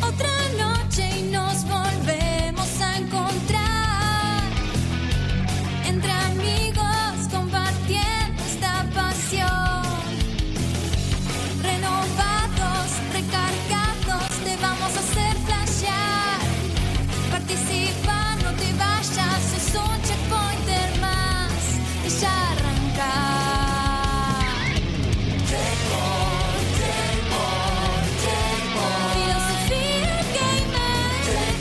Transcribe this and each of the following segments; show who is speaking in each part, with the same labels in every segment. Speaker 1: Otra noche y nos volvemos a encontrar entre amigos combatiendo esta pasión. Renovados, recargados, te vamos a hacer flashear. Participa, no te vayas, es un checkpointer más y ya arrancar. Filosofía gamer.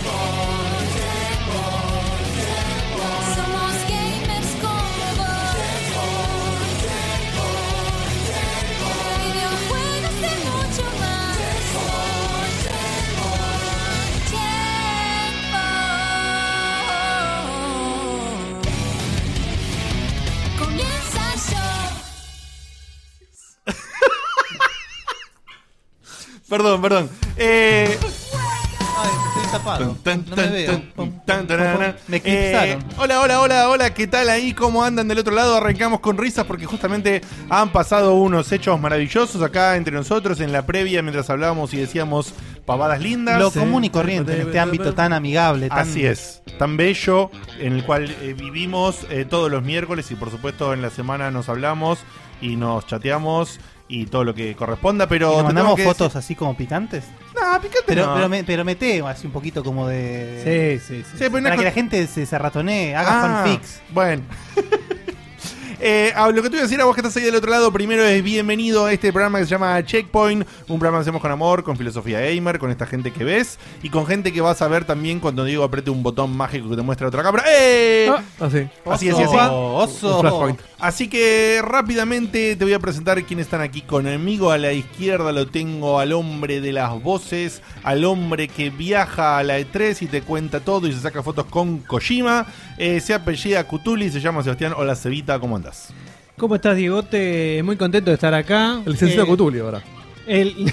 Speaker 1: Somos gamers como vos. Videojuegos de mucho más. Tiempo. Comienza yo.
Speaker 2: Perdón, perdón. Eh,
Speaker 3: Ay, estoy tapado.
Speaker 2: Tan,
Speaker 3: No me
Speaker 2: tan,
Speaker 3: veo.
Speaker 2: tan,
Speaker 3: Pum,
Speaker 2: tan,
Speaker 3: pum,
Speaker 2: tarara.
Speaker 3: pum. Me eclipsaron.
Speaker 2: Eh, hola, hola, hola, hola, ¿qué tal ahí? ¿Cómo andan del otro lado? Arrancamos con risas porque justamente han pasado unos hechos maravillosos acá entre nosotros en la previa mientras hablábamos y decíamos pavadas lindas.
Speaker 3: Lo
Speaker 2: Sí.
Speaker 3: común y corriente en este ámbito tan amigable. Tan...
Speaker 2: Así es, tan bello en el cual eh, vivimos eh, todos los miércoles y por supuesto en la semana nos hablamos y nos chateamos y todo lo que corresponda, pero
Speaker 3: Y
Speaker 2: te
Speaker 3: nos
Speaker 2: tengo
Speaker 3: mandamos
Speaker 2: que
Speaker 3: fotos así como picantes.
Speaker 2: decir-
Speaker 4: Ah,
Speaker 2: Nah, picante
Speaker 3: Pero,
Speaker 2: no.
Speaker 3: pero, me, pero meteo así un poquito como de.
Speaker 5: Sí, sí, sí.
Speaker 2: Sí, pero una
Speaker 3: Para que
Speaker 2: co-
Speaker 3: la gente se, se ratonee, haga
Speaker 2: Ah,
Speaker 3: fanfics.
Speaker 2: Bueno. Eh, a lo que te voy a decir a vos que estás ahí del otro lado, primero es bienvenido a este programa que se llama Checkpoint, un programa que hacemos con amor, con filosofía gamer, con esta gente que ves y con gente que vas a ver también cuando Diego apriete un botón mágico que te muestra otra cámara. ¡Eh!
Speaker 5: Ah, así.
Speaker 2: Así es,
Speaker 3: Oso,
Speaker 2: así es.
Speaker 3: oso.
Speaker 5: Un flashpoint.
Speaker 2: Así que rápidamente te voy a presentar quiénes están aquí conmigo. A la izquierda lo tengo al hombre de las voces, al hombre que viaja a la E3 y te cuenta todo y se saca fotos con Kojima. Eh, se apellida Cutuli, se llama Sebastián. Hola Cevita, ¿cómo andás?
Speaker 5: ¿Cómo estás, Diegote? Muy contento de estar acá.
Speaker 4: El licenciado
Speaker 5: Eh,
Speaker 4: Cutuli ahora.
Speaker 5: El
Speaker 4: El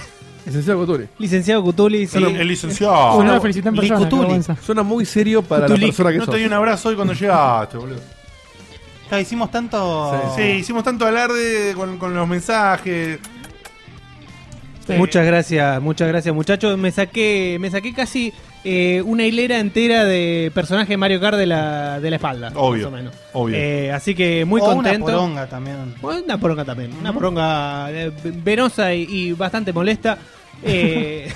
Speaker 4: licenciado Cutuli.
Speaker 5: licenciado Cutuli. sí.
Speaker 2: El, el licenciado.
Speaker 5: Hola,
Speaker 2: No,
Speaker 5: felicita en
Speaker 2: Lic
Speaker 5: persona,
Speaker 2: Cutuli.
Speaker 5: qué vergüenza.
Speaker 4: Suena muy serio para la
Speaker 2: Cutuli,
Speaker 4: persona que
Speaker 2: no te di
Speaker 4: sos.
Speaker 2: un abrazo hoy cuando llegaste, boludo.
Speaker 3: Claro, hicimos tanto.
Speaker 2: Sí, hicimos tanto alarde con, con los mensajes.
Speaker 5: Eh, Muchas gracias, muchas gracias, muchachos. Me saqué, me saqué casi eh, una hilera entera de personaje de Mario Kart de la, de la espalda.
Speaker 2: Obvio,
Speaker 5: Más o menos.
Speaker 2: obvio.
Speaker 5: Eh, así que muy
Speaker 3: o
Speaker 5: contento.
Speaker 3: Una poronga también.
Speaker 5: Bueno, Una poronga también, una poronga eh, venosa y, y bastante molesta eh,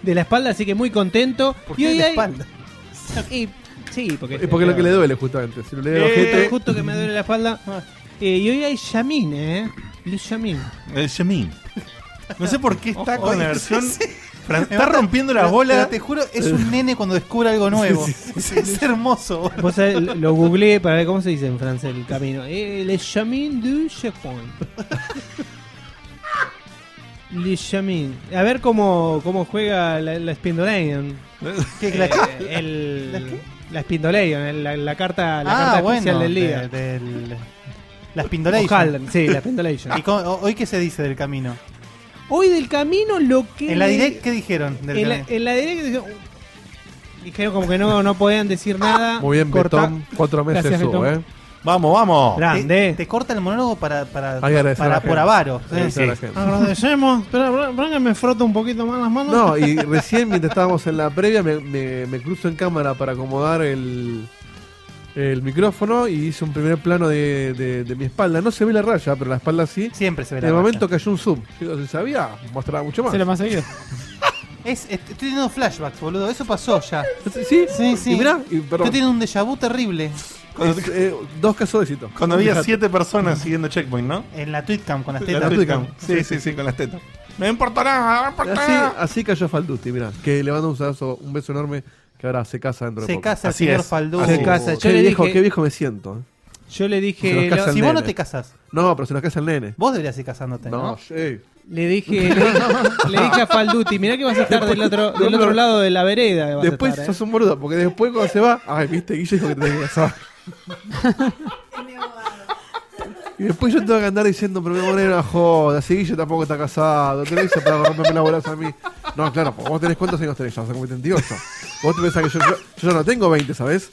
Speaker 5: de la espalda, así que muy contento.
Speaker 3: ¿Por
Speaker 5: y
Speaker 3: qué
Speaker 5: hoy
Speaker 3: la
Speaker 5: hay-
Speaker 3: espalda?
Speaker 5: y- sí, porque,
Speaker 4: Es porque es lo que le duele, Ah. justamente. Si lo lee a la
Speaker 2: Eh,
Speaker 4: gente.
Speaker 5: Justo que me duele la espalda. Eh, y hoy hay Yamin, ¿eh? Luis Yamin.
Speaker 2: El Yamin. No sé por qué está
Speaker 3: Ojo,
Speaker 2: con la
Speaker 3: eh.
Speaker 2: versión.
Speaker 3: Sí.
Speaker 2: Fran-
Speaker 3: Me
Speaker 2: Está
Speaker 3: mata-
Speaker 2: rompiendo la
Speaker 3: pero-
Speaker 2: bola.
Speaker 3: pero te juro, es un nene cuando descubre algo nuevo. es hermoso. boludo.
Speaker 5: Vos sabés, lo googleé para ver cómo se dice en francés el camino. Eh, le Yamin du Checkpoint. Le Yamin. A ver cómo, cómo juega la, la Spindolanian.
Speaker 3: Que-
Speaker 5: Eh,
Speaker 3: la-
Speaker 5: el-
Speaker 3: ¿La qué?
Speaker 5: la Spindolation, el- la, la carta, la
Speaker 3: ah,
Speaker 5: carta
Speaker 3: bueno.
Speaker 5: oficial del día.
Speaker 3: de- del- las pindoleis.
Speaker 5: O'Halloran, sí, la Spindolation.
Speaker 3: ¿Y co- o- hoy qué se dice del camino?
Speaker 5: Hoy del camino lo que...
Speaker 3: ¿En la direct qué dijeron del
Speaker 5: En la,
Speaker 3: camino?
Speaker 5: en la direct dijeron, dijeron como que no, no podían decir nada.
Speaker 4: Muy bien,
Speaker 5: corta-
Speaker 4: Betón. Cuatro meses
Speaker 5: Gracias,
Speaker 4: subo,
Speaker 5: Betón.
Speaker 4: ¿eh?
Speaker 2: Vamos, vamos.
Speaker 3: Te-
Speaker 5: Grande.
Speaker 3: Te, corta el monólogo para, para,
Speaker 4: Hay que agradecer a la
Speaker 3: para por
Speaker 4: gente.
Speaker 3: avaro. ¿sí? Ah,
Speaker 4: Gracias a la gente.
Speaker 5: Agradecemos. Espera, Bran- Branca me frota un poquito más las manos.
Speaker 4: No, y recién mientras estábamos en la previa me, me- me cruzo en cámara para acomodar el, el micrófono y hice un primer plano de, de- de mi espalda. No se ve la raya, pero la espalda sí.
Speaker 3: Siempre se ve
Speaker 4: De
Speaker 3: la raya.
Speaker 4: momento cayó un zoom. Yo si sabía, mostraba mucho más.
Speaker 5: Se lo más seguido.
Speaker 3: Es- est- estoy teniendo flashbacks, boludo. Eso pasó ya.
Speaker 4: ¿Sí?
Speaker 3: Sí, sí.
Speaker 4: Y mirá, y
Speaker 3: Tú
Speaker 4: perdón.
Speaker 3: tienes un déjà vu terrible.
Speaker 2: Cuando,
Speaker 4: Es, eh, dos casos de cito.
Speaker 2: cuando había siete personas siguiendo checkpoint, ¿no?
Speaker 3: En la tweetcam con las
Speaker 2: La
Speaker 3: tetas.
Speaker 2: Twitcam. Sí, sí, sí, con las tetas. No importa nada, no importa
Speaker 4: Así,
Speaker 3: Ah.
Speaker 2: nada.
Speaker 4: así cayó Falduti, mirá. Que le mando un saludo, un beso enorme. Que ahora se casa dentro de
Speaker 3: Se
Speaker 4: poco.
Speaker 3: casa el
Speaker 2: Así
Speaker 3: señor
Speaker 2: es.
Speaker 3: Faldu.
Speaker 2: Así
Speaker 4: Oh,
Speaker 5: Se casa. Yo
Speaker 4: Qué
Speaker 5: le
Speaker 4: viejo,
Speaker 5: dije-
Speaker 4: qué viejo me siento. eh.
Speaker 5: Yo le
Speaker 4: Se
Speaker 5: dije.
Speaker 4: nos casa
Speaker 5: lo-
Speaker 3: Si
Speaker 4: el
Speaker 3: vos
Speaker 4: nene.
Speaker 3: no te casas,
Speaker 4: No, pero se nos casa el nene.
Speaker 3: vos deberías ir casándote.
Speaker 4: No,
Speaker 3: ¿no?
Speaker 4: sí.
Speaker 5: le dije. le dije a Falduti, mirá que vas a estar del otro, del otro lado de la vereda. vas a
Speaker 4: Después
Speaker 5: estar, ¿eh?".
Speaker 4: sos un boludo, porque después cuando se va, ay, viste, Guille dijo que te tenía que casar. Y después yo tengo que andar diciendo, pero mi amor era una joda, sí, yo tampoco está casado, te lo hice para romperme las bolas a mí. No, claro, pues vos tenés cuántos años tenés, yo o sea, como 78. Vos te pensás que yo, yo, yo ya no tengo 20, ¿sabés?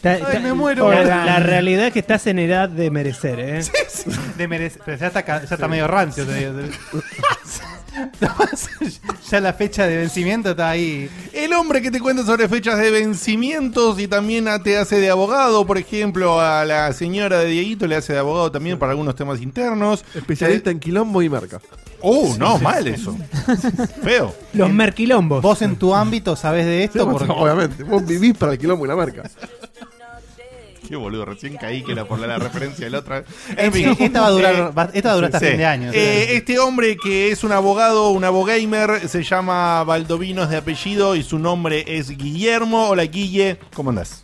Speaker 5: Ta-
Speaker 3: Ay,
Speaker 5: ta-
Speaker 3: me muero.
Speaker 5: La, la realidad es que estás en edad de merecer, ¿eh?
Speaker 3: De merece- pero ya está, ca- ya está medio rancio, te digo. ya la fecha de vencimiento está ahí.
Speaker 2: El hombre que te cuenta sobre fechas de vencimientos y también a- te hace de abogado, por ejemplo, a la señora de Dieguito le hace de abogado también para algunos temas internos.
Speaker 4: Especialista en quilombo y merca.
Speaker 2: Uh, no, mal eso. Feo.
Speaker 5: Los merquilombos.
Speaker 3: Vos en tu ámbito sabés de
Speaker 4: Sí,
Speaker 3: esto
Speaker 4: pues,
Speaker 3: porque
Speaker 4: Obviamente, vos vivís para el quilombo y la merca.
Speaker 2: Qué boludo, recién caí que la por la, la referencia de la otra. En
Speaker 3: Sí,
Speaker 2: fin.
Speaker 3: esta Este va a
Speaker 2: Eh,
Speaker 3: durar, va- esta va a durar hasta
Speaker 2: Sí.
Speaker 3: fin de año.
Speaker 2: Eh, este hombre que es un abogado, un abogamer, se llama Baldovinos de apellido y su nombre es Guillermo. Hola Guille, ¿cómo andás?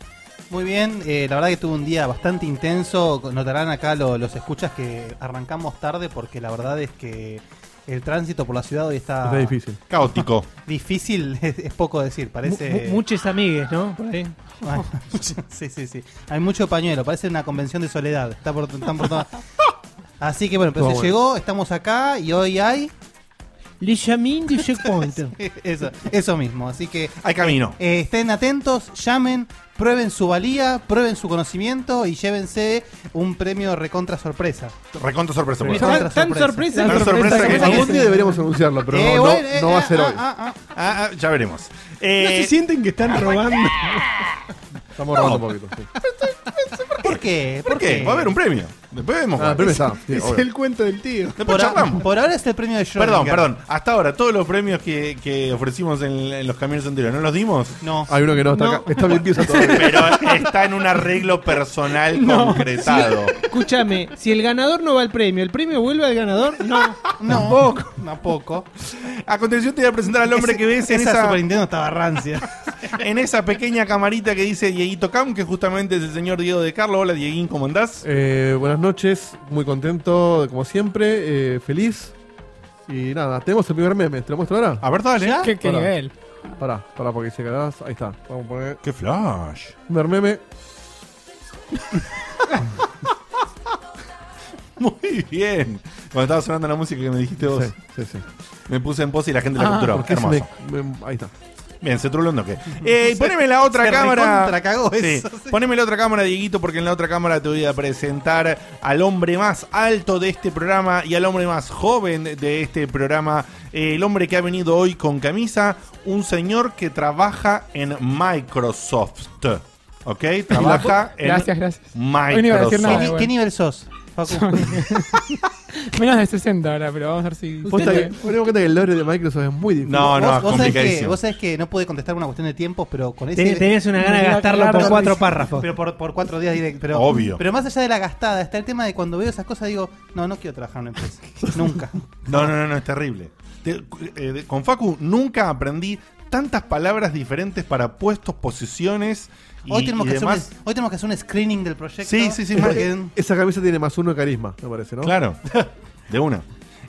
Speaker 3: Muy bien, eh, la verdad que tuve un día bastante intenso. Notarán acá lo- los escuchas que arrancamos tarde porque la verdad es que el tránsito por la ciudad hoy está,
Speaker 4: Está difícil.
Speaker 2: Caótico.
Speaker 3: Difícil es, es poco decir, parece.
Speaker 5: Muchos amigues, ¿no? Por ahí.
Speaker 3: Ay, sí, sí, sí. Hay mucho pañuelo, parece una convención de soledad. Está por, están por todas- Así que bueno, pero
Speaker 4: Todo
Speaker 3: se
Speaker 4: bueno.
Speaker 3: llegó, estamos acá y hoy hay
Speaker 5: Le llamin de checkpoint.
Speaker 3: eso, eso mismo. Así que
Speaker 2: Hay camino.
Speaker 3: Eh, estén atentos, llamen, prueben su valía, prueben su conocimiento y llévense un premio recontra sorpresa.
Speaker 2: Recontra sorpresa. por
Speaker 3: Sí.
Speaker 2: favor.
Speaker 5: Tan, tan sorpresa,
Speaker 2: Tan sorpresa que-
Speaker 4: Algún día deberíamos anunciarlo, pero
Speaker 3: Eh,
Speaker 4: no,
Speaker 3: bueno, eh,
Speaker 4: no, no va a ser
Speaker 3: ah,
Speaker 4: hoy.
Speaker 3: ah, ah, ah.
Speaker 2: Ah, ah, ya veremos. Eh,
Speaker 5: sienten que están robando.
Speaker 4: Estamos robando un poquito. sí.
Speaker 3: ¿Por qué?
Speaker 2: ¿Por qué? Va a haber un premio. Después vemos.
Speaker 4: Ah, el premio está. sí, obvio.
Speaker 5: cuento del tío.
Speaker 2: Después
Speaker 3: Por, a-
Speaker 2: charlamos.
Speaker 3: por ahora es el premio de Schrödinger.
Speaker 2: Perdón, perdón. Hasta ahora, todos los premios que, que ofrecimos en, en los camiones anteriores, ¿no los dimos?
Speaker 3: No.
Speaker 4: Hay uno que no está acá. Está bien pieza todavía.
Speaker 2: Pero está en un arreglo personal concretado.
Speaker 5: Escúchame, si el ganador no va al premio, ¿el premio vuelve al ganador? No.
Speaker 3: No, tampoco.
Speaker 2: A continuación te voy a presentar al hombre que ves en
Speaker 3: esa,
Speaker 2: esa,
Speaker 3: Super Nintendo estaba rancia.
Speaker 2: en esa pequeña camarita que dice Dieguito Cam, que justamente es el señor Diego de Carlos. Hola, Dieguín, ¿cómo andás?
Speaker 4: Eh, buenas noches, muy contento, como siempre, eh, feliz. Y nada, tenemos el primer meme. ¿Te lo muestro ahora?
Speaker 2: A ver, dale.
Speaker 6: ¿Qué, qué
Speaker 4: Hola.
Speaker 6: nivel?
Speaker 4: Pará, pará, porque se quedás. Ahí está. Vamos a poner
Speaker 2: ¡Qué flash!
Speaker 4: primer meme.
Speaker 2: Muy bien. Cuando estaba sonando la música que me dijiste vos,
Speaker 4: Sí, sí, sí.
Speaker 2: me puse en pose y la gente la capturó.
Speaker 4: Porque se
Speaker 2: Hermoso.
Speaker 4: me- me- ahí está.
Speaker 2: Bien, se truló un toque. Eh, y poneme la otra
Speaker 3: se
Speaker 2: cámara.
Speaker 3: recontra cagó
Speaker 2: Sí,
Speaker 3: eso,
Speaker 2: Poneme la otra cámara, Dieguito, porque en la otra cámara te voy a presentar al hombre más alto de este programa y al hombre más joven de este programa. Eh, el hombre que ha venido hoy con camisa, un señor que trabaja en Microsoft. ¿Ok? Trabaja en
Speaker 6: Gracias, gracias. Hoy no iba a decir
Speaker 2: Microsoft.
Speaker 6: nada,
Speaker 3: ¿Qué,
Speaker 6: bueno.
Speaker 3: qué nivel sos? Facu?
Speaker 6: Menos de 60 ahora, pero vamos a ver si.
Speaker 4: Posta que- Bueno, tengo en cuenta que el lore de Microsoft es muy difícil.
Speaker 2: No, no, es
Speaker 3: vos, sabés que,
Speaker 2: complicadísimo.
Speaker 3: vos sabés que no pude contestar una cuestión de tiempos, pero con ese...
Speaker 5: Tenías una gana de
Speaker 6: Mira,
Speaker 5: gastarlo
Speaker 6: claro,
Speaker 5: por cuatro
Speaker 6: sí.
Speaker 5: párrafos.
Speaker 3: Pero por, por cuatro días directo. Pero,
Speaker 2: Obvio.
Speaker 3: Pero más allá de la gastada, está el tema de cuando veo esas cosas digo, no, no quiero trabajar en una empresa. Nunca.
Speaker 2: No, no, no, no, es terrible. Te- eh, de- con Facu nunca aprendí tantas palabras diferentes para puestos, posiciones y,
Speaker 3: Hoy tenemos,
Speaker 2: y
Speaker 3: que hacer un,
Speaker 2: demás.
Speaker 3: hoy tenemos que hacer un screening del proyecto.
Speaker 2: Sí, sí, sí,
Speaker 3: porque-
Speaker 4: Esa camisa tiene más uno de carisma, me parece, ¿no?
Speaker 2: Claro, de una.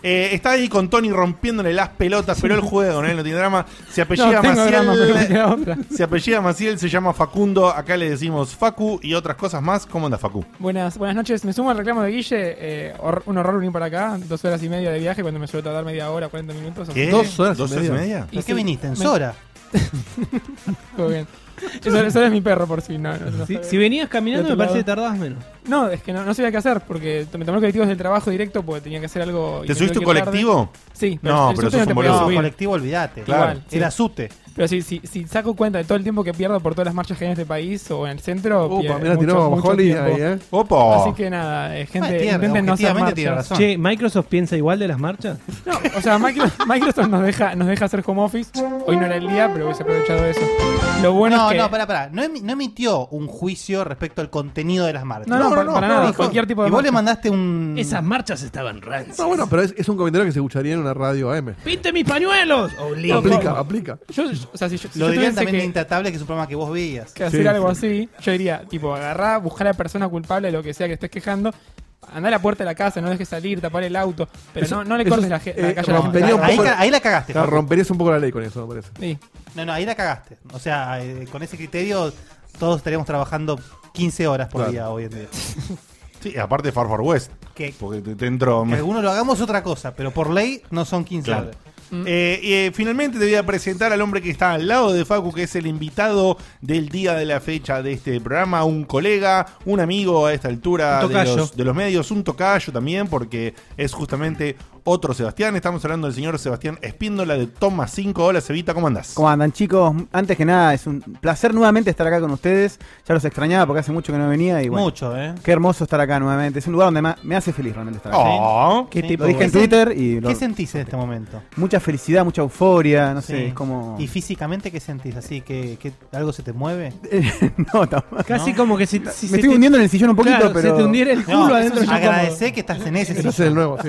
Speaker 2: Eh, está ahí con Tony rompiéndole las pelotas, pero él juega con él, no tiene drama. Se
Speaker 6: No,
Speaker 2: apellida
Speaker 6: tengo
Speaker 2: Maciel.
Speaker 6: drama, pero me queda otra.
Speaker 2: se apellida Maciel, se llama Facundo. Acá le decimos Facu y otras cosas más. ¿Cómo anda Facu?
Speaker 6: Buenas, buenas noches. Me sumo al reclamo de Guille. eh, hor- un horror venir para acá. Dos horas y media de viaje cuando me suelo tardar media hora, 40 minutos. así
Speaker 2: ¿Qué?
Speaker 4: Dos horas y
Speaker 2: y
Speaker 4: media.
Speaker 2: media?
Speaker 3: ¿Y
Speaker 6: Sí.
Speaker 3: qué viniste? ¿En
Speaker 6: Me-
Speaker 3: Sora?
Speaker 6: que todo bien. Eso, eso es mi perro por si no. No, no
Speaker 5: Si,
Speaker 6: sabe.
Speaker 5: si venías caminando,
Speaker 6: De
Speaker 5: me
Speaker 6: otro
Speaker 5: parece que
Speaker 6: lado.
Speaker 5: tardabas menos.
Speaker 6: No, es que no, no sabía qué hacer porque me tomé el colectivo del trabajo directo porque tenía que hacer algo. y
Speaker 2: ¿Te
Speaker 6: me
Speaker 2: subiste un
Speaker 6: tuve que ir
Speaker 2: colectivo?
Speaker 6: tarde. Sí,
Speaker 2: No,
Speaker 6: el subte
Speaker 2: pero sos un
Speaker 6: te podía
Speaker 2: boludo.
Speaker 3: No,
Speaker 6: subir.
Speaker 3: colectivo, olvidate.
Speaker 2: Claro.
Speaker 6: Igual, sí.
Speaker 3: Era SUTE.
Speaker 6: Pero si, si, si saco cuenta de todo el tiempo que pierdo por todas las marchas que hay en este país o en el centro.
Speaker 4: Upa,
Speaker 6: pierdo
Speaker 4: mirá,
Speaker 6: mucho,
Speaker 4: tiró
Speaker 6: mucho
Speaker 4: Bajoli
Speaker 6: tiempo.
Speaker 4: ahí, ¿eh?
Speaker 2: ¡Opa!
Speaker 6: Así que nada, eh, gente,
Speaker 3: Ah, tiene-
Speaker 6: intenten no hacer
Speaker 3: objetivamente tiene
Speaker 6: marchas.
Speaker 3: razón.
Speaker 5: Che, ¿Microsoft piensa igual de las marchas?
Speaker 6: No, o sea, Micro- Microsoft nos deja, nos deja hacer home office. Hoy no era el día, pero hubiese aprovechado eso. Lo bueno
Speaker 3: no,
Speaker 6: es que...
Speaker 3: no, pará, pará. No, emi- no emitió un juicio respecto al contenido de las marcas.
Speaker 6: No, no, para, para nada,
Speaker 3: dijo-
Speaker 6: cualquier tipo de
Speaker 3: Y vos
Speaker 6: marca.
Speaker 3: le mandaste un...
Speaker 5: marchas estaban rancias.
Speaker 4: No, Ah, bueno, pero es, es un comentario que se escucharía en una radio AM.
Speaker 5: ¡Pinte mis pañuelos!
Speaker 4: Aplica, aplica.
Speaker 6: Yo, yo- o sea, si yo, si
Speaker 3: Lo
Speaker 6: yo
Speaker 3: dirían
Speaker 6: tuviese
Speaker 3: también de
Speaker 6: que,
Speaker 3: Intratable, que es un programa que vos veías.
Speaker 6: que hacer
Speaker 4: Sí,
Speaker 6: algo así, yo diría, tipo, agarrá, buscar a la persona culpable de lo que sea que estés quejando, andá a la puerta de la casa, no dejes salir, tapar el auto, pero
Speaker 4: Eso-
Speaker 6: no, no le
Speaker 4: eso
Speaker 6: cortes
Speaker 4: es-
Speaker 6: la, ge-
Speaker 4: eh,
Speaker 6: la calle a la gente.
Speaker 4: rompería un
Speaker 3: Ahí,
Speaker 4: poco-
Speaker 3: ca- ahí la cagaste.
Speaker 4: Claro,
Speaker 3: Facu.
Speaker 4: romperías un poco la ley con eso, me parece.
Speaker 6: Sí.
Speaker 3: No, no, ahí la cagaste. O sea, eh, con ese criterio todos estaríamos trabajando 15 horas por
Speaker 4: Claro.
Speaker 3: día hoy en día.
Speaker 2: Sí, aparte Far Far West.
Speaker 3: que,
Speaker 2: Porque te, te entró.
Speaker 3: que algunos lo hagamos otra cosa, pero por ley no son 15
Speaker 2: Claro.
Speaker 3: horas.
Speaker 6: Mm.
Speaker 2: Eh, y, eh, finalmente te voy a presentar al hombre que está al lado de Facu, que es el invitado del día de la fecha de este programa, un colega, un amigo a esta altura
Speaker 5: Un
Speaker 2: de
Speaker 5: tocayo.
Speaker 2: los, de los medios, un tocayo también, porque es justamente otro Sebastián. Estamos hablando del señor Sebastián Espíndola de Toma 5. Hola, Cevita, ¿cómo andás?
Speaker 7: ¿Cómo andan chicos? Antes que nada, es un placer nuevamente estar acá con ustedes. Ya los extrañaba porque hace mucho que no venía y bueno,
Speaker 3: Mucho, ¿eh?
Speaker 7: qué hermoso estar acá nuevamente. Es un lugar donde ma- me hace feliz realmente estar acá.
Speaker 2: Oh,
Speaker 5: ¿Qué
Speaker 3: Sí,
Speaker 5: tipo
Speaker 7: Lo dije
Speaker 5: de-
Speaker 7: en Twitter y lo-
Speaker 3: ¿Qué sentís en este momento?
Speaker 7: mucha felicidad, mucha euforia, no
Speaker 3: Sí.
Speaker 7: sé, es como...
Speaker 3: ¿Y físicamente qué sentís? ¿Así que, que algo se te mueve?
Speaker 7: no, tampoco.
Speaker 5: Casi como que si, si
Speaker 7: Me
Speaker 5: se
Speaker 7: estoy
Speaker 5: te-
Speaker 7: hundiendo en el sillón un poquito,
Speaker 5: claro,
Speaker 7: pero...
Speaker 5: se te hundiera el culo
Speaker 3: No,
Speaker 5: adentro. ya
Speaker 3: agradecé que estás en ese
Speaker 4: Ese es el
Speaker 3: sillón.
Speaker 4: nuevo, sí.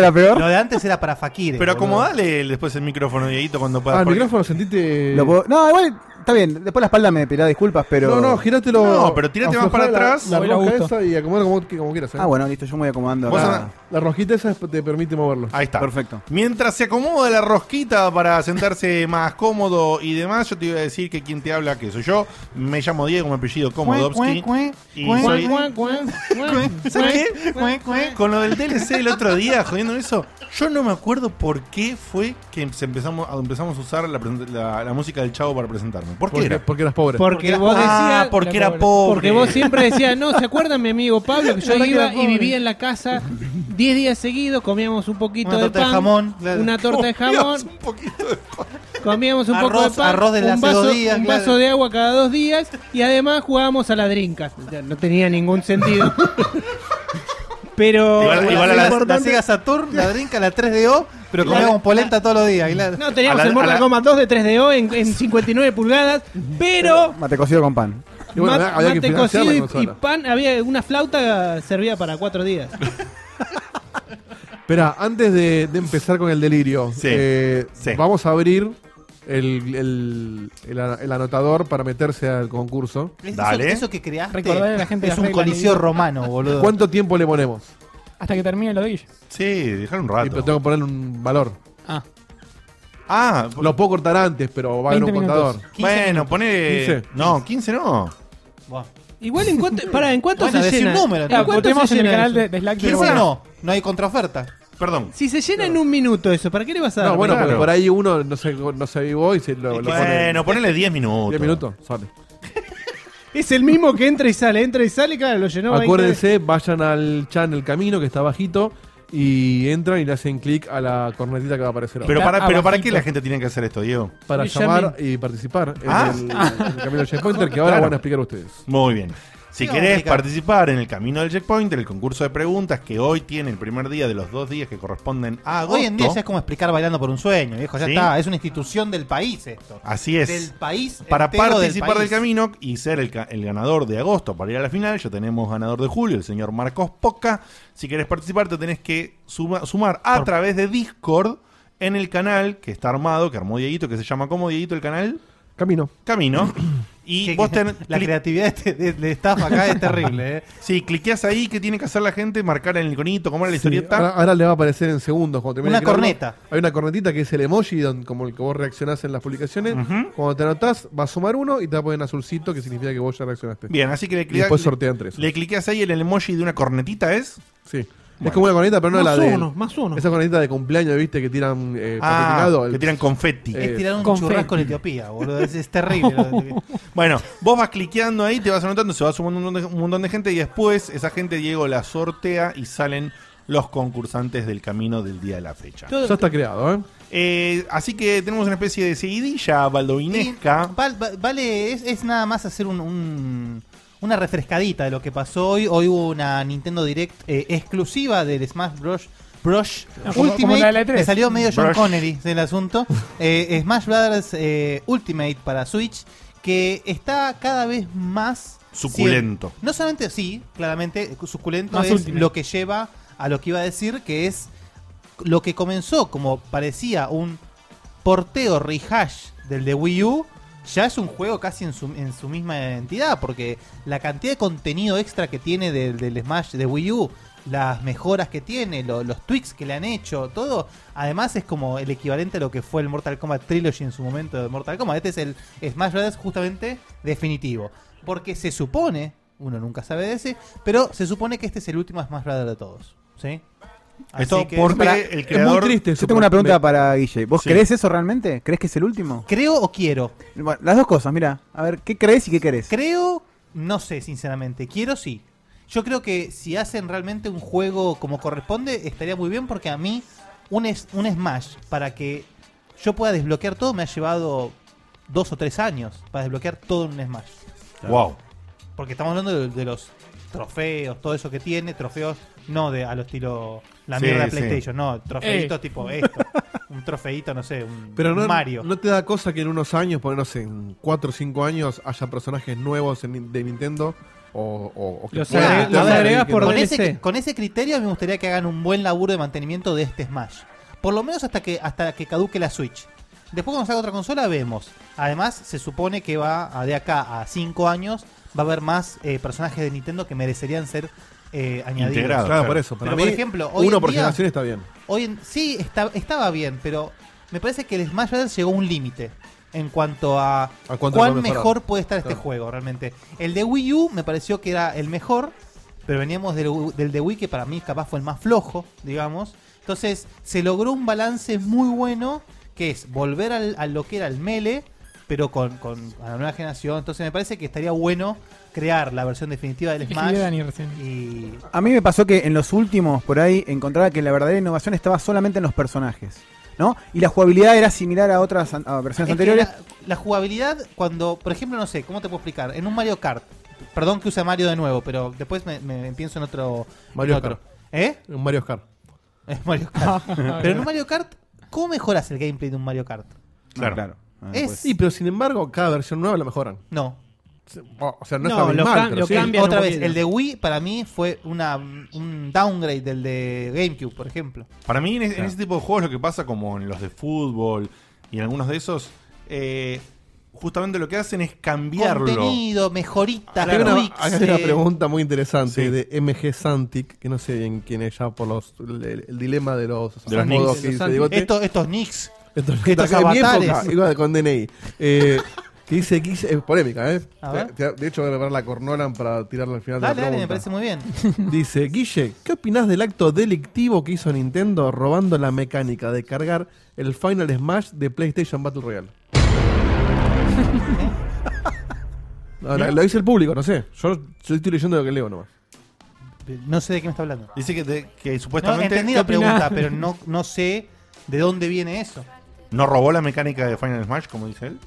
Speaker 7: ¿El
Speaker 2: Ah, pero,
Speaker 7: otro este era peor?
Speaker 3: Lo de antes era para fakir.
Speaker 2: pero acomodale después el micrófono, Dieguito, cuando puedas.
Speaker 4: Ah, el
Speaker 2: porque-
Speaker 4: micrófono sentiste.
Speaker 7: Lo puedo- No, igual está bien. Después la espalda me pedirá disculpas, pero...
Speaker 4: No, no, girátelo.
Speaker 2: No, pero tirate más
Speaker 4: aflojá
Speaker 2: para
Speaker 4: la-
Speaker 2: atrás.
Speaker 4: La,
Speaker 6: Voy a
Speaker 4: rosca
Speaker 6: gusto.
Speaker 4: esa y acomoda como, que- como quieras. ¿eh?
Speaker 7: Ah, bueno, listo, yo me voy acomodando
Speaker 2: Vos
Speaker 7: acá.
Speaker 2: andá-
Speaker 4: La rosquita esa es- te permite moverlo.
Speaker 2: Ahí está.
Speaker 7: Perfecto.
Speaker 2: Mientras se acomoda la rosquita para sentarse más cómodo y demás, yo te iba a decir que quien te habla, que soy yo, me llamo Diego, me apellido Komodowski. Y soy- ¿Sabes qué? Con lo del DLC el otro día, jodiendo eso, yo no me acuerdo por qué fue que se empezamos, a- empezamos a usar la, present- la- la música del chavo para presentarme. ¿Por qué
Speaker 4: Porque,
Speaker 2: era?
Speaker 4: porque eras pobre.
Speaker 5: Porque
Speaker 3: era
Speaker 5: vos
Speaker 2: pobre.
Speaker 5: decías.
Speaker 2: Ah, porque era pobre.
Speaker 5: Porque vos siempre decías, no, ¿se acuerdan mi amigo Pablo? Que yo
Speaker 3: Ahora que
Speaker 5: iba
Speaker 3: era
Speaker 5: y
Speaker 3: pobre.
Speaker 5: vivía en la casa 10 días seguidos, comíamos un poquito
Speaker 3: Una
Speaker 5: de
Speaker 3: torta de
Speaker 5: pan,
Speaker 3: jamón, claro.
Speaker 5: una torta de jamón,
Speaker 2: Un poquito de pa-
Speaker 5: comíamos un poco de
Speaker 3: Arroz-
Speaker 5: pan,
Speaker 3: arroz del
Speaker 5: un,
Speaker 3: hace
Speaker 5: vaso,
Speaker 3: dos días,
Speaker 5: un
Speaker 3: claro.
Speaker 5: vaso de agua cada dos días y además jugábamos a la drinka. Ya, No tenía ningún sentido. Pero
Speaker 2: Igual- igual a la-
Speaker 3: la, Sega Saturn, la Drinka, la 3DO, pero
Speaker 5: Claro.
Speaker 3: comíamos polenta todos los días. claro.
Speaker 5: no, teníamos
Speaker 2: a la-
Speaker 5: el
Speaker 2: a
Speaker 5: Mortal
Speaker 2: la-
Speaker 5: Kombat 2 de 3DO en, en 59 pulgadas, pero
Speaker 7: Mate cocido con pan.
Speaker 4: Y bueno,
Speaker 5: mat-
Speaker 4: había que
Speaker 5: mate
Speaker 4: financiar
Speaker 5: cocido
Speaker 4: la
Speaker 5: y- y,
Speaker 4: consola.
Speaker 5: pan, había una flauta servía para cuatro días.
Speaker 4: Espera, antes de, de empezar con el delirio,
Speaker 2: Sí,
Speaker 4: eh,
Speaker 2: sí.
Speaker 4: vamos a abrir el, el- el a- el anotador para meterse al concurso.
Speaker 3: Es eso-
Speaker 2: Dale.
Speaker 3: Eso, que creaste
Speaker 6: Recordale a la gente
Speaker 3: es
Speaker 6: las
Speaker 3: un
Speaker 6: reglas,
Speaker 3: coliseo
Speaker 6: Miguel.
Speaker 3: romano, boludo.
Speaker 4: ¿Cuánto tiempo le ponemos?
Speaker 6: Hasta que termine lo de Guille.
Speaker 2: Sí, dejar un
Speaker 4: Eh, pero
Speaker 2: rato.
Speaker 4: tengo que ponerle un valor.
Speaker 6: Ah,
Speaker 2: Ah,
Speaker 4: Lo puedo cortar antes, pero va a haber un
Speaker 6: 20
Speaker 4: contador.
Speaker 6: minutos.
Speaker 2: bueno, pone...
Speaker 4: 15.
Speaker 2: No, 15 no.
Speaker 3: Bueno,
Speaker 5: Igual en cuánto, para, ¿en cuánto
Speaker 3: Bueno,
Speaker 5: se
Speaker 3: decí
Speaker 5: llena?
Speaker 3: un número,
Speaker 5: ¿A
Speaker 3: entonces.
Speaker 5: cuánto
Speaker 6: votemos
Speaker 5: se
Speaker 6: en el
Speaker 5: llena
Speaker 6: canal
Speaker 5: eso?
Speaker 6: de, de Slack de
Speaker 3: ¿Quién
Speaker 6: Guille.
Speaker 3: no? No hay contraoferta.
Speaker 2: Perdón.
Speaker 5: Si se llena en un minuto eso, ¿para qué le vas a dar?
Speaker 4: No, bueno,
Speaker 2: Claro.
Speaker 4: pero por ahí uno no se, no se avivó y se lo, lo pone.
Speaker 2: Bueno, ponele 10 minutos.
Speaker 4: 10 minutos, sale.
Speaker 5: Es el mismo que entra y sale, entra y sale, claro, lo llenó. 20 veces.
Speaker 4: Acuérdense, vayan al channel Camino que está bajito y entran y le hacen clic a la cornetita que va a aparecer ahora.
Speaker 2: Pero
Speaker 6: Está
Speaker 2: para, pero ¿para
Speaker 6: abajito.
Speaker 2: qué la gente tiene que hacer esto, Diego?
Speaker 4: para
Speaker 5: y
Speaker 4: llamar
Speaker 5: llamen.
Speaker 4: y participar en
Speaker 2: Ah.
Speaker 4: el, en el Camino Checkpointer que ahora
Speaker 2: Claro.
Speaker 4: van a explicar ustedes.
Speaker 2: Muy bien. Si
Speaker 3: Sí, vamos a
Speaker 2: querés
Speaker 3: explicar.
Speaker 2: participar en el camino del checkpoint, el concurso de preguntas que hoy tiene el primer día de los dos días que corresponden a agosto.
Speaker 3: Hoy en día ya es como explicar bailando por un sueño, viejo. Ya
Speaker 2: Sí.
Speaker 3: está, es una institución del país esto.
Speaker 2: Así es.
Speaker 3: Del país.
Speaker 2: para
Speaker 3: entero
Speaker 2: participar del,
Speaker 3: país.
Speaker 2: camino y ser el, ca- el ganador de agosto para ir a la final, ya tenemos ganador de julio, el señor Marcos Poca. Si querés participar, te tenés que suma- sumar a través de Discord en el canal que está armado, que armó Dieguito, que se llama como Dieguito el canal
Speaker 4: Camino.
Speaker 2: Camino.
Speaker 3: Que-
Speaker 2: Y vos ten,
Speaker 3: la
Speaker 2: clic-
Speaker 3: creatividad de, este- de- de staff acá es terrible, ¿eh?
Speaker 2: Sí, cliqueas ahí, ¿qué tiene que hacer la gente? Marcar el iconito, comer la historieta.
Speaker 4: ahora, ahora le va a aparecer en segundos. Cuando termine
Speaker 3: Una
Speaker 4: de crearlo.
Speaker 3: corneta.
Speaker 4: Hay una cornetita que es el emoji, don- como el que vos reaccionás en las publicaciones. Cuando te anotás, va a sumar uno y te va a poner en azulcito, que significa que vos ya reaccionaste.
Speaker 2: Bien, así que le,
Speaker 4: Y
Speaker 2: clica-
Speaker 4: después sortean tres.
Speaker 2: le cliqueas ahí en el emoji de una cornetita, ¿es?
Speaker 4: Sí. Es como una corneta, pero no la
Speaker 5: más
Speaker 4: de.
Speaker 5: uno, más uno.
Speaker 4: Esa cornetita de cumpleaños, viste, que tiran eh, papelinado, el-
Speaker 2: Ah, que tiran confeti.
Speaker 4: Eh,
Speaker 3: Es tirar un
Speaker 6: Confeti.
Speaker 3: churrasco en Etiopía, boludo. Es, es terrible. lo-
Speaker 2: Bueno, vos vas cliqueando ahí, te vas anotando, se va sumando un montón de, un montón de gente y después esa gente, Diego, la sortea y salen los concursantes del camino del día de la fecha.
Speaker 5: Todo-
Speaker 4: Ya está creado, ¿eh?
Speaker 2: Eh, así que tenemos una especie de seguidilla
Speaker 3: Y
Speaker 2: baldovinesca.
Speaker 3: val- va- vale, es, es nada más hacer un, un- una refrescadita de lo que pasó hoy. Hoy hubo una Nintendo Direct eh, exclusiva del Smash Bros. Bros.
Speaker 6: Ah, como- como la de la
Speaker 3: Ultimate.
Speaker 6: E3.
Speaker 3: Me salió medio John
Speaker 2: Bros.
Speaker 3: Connery del asunto. Eh, Smash Brothers eh, Ultimate para Switch, que está cada vez más
Speaker 2: Suculento.
Speaker 3: No solamente sí, claramente, eh, suculento
Speaker 6: Más
Speaker 3: es
Speaker 6: Ultimate.
Speaker 3: lo que lleva a lo que iba a decir, que es lo que comenzó como parecía un porteo rehash del de Wii U, ya es un juego casi en su, en su misma entidad, porque la cantidad de contenido extra que tiene del, del Smash de Wii U, las mejoras que tiene, lo- los tweaks que le han hecho, todo, además es como el equivalente a lo que fue el Mortal Kombat Trilogy en su momento de Mortal Kombat. Este es el Smash Bros. justamente definitivo, porque se supone uno nunca sabe de ese, pero se supone que este es el último Smash Brother de todos, ¿sí? Así
Speaker 2: Esto
Speaker 3: que-
Speaker 2: porque
Speaker 3: Pará,
Speaker 2: el
Speaker 4: Es muy
Speaker 2: creador.
Speaker 4: triste.
Speaker 7: Yo tengo una pregunta
Speaker 4: Me-
Speaker 7: para Guille. ¿Vos
Speaker 2: Sí.
Speaker 7: querés eso realmente? ¿Crees que es el último?
Speaker 3: creo o quiero.
Speaker 7: Bueno, las dos cosas, mira. A ver, ¿qué crees y qué querés?
Speaker 3: Creo, no sé, sinceramente. Quiero sí. Yo creo que si hacen realmente un juego como corresponde, estaría muy bien porque a mí un, es- un Smash para que yo pueda desbloquear todo me ha llevado dos o tres años para desbloquear todo en un Smash.
Speaker 2: Wow.
Speaker 3: Porque estamos hablando de, de los trofeos, todo eso que tiene, trofeos no de a lo estilo la
Speaker 2: Sí,
Speaker 3: mierda de
Speaker 2: sí.
Speaker 3: PlayStation, no, trofeitos tipo esto, un trofeito, no sé, un
Speaker 4: Pero no,
Speaker 3: Mario.
Speaker 4: no te da cosa que en unos años, por no sé, en 4 o 5 años, haya personajes nuevos en Nin- de Nintendo o, o- o que
Speaker 5: Los
Speaker 4: puedan
Speaker 3: agre-
Speaker 4: meterse
Speaker 3: los
Speaker 4: ahí
Speaker 5: agregas
Speaker 4: que
Speaker 5: por
Speaker 4: no-
Speaker 3: con,
Speaker 5: DLC.
Speaker 3: ese, con ese criterio me gustaría que hagan un buen laburo de mantenimiento de este Smash. Por lo menos hasta que, hasta que caduque la Switch. Después cuando salga otra consola vemos. Además, se supone que va a- de acá a 5 años va a haber más eh, personajes de Nintendo que merecerían ser eh, añadidos.
Speaker 2: Integrados.
Speaker 4: Claro, por
Speaker 2: Claro.
Speaker 4: eso. Para
Speaker 3: Pero,
Speaker 4: mí,
Speaker 3: por ejemplo, hoy
Speaker 4: uno
Speaker 3: en
Speaker 4: por
Speaker 3: día-
Speaker 4: generación está bien.
Speaker 3: Hoy en, sí, está- estaba bien, pero me parece que el Smash Brothers llegó a un límite en cuanto a,
Speaker 4: ¿A cuánto
Speaker 3: cuán
Speaker 4: puede mejorar?
Speaker 3: mejor puede estar este
Speaker 4: Claro.
Speaker 3: juego realmente. El de Wii U me pareció que era el mejor, pero veníamos del, del de Wii que para mí capaz fue el más flojo, digamos. Entonces se logró un balance muy bueno que es volver al, a lo que era el Melee, pero con, con a la nueva generación. Entonces me parece que estaría bueno crear la versión definitiva del
Speaker 6: Escribió
Speaker 3: Smash.
Speaker 6: Dani recién.
Speaker 3: Y
Speaker 7: A mí me pasó que en los últimos, por ahí, encontraba que la verdadera innovación estaba solamente en los personajes. ¿No? Y la jugabilidad era similar a otras an- a versiones
Speaker 3: Es que
Speaker 7: anteriores.
Speaker 3: La, la jugabilidad, cuando, por ejemplo, no sé, ¿cómo te puedo explicar? En un Mario Kart, perdón que use Mario de nuevo, pero después me, me pienso en otro. en
Speaker 4: Mario
Speaker 3: otro.
Speaker 4: Kart.
Speaker 3: ¿Eh?
Speaker 4: Un Mario Oscar.
Speaker 3: Es Mario Kart. pero en un Mario Kart, ¿cómo mejoras el gameplay de un Mario Kart?
Speaker 2: Claro.
Speaker 7: Ah,
Speaker 3: Es-
Speaker 7: pues.
Speaker 4: Sí, pero sin embargo, cada versión nueva la mejoran.
Speaker 3: No.
Speaker 4: O sea, no,
Speaker 5: No,
Speaker 4: está bien
Speaker 5: lo
Speaker 4: mal,
Speaker 5: cam-
Speaker 4: pero
Speaker 5: lo
Speaker 4: sí.
Speaker 5: cambian. Bien,
Speaker 3: Otra
Speaker 5: un
Speaker 3: vez,
Speaker 5: poquito.
Speaker 3: el de Wii para mí fue una, un downgrade del de GameCube, por ejemplo.
Speaker 2: Para mí, en, este es- en ese tipo de juegos, lo que pasa, como en los de fútbol y en algunos de esos, eh, justamente lo que hacen es cambiarlo.
Speaker 3: Contenido, mejoritas,
Speaker 4: Acá hay una-
Speaker 3: tweaks,
Speaker 4: acá hay una
Speaker 3: eh,
Speaker 4: pregunta muy interesante
Speaker 2: Sí.
Speaker 4: de MG Santic, que no sé bien quién es ya por los, el, el dilema de los
Speaker 2: De
Speaker 4: modos
Speaker 2: los Knicks.
Speaker 4: que
Speaker 5: De los
Speaker 4: dice
Speaker 5: Santic.
Speaker 4: Digote.
Speaker 3: Estos, estos nicks.
Speaker 4: Entonces,
Speaker 3: Estos
Speaker 4: acá en mi
Speaker 3: avatares.
Speaker 4: época, igual con DNI. Eh, que dice, que dice- es polémica, ¿eh?
Speaker 3: A ver.
Speaker 4: Te- te- De hecho, voy a grabar la cornolan para tirarla al final
Speaker 3: Dale,
Speaker 4: de la
Speaker 3: dale, me
Speaker 4: pregunta.
Speaker 3: parece muy bien.
Speaker 4: Dice, Guille, ¿qué opinás del acto delictivo que hizo Nintendo robando la mecánica de cargar el Final Smash de PlayStation Battle Royale? No, la- lo dice el público, no sé. Yo, yo estoy leyendo lo que leo nomás.
Speaker 3: No sé de qué me está hablando.
Speaker 2: Dice que, te- que
Speaker 3: No,
Speaker 2: supuestamente
Speaker 3: entendí
Speaker 2: no,
Speaker 3: la pregunta, pero no, no sé de dónde viene eso.
Speaker 2: robó la mecánica de Final Smash, como dice él.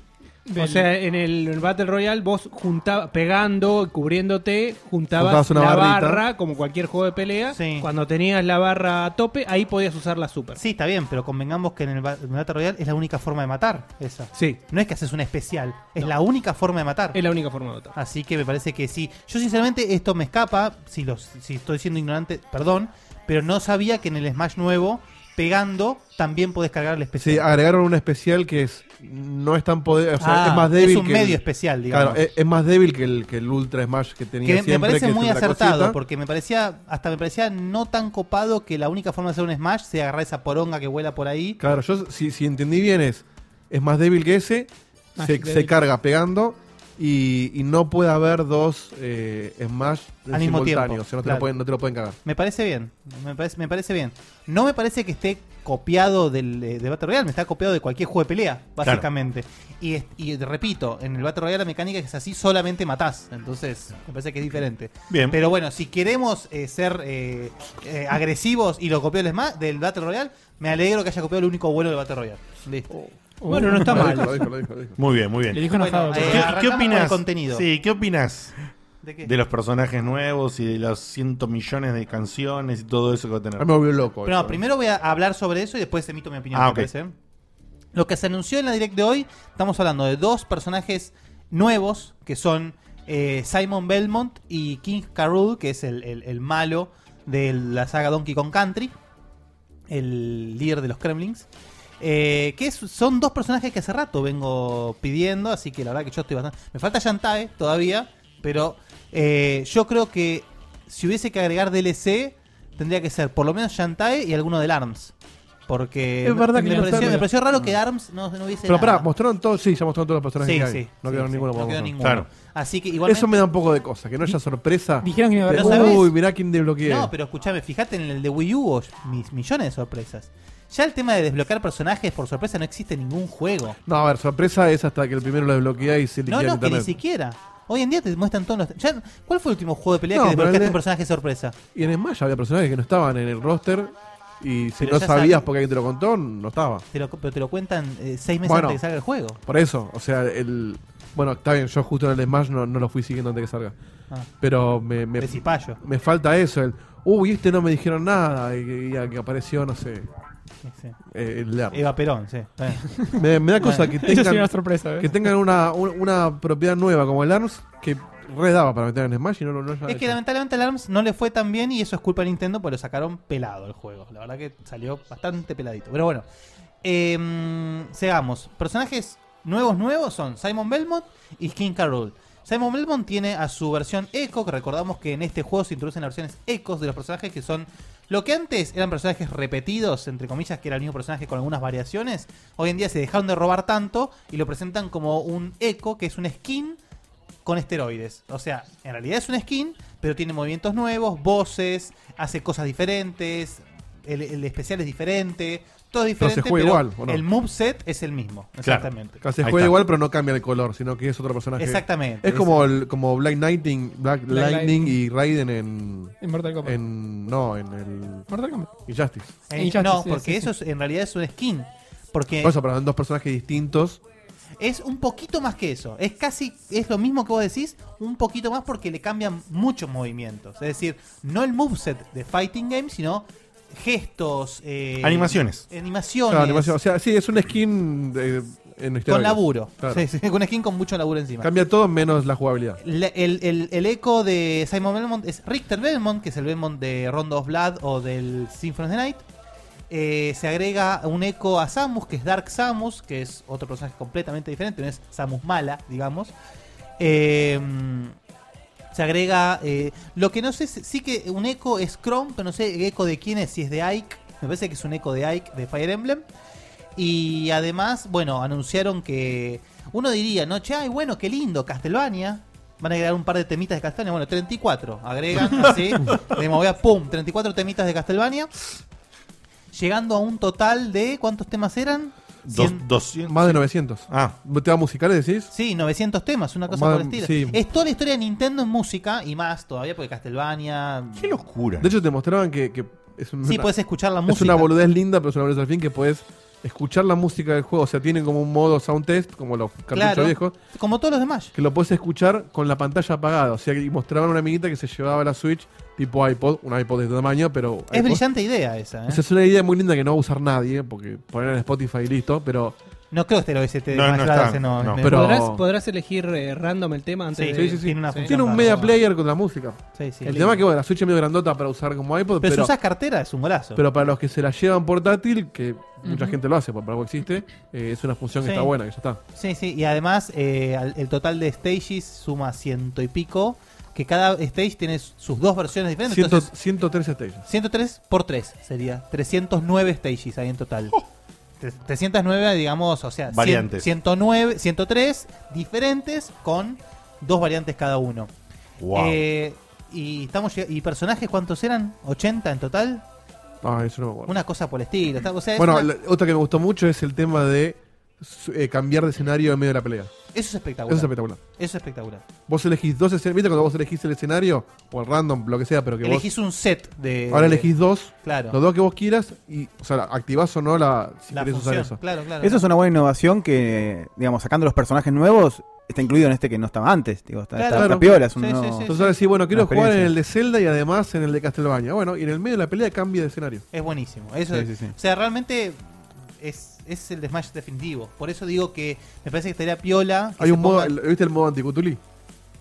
Speaker 5: O sea, en el Battle Royale vos juntabas, pegando, cubriéndote, juntabas
Speaker 4: Juntabas una
Speaker 5: la
Speaker 4: barrita.
Speaker 5: barra, como cualquier juego de pelea.
Speaker 3: Sí.
Speaker 5: Cuando tenías la barra a tope, ahí podías usar la super.
Speaker 3: Sí, está bien, pero convengamos que en el ba- en el Battle Royale es la única forma de matar esa.
Speaker 5: Sí,
Speaker 3: No es que haces un especial, es la única forma de matar.
Speaker 5: es la única forma de votar.
Speaker 3: Así que me parece que sí. Yo sinceramente esto me escapa, si, los, si estoy siendo ignorante, perdón, pero no sabía que en el Smash nuevo, pegando, también podés cargar
Speaker 4: Sí,
Speaker 3: el especial.
Speaker 4: agregaron una especial que es no es tan poder, o sea,
Speaker 3: Ah,
Speaker 4: es más débil
Speaker 3: es un
Speaker 4: que el-
Speaker 3: medio especial, digamos.
Speaker 4: Claro, es, es más débil que el, que el Ultra Smash que tenía
Speaker 3: Que me-
Speaker 4: siempre.
Speaker 3: me parece
Speaker 4: que es
Speaker 3: muy
Speaker 4: otra
Speaker 3: acertado,
Speaker 4: cosita.
Speaker 3: porque me parecía, hasta me parecía no tan copado que la única forma de hacer un Smash sea agarrar esa poronga que vuela por ahí.
Speaker 4: Claro, yo si, si entendí bien es, es más débil que ese,
Speaker 6: Más
Speaker 4: se,
Speaker 6: débil.
Speaker 4: se carga pegando y, y no puede haber dos eh, Smash
Speaker 3: Al mismo
Speaker 4: simultáneos,
Speaker 3: tiempo,
Speaker 4: o sea, no, te
Speaker 3: claro.
Speaker 4: lo pueden, no te lo pueden cagar.
Speaker 3: Me parece bien, me parece, me parece bien. No me parece que esté copiado del, eh, de Battle Royale, me está copiado de cualquier juego de pelea, básicamente. Y, es- y te repito, en el Battle Royale la mecánica es así, solamente matás. Entonces, me parece que es diferente.
Speaker 2: Bien.
Speaker 3: Pero bueno, si queremos eh, ser eh, eh, agresivos y lo copió el Smash del Battle Royale, me alegro que haya copiado el único bueno del Battle Royale. Listo.
Speaker 5: Bueno, no está
Speaker 4: Lo
Speaker 5: mal.
Speaker 4: dijo, lo dijo, lo dijo, lo dijo.
Speaker 2: Muy bien, muy bien.
Speaker 6: Le dijo
Speaker 3: Bueno,
Speaker 6: enojado.
Speaker 3: eh,
Speaker 6: pero-
Speaker 2: ¿Qué,
Speaker 3: arrancamos
Speaker 2: qué
Speaker 3: con el
Speaker 2: opinas?
Speaker 3: contenido.
Speaker 2: Sí, ¿qué opinas
Speaker 3: ¿De qué?
Speaker 2: de los personajes nuevos y de los cientos millones de canciones y todo eso que va a tener?
Speaker 4: Ah, me volvió loco.
Speaker 3: Pero no,
Speaker 4: eso.
Speaker 3: primero voy a hablar sobre eso y después emito mi opinión.
Speaker 2: Ah,
Speaker 3: ¿te
Speaker 2: ok.
Speaker 3: parece? Lo que se anunció en la direct de hoy, estamos hablando de dos personajes nuevos, que son eh, Simon Belmont y King Carrul, que es el, el- el malo de la saga Donkey Kong Country, el líder de los Kremlins. eh, que es- son dos personajes que hace rato vengo pidiendo, así que la verdad que yo estoy bastante... Me falta Yantae todavía, pero eh, yo creo que si hubiese que agregar DLC, tendría que ser por lo menos Yantae y alguno del ARMS. Porque
Speaker 4: Es verdad
Speaker 3: me,
Speaker 4: que no
Speaker 3: pareció,
Speaker 4: está-
Speaker 3: me pareció raro que ARMS no, no hubiese.
Speaker 4: Pero pará,
Speaker 3: nada.
Speaker 4: mostraron todos, sí, ya mostraron todos los personajes
Speaker 3: Sí,
Speaker 4: que
Speaker 3: sí,
Speaker 4: hay. No
Speaker 3: sí,
Speaker 4: quedó
Speaker 3: sí,
Speaker 4: ninguno. por
Speaker 3: no quedó
Speaker 4: mostrar.
Speaker 3: ninguno.
Speaker 2: Claro.
Speaker 3: Así que igualmente.
Speaker 4: Eso me da un poco de cosa, que no haya sorpresa.
Speaker 6: Dijeron que iba a
Speaker 4: de,
Speaker 6: haber
Speaker 3: Pero ¿sabes?
Speaker 4: Uy, mirá quién desbloquea.
Speaker 3: No, pero escuchame, fíjate en el de Wii U hubo mis millones de sorpresas. Ya el tema de desbloquear personajes por sorpresa no existe en ningún juego.
Speaker 4: No, a ver, sorpresa es hasta que el primero lo desbloquea y se
Speaker 3: No,
Speaker 4: liquida el
Speaker 3: no, que ni
Speaker 4: internet.
Speaker 3: siquiera. Hoy en día te muestran todos los. ya- ¿Cuál fue el último juego de pelea
Speaker 4: No,
Speaker 3: que
Speaker 4: pero
Speaker 3: desbloqueaste
Speaker 4: el-
Speaker 3: un personaje sorpresa?
Speaker 4: Y en Smash había personajes que no estaban en el roster y si
Speaker 3: Pero
Speaker 4: no
Speaker 3: ya
Speaker 4: sabías
Speaker 3: saben-
Speaker 4: porque alguien te lo contó, no estaba.
Speaker 3: Te lo- pero te lo cuentan eh, seis meses
Speaker 4: Bueno.
Speaker 3: antes de que salga el juego.
Speaker 4: Por eso, o sea, el... Bueno, está bien, yo justo en el de Smash no, no lo fui siguiendo antes que salga.
Speaker 3: Ah,
Speaker 4: Pero me, me,
Speaker 3: de Cipallo.
Speaker 4: me falta eso, el... Uy, este no me dijeron nada y que, y que apareció, no sé,
Speaker 3: Sí, sí.
Speaker 4: eh, el Lerner.
Speaker 3: Eva Perón, sí. está bien.
Speaker 4: Me, me da cosa que
Speaker 6: Eso sería una
Speaker 4: tengan,
Speaker 6: sorpresa. ¿eh?
Speaker 4: que tengan una, un- una propiedad nueva como el ARMS que redaba para meter en Smash y no lo no hayan
Speaker 3: Es que
Speaker 4: hecho.
Speaker 3: lamentablemente el ARMS no le fue tan bien y eso es culpa de Nintendo porque lo sacaron pelado el juego. La verdad que salió bastante peladito. Pero bueno, eh, sigamos. Personajes nuevos nuevos son Simon Belmont y King Carol. Simon Belmont tiene a su versión Echo, que recordamos que en este juego se introducen las versiones Echos de los personajes que son lo que antes eran personajes repetidos, entre comillas, que era el mismo personaje con algunas variaciones. Hoy en día se dejaron de robar tanto y lo presentan como un Echo, que es un skin con esteroides. O sea, en realidad es un skin, pero tiene movimientos nuevos, voces, hace cosas diferentes, el, el especial es diferente, todo es
Speaker 4: Pero
Speaker 3: diferente.
Speaker 4: se juega
Speaker 3: pero
Speaker 4: igual, ¿o no?
Speaker 3: el moveset es el mismo, exactamente.
Speaker 4: Que Se
Speaker 2: Ahí
Speaker 4: juega
Speaker 2: está.
Speaker 4: igual, pero no cambia el color, sino que es otro personaje.
Speaker 3: Exactamente.
Speaker 4: Es como, el, como Black, Lightning, Black,
Speaker 6: Black
Speaker 4: Lightning y Raiden en,
Speaker 6: En Mortal Kombat.
Speaker 4: en. No, en el.
Speaker 6: Mortal Kombat.
Speaker 4: Injustice.
Speaker 3: En-
Speaker 6: Injustice,
Speaker 3: Eh, no,
Speaker 6: sí,
Speaker 3: porque
Speaker 6: sí,
Speaker 3: eso es- en realidad es un skin. Porque
Speaker 4: Por eso, pero son dos personajes distintos.
Speaker 3: es un poquito más que eso. Es casi, es lo mismo que vos decís, un poquito más porque le cambian muchos movimientos. Es decir, no el moveset de Fighting Game, sino gestos, eh,
Speaker 2: Animaciones.
Speaker 3: animaciones,
Speaker 4: Claro, animación. O sea, sí, es un skin de- en
Speaker 3: con
Speaker 4: esteroides.
Speaker 3: laburo.
Speaker 4: Claro.
Speaker 3: Sí, sí, con skin con mucho laburo encima.
Speaker 4: Cambia todo menos la jugabilidad.
Speaker 3: La- el, el, el eco de Simon Belmont es Richter Belmont, que es el Belmont de Rondo of Blood o del Symphony of the Night. Eh, se agrega un eco a Samus, que es Dark Samus, que es otro personaje completamente diferente, no es Samus mala, digamos. Eh, se agrega. eh, lo que no sé, si- sí que un eco es Chrome, pero no sé eco de quién es, si es de Ike. Me parece que es un eco de Ike de Fire Emblem. Y además, bueno, anunciaron que. Uno diría, ¿no? Che, ay, bueno, qué lindo, Castlevania. Van a agregar un par de temitas de Castlevania. Bueno, 34. Agregan así. De movida, pum, 34 temitas de Castlevania. Llegando a un total de. ¿Cuántos temas eran?
Speaker 2: Dos,
Speaker 3: Cien-
Speaker 2: 200.
Speaker 4: Más de 900.
Speaker 2: Ah,
Speaker 4: ¿Te va musicales, decís?
Speaker 3: Sí, 900 temas, una cosa
Speaker 4: Más-
Speaker 3: por el estilo.
Speaker 4: sí.
Speaker 3: Es toda la historia de Nintendo en música y más todavía porque Castlevania.
Speaker 2: qué locura.
Speaker 4: De hecho, te mostraban que, que es un-
Speaker 3: Sí, puedes escuchar la música.
Speaker 4: Es una boludez linda, pero es una boludez al fin que puedes escuchar la música del juego. O sea, tienen como un modo sound test, como los cartuchos
Speaker 3: Claro.
Speaker 4: viejos,
Speaker 3: Como todos los demás.
Speaker 4: que lo puedes escuchar con la pantalla apagada. O sea, que mostraban una amiguita que se llevaba la Switch tipo iPod, un iPod de este tamaño, pero.
Speaker 3: Es
Speaker 4: iPod.
Speaker 3: brillante idea esa, ¿eh?
Speaker 4: O sea, es una idea muy linda que no va a usar nadie, porque poner en Spotify y listo, pero.
Speaker 3: No creo que esté lo OST de
Speaker 2: No, no
Speaker 3: Smash
Speaker 2: está,
Speaker 3: Brothers, no,
Speaker 2: no.
Speaker 3: me-
Speaker 4: Pero-
Speaker 5: ¿Podrás, podrás elegir eh, random el tema antes
Speaker 3: Sí,
Speaker 5: de...
Speaker 4: Sí, sí, sí.
Speaker 3: tiene una función
Speaker 4: Tiene un
Speaker 3: rara.
Speaker 4: media player con la música.
Speaker 3: Sí, sí.
Speaker 4: El tema es que, bueno, la Switch es medio grandota para usar como iPod,
Speaker 3: Pero, si
Speaker 4: pero.
Speaker 3: usas cartera es un golazo.
Speaker 4: Pero para los que se la llevan portátil, que mucha gente lo hace, porque para algo existe, eh, es una función que
Speaker 3: Sí.
Speaker 4: está buena, que ya está.
Speaker 3: sí, sí. Y además eh, al- el total de stages suma ciento y pico. Que cada stage tiene sus dos versiones diferentes.
Speaker 4: Ciento-
Speaker 3: entonces,
Speaker 4: 103 stages.
Speaker 3: 103 por 3 sería. 309 stages ahí en total.
Speaker 4: ¡Oh!
Speaker 3: Tres- 309, digamos, o sea, cien-
Speaker 2: Variantes.
Speaker 3: 109, 103 diferentes con dos variantes cada uno.
Speaker 2: Wow.
Speaker 3: Eh, y, estamos, lleg- ¿Y personajes cuántos eran? ¿80 en total?
Speaker 4: Ah, eso no me acuerdo.
Speaker 3: Una cosa por el estilo. está- o sea, es
Speaker 4: bueno,
Speaker 3: una-
Speaker 4: la- otra que me gustó mucho es el tema de su- eh, cambiar de escenario en medio de la pelea.
Speaker 3: eso es
Speaker 4: Eso
Speaker 3: espectacular.
Speaker 4: es espectacular.
Speaker 3: Eso es espectacular.
Speaker 4: Vos elegís dos escenarios. ¿Viste cuando vos elegís el escenario? O el random, lo que sea, pero que
Speaker 3: Elegís un set de.
Speaker 4: vos. Ahora
Speaker 3: de-
Speaker 4: elegís dos.
Speaker 3: Claro.
Speaker 4: Los dos que vos quieras. Y, o sea, activás o no la. Si
Speaker 3: la
Speaker 4: querés
Speaker 3: función.
Speaker 4: usar eso.
Speaker 3: Claro, claro.
Speaker 7: Eso es una buena innovación que, digamos, sacando los personajes nuevos, está incluido en este que no estaba antes. Digo, está,
Speaker 3: Claro.
Speaker 7: está- está
Speaker 4: Claro.
Speaker 7: piola, es un
Speaker 3: Sí,
Speaker 7: nuevo-
Speaker 3: sí, sí.
Speaker 4: Entonces ahora decís, bueno, quiero
Speaker 7: Una
Speaker 4: jugar en
Speaker 7: experiencia.
Speaker 4: el de Zelda y además en el de Castlevania. Bueno, y en el medio de la pelea cambia de escenario.
Speaker 3: Es buenísimo. Eso,
Speaker 7: Sí, sí, sí.
Speaker 3: O sea, realmente es, es el de Smash definitivo. Por eso digo que me parece que estaría piola. que
Speaker 4: Hay
Speaker 3: se
Speaker 4: un modo.
Speaker 3: pongan-
Speaker 4: el- ¿Viste el modo anticutulí?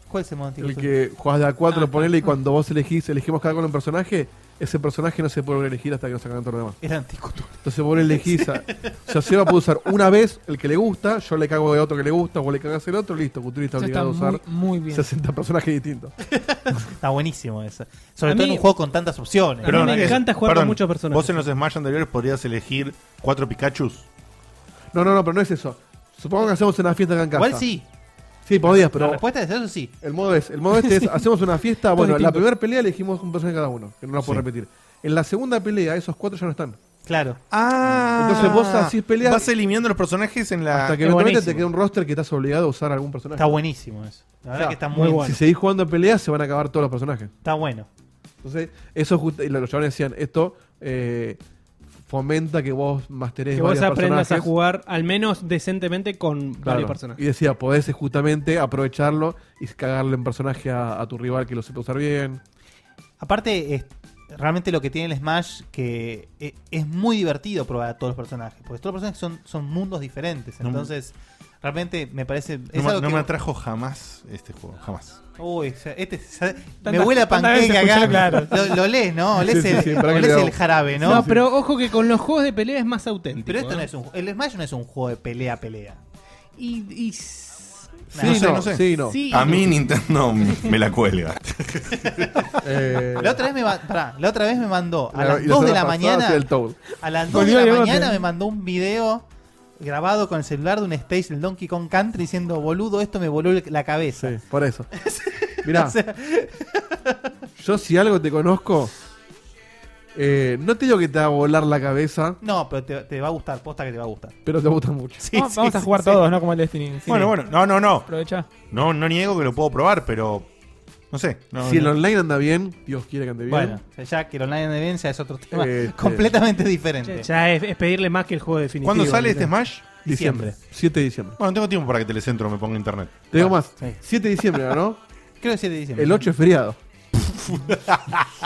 Speaker 3: ¿Cuál es el modo
Speaker 4: El
Speaker 3: anticonceptivo?
Speaker 4: que jugás de a
Speaker 3: Ah,
Speaker 4: 4, ponele, y cuando vos elegís, elegimos cada uno un personaje, ese personaje no se puede volver a elegir hasta que no sacan todo lo demás.
Speaker 3: Era anticultura.
Speaker 4: Entonces vos elegís. A, o sea, Seba puede usar una vez el que le gusta, yo le cago de otro que le gusta, vos le cagás el otro, listo, Cuturi está
Speaker 6: Eso
Speaker 4: obligado a
Speaker 6: está
Speaker 4: usar
Speaker 6: muy, muy bien.
Speaker 4: 60 personajes distintos.
Speaker 3: Está buenísimo eso. Sobre
Speaker 5: A
Speaker 3: todo en
Speaker 5: mí-
Speaker 3: un juego con tantas opciones.
Speaker 5: A mí me encanta jugar con muchos personajes.
Speaker 2: Vos en los Smash anteriores podrías elegir cuatro Pikachus.
Speaker 4: No, no, no, pero no es eso. Supongo que hacemos una fiesta acá en casa.
Speaker 3: Igual sí.
Speaker 4: Sí, podías,
Speaker 3: Pero... La
Speaker 4: pero.
Speaker 3: respuesta es eso sí.
Speaker 4: El modo es, el modo este es, hacemos una fiesta, bueno, la
Speaker 6: distinto.
Speaker 4: primera pelea elegimos un personaje cada uno, que no la puedo repetir. En la segunda pelea, esos cuatro ya no están.
Speaker 3: Claro.
Speaker 2: Ah,
Speaker 4: Entonces vos así peleas-
Speaker 2: Vas eliminando los personajes en la.
Speaker 4: Hasta que
Speaker 5: es
Speaker 4: eventualmente
Speaker 5: buenísimo.
Speaker 4: te queda un roster que estás obligado a usar algún personaje.
Speaker 3: Está buenísimo eso. La verdad
Speaker 4: Claro,
Speaker 3: que está
Speaker 6: muy
Speaker 3: muy,
Speaker 6: bueno.
Speaker 4: Si seguís jugando peleas, se van a acabar todos los personajes.
Speaker 3: Está bueno.
Speaker 4: Entonces, eso justo, y los chavales decían, esto eh, fomenta que vos masterés
Speaker 5: Que vos
Speaker 4: varios
Speaker 5: aprendas a
Speaker 4: personajes.
Speaker 5: jugar al menos decentemente con
Speaker 4: Claro.
Speaker 5: varios
Speaker 4: Y
Speaker 5: personajes.
Speaker 4: decía, podés eh, justamente aprovecharlo y cagarle en personaje a, a tu rival que lo sepa usar bien.
Speaker 3: Aparte, es- realmente lo que tiene el Smash que e- es muy divertido probar a todos los personajes. Porque todos los personajes son, son mundos diferentes.
Speaker 2: No me-
Speaker 3: Entonces, realmente me parece.
Speaker 2: No,
Speaker 3: es
Speaker 2: me-
Speaker 3: algo
Speaker 2: no
Speaker 3: que-
Speaker 2: me atrajo jamás este juego, jamás.
Speaker 3: Uy, o sea, este se- me
Speaker 6: Tantas-
Speaker 3: huele a
Speaker 6: tantas veces
Speaker 3: panqueca acá.
Speaker 6: escuché, claro.
Speaker 3: Lo, lo lees, ¿no? Lees
Speaker 4: sí,
Speaker 3: el,
Speaker 4: sí, para que
Speaker 3: o
Speaker 4: le
Speaker 3: lees
Speaker 4: hago.
Speaker 3: el jarabe, ¿no?
Speaker 5: No, pero ojo que con los juegos de pelea es más auténtico.
Speaker 3: Pero esto
Speaker 5: ¿eh?
Speaker 3: no es un el Smash no es un juego de pelea pelea.
Speaker 5: Y, y s-
Speaker 4: Sí,
Speaker 2: No sé,
Speaker 4: no,
Speaker 2: no sé.
Speaker 4: sí, no.
Speaker 5: sí,
Speaker 2: A mí Nintendo me la cuelga.
Speaker 4: Eh,
Speaker 3: La otra vez me ma- pará, la otra vez me mandó a
Speaker 4: la-
Speaker 3: las
Speaker 4: y
Speaker 3: 2 de la
Speaker 4: semana pasada
Speaker 3: mañana,
Speaker 4: hacía el Toad.
Speaker 3: a las 2 de
Speaker 6: Volvió
Speaker 3: la
Speaker 6: y luego
Speaker 3: mañana
Speaker 6: te-
Speaker 3: me mandó un video grabado con el celular de un stage del Donkey Kong Country diciendo, "Boludo, esto me voló el- la cabeza."
Speaker 4: Sí, por eso. Mirá,
Speaker 3: O sea,
Speaker 4: yo si algo te conozco, eh, no te digo que te va a volar la cabeza,
Speaker 3: no, pero te, te va a gustar, posta que te va a gustar.
Speaker 4: pero te gusta mucho.
Speaker 6: vamos, vamos
Speaker 3: sí,
Speaker 6: a jugar
Speaker 3: sí.
Speaker 6: todos, ¿no? Como el Destiny. Sí.
Speaker 2: Bueno, bueno, no, no, no.
Speaker 6: Aprovecha.
Speaker 2: No, no niego que lo puedo probar, pero. No sé. no,
Speaker 4: si el
Speaker 2: no.
Speaker 4: online anda bien, Dios quiere que ande bien.
Speaker 3: Bueno, o sea, ya que el online de evidencia es otro tema
Speaker 4: Este.
Speaker 3: completamente diferente.
Speaker 5: ya es, es pedirle más que el juego definitivo.
Speaker 2: ¿Cuándo sale este
Speaker 5: ¿no?
Speaker 2: Smash?
Speaker 4: diciembre.
Speaker 3: Diciembre.
Speaker 4: 7 de diciembre.
Speaker 2: Bueno, tengo tiempo para que Telecentro me ponga internet.
Speaker 4: Te digo más,
Speaker 3: Ah, sí.
Speaker 4: 7 de diciembre, ¿no?
Speaker 3: Creo que 7 de diciembre.
Speaker 4: El 8 es feriado.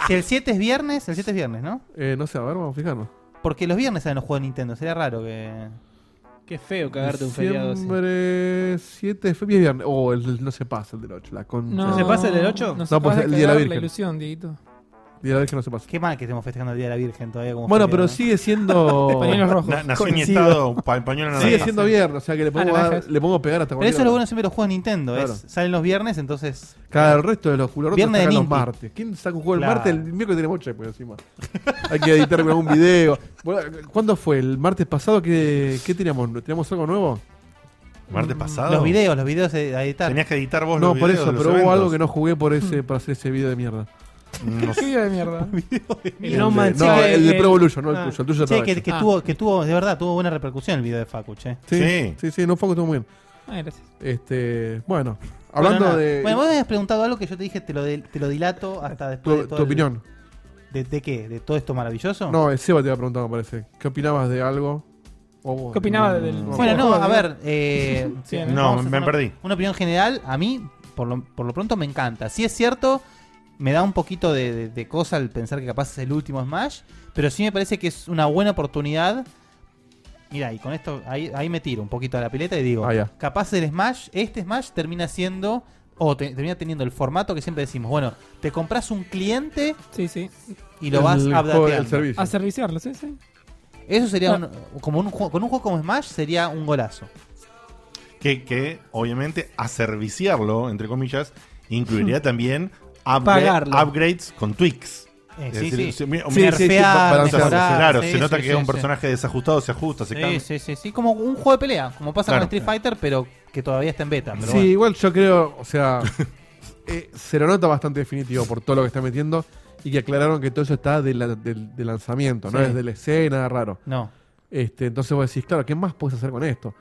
Speaker 3: Si el 7 es viernes, el 7 es viernes, ¿no?
Speaker 4: Eh, no sé, a ver, vamos a fijarnos.
Speaker 3: Porque los viernes salen los juegos de Nintendo, sería raro que.
Speaker 5: Qué feo cagarte un feriado así.
Speaker 4: Diciembre 7 de febrero, viernes. Oh, el, el- no se pasa el del 8, la concha.
Speaker 5: ¿Se pasa el del ocho?
Speaker 6: No,
Speaker 4: No,
Speaker 6: se
Speaker 4: pues,
Speaker 6: pasa
Speaker 4: el día de la Virgen.
Speaker 6: ilusión, Dieguito.
Speaker 4: Y la vez que no se pasa.
Speaker 3: Qué mal que estemos festejando el Día de la Virgen todavía. Como
Speaker 4: Bueno,
Speaker 3: feriado,
Speaker 4: pero
Speaker 3: ¿no?
Speaker 4: sigue siendo.
Speaker 6: Pañuelos rojos.
Speaker 2: Na- nació en
Speaker 6: Coincido.
Speaker 2: estado pa- pañuelo naranja.
Speaker 4: sigue siendo viernes, o sea que le pongo,
Speaker 6: naranja
Speaker 4: dar-
Speaker 6: es.
Speaker 4: le pongo pegar hasta
Speaker 3: Ah, Pero eso es
Speaker 4: cualquier
Speaker 3: lo
Speaker 4: hora.
Speaker 3: bueno siempre de los juegos de Nintendo.
Speaker 4: Claro.
Speaker 3: Es, salen los viernes, entonces.
Speaker 4: Claro, el resto de los jugadores
Speaker 3: Viernes
Speaker 4: sacan
Speaker 3: de
Speaker 4: los
Speaker 3: Ninti.
Speaker 4: martes. ¿Quién saca un juego
Speaker 3: Claro.
Speaker 4: el martes? El miércoles tenemos checkpoint encima. Hay que editarme algún video. Bueno, ¿Cuándo fue? ¿El martes pasado? ¿Qué, qué teníamos? ¿Teníamos algo nuevo?
Speaker 2: Martes pasado.
Speaker 3: Los videos, los videos eh, a editar.
Speaker 2: Tenías que editar vos
Speaker 4: No,
Speaker 2: los
Speaker 4: por
Speaker 2: videos
Speaker 4: eso,
Speaker 2: de los
Speaker 4: pero hubo
Speaker 2: eventos.
Speaker 4: algo que no jugué por ese, para hacer ese video de mierda.
Speaker 2: No
Speaker 6: Qué
Speaker 2: sé.
Speaker 6: vida de mierda.
Speaker 5: El No Man's
Speaker 4: no,
Speaker 5: Sky,
Speaker 4: el de
Speaker 5: el-
Speaker 4: Pro Evolution, no
Speaker 5: ah.
Speaker 4: el tuyo. El tuyo ya
Speaker 3: Che,
Speaker 4: estaba
Speaker 3: que,
Speaker 4: hecho.
Speaker 3: que
Speaker 6: Ah.
Speaker 3: tuvo, que tuvo, de verdad, tuvo buena repercusión el video de Facu, che.
Speaker 4: Sí,
Speaker 2: Sí.
Speaker 4: sí, sí, no fue que estuvo muy bien.
Speaker 6: Ay, gracias.
Speaker 4: Este, bueno,
Speaker 3: Bueno,
Speaker 4: hablando
Speaker 3: nada.
Speaker 4: de
Speaker 3: Bueno, vos me habías preguntado algo que yo te dije, te lo, de- te lo dilato hasta después.
Speaker 4: tu,
Speaker 3: de
Speaker 4: tu
Speaker 3: todo el-
Speaker 4: opinión.
Speaker 3: de, de qué? ¿De todo esto maravilloso?
Speaker 4: No, eh, Seba te había preguntado, me parece. ¿Qué opinabas de algo? O vos.
Speaker 6: ¿Qué opinaba del.?
Speaker 3: Bueno, no, a ver. eh,
Speaker 6: Sí,
Speaker 3: vamos
Speaker 6: no,
Speaker 3: a
Speaker 2: me-
Speaker 3: hacer
Speaker 2: me
Speaker 3: una-
Speaker 2: perdí.
Speaker 3: Una opinión general, a mí, por lo, por lo pronto, me encanta. Si es cierto, me da un poquito de, de- de cosa el pensar que capaz es el último Smash, pero sí me parece que es una buena oportunidad. Mira, y con esto ahí, ahí me tiro un poquito a la pileta y digo,
Speaker 4: Ah, ya.
Speaker 3: capaz el Smash, este Smash termina siendo, o te- termina teniendo el formato que siempre decimos, bueno, te compras un cliente
Speaker 6: Sí, sí.
Speaker 3: y lo vas
Speaker 4: el,
Speaker 3: a
Speaker 4: juego, el servicio.
Speaker 6: A serviciarlo, sí, sí. Ah.
Speaker 3: Eso sería
Speaker 6: No.
Speaker 3: un- como un juego, con un juego como Smash sería un golazo.
Speaker 2: Que, que, obviamente, a serviciarlo, entre comillas, incluiría también upgra-
Speaker 5: Pagarlo.
Speaker 2: upgrades con tweaks.
Speaker 3: Eh,
Speaker 2: Es
Speaker 3: sí,
Speaker 2: decir,
Speaker 3: sí.
Speaker 2: se- mira,
Speaker 4: Sí,
Speaker 2: mira,
Speaker 4: sí, sí,
Speaker 3: nerfear,
Speaker 4: para- para-
Speaker 2: se-
Speaker 3: mejorar,
Speaker 2: claro,
Speaker 3: sí,
Speaker 2: se nota
Speaker 3: sí,
Speaker 2: que
Speaker 3: sí,
Speaker 2: es un
Speaker 3: sí.
Speaker 2: personaje desajustado, se ajusta, se
Speaker 3: Sí,
Speaker 2: cambia.
Speaker 3: sí, sí, sí, como un juego de pelea, como pasa
Speaker 2: Claro.
Speaker 3: con Street Fighter, pero que todavía está en beta. Pero
Speaker 4: sí,
Speaker 3: bueno.
Speaker 4: igual yo creo, o sea, eh, se lo nota bastante definitivo por todo lo que está metiendo y que aclararon que todo eso está de la- del, del lanzamiento, no
Speaker 3: Sí.
Speaker 4: es de la escena, raro.
Speaker 3: No,
Speaker 4: Este, entonces vos decís, claro, ¿qué más puedes hacer con esto?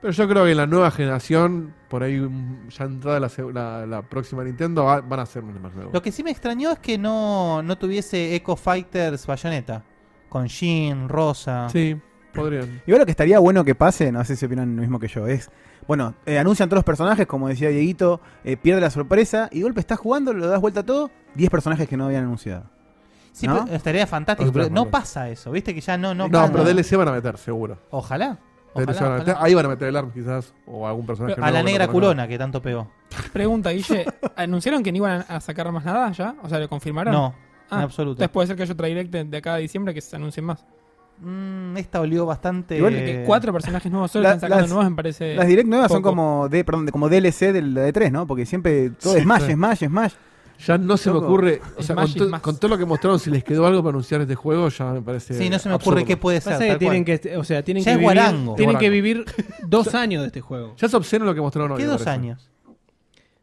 Speaker 4: Pero yo creo que la nueva generación, por ahí mm, ya entrada la, seg- la- la próxima Nintendo, va- van a hacer un más nuevo.
Speaker 3: lo que sí me extrañó es que no, no tuviese Echo Fighters Bayonetta. Con Jin, Rosa.
Speaker 4: Sí, podrían.
Speaker 7: Igual lo que estaría bueno que pase, no sé si opinan lo mismo que yo, es. Bueno, eh, anuncian todos los personajes, como decía Dieguito, eh, pierde la sorpresa y de golpe estás jugando, lo das vuelta a todo, 10 personajes que no habían anunciado.
Speaker 3: Sí,
Speaker 7: ¿No?
Speaker 3: pero estaría fantástico.
Speaker 4: Otra
Speaker 3: pero no
Speaker 4: manera.
Speaker 3: pasa eso, viste que ya no. No,
Speaker 4: No,
Speaker 3: pasa.
Speaker 4: pero DLC van a meter, seguro.
Speaker 3: Ojalá.
Speaker 4: Debería
Speaker 6: Ojalá,
Speaker 4: ser-
Speaker 6: ojalá.
Speaker 4: Ahí van a meter el ARM quizás, o algún personaje.
Speaker 6: Pero-
Speaker 4: nuevo
Speaker 3: A la
Speaker 4: que no
Speaker 3: negra
Speaker 4: conozco.
Speaker 3: culona que tanto pegó.
Speaker 6: Pregunta, Guille. ¿Anunciaron que no iban a sacar más nada ya? O sea, ¿lo confirmaron?
Speaker 3: No,
Speaker 6: Ah,
Speaker 3: en absoluto.
Speaker 6: Entonces puede ser que haya otra direct de acá a diciembre que se anuncien más.
Speaker 3: Mm, esta olió bastante.
Speaker 6: Igual que cuatro personajes nuevos solo
Speaker 7: la-
Speaker 6: están sacando
Speaker 7: las-
Speaker 6: nuevos, me parece.
Speaker 7: Las direct nuevas son
Speaker 6: Eh, poco.
Speaker 7: como de, perdón, de- como DLC de la de 3, ¿no? Porque siempre todo
Speaker 4: Sí,
Speaker 7: es Smash,
Speaker 4: claro.
Speaker 7: es Smash, es Smash.
Speaker 4: Ya no se me
Speaker 7: Loco.
Speaker 4: ocurre, o
Speaker 6: Es
Speaker 4: sea,
Speaker 6: más
Speaker 4: con,
Speaker 6: y
Speaker 4: to-
Speaker 6: más.
Speaker 4: con todo lo que mostraron, si les quedó algo para anunciar este juego, ya me parece.
Speaker 3: Sí, no se me ocurre
Speaker 4: absurdo.
Speaker 3: qué puede ser.
Speaker 5: Pasa que
Speaker 3: tal cual.
Speaker 5: tienen que, o sea, tienen
Speaker 3: Ya
Speaker 5: que
Speaker 3: es
Speaker 5: vivir,
Speaker 3: guarango.
Speaker 5: tienen que
Speaker 4: Guarango.
Speaker 5: vivir dos años de este juego.
Speaker 4: Ya es obsceno lo que mostraron hoy.
Speaker 3: ¿Qué
Speaker 4: me
Speaker 3: dos
Speaker 4: parece.
Speaker 3: años?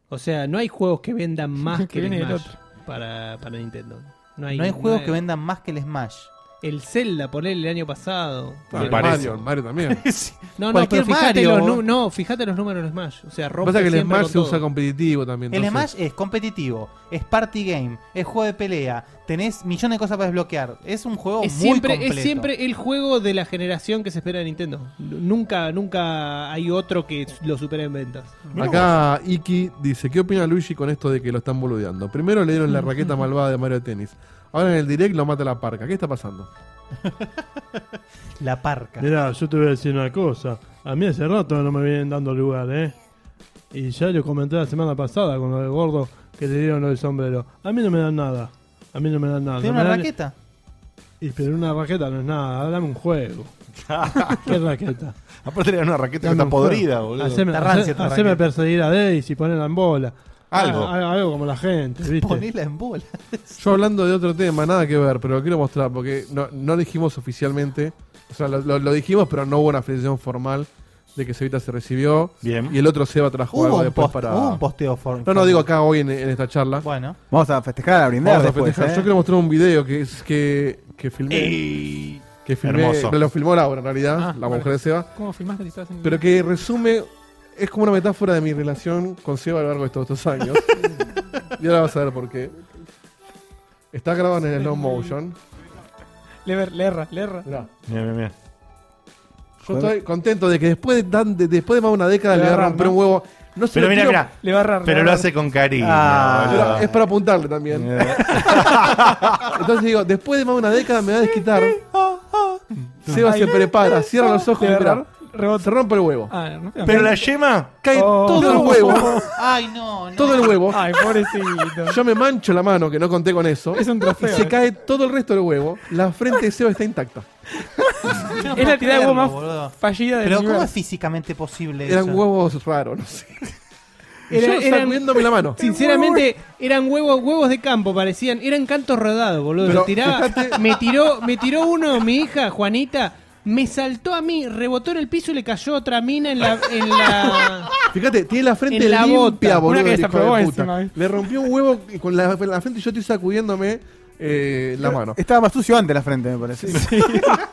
Speaker 5: O sea, no hay juegos que vendan más
Speaker 6: Que
Speaker 5: que
Speaker 6: viene
Speaker 5: el
Speaker 6: el
Speaker 5: Smash
Speaker 6: otro.
Speaker 5: para, para Nintendo.
Speaker 3: No hay juegos que vendan más que el Smash.
Speaker 5: El Zelda, por el año pasado.
Speaker 4: Ah,
Speaker 2: Me
Speaker 4: el
Speaker 2: parece.
Speaker 4: Mario, el Mario también. Lo
Speaker 5: No, no,
Speaker 3: Cualquier
Speaker 5: pero fíjate
Speaker 3: Mario.
Speaker 5: los, nu- no, fíjate los números de Smash. O sea,
Speaker 4: que
Speaker 5: rompe
Speaker 4: pasa es que el
Speaker 5: siempre
Speaker 4: Smash
Speaker 5: con
Speaker 4: se usa
Speaker 5: todo.
Speaker 4: competitivo también.
Speaker 3: El
Speaker 4: entonces-
Speaker 3: Smash es competitivo, es party game, es juego de pelea, tenés millones de cosas para desbloquear. Es un juego
Speaker 5: es
Speaker 3: muy
Speaker 5: siempre,
Speaker 3: completo.
Speaker 5: es siempre el juego de la generación que se espera de Nintendo. Nunca, nunca hay otro que lo supere en ventas.
Speaker 4: Acá Iki dice, ¿qué opina Luigi con esto de que lo están boludeando? Primero le dieron la raqueta malvada de Mario Tennis. Ahora en el direct lo mata la parca. ¿Qué está pasando?
Speaker 3: La parca.
Speaker 8: Mirá, yo te voy a decir una cosa. A mí hace rato no me vienen dando lugar, ¿eh? Y ya lo comenté la semana pasada con lo del gordo que le dieron lo del sombrero. A mí no me dan nada. A mí no me dan nada.
Speaker 3: ¿Tiene
Speaker 8: No me
Speaker 3: una
Speaker 8: dan-
Speaker 3: raqueta?
Speaker 8: Y, pero una raqueta no es nada. Dame un juego. ¿Qué raqueta?
Speaker 2: Aparte le dan una raqueta que
Speaker 8: Dame
Speaker 2: está
Speaker 8: un juego.
Speaker 2: podrida, boludo.
Speaker 8: Haceme,
Speaker 3: Está rancia
Speaker 8: hace-
Speaker 3: esta
Speaker 8: haceme
Speaker 3: raqueta.
Speaker 8: perseguir a Daisy y ponerla en bola.
Speaker 2: Algo.
Speaker 8: Ah, algo como la gente, ¿viste?
Speaker 3: Ponela en bola.
Speaker 4: Yo hablando de otro tema, nada que ver, pero lo quiero mostrar porque no, no dijimos oficialmente. O sea, lo, lo- lo dijimos, pero no hubo una felicitación formal de que Sevita se recibió.
Speaker 2: Bien.
Speaker 4: Y el otro Seba trajo
Speaker 3: Hubo
Speaker 4: algo
Speaker 3: un,
Speaker 4: después
Speaker 3: post-
Speaker 4: para.
Speaker 3: hubo un posteo for-
Speaker 4: No, no, digo acá hoy en, en esta charla.
Speaker 3: Bueno,
Speaker 7: Vamos a festejar, a brindar
Speaker 4: Vamos a
Speaker 7: después.
Speaker 4: festejar.
Speaker 7: ¿eh?
Speaker 4: Yo quiero mostrar un video que es que, que filmé.
Speaker 2: Ey.
Speaker 4: que filmé.
Speaker 2: hermoso.
Speaker 4: Lo filmó Laura en realidad,
Speaker 6: Ah,
Speaker 4: la
Speaker 6: vale.
Speaker 4: mujer de Seba.
Speaker 6: ¿Cómo filmaste si estás en
Speaker 4: Pero que resume, es como una metáfora de mi relación con Seba a lo largo de estos dos años. y ahora vas a ver por qué. Está grabado en slow motion.
Speaker 6: Lever, Lerra, Lerra.
Speaker 4: Mirá.
Speaker 2: Mira, mira, mira.
Speaker 4: Yo estoy contento de que después de, tan- de- después de más de una década le voy a romper un huevo. No se
Speaker 2: Pero
Speaker 4: lo
Speaker 2: mira,
Speaker 4: tiro-
Speaker 2: mira.
Speaker 6: Le va a errar, le
Speaker 2: Pero
Speaker 6: va a
Speaker 2: lo
Speaker 6: errar.
Speaker 2: hace con cariño.
Speaker 4: Ah, Pero
Speaker 2: boludo. Eh.
Speaker 4: es para apuntarle también. Entonces digo, después de más de una década me va a desquitar. Seba se prepara, cierra los ojos y mira, se rompe el huevo.
Speaker 6: Ah, no, no.
Speaker 2: Pero la yema.
Speaker 4: Cae
Speaker 6: Oh.
Speaker 4: todo el
Speaker 6: No.
Speaker 4: huevo,
Speaker 3: Ay, no, no.
Speaker 4: todo el huevo.
Speaker 6: Ay, pobrecito.
Speaker 4: Yo me mancho la mano, que no conté con eso.
Speaker 6: Es un
Speaker 4: Y
Speaker 6: trofeo. eh.
Speaker 4: se cae todo el resto del huevo. La frente de Seba está intacta.
Speaker 3: Yo no
Speaker 6: es la tirada
Speaker 3: puedo
Speaker 6: de huevo
Speaker 3: creerlo,
Speaker 6: más
Speaker 3: boludo.
Speaker 6: fallida del
Speaker 3: Pero ¿cómo es
Speaker 6: universo.
Speaker 3: físicamente posible
Speaker 4: Eran
Speaker 3: eso?
Speaker 4: huevos raros, no sé. Y
Speaker 5: Era-
Speaker 4: yo
Speaker 5: eran-
Speaker 4: sacudiéndome la mano.
Speaker 5: Sinceramente, eran huevos, huevos de campo, parecían, eran cantos rodados, boludo.
Speaker 4: Pero
Speaker 5: Lo tiraba-
Speaker 4: fíjate-
Speaker 5: me tiró, me tiró uno, mi hija, Juanita, me saltó a mí, rebotó en el piso y le cayó otra mina en la, en la-
Speaker 4: Fíjate, tiene la frente
Speaker 5: En la
Speaker 4: limpia,
Speaker 5: bota.
Speaker 4: boludo.
Speaker 6: Una que
Speaker 4: el hijo
Speaker 6: desaprobó
Speaker 4: de puta.
Speaker 6: encima, ¿eh?
Speaker 4: Le rompió un huevo y con la, la frente y yo estoy sacudiéndome eh, la mano.
Speaker 7: Estaba más sucio antes la frente, me parece.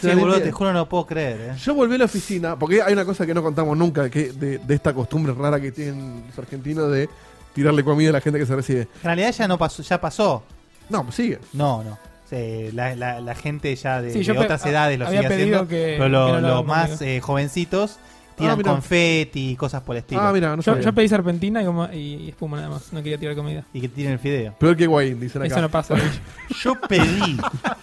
Speaker 3: Sí, boludo, te juro, no lo puedo creer. eh.
Speaker 4: Yo volví a la oficina, porque hay una cosa que no contamos nunca que de, de esta costumbre rara que tienen los argentinos de tirarle comida a la gente que se recibe.
Speaker 3: En realidad ya no pasó, ya pasó.
Speaker 4: No, pues sigue.
Speaker 3: No, no. Sí, la, la- la gente ya de,
Speaker 6: Sí,
Speaker 3: de
Speaker 6: yo pe-
Speaker 3: otras edades lo
Speaker 6: había
Speaker 3: sigue
Speaker 6: pedido
Speaker 3: haciendo.
Speaker 6: que-
Speaker 3: pero lo-
Speaker 6: que no lo
Speaker 3: los
Speaker 6: hagan
Speaker 3: más
Speaker 6: conmigo.
Speaker 3: eh, jovencitos tiran
Speaker 4: mirá.
Speaker 3: confeti y cosas por el estilo.
Speaker 4: Ah, mira, no
Speaker 6: Yo,
Speaker 4: sabía.
Speaker 6: yo pedí serpentina y, goma- y- y espuma nada más. No quería tirar comida.
Speaker 3: y que tiren el fideo.
Speaker 4: Peor que Guaín, dicen acá.
Speaker 6: Eso no pasa. Luis.
Speaker 2: Yo pedí.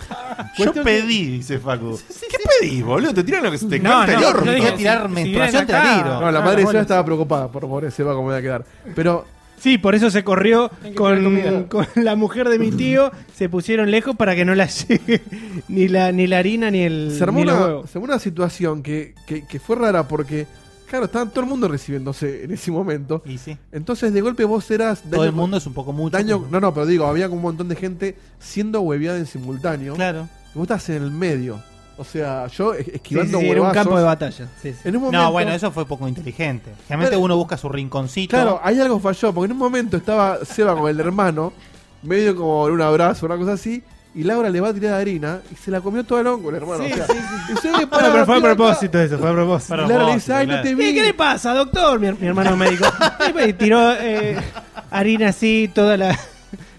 Speaker 2: Yo
Speaker 4: Cuestión
Speaker 2: pedí, dice Facu. ¿Qué pedís, boludo? Te tiran lo que se te
Speaker 6: No,
Speaker 2: canta el
Speaker 6: no,
Speaker 2: orto.
Speaker 6: yo dije
Speaker 3: Voy a tirar
Speaker 6: si- si
Speaker 3: menstruación,
Speaker 6: vienen acá-
Speaker 3: te la tiro.
Speaker 4: No, la
Speaker 6: Ah,
Speaker 4: madre de
Speaker 6: bueno.
Speaker 4: Seba estaba preocupada por pobre Seba cómo iba a quedar. Pero
Speaker 5: Sí, por eso se corrió
Speaker 6: Tienen que comer
Speaker 5: con, con la mujer de mi tío, se pusieron lejos para que no la llegue ni la, ni la harina ni el,
Speaker 4: se armó,
Speaker 5: ni los
Speaker 4: una,
Speaker 5: huevos.
Speaker 4: se armó una situación que, que- que fue rara porque, claro, estaba todo el mundo recibiéndose en ese momento.
Speaker 3: Y sí.
Speaker 4: Entonces, de golpe vos eras.
Speaker 3: Todo
Speaker 4: daño-
Speaker 3: el mundo es un poco mucho.
Speaker 4: Daño, no, no, pero digo, había como un montón de gente siendo hueviada en simultáneo.
Speaker 3: Claro.
Speaker 4: Y Vos estás en el medio. O sea, yo es-
Speaker 5: Sí, sí,
Speaker 4: esquivando
Speaker 5: sí, era un
Speaker 4: huevazos.
Speaker 5: campo de batalla. sí, sí.
Speaker 4: En un momento,
Speaker 3: No, bueno, eso fue poco inteligente. Generalmente
Speaker 4: Claro.
Speaker 3: uno busca su rinconcito.
Speaker 4: Claro, ah, ahí algo falló, porque en un momento estaba Seba con el hermano, medio como en un abrazo, una cosa así, y Laura le va a tirar harina y se la comió todo el hongo el hermano. o sea, y se
Speaker 5: Ah,
Speaker 4: le para,
Speaker 8: Bueno, pero fue a
Speaker 4: tira,
Speaker 8: propósito eso, fue a propósito.
Speaker 4: tira, Y Laura le dice, ay, no te vi.
Speaker 5: ¿Qué, qué le pasa, doctor? Mi, mi hermano médico. Y tiró eh, harina así, toda la,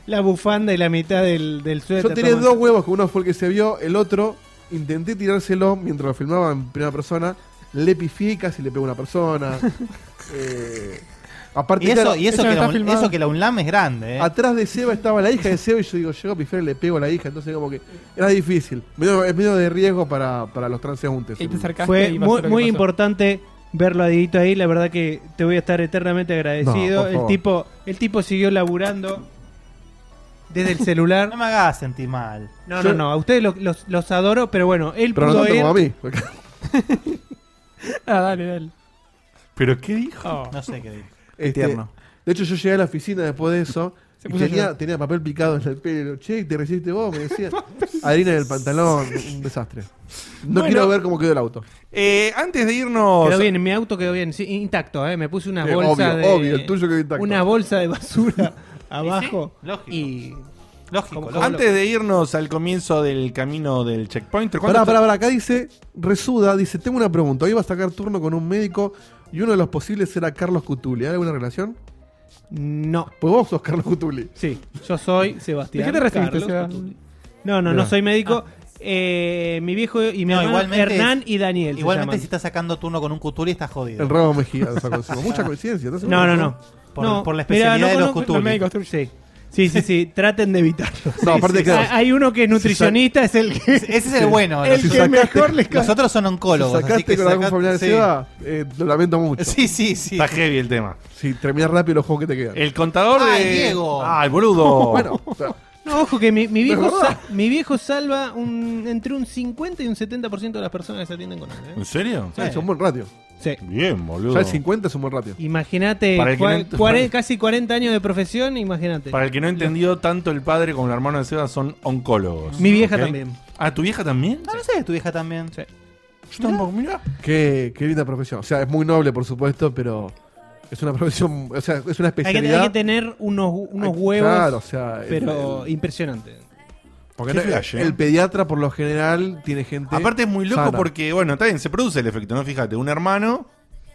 Speaker 5: la bufanda y la mitad del, del suéter.
Speaker 4: Yo tiré
Speaker 5: Toma.
Speaker 4: dos huevos, que uno fue el que se vio, el otro intenté tirárselo mientras lo filmaba en primera persona, le pifié y casi le pegó a una persona. Eh, Aparte,
Speaker 3: Y eso,
Speaker 4: claro,
Speaker 3: y eso,
Speaker 6: eso no
Speaker 3: que, la,
Speaker 6: está
Speaker 3: un-
Speaker 6: filmado.
Speaker 3: eso que la UNLAM es grande, ¿eh?
Speaker 4: atrás de Seba estaba la hija de Seba y yo digo, llego a pifiar y le pego a la hija. Entonces, como que era difícil. Medio, es medio de riesgo para, para los transeúntes.
Speaker 6: Y te acercaste
Speaker 5: Fue
Speaker 6: y pasó
Speaker 5: muy,
Speaker 6: lo que
Speaker 5: muy
Speaker 6: pasó.
Speaker 5: importante verlo a Dieguito ahí. La verdad que te voy a estar eternamente
Speaker 4: No,
Speaker 5: agradecido.
Speaker 4: por
Speaker 5: el,
Speaker 4: favor.
Speaker 5: tipo, el tipo siguió laburando desde el celular.
Speaker 3: No me
Speaker 4: Ah,
Speaker 3: hagas sentir mal.
Speaker 5: No, no, no. A ustedes los, los, los adoro, pero bueno, él
Speaker 4: Pero no
Speaker 5: pudo
Speaker 4: tanto
Speaker 5: ir.
Speaker 4: como a mí. porque-
Speaker 6: Ah, dale, dale.
Speaker 2: ¿Pero qué dijo?
Speaker 6: Oh,
Speaker 3: No sé qué digo.
Speaker 4: Este,
Speaker 7: tierno.
Speaker 4: De hecho, yo llegué a la oficina después de eso.
Speaker 6: Se
Speaker 4: y
Speaker 6: puso a
Speaker 4: tenía,
Speaker 6: llorar.
Speaker 4: tenía papel picado en el pelo. Che, te recibiste vos, me decía. Harina en el pantalón, un desastre. No
Speaker 2: Bueno.
Speaker 4: quiero ver cómo quedó el auto.
Speaker 2: Eh, antes de irnos.
Speaker 5: Quedó bien, mi auto quedó bien, sí, intacto, eh. Me puse una
Speaker 4: Eh,
Speaker 5: bolsa
Speaker 4: obvio,
Speaker 5: de.
Speaker 4: obvio, el tuyo quedó intacto.
Speaker 5: Una bolsa de basura abajo.
Speaker 3: Lógico.
Speaker 5: Y.
Speaker 3: Lógico,
Speaker 5: Como-
Speaker 3: lógico.
Speaker 2: Antes de irnos al comienzo del camino del checkpoint, ¿cuánto
Speaker 4: Pará,
Speaker 2: está-
Speaker 4: pará, pará. Acá dice, resuda, dice, tengo una pregunta. Hoy va a sacar turno con un médico y uno de los posibles era Carlos Cutuli. ¿Hay alguna relación?
Speaker 5: No.
Speaker 4: Pues vos sos Carlos Cutuli.
Speaker 5: Sí, yo soy Sebastián.
Speaker 6: ¿De qué te recibiste,
Speaker 5: Carlos
Speaker 6: Seba?
Speaker 5: Cutuli. No, no,
Speaker 4: Mirá.
Speaker 5: no soy médico. Eh, mi viejo y mi
Speaker 3: No,
Speaker 5: hermano
Speaker 3: igualmente-
Speaker 5: Hernán y Daniel. se
Speaker 3: Igualmente, si
Speaker 5: llaman.
Speaker 3: estás sacando turno con un Cutuli, estás jodido.
Speaker 4: El Rabo Mejía lo sacó encima. Mucha coincidencia. ¿estás seguro?
Speaker 5: No, no, no.
Speaker 3: Por-
Speaker 5: No,
Speaker 3: por la
Speaker 5: mirá,
Speaker 3: especialidad
Speaker 5: no
Speaker 3: de los
Speaker 5: conozco-
Speaker 3: Cutuli.
Speaker 5: los médicos tuyos. Sí. Sí, sí, sí, traten de evitarlo.
Speaker 4: No, aparte,
Speaker 5: Sí, sí,
Speaker 4: claro.
Speaker 5: sí. Hay uno que es nutricionista, es el que.
Speaker 3: Ese es el bueno.
Speaker 5: El
Speaker 3: los,
Speaker 5: que mejor les
Speaker 3: los otros son oncólogos.
Speaker 4: Si
Speaker 3: así
Speaker 4: sacaste
Speaker 3: que
Speaker 4: con algún
Speaker 3: saca-
Speaker 4: familiar de
Speaker 3: sí.
Speaker 4: Seba, eh, lo lamento mucho.
Speaker 3: Sí, sí, sí.
Speaker 2: Está heavy el tema.
Speaker 4: Si terminás rápido los juegos que te quedan.
Speaker 2: El contador
Speaker 3: Ay,
Speaker 2: de.
Speaker 3: Diego.
Speaker 2: Ah, el boludo.
Speaker 4: Bueno, o sea,
Speaker 5: No, ojo que mi, mi
Speaker 4: No es
Speaker 5: viejo,
Speaker 4: verdad.
Speaker 5: sa- mi viejo salva un, entre un 50 y un 70% de las personas que se atienden con él. ¿eh?
Speaker 2: ¿En serio?
Speaker 4: es un buen ratio.
Speaker 5: Sí.
Speaker 2: Bien, boludo.
Speaker 4: Ya el 50 es un buen ratio.
Speaker 5: Imagínate,
Speaker 2: Para el que
Speaker 5: cua-
Speaker 2: no ent-
Speaker 5: cuare- casi 40 años de profesión, imagínate.
Speaker 2: Para el que no entendió tanto el padre como el hermano de Seba son oncólogos.
Speaker 5: Mi vieja
Speaker 2: ¿ok?
Speaker 5: también.
Speaker 2: Ah, ¿tu vieja también?
Speaker 3: No, no sé, tu hija también.
Speaker 5: Sí.
Speaker 2: Yo tampoco, mira.
Speaker 4: Qué, qué linda profesión. O sea, es muy noble, por supuesto, pero es una profesión, o sea, es una
Speaker 5: Hay que, hay
Speaker 4: especialidad.
Speaker 5: que tener unos, unos
Speaker 4: Ay,
Speaker 5: huevos,
Speaker 4: Claro, o sea, el-
Speaker 5: pero
Speaker 4: el-
Speaker 5: impresionante.
Speaker 4: porque
Speaker 2: qué
Speaker 4: no-
Speaker 2: flash, eh.
Speaker 4: el pediatra por lo general tiene gente.
Speaker 2: Aparte es muy loco
Speaker 4: sana.
Speaker 2: porque, bueno, está bien, se produce el efecto, ¿no? Fíjate, un hermano,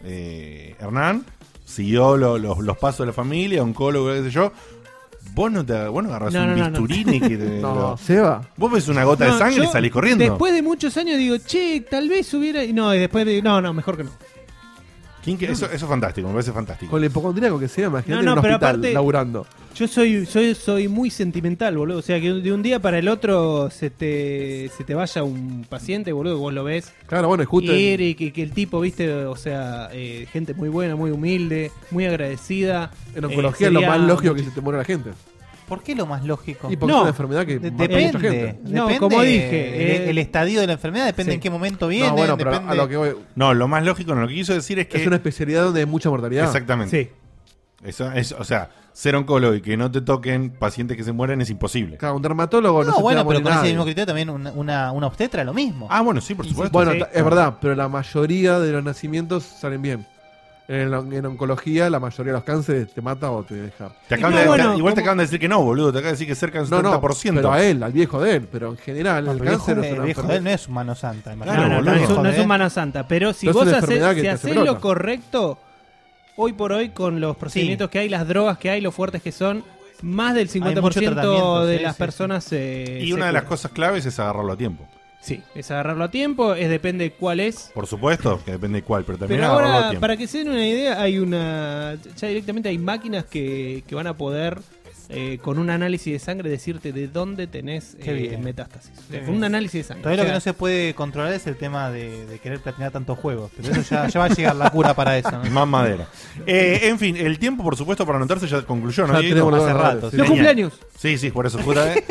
Speaker 2: eh, Hernán, siguió lo- lo- los pasos de la familia, oncólogo, qué sé yo. Vos no te vos no agarrás
Speaker 5: No,
Speaker 2: un
Speaker 5: no, no,
Speaker 2: bisturí ni que te-
Speaker 4: No,
Speaker 2: lo-
Speaker 4: Seba.
Speaker 2: Vos ves una gota
Speaker 5: No,
Speaker 2: de sangre y
Speaker 5: yo
Speaker 2: salís corriendo.
Speaker 5: Después de muchos años digo, che, tal vez hubiera. y No, y después digo, no, no, mejor que no.
Speaker 2: ¿Quién que- eso, eso es fantástico, me parece fantástico.
Speaker 4: Con el hipocondríaco que sea, imagínate
Speaker 5: No, no,
Speaker 4: en un
Speaker 5: pero
Speaker 4: hospital
Speaker 5: aparte-
Speaker 4: laburando.
Speaker 5: Yo soy, soy, soy muy sentimental, boludo. O sea, que de un día para el otro se te, se te vaya un paciente, boludo, vos lo ves
Speaker 4: Claro, bueno, es justo. en-
Speaker 5: ir y que, que el tipo, viste, o sea, eh, gente muy buena, muy humilde, muy agradecida.
Speaker 4: En
Speaker 5: Eh,
Speaker 4: oncología es lo
Speaker 5: sería-
Speaker 4: más lógico que se te muera la gente.
Speaker 3: ¿Por qué lo más lógico?
Speaker 4: Y porque es
Speaker 5: No.
Speaker 4: una enfermedad que
Speaker 3: De-
Speaker 4: mata a mucha
Speaker 3: depende.
Speaker 4: gente.
Speaker 5: No,
Speaker 3: depende
Speaker 5: como dije,
Speaker 3: El,
Speaker 5: eh,
Speaker 3: el estadio de la enfermedad depende
Speaker 5: sí.
Speaker 3: en qué momento viene.
Speaker 4: No, bueno, pero
Speaker 3: depende-
Speaker 4: a lo que voy.
Speaker 2: No, lo más lógico, no, lo que quiso decir es que.
Speaker 4: Es una especialidad donde hay mucha mortalidad.
Speaker 2: Exactamente.
Speaker 5: Sí.
Speaker 2: Eso es, o sea, ser oncólogo y que no te toquen pacientes que se mueren es imposible.
Speaker 4: Claro, un dermatólogo no, se
Speaker 3: No,
Speaker 4: te va a
Speaker 3: bueno, pero
Speaker 4: morir
Speaker 3: con ese
Speaker 4: nadie.
Speaker 3: mismo criterio también una, una, una obstetra lo mismo.
Speaker 2: Ah, bueno, sí, por supuesto.
Speaker 4: Bueno,
Speaker 5: Sí.
Speaker 4: ta- es verdad, pero la mayoría de los nacimientos salen bien. En, la- en oncología, la mayoría de los cánceres te mata o te deja.
Speaker 2: Te acaban
Speaker 5: No,
Speaker 2: de-
Speaker 5: bueno,
Speaker 2: te- igual te
Speaker 5: como-
Speaker 2: acaban de decir que no, boludo. Te acaban de decir que cerca del
Speaker 4: No, no,
Speaker 2: 70%.
Speaker 4: pero a él, al viejo de él, pero en general, el
Speaker 3: el viejo,
Speaker 4: cáncer es
Speaker 3: de-
Speaker 4: una
Speaker 3: el viejo de él no
Speaker 4: enfermedad.
Speaker 3: es un mano santa.
Speaker 2: Claro,
Speaker 5: no, no, no,
Speaker 2: boludo.
Speaker 5: es, un- no es
Speaker 3: Joder.
Speaker 5: un mano santa. Pero si
Speaker 4: No es
Speaker 5: vos
Speaker 4: una
Speaker 5: haces,
Speaker 4: enfermedad que
Speaker 5: si
Speaker 4: te
Speaker 5: hacés
Speaker 4: hace
Speaker 5: lo
Speaker 4: pelota.
Speaker 5: correcto, hoy por hoy, con los procedimientos que hay, las drogas que hay, lo fuertes que son, más del
Speaker 3: tratamiento,
Speaker 5: 50% de
Speaker 3: sí,
Speaker 5: las
Speaker 3: sí,
Speaker 5: personas se.
Speaker 2: y
Speaker 5: se
Speaker 2: una de las
Speaker 5: curan.
Speaker 2: cosas claves es agarrarlo a tiempo.
Speaker 5: Sí, es agarrarlo a tiempo, es depende cuál es.
Speaker 2: Por supuesto, que depende de cuál, pero también
Speaker 5: Pero
Speaker 2: agarrarlo a
Speaker 5: ahora,
Speaker 2: tiempo.
Speaker 5: para que se den una idea, hay una. Ya directamente hay máquinas que, que van a poder. eh, con un análisis de sangre decirte de dónde tenés
Speaker 3: Qué
Speaker 5: eh,
Speaker 3: bien.
Speaker 5: metástasis. O sea,
Speaker 3: Qué
Speaker 5: con
Speaker 3: bien.
Speaker 5: un análisis de sangre.
Speaker 3: Todavía lo
Speaker 5: O
Speaker 3: que
Speaker 5: sea,
Speaker 3: no se puede controlar es el tema de, de querer platinar tantos juegos. Pero eso ya, ya va a llegar la cura para eso. ¿no?
Speaker 2: Más madera. Eh, en fin, el tiempo, por supuesto, para anotarse ya concluyó, ¿no?
Speaker 4: Ya
Speaker 2: Diego?
Speaker 4: tenemos los
Speaker 3: hace
Speaker 4: ganadores,
Speaker 3: rato,
Speaker 4: sí.
Speaker 5: ¡Los
Speaker 2: Genial.
Speaker 5: cumpleaños!
Speaker 2: Sí, sí, por eso. Justa, eh.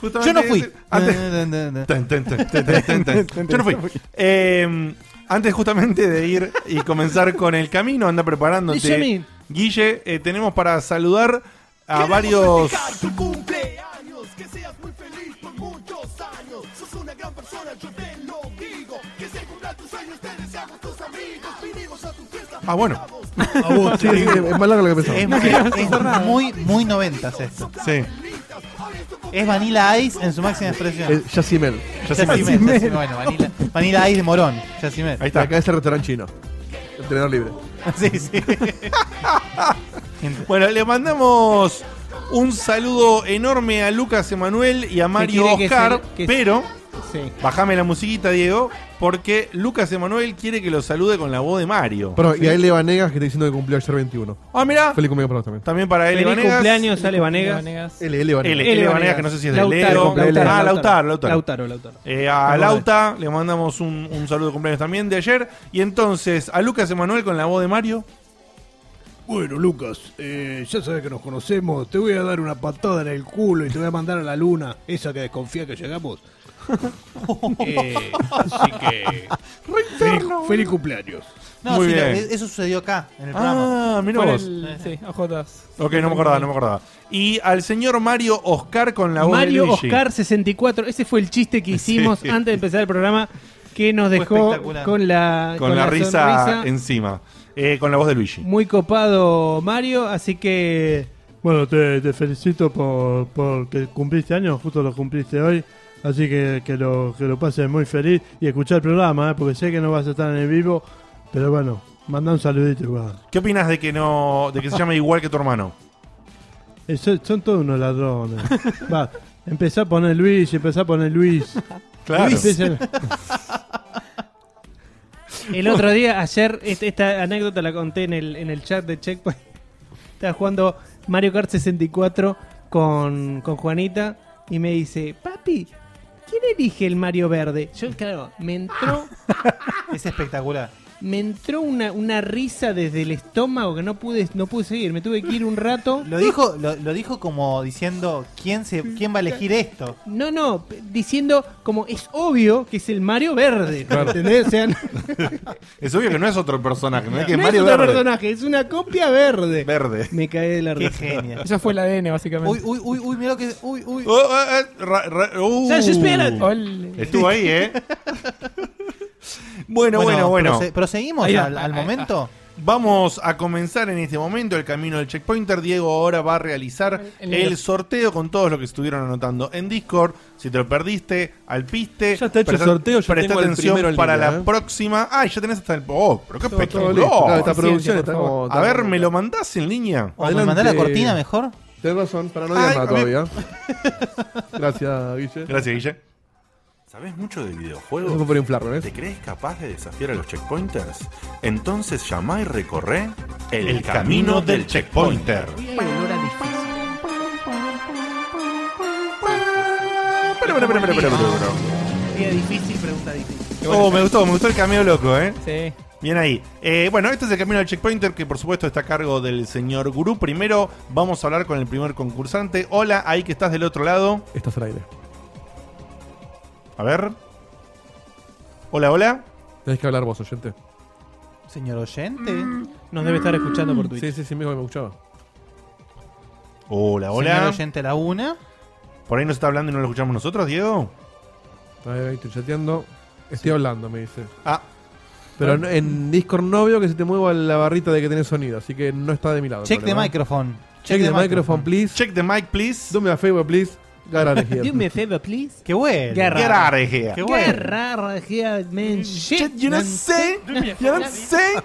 Speaker 2: Justamente
Speaker 3: Yo no fui.
Speaker 2: Antes,
Speaker 3: Yo
Speaker 2: Ten, ten, ten, ten, ten, ten, ten. Yo no fui. Eh, antes justamente de ir y comenzar con el camino, anda preparándote.
Speaker 5: Guillemín.
Speaker 2: Guille, eh, tenemos para saludar a varios... Ah, bueno.
Speaker 4: Ah, vos, sí, sí, es más largo lo que pensaba.
Speaker 3: Es, muy- es muy, muy noventas esto.
Speaker 2: Sí.
Speaker 3: Es Vanilla Ice en su máxima expresión.
Speaker 4: Eh, Yacimel.
Speaker 3: Yacimel, Yacimel, bueno, Vanilla, Vanilla Ice de Morón. Yacimel.
Speaker 2: Ahí está.
Speaker 4: Acá es el restaurante chino. Entrenador libre.
Speaker 3: Sí, sí.
Speaker 2: Bueno, le mandamos un saludo enorme a Lucas Emanuel y a Mario
Speaker 5: quiere que
Speaker 2: Oscar,
Speaker 5: se- que-
Speaker 2: pero
Speaker 5: Sí.
Speaker 2: Bajame la musiquita, Diego, porque Lucas Emanuel quiere que lo salude con la voz de Mario.
Speaker 4: Pero, y ahí le Vanegas que está diciendo que cumplió ayer 21.
Speaker 2: Ah, mirá.
Speaker 4: Feliz cumpleaños para vos también.
Speaker 2: También para él
Speaker 5: Feliz
Speaker 2: Vanegas.
Speaker 5: cumpleaños, Ale Vanegas.
Speaker 6: Vanegas.
Speaker 4: L, L
Speaker 2: L,
Speaker 4: Vanegas.
Speaker 2: L Vanegas, que no sé si es de Leo.
Speaker 5: Lautaro,
Speaker 2: Ah, Lautaro, Lautaro.
Speaker 5: Lautaro, Lautaro.
Speaker 2: Eh, a Lauta le mandamos un, un saludo de cumpleaños también de ayer. Y entonces a Lucas Emanuel con la voz de Mario.
Speaker 9: Bueno, Lucas, eh, ya sabes que nos conocemos. Te voy a dar una patada en el culo y te voy a mandar a la luna, esa que desconfía que llegamos. Eh, así que. feliz, feliz cumpleaños.
Speaker 3: No,
Speaker 2: Muy
Speaker 3: sí,
Speaker 2: bien.
Speaker 3: lo- eso sucedió acá, en el programa.
Speaker 2: Ah, mira
Speaker 6: Fue
Speaker 2: vos.
Speaker 6: el- sí, ojotas.
Speaker 2: Ok, no me acordaba, no me acordaba. Y al señor Mario Oscar con la voz de
Speaker 5: Mario
Speaker 2: Luigi.
Speaker 5: Oscar 64, ese fue el chiste que hicimos
Speaker 2: Sí.
Speaker 5: antes de empezar el programa que nos dejó
Speaker 3: espectacular.
Speaker 5: con la
Speaker 2: Con, la, risa,
Speaker 5: sonrisa.
Speaker 2: encima. Eh, con la voz de Luigi.
Speaker 5: Muy copado Mario, así que
Speaker 8: Bueno, te, te felicito por, por que cumpliste años, justo lo cumpliste hoy. Así que, que, lo, que lo pases muy feliz y escuchar el programa, ¿eh? porque sé que no vas a estar en el vivo. Pero bueno, manda un saludito igual.
Speaker 2: ¿Qué opinas de que no, de que se llame igual que tu hermano?
Speaker 8: Eh, son, son todos unos ladrones. Va, empezá a poner Luis, empezá a poner Luis. Empiecen-
Speaker 5: el otro día, ayer, este- esta anécdota la conté en el, en el chat de Checkpoint. Estaba jugando Mario Kart 64 con, con Juanita y me dice, papi, ¿quién elige el Mario Verde? Yo, claro, me entró
Speaker 3: Es espectacular.
Speaker 5: me entró una, una risa desde el estómago que no pude, no pude seguir, me tuve que ir un rato.
Speaker 3: Lo dijo, lo, lo dijo como diciendo quién se, quién va a elegir esto.
Speaker 5: No, no, p- diciendo como es obvio que es el Mario Verde, ¿entendés? O sea, no,
Speaker 2: Es obvio que no es otro personaje, no es que es
Speaker 5: no
Speaker 2: Mario
Speaker 5: es otro
Speaker 2: Verde.
Speaker 5: personaje, es una copia verde.
Speaker 2: Verde.
Speaker 5: Me caí de la
Speaker 3: Qué
Speaker 5: risa.
Speaker 3: genial.
Speaker 6: Eso fue el ADN, básicamente.
Speaker 3: Uy, uy, uy, uy, mira lo que. Uy, uy.
Speaker 2: Oh, eh, eh, ra- ra- uh.
Speaker 5: Sánchez Pérez.
Speaker 6: Ole.
Speaker 2: Estuvo ahí, ¿eh? bueno, bueno, bueno.
Speaker 3: prose- ¿Proseguimos
Speaker 6: Ahí va,
Speaker 3: al, al
Speaker 6: ahí va.
Speaker 3: momento?
Speaker 2: Vamos a comenzar en este momento el camino del checkpointer. Diego ahora va a realizar el,
Speaker 6: El- el-
Speaker 2: sorteo con todos los que estuvieron anotando en Discord. Si te lo perdiste, al piste.
Speaker 4: Ya está hecho el sorteo, yo
Speaker 2: presta
Speaker 4: tengo el
Speaker 2: atención
Speaker 4: primero en
Speaker 2: para
Speaker 4: línea,
Speaker 2: la
Speaker 4: ¿eh?
Speaker 2: próxima. Ah, ya tenés hasta el. Oh, pero qué
Speaker 6: Todo, todo
Speaker 4: Todo
Speaker 2: espectacular.
Speaker 4: listo. Claro, esta
Speaker 6: Paciencia,
Speaker 4: producción
Speaker 6: por
Speaker 4: está
Speaker 6: favor.
Speaker 4: como.
Speaker 2: A ver, ¿me lo mandás en línea?
Speaker 3: ¿O me mandá la
Speaker 4: Adelante.
Speaker 3: cortina mejor?
Speaker 4: Tenés razón, para no
Speaker 2: Ay,
Speaker 4: digas nada
Speaker 2: a mí-
Speaker 4: todavía. Gracias, Guille.
Speaker 2: Gracias, Guille.
Speaker 10: ¿Sabes mucho de
Speaker 4: Eso
Speaker 10: videojuegos?
Speaker 4: fue por inflarlo, ¿eh?
Speaker 10: ¿Te crees capaz de desafiar a los checkpointers? Entonces llamá y recorre el,
Speaker 2: El camino del checkpointer. Pero, pero, pero, pero, pero, pero.
Speaker 5: Día difícil, pregunta difícil.
Speaker 2: Oh, me gustó, me gustó el cameo loco, ¿eh?
Speaker 6: Sí.
Speaker 2: Bien ahí. Eh, bueno, este es el camino del checkpointer que por supuesto está a cargo del señor Gurú. Primero vamos a hablar con el primer concursante. Hola, ahí que estás del otro lado.
Speaker 4: Estás al aire.
Speaker 2: A ver. Hola, hola.
Speaker 4: Tenés que hablar vos, oyente.
Speaker 3: Señor oyente.
Speaker 7: Mm.
Speaker 3: Mm.
Speaker 5: Nos debe estar escuchando por Twitch.
Speaker 4: Sí, sí, sí, mismo que me escuchaba.
Speaker 2: Hola,
Speaker 3: Señor
Speaker 2: hola.
Speaker 3: oyente a la una.
Speaker 2: Por ahí nos está hablando y no lo escuchamos nosotros, Diego.
Speaker 4: Ahí, ahí, estoy chateando. Estoy hablando, me dice.
Speaker 2: Ah,
Speaker 4: Pero en- en Discord no veo que se te mueva la barrita de que tenés sonido, así que no está de mi lado. el
Speaker 3: Check the
Speaker 4: problema.
Speaker 3: microphone.
Speaker 4: Check the microphone, please.
Speaker 2: check the mic, please.
Speaker 4: Do me a favor, please. Gara here.
Speaker 5: Do me a favor, please.
Speaker 3: Qué bueno.
Speaker 5: Qué raro.
Speaker 2: Get out of here.
Speaker 3: Qué
Speaker 5: Qué
Speaker 3: bueno.
Speaker 5: raro, yeah, man, shit,
Speaker 2: You know
Speaker 5: man.
Speaker 2: what I'm saying? You know what I'm saying?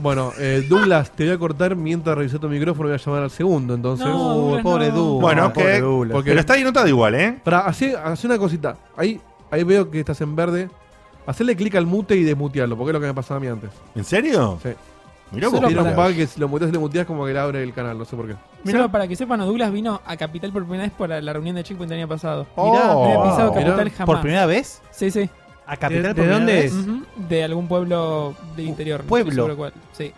Speaker 4: Bueno, eh, Douglas, te voy a cortar mientras revisé tu micrófono. Voy a llamar al segundo, entonces. Uh,
Speaker 6: No,
Speaker 3: Uy,
Speaker 6: Douglas,
Speaker 3: pobre
Speaker 6: no.
Speaker 3: Du.
Speaker 2: Bueno,
Speaker 7: pobre
Speaker 2: que.
Speaker 7: Douglas.
Speaker 2: Porque lo está ahí notado igual, ¿eh?
Speaker 4: Para, hace, hace una cosita. Ahí, ahí veo que estás en verde. Hacele clic al mute y desmutearlo, porque es lo que me pasaba a mí antes.
Speaker 2: ¿En serio?
Speaker 4: Sí.
Speaker 2: Mirá vos.
Speaker 4: Tiene un
Speaker 2: Douglas.
Speaker 4: bug que si lo muteas y lo muteas, como que le abre el canal, no sé por qué.
Speaker 6: Solo para que sepan, Douglas vino a Capital por primera vez por la, la reunión de Checkpoint del año pasado.
Speaker 2: Oh.
Speaker 6: no había pisado
Speaker 4: mirá.
Speaker 6: Capital jamás.
Speaker 3: ¿Por primera vez?
Speaker 6: Sí, sí.
Speaker 3: ¿A
Speaker 5: ¿De-
Speaker 3: Capital
Speaker 5: de dónde es?
Speaker 6: Ujú. De algún pueblo del interior. no
Speaker 3: Uh, pueblo.
Speaker 6: estoy seguro cuál. Sí.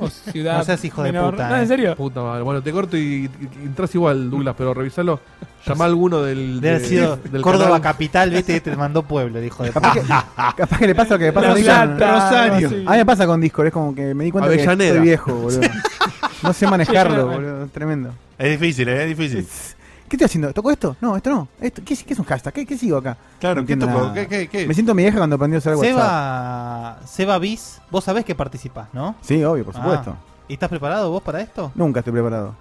Speaker 6: O ciudad.
Speaker 3: No seas hijo de
Speaker 6: menor.
Speaker 3: puta,
Speaker 6: No,
Speaker 3: eh.
Speaker 6: en serio.
Speaker 4: Puta madre. Bueno, te corto y, y- y entras igual, Douglas, pero revisalo. Llama a alguno del.
Speaker 3: Debe haber
Speaker 4: de-
Speaker 3: sido
Speaker 4: del
Speaker 3: Córdoba
Speaker 4: canal.
Speaker 3: Capital, viste, te mandó pueblo, el hijo de
Speaker 7: Capaz que, capaz que le pasa lo que me pasa
Speaker 6: La
Speaker 7: a mí con-
Speaker 6: Plata,
Speaker 7: Rosario.
Speaker 6: sí.
Speaker 7: A mí me pasa con Discord, es como que me di cuenta que
Speaker 4: Avellaneda.
Speaker 7: estoy viejo, boludo. No sé manejarlo, boludo. Tremendo.
Speaker 2: Es difícil, ¿eh? Es difícil.
Speaker 7: ¿Qué estoy haciendo? ¿Toco esto? No, esto no. Esto, ¿qué, qué es un hashtag? ¿Qué, qué sigo acá?
Speaker 2: Claro,
Speaker 7: No
Speaker 2: ¿qué
Speaker 7: entiendo
Speaker 2: tocó?
Speaker 7: nada.
Speaker 2: ¿Qué, qué, qué?
Speaker 7: Me siento mi vieja cuando aprendió a usar WhatsApp.
Speaker 3: Seba, Seba Bis, vos sabés que participás, ¿no?
Speaker 7: Sí, obvio, por
Speaker 3: Ah.
Speaker 7: supuesto.
Speaker 3: ¿Y estás preparado vos para esto?
Speaker 7: Nunca estoy preparado.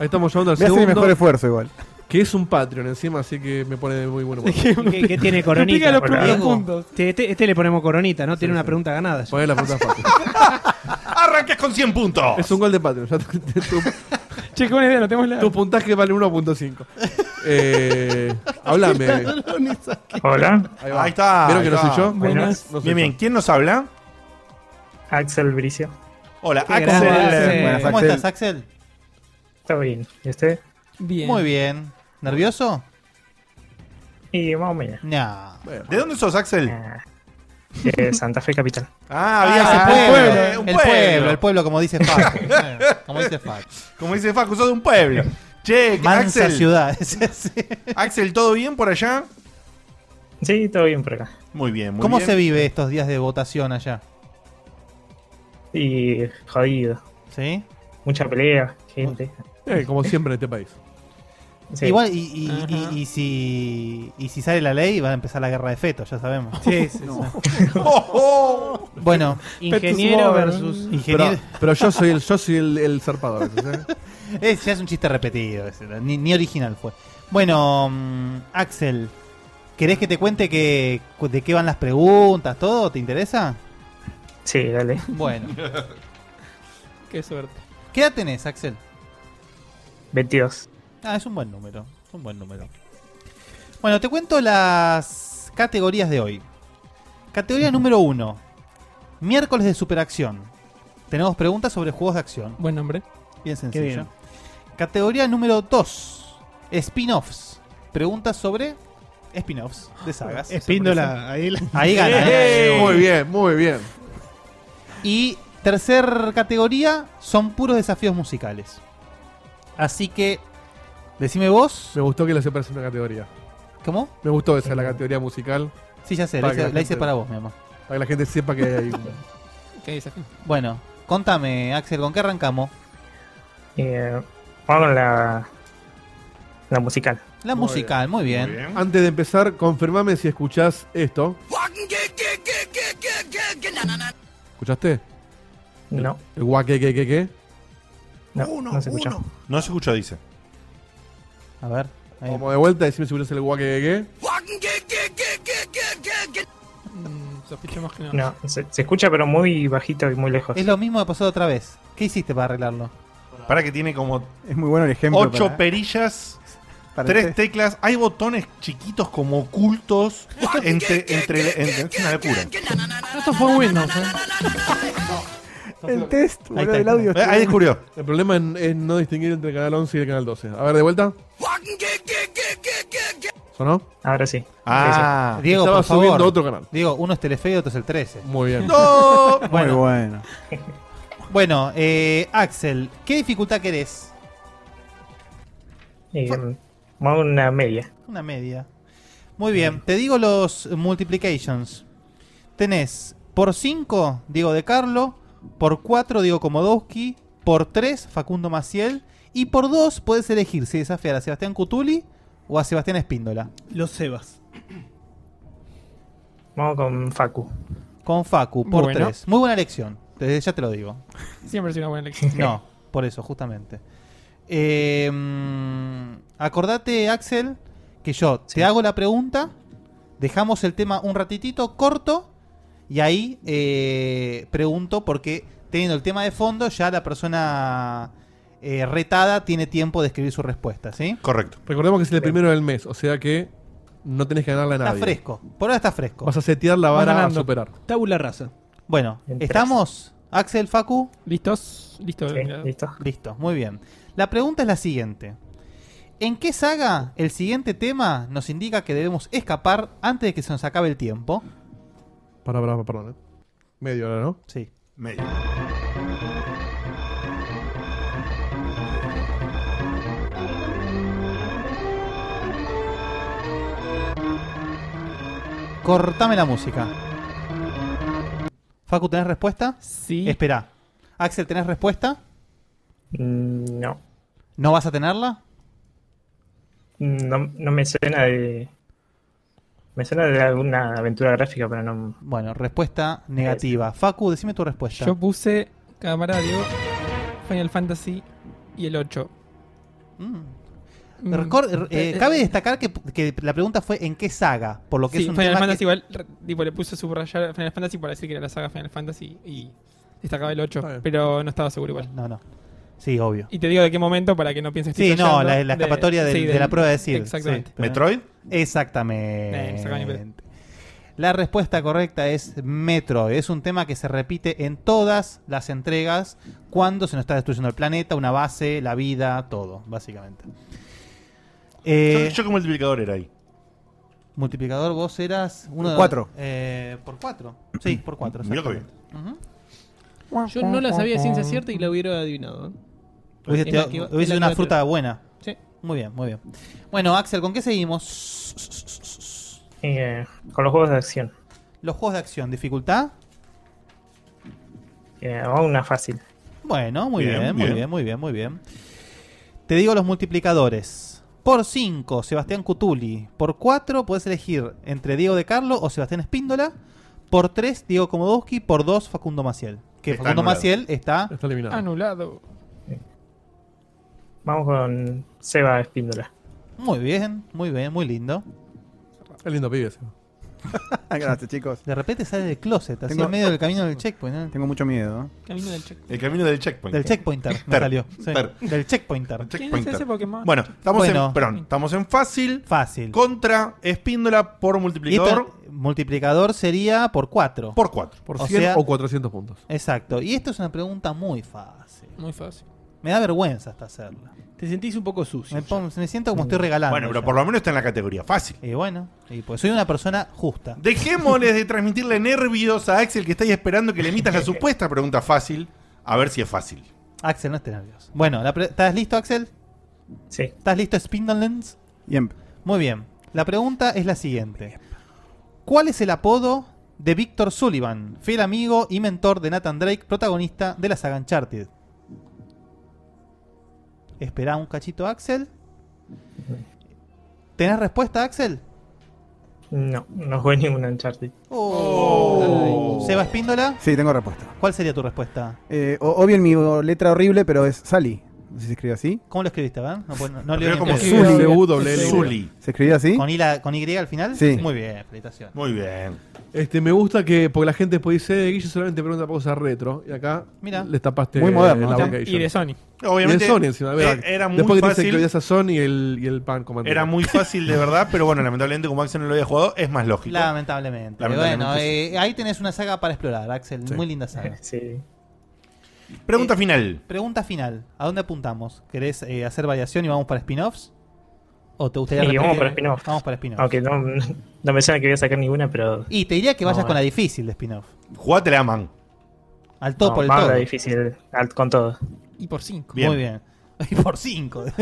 Speaker 4: Ahí estamos llamando al
Speaker 7: Me hace mi mejor
Speaker 4: segundo,
Speaker 7: esfuerzo igual.
Speaker 4: que es un Patreon encima, así que me pone de muy buen humor.
Speaker 5: Que, que tiene
Speaker 6: Explica
Speaker 5: coronita.
Speaker 6: los
Speaker 5: Hola.
Speaker 6: primeros
Speaker 3: Diego.
Speaker 6: puntos.
Speaker 5: Este, este- este le ponemos coronita, ¿no? Tiene una pregunta ganada. ya.
Speaker 4: Poné la puta fácil.
Speaker 2: Arrancas con 100 puntos.
Speaker 4: Es un gol de Patreon. Ya te- te- te-
Speaker 6: Che, qué buena idea, no tenemos la.
Speaker 4: Tu puntaje vale 1.5. Eh, háblame.
Speaker 11: Hola,
Speaker 4: Ahí, va.
Speaker 2: Ahí está,
Speaker 4: ¿Vieron que
Speaker 2: ahí
Speaker 4: no soy
Speaker 2: está.
Speaker 4: yo?
Speaker 6: Buenas.
Speaker 4: No soy yo.
Speaker 2: Bien, bien, ¿quién nos habla?
Speaker 11: Axel Bricio.
Speaker 2: Hola,
Speaker 6: Qué
Speaker 2: Axel.
Speaker 6: grande.
Speaker 7: Buenas,
Speaker 3: ¿Cómo
Speaker 7: Axel.
Speaker 3: estás, Axel?
Speaker 11: Está bien. ¿Y este? usted?
Speaker 6: Bien.
Speaker 3: Muy bien. ¿Nervioso?
Speaker 11: Y más o menos.
Speaker 3: No.
Speaker 2: ¿De dónde sos, Axel?
Speaker 11: Ah, de Santa Fe Capital.
Speaker 2: Ah,
Speaker 3: Ah,
Speaker 2: había
Speaker 3: el pueblo,
Speaker 2: eh,
Speaker 3: el
Speaker 2: un
Speaker 3: pueblo, el pueblo, como dice Facu. Eh, como dice Facu.
Speaker 2: Como dice Facu, sos de un pueblo. Che,
Speaker 3: Mansa
Speaker 2: Axel,
Speaker 3: ciudad. Sí, sí.
Speaker 2: Axel, ¿todo bien por allá?
Speaker 11: Sí, todo bien por acá.
Speaker 2: Muy bien, muy
Speaker 3: ¿Cómo
Speaker 2: bien.
Speaker 3: se vive estos días de votación allá?
Speaker 11: Y jodido.
Speaker 3: ¿Sí?
Speaker 11: Mucha pelea, gente.
Speaker 4: Eh, como siempre en este país.
Speaker 11: Sí.
Speaker 3: Igual, y, y- y-
Speaker 6: Ajá.
Speaker 3: y si, y si sale la ley, va a empezar la guerra de fetos, ya sabemos.
Speaker 5: Sí, sí, sí.
Speaker 2: Oh, oh.
Speaker 3: Bueno,
Speaker 5: Ingeniero versus.
Speaker 4: Pero,
Speaker 3: ingeniero.
Speaker 4: pero yo soy el, yo soy el, el zarpado a veces, ¿eh?
Speaker 3: Es, ya es un chiste repetido, ese, ni, ni original fue. Bueno, mm, Axel, ¿querés que te cuente que, de qué van las preguntas, todo? ¿Te interesa?
Speaker 11: Sí, dale.
Speaker 3: Bueno,
Speaker 6: Qué suerte.
Speaker 3: ¿qué edad tenés, Axel?
Speaker 11: 22.
Speaker 3: Ah, es un buen número, es un buen número. Bueno, te cuento las categorías de hoy. Categoría número uno, miércoles de superacción. Tenemos preguntas sobre juegos de acción.
Speaker 6: Buen nombre.
Speaker 3: Bien
Speaker 5: Qué
Speaker 3: sencillo.
Speaker 5: bien.
Speaker 3: Categoría número 2. Spin-offs. Preguntas sobre spin-offs de sagas.
Speaker 9: Espíndola, ahí la-
Speaker 3: Ahí gana.
Speaker 2: Eh,
Speaker 4: Muy bien, muy bien.
Speaker 3: Y tercer categoría son puros desafíos musicales. Así que, decime vos.
Speaker 4: Me gustó que la separes en una categoría.
Speaker 3: ¿Cómo?
Speaker 4: Me gustó esa, la categoría musical.
Speaker 3: Sí, ya sé, la
Speaker 4: Para que
Speaker 3: hice,
Speaker 4: la
Speaker 3: la hice
Speaker 4: gente-
Speaker 3: para vos, mi amor.
Speaker 4: Para que la gente sepa que hay.
Speaker 6: Qué desafío.
Speaker 3: Bueno, contame, Axel, ¿con qué arrancamos?
Speaker 11: Eh, vamos con la, la musical.
Speaker 3: La
Speaker 4: Muy
Speaker 3: musical, muy bien.
Speaker 2: Muy bien.
Speaker 4: Antes de empezar, confirmame si escuchás esto. ¿Escuchaste?
Speaker 11: No,
Speaker 4: El guaque, que, que, que.
Speaker 11: no, no se escucha.
Speaker 2: No se escuchó, dice.
Speaker 3: A ver. ahí.
Speaker 4: Vamos de vuelta, decime si escuchás el guaque, que, que.
Speaker 6: Mm, sospecho más que no.
Speaker 11: No, se, se escucha pero muy bajito y muy lejos.
Speaker 3: Es lo mismo que pasó otra vez. ¿Qué hiciste para arreglarlo?
Speaker 2: Para que tiene como
Speaker 7: Es muy bueno el ejemplo.
Speaker 2: ocho
Speaker 7: para-
Speaker 2: perillas,
Speaker 7: para
Speaker 2: tres
Speaker 7: el test.
Speaker 2: teclas, hay botones chiquitos como ocultos entre, entre, entre- es una locura.
Speaker 6: Esto fue en Windows, ¿eh?
Speaker 7: El test, boludo,
Speaker 3: está,
Speaker 7: el audio.
Speaker 2: Eh, ahí descubrió.
Speaker 4: El problema es, es no distinguir entre el canal 11 y el canal 12. A ver, de vuelta. ¿Sonó?
Speaker 11: Ahora sí.
Speaker 2: Ah,
Speaker 3: Diego,
Speaker 4: Estaba
Speaker 3: por favor.
Speaker 4: subiendo otro canal.
Speaker 3: Digo, uno es Telefe y otro es el 13.
Speaker 4: Muy bien.
Speaker 2: no.
Speaker 7: Muy
Speaker 3: Bueno,
Speaker 7: bueno.
Speaker 3: Bueno, eh, Axel, ¿qué dificultad querés?
Speaker 11: Eh, vamos con una media.
Speaker 3: Una media. Muy bien, te digo los multiplications. Tenés por 5, Diego de Carlo, por 4, Diego Komodowski, por 3, Facundo Maciel, y por 2 puedes elegir si desafiar a Sebastián Cutuli o a Sebastián Espíndola.
Speaker 5: Los Sebas.
Speaker 11: Vamos con Facu.
Speaker 3: Con Facu, por
Speaker 6: Bueno.
Speaker 3: 3. Muy buena elección, desde ya te lo digo.
Speaker 6: Siempre es una buena elección.
Speaker 3: No, por eso, justamente. Eh, mm, acordate, Axel, que yo te hago la pregunta, dejamos el tema un ratitito corto y ahí eh, pregunto porque teniendo el tema de fondo ya la persona eh, retada tiene tiempo de escribir su respuesta, ¿sí?
Speaker 2: Correcto.
Speaker 4: Recordemos que es el primero del mes, o sea que no tenés que ganarle a
Speaker 3: Está
Speaker 4: nadie.
Speaker 3: fresco, por ahora está fresco.
Speaker 4: Vas a setear la
Speaker 6: Vas
Speaker 4: vara a
Speaker 6: ganando.
Speaker 4: superar.
Speaker 5: Tabula rasa.
Speaker 3: Bueno,
Speaker 11: En tres.
Speaker 3: ¿estamos? Axel, Facu,
Speaker 6: ¿Listos? Listo.
Speaker 11: Sí,
Speaker 6: mira.
Speaker 11: ¿Listo?
Speaker 3: Listo, muy bien. La pregunta es la siguiente. ¿En qué saga el siguiente tema nos indica que debemos escapar antes de que se nos acabe el tiempo?
Speaker 4: Para, para, perdón. ¿eh? Medio hora, ¿no?
Speaker 3: Sí.
Speaker 2: Medio.
Speaker 3: Cortame la música. Facu, ¿tenés respuesta?
Speaker 6: Sí.
Speaker 3: Espera. Axel, ¿tenés respuesta?
Speaker 11: Mm, No.
Speaker 3: ¿No vas a tenerla?
Speaker 11: No, no me suena de. Me suena de alguna aventura gráfica, pero no.
Speaker 3: Bueno, respuesta negativa. Facu, decime tu respuesta.
Speaker 6: Yo puse cámara, Diego, Final Fantasy y el 8.
Speaker 3: Mm.
Speaker 6: Mm.
Speaker 3: Recor- eh,
Speaker 6: Eh,
Speaker 3: cabe destacar que, que la pregunta fue ¿en qué saga? Por lo que
Speaker 6: sí,
Speaker 3: es un
Speaker 6: Final
Speaker 3: tema
Speaker 6: Fantasy
Speaker 3: que-
Speaker 6: igual, re- tipo, le puse subrayar Final Fantasy para decir que era la saga Final Fantasy y destacaba el 8,
Speaker 4: Está bien.
Speaker 6: pero no estaba seguro igual.
Speaker 3: No, no. Sí, obvio.
Speaker 6: Y te digo de qué momento para que no pienses que
Speaker 3: Sí,
Speaker 6: estoy
Speaker 3: no,
Speaker 6: flasheando.
Speaker 3: la, la
Speaker 6: De-
Speaker 3: escapatoria del-
Speaker 6: sí,
Speaker 3: de,
Speaker 6: del-
Speaker 3: la prueba de decir.
Speaker 6: Exactamente.
Speaker 2: ¿Metroid?
Speaker 3: Exactamente.
Speaker 6: Eh, exactamente.
Speaker 3: La respuesta correcta es Metroid. Es un tema que se repite en todas las entregas cuando se nos está destruyendo el planeta, una base, la vida, todo, básicamente. Eh,
Speaker 2: yo, yo qué multiplicador era ahí.
Speaker 3: Multiplicador, vos eras uno de-
Speaker 2: Cuatro.
Speaker 3: eh, por cuatro. Sí, por cuatro.
Speaker 2: Mirá que bien.
Speaker 3: exactamente. Ujú.
Speaker 5: Yo no la sabía a ciencia cierta y la hubiera adivinado. ¿eh?
Speaker 3: Hubiese,
Speaker 5: Es la que-
Speaker 3: hubiese
Speaker 5: es la
Speaker 3: una
Speaker 5: que-
Speaker 3: fruta buena.
Speaker 5: Sí.
Speaker 3: Muy bien, muy bien. Bueno, Axel, ¿con qué seguimos?
Speaker 11: Y, eh, con los juegos de acción.
Speaker 3: Los juegos de acción, dificultad.
Speaker 11: Eh, vamos a una fácil.
Speaker 3: Bueno, muy bien,
Speaker 11: Bien,
Speaker 3: muy
Speaker 11: bien.
Speaker 3: bien, muy bien, muy bien. Te digo los multiplicadores. Por 5, Sebastián Cutuli. Por 4, puedes elegir entre Diego de Carlo o Sebastián Espíndola. Por 3, Diego Komodowski. Por 2, Facundo Maciel. Que
Speaker 11: Está
Speaker 3: Facundo
Speaker 11: anulado.
Speaker 3: Maciel está...
Speaker 4: Está eliminado.
Speaker 6: Anulado.
Speaker 11: Ah, Vamos con Seba Espíndola.
Speaker 3: Muy bien, muy bien, muy lindo.
Speaker 4: Qué lindo pibe ese.
Speaker 7: Gracias, chicos.
Speaker 3: De repente sale del closet, así
Speaker 7: Tengo-
Speaker 3: en medio del camino del checkpoint. ¿eh?
Speaker 7: Tengo mucho miedo. ¿eh?
Speaker 6: Camino del checkpoint.
Speaker 2: El camino del checkpoint.
Speaker 3: Del checkpointer, me
Speaker 2: Ter,
Speaker 3: salió. Sí,
Speaker 2: ter.
Speaker 3: Del checkpointer.
Speaker 2: Checkpointer. Bueno, estamos,
Speaker 3: Bueno.
Speaker 2: En, perdón, estamos en fácil.
Speaker 3: Fácil.
Speaker 2: Contra espíndola por
Speaker 3: Y esto-
Speaker 2: multiplicador.
Speaker 3: multiplicador sería por 4.
Speaker 2: Por 4.
Speaker 4: Por 100 o 400 puntos.
Speaker 3: Exacto. Y esto es una pregunta muy fácil.
Speaker 6: Muy fácil.
Speaker 3: Me da vergüenza hasta hacerla.
Speaker 5: Te sentís un poco sucio.
Speaker 3: Me, pon- me siento como estoy regalando.
Speaker 2: Bueno, pero
Speaker 3: ya.
Speaker 2: por lo menos está en la categoría fácil.
Speaker 3: Y bueno, y pues soy una persona justa.
Speaker 2: Dejémosles de transmitirle nervios a Axel que está ahí esperando que le emitas la supuesta pregunta fácil. A ver si es fácil.
Speaker 3: Axel, no estés nervioso. Bueno, la pre- ¿estás listo, Axel?
Speaker 11: Sí.
Speaker 3: ¿Estás listo, Spindle Lens?
Speaker 7: Bien.
Speaker 3: Muy bien. La pregunta es la siguiente. ¿Cuál es el apodo de Víctor Sullivan, fiel amigo y mentor de Nathan Drake, protagonista de la saga Uncharted? Esperá un cachito, Axel. ¿Tenés respuesta, Axel?
Speaker 11: No, no jugué ninguna Uncharted.
Speaker 5: Oh.
Speaker 3: ¿Seba Espíndola?
Speaker 7: Sí, tengo respuesta.
Speaker 3: ¿Cuál sería tu respuesta?
Speaker 7: Eh, o, o bien mi letra horrible, pero es Sally. No sé si se escribe así.
Speaker 3: ¿Cómo lo escribiste, verdad? No, puedo- no, no
Speaker 2: Pero
Speaker 3: leo
Speaker 2: como
Speaker 3: ni en pedo.
Speaker 2: Zully, W-L. Zully.
Speaker 7: ¿Se escribía así?
Speaker 3: ¿Con, I la- ¿Con Y al final?
Speaker 7: Sí.
Speaker 3: Muy bien, felicitaciones.
Speaker 2: Muy bien.
Speaker 4: Este, me gusta que, porque la gente puede decir, Guille solamente pregunta cosas retro, y acá
Speaker 3: Mira.
Speaker 4: les tapaste
Speaker 7: Muy moderno,
Speaker 4: la
Speaker 7: ¿no?
Speaker 4: boca, Guille.
Speaker 6: Y de Sony.
Speaker 2: Obviamente,
Speaker 4: Y de Sony encima,
Speaker 2: eh,
Speaker 4: ¿verdad?
Speaker 2: era muy
Speaker 4: Después que
Speaker 2: fácil.
Speaker 4: dicen que odias a Sony y el, y el pan comandante.
Speaker 2: Era muy fácil de verdad, pero bueno, lamentablemente como Axel no lo había jugado, es más lógico.
Speaker 3: Lamentablemente.
Speaker 2: Lamentablemente, sí.
Speaker 3: bueno, eh, ahí tenés una saga para explorar, Axel.
Speaker 2: Sí.
Speaker 3: Muy linda saga.
Speaker 11: Sí.
Speaker 2: Pregunta
Speaker 3: eh,
Speaker 2: final.
Speaker 3: Pregunta final. ¿A dónde apuntamos? ¿Querés eh, hacer variación y vamos para spin-offs? ¿O te gustaría
Speaker 11: Y vamos
Speaker 3: repetir?
Speaker 11: para spin-off.
Speaker 3: Vamos para spin-off.
Speaker 11: Aunque no, no pensaba que iba a sacar ninguna, pero.
Speaker 3: Y te diría que vayas
Speaker 11: No,
Speaker 3: con la
Speaker 11: eh.
Speaker 3: difícil de spin-off.
Speaker 2: Jugátela, man.
Speaker 3: Al todo
Speaker 11: no,
Speaker 3: por el
Speaker 11: vamos a
Speaker 3: todo.
Speaker 11: la difícil, al- con todo.
Speaker 6: Y por 5.
Speaker 2: Bien.
Speaker 3: Muy bien. Y por 5.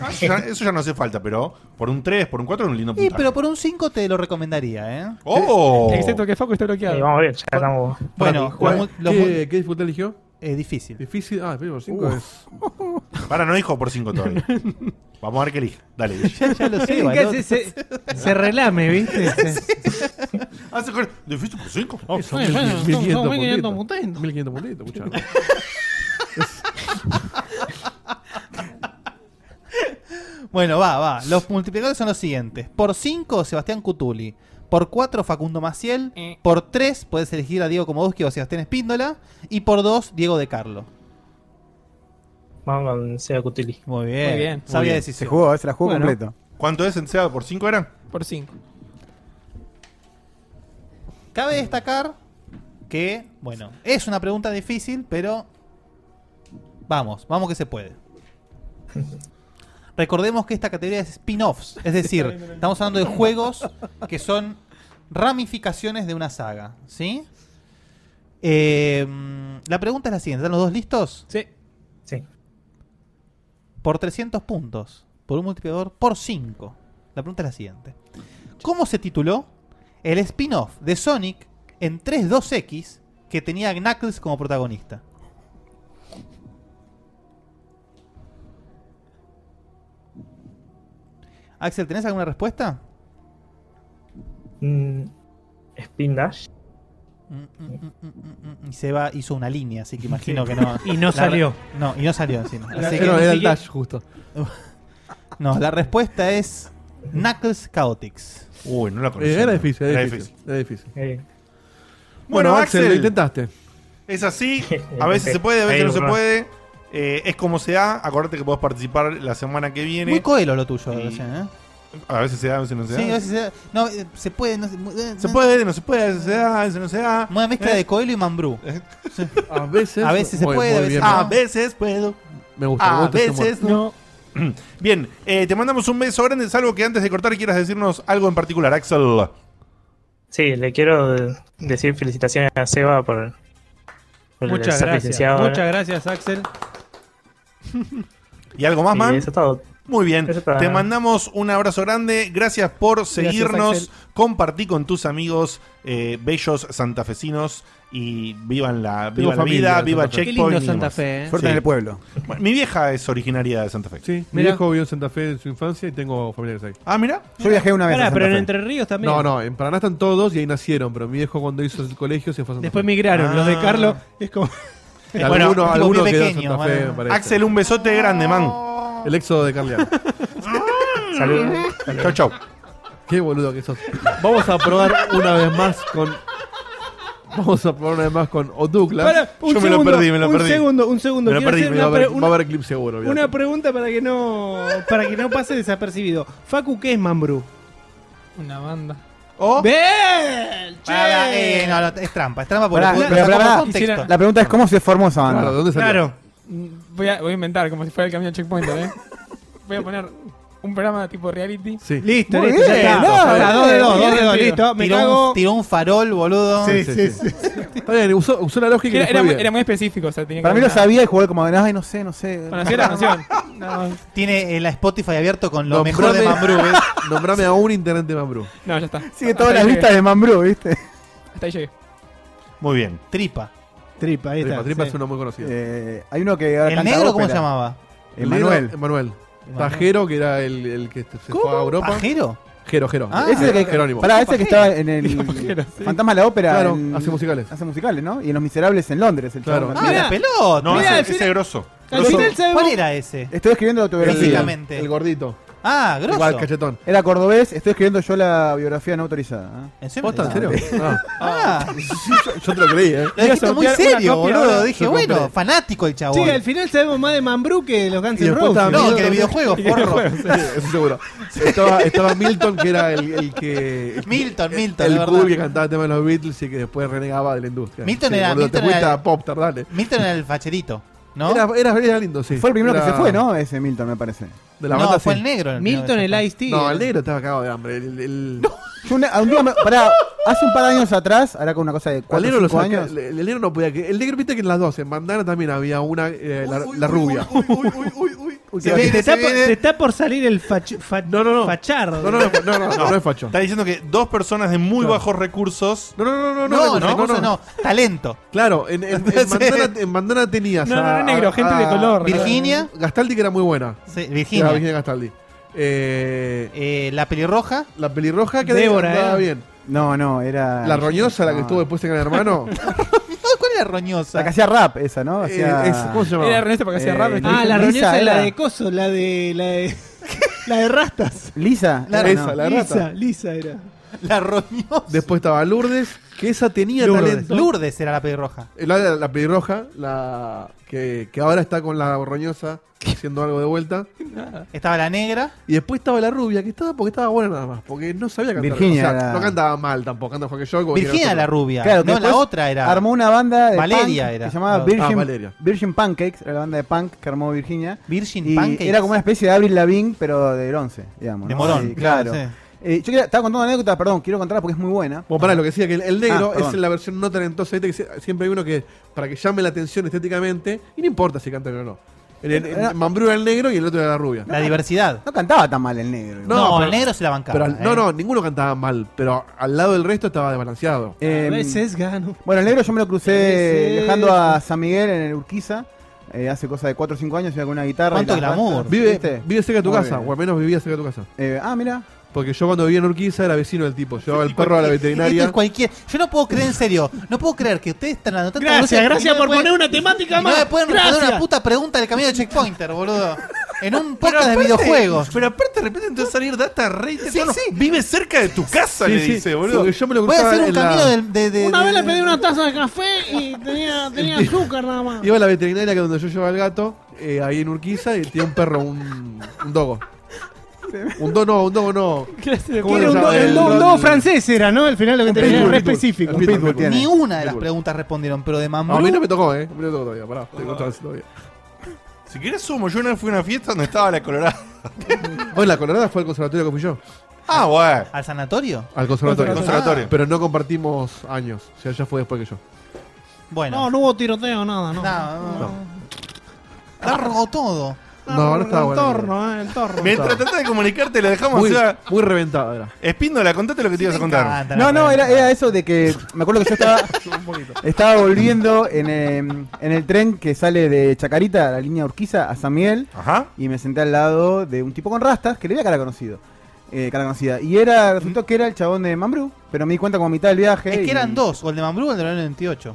Speaker 2: Ah, Eso ya, eso ya no hace falta, pero por un 3, por un 4 es un lindo
Speaker 3: y
Speaker 2: puntaje.
Speaker 3: pero por un 5 te lo recomendaría, ¿eh?
Speaker 2: ¡Oh!
Speaker 6: Excepto que Facu está
Speaker 11: Y
Speaker 6: bloqueado.
Speaker 11: vamos a ver, ya estamos.
Speaker 3: Bueno,
Speaker 4: ¿Cuál-
Speaker 3: los mu- los mu-
Speaker 4: ¿Qué, ¿Qué dificultad eligió?
Speaker 3: eh, difícil.
Speaker 4: Difícil. Ah, pero 5
Speaker 7: Uh.
Speaker 4: es.
Speaker 2: Para, no dijo por 5 todavía. Vamos a ver qué elige. Dale. Guille.
Speaker 3: Ya, ya lo sé.
Speaker 5: Nunca
Speaker 3: boludo.
Speaker 5: se, se- se relame, ¿viste?
Speaker 2: Hace con- ¿Difícil por 5?
Speaker 4: Ah, son mil-
Speaker 5: bueno, son-
Speaker 4: mil quinientos
Speaker 5: son mil quinientos
Speaker 4: puntitos.
Speaker 5: puntitos.
Speaker 4: 1500 puntitos, muchachos.
Speaker 3: Bueno, va, va. Los multiplicadores son los siguientes. Por 5, Sebastián Cutuli. Por 4, Facundo Maciel.
Speaker 6: Eh.
Speaker 3: Por 3, puedes elegir a Diego Komodowski o Sebastián Espíndola. Y por 2, Diego de Carlo.
Speaker 11: Vamos con Seba Cutili.
Speaker 3: Muy bien.
Speaker 6: Muy bien.
Speaker 3: Sabia
Speaker 2: Muy bien.
Speaker 7: Se
Speaker 3: decisión.
Speaker 7: jugó, eh, se la jugó
Speaker 6: Bueno.
Speaker 7: completo.
Speaker 2: ¿Cuánto es en SEA? ¿Por 5 eran?
Speaker 6: Por 5.
Speaker 3: Cabe destacar que, bueno, es una pregunta difícil, pero vamos, vamos que se puede. Recordemos que esta categoría es spin-offs, es decir, estamos hablando de juegos que son ramificaciones de una saga, ¿sí? Eh, la pregunta es la siguiente, ¿están los dos listos?
Speaker 5: Sí.
Speaker 11: Sí.
Speaker 3: Por 300 puntos, por un multiplicador, por 5. La pregunta es la siguiente. ¿Cómo se tituló el spin-off de Sonic en 3.2X que tenía a Knuckles como protagonista? Axel, ¿tenés alguna respuesta?
Speaker 11: Mm, Spin Dash.
Speaker 3: Mm, mm, mm, mm, mm. Y Seba hizo una línea, así que imagino que no.
Speaker 5: Y no
Speaker 3: la re-
Speaker 5: salió.
Speaker 3: No, y no salió encima.
Speaker 4: Era,
Speaker 3: Así que-
Speaker 4: era el
Speaker 5: siquiera-
Speaker 4: Dash, justo.
Speaker 3: no, la respuesta es Knuckles Chaotix.
Speaker 2: Uy, no la
Speaker 4: Eh,
Speaker 2: conocí.
Speaker 4: era difícil, era, difícil. Era difícil.
Speaker 11: Eh,
Speaker 2: Bueno,
Speaker 4: Axel, lo
Speaker 2: Axel,
Speaker 4: intentaste.
Speaker 2: es así. A veces se puede, a veces
Speaker 11: Ahí,
Speaker 2: no se
Speaker 11: bueno.
Speaker 2: puede. Eh, es como se da. Acordate que podés participar la semana que viene.
Speaker 3: Muy coelo lo tuyo,
Speaker 2: Y-
Speaker 3: recién, ¿eh?
Speaker 2: A veces se da, a veces no se da.
Speaker 3: Sí, a veces se da- No, eh, se puede, no se, eh,
Speaker 2: Se
Speaker 3: no-
Speaker 2: puede, no se puede, a veces se da, a veces no se da.
Speaker 3: Una mezcla
Speaker 2: Eh.
Speaker 3: de coelho y mambrú.
Speaker 4: A veces.
Speaker 3: A veces se
Speaker 4: Muy-
Speaker 3: puede,
Speaker 4: muy
Speaker 3: a veces
Speaker 4: bien.
Speaker 3: no.
Speaker 2: A veces puedo.
Speaker 4: Me gusta, me
Speaker 2: A
Speaker 4: gusta ese humor.
Speaker 2: veces no. Bien, eh, te mandamos un beso grande, salvo que antes de cortar quieras decirnos algo en particular, Axel.
Speaker 11: Sí, le quiero decir felicitaciones a Seba por, por
Speaker 5: Muchas
Speaker 11: ser
Speaker 5: gracias.
Speaker 11: licenciado. ¿eh?
Speaker 5: Muchas gracias, Axel.
Speaker 2: ¿Y algo más,
Speaker 11: Y
Speaker 2: man?
Speaker 11: eso es todo.
Speaker 2: Muy bien,
Speaker 11: Eso está.
Speaker 2: te mandamos un abrazo grande, gracias por seguirnos,
Speaker 11: Axel.
Speaker 2: compartí con tus amigos eh, bellos santafesinos y vivan la, viva la
Speaker 4: familia
Speaker 2: vida,
Speaker 4: en
Speaker 2: viva
Speaker 4: Santa Fe.
Speaker 2: Checkpoint.
Speaker 5: Qué lindo
Speaker 2: y
Speaker 5: Santa
Speaker 2: demás.
Speaker 5: Fe, ¿eh?
Speaker 7: Suerte
Speaker 2: Sí.
Speaker 7: en el pueblo.
Speaker 2: Bueno, mi vieja es originaria de Santa Fe.
Speaker 4: Sí, mi
Speaker 5: Mirá.
Speaker 4: viejo vivió en Santa Fe en su infancia y tengo familiares ahí.
Speaker 2: Ah, mira.
Speaker 7: Yo viajé una vez.
Speaker 5: Pará,
Speaker 7: a Santa
Speaker 5: pero en
Speaker 7: Fe.
Speaker 5: Entre Ríos también.
Speaker 4: No, no, en Paraná están todos y ahí nacieron, pero mi viejo cuando hizo el colegio se fue a Santa
Speaker 5: Después
Speaker 4: Fe.
Speaker 5: migraron. Los de
Speaker 2: Ah.
Speaker 5: Carlos es como.
Speaker 4: Alguno,
Speaker 2: Bueno,
Speaker 3: tipo
Speaker 4: alguno
Speaker 3: pie
Speaker 4: quedó en
Speaker 3: pequeño,
Speaker 4: Santa Fe,
Speaker 3: bueno.
Speaker 4: me parece.
Speaker 2: Axel, un besote grande, man.
Speaker 4: El éxodo de Carliano.
Speaker 11: Saludos.
Speaker 2: Chau, chau.
Speaker 4: Qué boludo que sos. Vamos a probar una vez más con. Vamos a probar una vez más con O'Douglas.
Speaker 5: Pará, un
Speaker 2: Yo me lo
Speaker 5: segundo,
Speaker 2: perdí, me lo
Speaker 5: un
Speaker 2: perdí.
Speaker 5: segundo, un segundo.
Speaker 4: Me lo
Speaker 5: Quiero
Speaker 4: perdí,
Speaker 5: hacer
Speaker 4: me lo
Speaker 5: una
Speaker 4: va, a
Speaker 5: pre-
Speaker 4: ver,
Speaker 5: una-
Speaker 4: va a haber clip seguro. olvidate.
Speaker 5: Una pregunta para que no para que no pase desapercibido. Facu, ¿qué es Mambrú?
Speaker 6: Una banda.
Speaker 4: ¿Oh?
Speaker 2: O-
Speaker 5: ¡Bel! ¡Che!
Speaker 3: Pará, eh, no, no, es trampa, es trampa porque
Speaker 7: Pará,
Speaker 3: lo
Speaker 7: pará,
Speaker 3: sacó
Speaker 7: pará.
Speaker 3: por contexto.
Speaker 6: Hicieron-
Speaker 7: La pregunta es: ¿cómo se formó esa banda?
Speaker 4: Claro, ¿dónde salió?
Speaker 5: Claro.
Speaker 6: Mm, Voy a, voy a inventar como si fuera el camino checkpoint, ¿eh? Voy a poner un programa tipo reality.
Speaker 4: Sí.
Speaker 5: Listo,
Speaker 7: Muy
Speaker 5: listo, ya
Speaker 7: bien,
Speaker 5: está.
Speaker 7: no,
Speaker 5: Ya está, dos de dos,
Speaker 6: bien,
Speaker 5: dos de dos,
Speaker 6: bien,
Speaker 5: listo. Me
Speaker 3: tiró,
Speaker 5: cago.
Speaker 3: un, tiró un farol, boludo.
Speaker 4: Sí, sí, sí. Está bien, usó, usó la lógica y
Speaker 6: Era,
Speaker 4: le fue
Speaker 6: era muy,
Speaker 4: bien.
Speaker 6: era muy específico, o sea, tenía
Speaker 7: Para
Speaker 6: que
Speaker 7: mí lo
Speaker 6: haber
Speaker 7: sabía y jugó como, ay, no sé, no sé.
Speaker 6: una- Conocía la canción. No,
Speaker 3: Tiene eh, la Spotify abierto con lo
Speaker 4: Nombrame-
Speaker 3: mejor de Mambrú. ¿eh?
Speaker 4: Nombrame a un intendente de Mambrú.
Speaker 6: no, ya está.
Speaker 7: Sigue
Speaker 6: Hasta
Speaker 7: todas
Speaker 6: ahí
Speaker 7: las
Speaker 6: llegué,
Speaker 7: listas de Mambrú, ¿viste?
Speaker 6: Hasta ahí llegué.
Speaker 2: Muy bien.
Speaker 3: Tripa.
Speaker 5: Tripa, ahí
Speaker 4: Tripa,
Speaker 5: está.
Speaker 4: Tripa
Speaker 5: sí.
Speaker 4: es uno muy conocido.
Speaker 7: Eh, hay uno que ahora
Speaker 3: ¿El
Speaker 7: canta
Speaker 3: negro cómo se
Speaker 7: ópera.
Speaker 3: llamaba?
Speaker 7: Emanuel.
Speaker 4: Emanuel. Tajero, que era el, el que se fue a Europa.
Speaker 3: ¿Pajero?
Speaker 4: Jero, Jero.
Speaker 3: Ah,
Speaker 7: ese es el que,
Speaker 4: Jerónimo.
Speaker 7: Pará, ese que estaba en el
Speaker 6: Pajero, sí.
Speaker 7: Fantasma de la Ópera.
Speaker 4: Claro,
Speaker 7: en-
Speaker 4: hace musicales.
Speaker 7: Hace musicales, ¿no? Y en Los Miserables en Londres, el
Speaker 4: Claro.
Speaker 7: chabón
Speaker 3: Ah,
Speaker 7: también.
Speaker 5: Mirá.
Speaker 3: la pelota.
Speaker 2: No,
Speaker 5: Mirá,
Speaker 2: ese,
Speaker 5: al final-
Speaker 2: ese es grosso.
Speaker 5: Al
Speaker 2: Grosso.
Speaker 5: final sabemos-
Speaker 3: ¿Cuál era ese?
Speaker 7: Estoy escribiendo la autobiografía.
Speaker 3: Físicamente.
Speaker 4: El gordito.
Speaker 3: Ah, grosso.
Speaker 4: Igual, cachetón.
Speaker 7: Era cordobés, estoy escribiendo yo la biografía no autorizada. ¿eh?
Speaker 3: ¿En serio?
Speaker 4: ¿Posta, en serio? Ah,
Speaker 3: Ah,
Speaker 4: yo, yo te lo creí, ¿eh?
Speaker 3: lo dijiste
Speaker 6: sortear
Speaker 3: muy
Speaker 6: una copia
Speaker 3: serio, boludo.
Speaker 6: ahora.
Speaker 3: Dije,
Speaker 4: Yo compré.
Speaker 3: bueno, fanático el
Speaker 5: Sí,
Speaker 3: chabón.
Speaker 5: al final sabemos más de Mambrú que de los Guns
Speaker 4: Y
Speaker 5: N'
Speaker 4: después
Speaker 5: Roses.
Speaker 4: estaba
Speaker 3: No,
Speaker 4: Milton-
Speaker 3: que de videojuegos, porro.
Speaker 4: Sí, eso seguro. Estaba, estaba Milton, que era el, el que. el que-
Speaker 3: Milton, Milton,
Speaker 4: El
Speaker 3: la
Speaker 4: cool que
Speaker 3: verdad.
Speaker 4: cantaba temas de los Beatles y que después renegaba de la industria.
Speaker 3: Milton
Speaker 4: Sí,
Speaker 3: era-
Speaker 4: boludo,
Speaker 3: Milton
Speaker 4: te fuiste
Speaker 3: era-
Speaker 4: a Popstar, dale.
Speaker 3: Milton era el facherito, ¿no?
Speaker 4: Era, era, era lindo, sí.
Speaker 7: Fue el primero
Speaker 4: Era-
Speaker 7: que se fue, ¿no? Ese Milton, me parece.
Speaker 4: De la
Speaker 3: no,
Speaker 4: banda,
Speaker 3: fue
Speaker 4: sí.
Speaker 3: el negro. el
Speaker 5: Milton
Speaker 3: negro.
Speaker 5: el Ice T.
Speaker 4: No, el negro estaba cagado de hambre. El, el-
Speaker 7: Yo una- un día me- pará, hace un par de años atrás, ahora con una cosa de
Speaker 4: Al
Speaker 7: 4
Speaker 4: negro,
Speaker 7: o
Speaker 4: lo
Speaker 7: 5
Speaker 4: saca-
Speaker 7: años.
Speaker 4: el, el negro no podía. que- El negro, viste que en las dos, en Bandana también había una, eh, la, la rubia.
Speaker 5: Se te- te, está por, te está por salir el fach- fa-
Speaker 4: No, no, no.
Speaker 5: fachardo.
Speaker 4: No, no, no, no, no, no, no es facho.
Speaker 2: Está diciendo que dos personas de muy bajos recursos.
Speaker 4: No, no, no, no,
Speaker 3: No,
Speaker 4: no,
Speaker 3: no, no, no. Talento.
Speaker 4: Claro, en, en, en Bandana, en Bandana tenías.
Speaker 6: No, no,
Speaker 4: a-
Speaker 6: no, negro,
Speaker 4: a-
Speaker 6: gente de
Speaker 4: a-
Speaker 6: color.
Speaker 3: Virginia.
Speaker 4: ah, Gastaldi, que era muy buena.
Speaker 3: Sí,
Speaker 4: Era
Speaker 3: Virginia.
Speaker 4: Virginia Gastaldi. Eh,
Speaker 3: Eh, la pelirroja.
Speaker 4: la pelirroja que
Speaker 5: Débora,
Speaker 4: andaba
Speaker 5: eh.
Speaker 4: bien.
Speaker 7: No, no, era.
Speaker 4: La roñosa, la que
Speaker 7: no.
Speaker 4: estuvo después en el hermano.
Speaker 3: No, ¿Cuál era roñosa?
Speaker 7: La que hacía rap, esa, ¿no? Hacía-
Speaker 4: Eh, es- ¿Cómo se llamaba?
Speaker 6: Era Ernesto porque hacía
Speaker 7: Eh,
Speaker 6: rap.
Speaker 5: Ah,
Speaker 7: Lisa
Speaker 5: la reunión es la
Speaker 7: era.
Speaker 5: de Coso, la de. La de, la de Rastas.
Speaker 7: Lisa.
Speaker 4: La
Speaker 7: era,
Speaker 4: esa,
Speaker 7: no.
Speaker 4: la-
Speaker 5: Lisa,
Speaker 4: rata.
Speaker 5: Lisa era.
Speaker 3: La roñosa.
Speaker 4: Después estaba Lourdes, que esa tenía
Speaker 3: Lourdes.
Speaker 4: talento.
Speaker 3: Lourdes era la pelirroja.
Speaker 4: Eh, La, la pelirroja, la que, que ahora está con la roñosa haciendo algo de vuelta.
Speaker 3: Estaba la negra.
Speaker 4: Y después estaba la rubia, que estaba porque estaba buena nada más, porque no sabía cantar.
Speaker 7: Virginia
Speaker 4: O sea,
Speaker 7: era-
Speaker 4: no cantaba mal tampoco, cantaba mejor que yo. como
Speaker 3: Virginia
Speaker 4: cualquiera
Speaker 3: era la
Speaker 4: nosotros.
Speaker 3: rubia.
Speaker 7: Claro, que
Speaker 3: no, la
Speaker 7: después
Speaker 3: otra era.
Speaker 7: Armó una banda de
Speaker 3: Valeria
Speaker 7: punk
Speaker 3: era.
Speaker 7: que se llamaba
Speaker 3: No.
Speaker 7: Virgin,
Speaker 4: Ah, Valeria.
Speaker 7: Virgin Pancakes, era la banda de punk que armó Virginia.
Speaker 3: Virgin
Speaker 7: Y
Speaker 3: Pancakes.
Speaker 7: era como una especie de Avril Lavigne, pero del 11, digamos.
Speaker 3: De
Speaker 7: ¿no?
Speaker 3: morón.
Speaker 7: Sí, claro.
Speaker 3: sí.
Speaker 7: Eh, yo quería- estaba contando una anécdota, perdón, quiero contarla porque es muy buena.
Speaker 4: Bueno, pará, lo que decía que el, el negro
Speaker 7: Ah,
Speaker 4: es
Speaker 7: perdón.
Speaker 4: la versión no talentosa. ¿viste? Que sie- siempre hay uno que, para que llame la atención estéticamente, y no importa si canta bien o no. En, en- en
Speaker 7: Era-
Speaker 4: Mambrú era el negro y el otro era la rubia.
Speaker 3: La diversidad.
Speaker 7: No cantaba tan mal el negro. igual.
Speaker 3: No,
Speaker 4: No,
Speaker 3: el
Speaker 4: pero-
Speaker 3: negro se la bancaba.
Speaker 4: Pero al- no,
Speaker 3: eh.
Speaker 4: no, ninguno cantaba mal, pero al lado del resto estaba desbalanceado. Em,
Speaker 7: Eh,
Speaker 5: a veces gano.
Speaker 7: Bueno, el negro yo me lo
Speaker 5: Ese-
Speaker 7: crucé viajando a San Miguel en el Urquiza. eh, hace cosa de 4 o 5 años iba con una guitarra.
Speaker 3: ¿Cuánto
Speaker 7: y las
Speaker 3: glamour?
Speaker 7: rastas,
Speaker 4: Vive,
Speaker 7: ¿viste?
Speaker 4: vive cerca de tu
Speaker 7: pues. Muy
Speaker 4: casa,
Speaker 7: bien.
Speaker 4: o al menos vivía cerca de tu casa.
Speaker 7: Eh, ah, mira.
Speaker 4: Porque yo cuando vivía en Urquiza era vecino del tipo, llevaba el perro a la
Speaker 3: Esto este es
Speaker 4: veterinaria.
Speaker 3: cualquier. Yo no puedo creer en serio. No puedo creer que ustedes están dando tanta
Speaker 5: Gracias,
Speaker 3: velocidad y
Speaker 5: gracias
Speaker 3: no me
Speaker 5: por
Speaker 3: pueden-
Speaker 5: poner una temática
Speaker 3: y No
Speaker 5: más.
Speaker 3: me pueden responder
Speaker 5: Gracias.
Speaker 3: una puta pregunta del camino de checkpointer, boludo. En un podcast de videojuegos.
Speaker 2: Pero aparte de repente te va a salir data rey. Vive cerca de tu casa,
Speaker 4: Sí,
Speaker 2: le
Speaker 4: sí.
Speaker 2: dice, boludo.
Speaker 4: Porque yo me lo Voy a cruzaba hacer un en la- camino del- de- de-
Speaker 12: Una vez le pedí una taza de café y tenía, tenía azúcar nada más.
Speaker 4: Iba a la veterinaria que donde yo llevaba al gato, eh, ahí en Urquiza, y tenía un perro, un, un dogo. Un dogo no, un dogo no. ¿Cómo
Speaker 5: Era
Speaker 4: lo
Speaker 5: un
Speaker 4: llama?
Speaker 5: do- el do- un dogo francés era, ¿no? Al final lo que tenía era re específico.
Speaker 3: Ni una de las preguntas respondieron, pero de Mambrú.
Speaker 4: A mí no me tocó, eh. No me tocó todavía, pará. Te contaba eso todavía.
Speaker 2: Si querés sumo, yo una vez fui a una fiesta donde estaba la colorada.
Speaker 4: Bueno, la colorada fue al conservatorio que fui yo.
Speaker 2: Ah, bueno.
Speaker 3: ¿Al sanatorio?
Speaker 4: Al conservatorio.
Speaker 2: Conservatorio.
Speaker 4: Pero no compartimos años. O sea, ya fue después que yo.
Speaker 3: Bueno.
Speaker 12: No, no hubo tiroteo, nada, no.
Speaker 4: No.
Speaker 3: Largo todo.
Speaker 5: Ah.
Speaker 4: No, ahora está
Speaker 12: El
Speaker 4: bueno.
Speaker 12: torno, eh, el torno.
Speaker 2: Mientras tratás de comunicarte, lo dejamos
Speaker 4: Muy-
Speaker 2: hacer.
Speaker 4: Muy reventada era.
Speaker 2: Espíndola, contate lo que te ibas a contar.
Speaker 7: No, no, era, era eso de que. Me acuerdo que yo estaba. estaba volviendo en, eh, en el tren que sale de Chacarita, la línea Urquiza, a San Miguel. Y me senté al lado de un tipo con rastas que le veía cara conocido. eh, cara conocida. Y era, resultó que era el chabón de Mambrú. Pero me di cuenta como a mitad del viaje.
Speaker 3: Es que
Speaker 7: y-
Speaker 3: eran dos, o el de Mambrú o el del 98.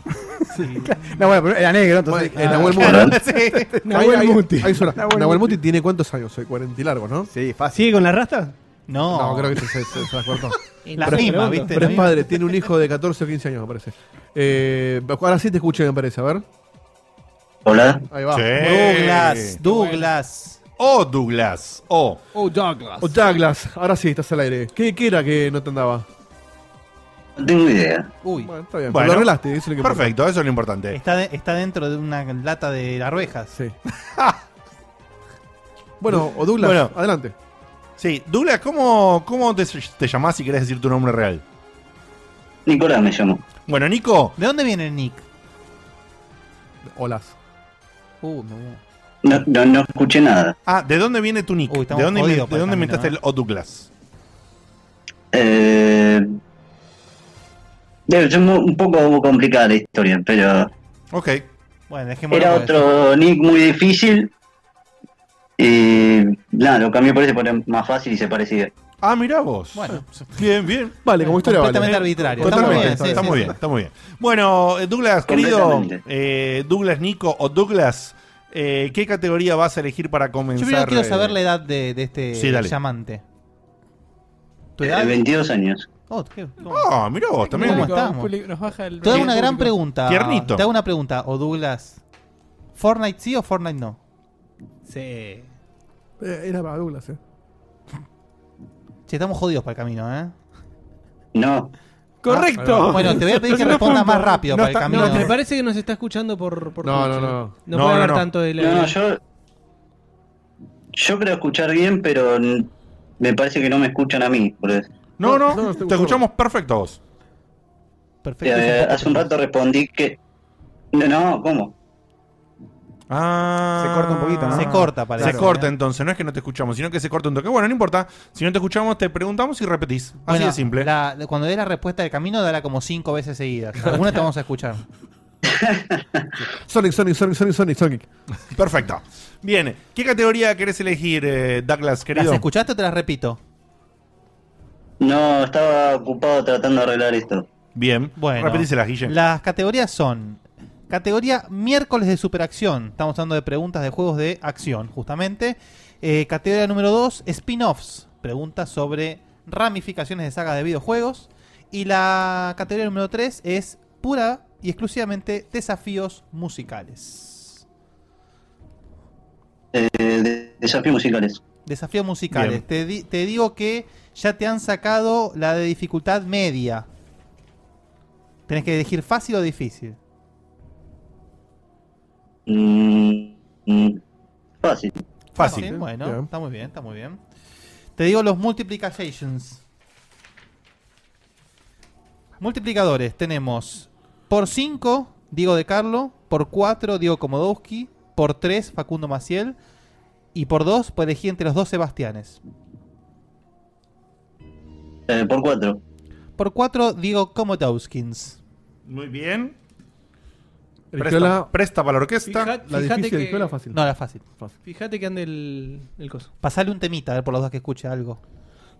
Speaker 7: No, bueno, pero era negro, entonces. ah.
Speaker 4: Bueno, eh, Nahuel Muti. Ahí- ahí- ahí suena. Nahuel Muti tiene cuántos años hoy, 40 y largos, ¿no?
Speaker 7: Sí, fácil.
Speaker 5: ¿Sigue con la rasta?
Speaker 3: No.
Speaker 4: No, creo que se, se, se- se la cortó.
Speaker 3: La
Speaker 4: Pero-
Speaker 3: misma, ¿viste?
Speaker 4: Pero
Speaker 3: La
Speaker 4: es
Speaker 3: misma.
Speaker 4: padre, tiene un hijo de 14 o 15 años, me parece. Eh, ahora sí te escuché, me parece, a ver.
Speaker 13: Hola.
Speaker 4: Ahí va.
Speaker 2: Sí.
Speaker 3: Douglas, Douglas.
Speaker 2: Oh, Douglas. Oh.
Speaker 4: Oh, Douglas. Oh, Douglas. Ahora sí, estás al aire. ¿Qué, qué era que no te andaba?
Speaker 13: No tengo idea.
Speaker 3: Uy.
Speaker 4: Bueno, está bien. pero
Speaker 2: Bueno,
Speaker 4: lo arreglaste, eso es lo que importa.
Speaker 2: Perfecto, eso es lo importante.
Speaker 3: Está, de- está dentro de una lata de arvejas.
Speaker 4: Sí. Bueno, o Douglas, adelante.
Speaker 2: Sí, Douglas, ¿cómo, cómo te, te llamás si querés decir tu nombre real?
Speaker 13: Nicolás me llamo.
Speaker 2: Bueno, Nico.
Speaker 3: ¿De dónde viene el Nick?
Speaker 4: Olas.
Speaker 3: Uh, no.
Speaker 13: No, no, no escuché nada.
Speaker 2: Ah, ¿de dónde viene tu Nick?
Speaker 3: estamos
Speaker 2: ¿De dónde,
Speaker 3: jodidos
Speaker 2: inventaste
Speaker 3: para
Speaker 2: de dónde
Speaker 3: el
Speaker 2: inventaste
Speaker 3: camino, ¿eh?
Speaker 2: el O Douglas?
Speaker 13: Eh, debe ser mu- un poco complicada la historia, pero
Speaker 2: Ok.
Speaker 3: Bueno, dejemos
Speaker 2: pues,
Speaker 13: era otro nick muy difícil. Y nada, lo cambié por ese porque era más fácil y se parecía.
Speaker 2: Ah, mirá vos.
Speaker 3: Bueno.
Speaker 2: Bien, bien.
Speaker 4: Vale, como historia vale.
Speaker 3: Completamente arbitrario.
Speaker 2: Está muy bien,
Speaker 3: Está ¿eh? bien, sí,
Speaker 2: está
Speaker 3: sí,
Speaker 2: muy
Speaker 3: sí.
Speaker 2: bien, está muy bien. Bueno, eh, Douglas, querido,
Speaker 13: Completamente.
Speaker 2: eh, Douglas Nico o Douglas, eh, ¿qué categoría vas a elegir para
Speaker 3: Yo
Speaker 2: comenzar?
Speaker 3: primero quiero
Speaker 2: eh,
Speaker 3: saber la edad de, de este
Speaker 2: Sí, dale.
Speaker 3: llamante. ¿Tu
Speaker 13: Eh,
Speaker 3: edad?
Speaker 13: 22 años.
Speaker 3: Oh, qué- ¿cómo-
Speaker 2: Ah, mirá vos, también.
Speaker 3: ¿Cómo estamos?
Speaker 6: Public- Nos baja el
Speaker 3: Te hago una gran pregunta.
Speaker 2: Tiernito.
Speaker 3: Te hago una pregunta, o Douglas. ¿Fortnite sí o Fortnite no?
Speaker 5: Sí.
Speaker 4: Eh, Era para Douglas, eh.
Speaker 3: Che, estamos jodidos para el camino, ¿eh? Ah,
Speaker 13: No.
Speaker 6: Correcto.
Speaker 3: Bueno, te voy a pedir que responda más rápido para el camino.
Speaker 5: No, me parece que nos está escuchando por, por
Speaker 4: No,
Speaker 5: Twitch,
Speaker 4: no,
Speaker 5: eh.
Speaker 4: no.
Speaker 2: No,
Speaker 5: No, puede
Speaker 2: no,
Speaker 5: haber
Speaker 2: no.
Speaker 5: tanto de la-
Speaker 13: No, no, yo. Yo creo escuchar bien, pero n- me parece que no me escuchan a mí. Por eso.
Speaker 2: No, no,
Speaker 4: No, no,
Speaker 2: te escuchamos perfecto a vos.
Speaker 3: Perfecto.
Speaker 13: Eh, hace un rato respondí que. No, no, ¿cómo?
Speaker 2: Ah,
Speaker 7: Se corta un poquito, ¿no?
Speaker 3: Se corta, parece.
Speaker 2: Se corta entonces, no es que no te escuchamos, sino que se corta un toque. Bueno, no importa, si no te escuchamos, te preguntamos y repetís. Así
Speaker 3: Bueno,
Speaker 2: de simple.
Speaker 3: la- cuando dé la respuesta del camino, dala como cinco veces seguidas. Alguna te vamos a escuchar.
Speaker 4: Sonic, Sonic, Sonic, Sonic, Sonic, Sonic.
Speaker 2: Perfecto. Bien, ¿qué categoría querés elegir, eh, Douglas,
Speaker 3: ¿Las
Speaker 2: querido?
Speaker 3: escuchaste o te las repito?
Speaker 13: No, estaba ocupado tratando de arreglar esto.
Speaker 2: Bien,
Speaker 3: Bueno.
Speaker 2: repetíselas, Guille.
Speaker 3: Las categorías son categoría miércoles de superacción. Estamos hablando de preguntas de juegos de acción, justamente. Eh, categoría número 2, spin-offs. Preguntas sobre ramificaciones de sagas de videojuegos. Y la categoría número 3 es pura y exclusivamente desafíos musicales.
Speaker 13: Eh, de- desafíos musicales.
Speaker 3: Desafíos musicales.
Speaker 2: Bien.
Speaker 3: Te, di- te digo que ya te han sacado la de dificultad media. Tenés que elegir fácil o difícil.
Speaker 13: Mm, mm, fácil.
Speaker 2: Fácil.
Speaker 3: Ok, bueno,
Speaker 4: Bien.
Speaker 3: está muy bien, está muy bien. Te digo los multiplications. Multiplicadores tenemos por 5, Diego de Carlo, por 4, Diego Komodowski, por 3, Facundo Maciel, y por 2, por elegir entre los dos Sebastianes.
Speaker 13: Eh, por cuatro.
Speaker 3: Por 4, Diego Komodowskins.
Speaker 2: Muy bien.
Speaker 4: Escuela-
Speaker 2: Presta, presta para la orquesta.
Speaker 5: Fija-
Speaker 4: La
Speaker 5: fíjate
Speaker 4: difícil,
Speaker 5: que-
Speaker 4: escuela fácil.
Speaker 3: No, era fácil.
Speaker 5: Fíjate que anda el, el coso.
Speaker 3: Pasale un temita, a ver por los dos que escuche algo.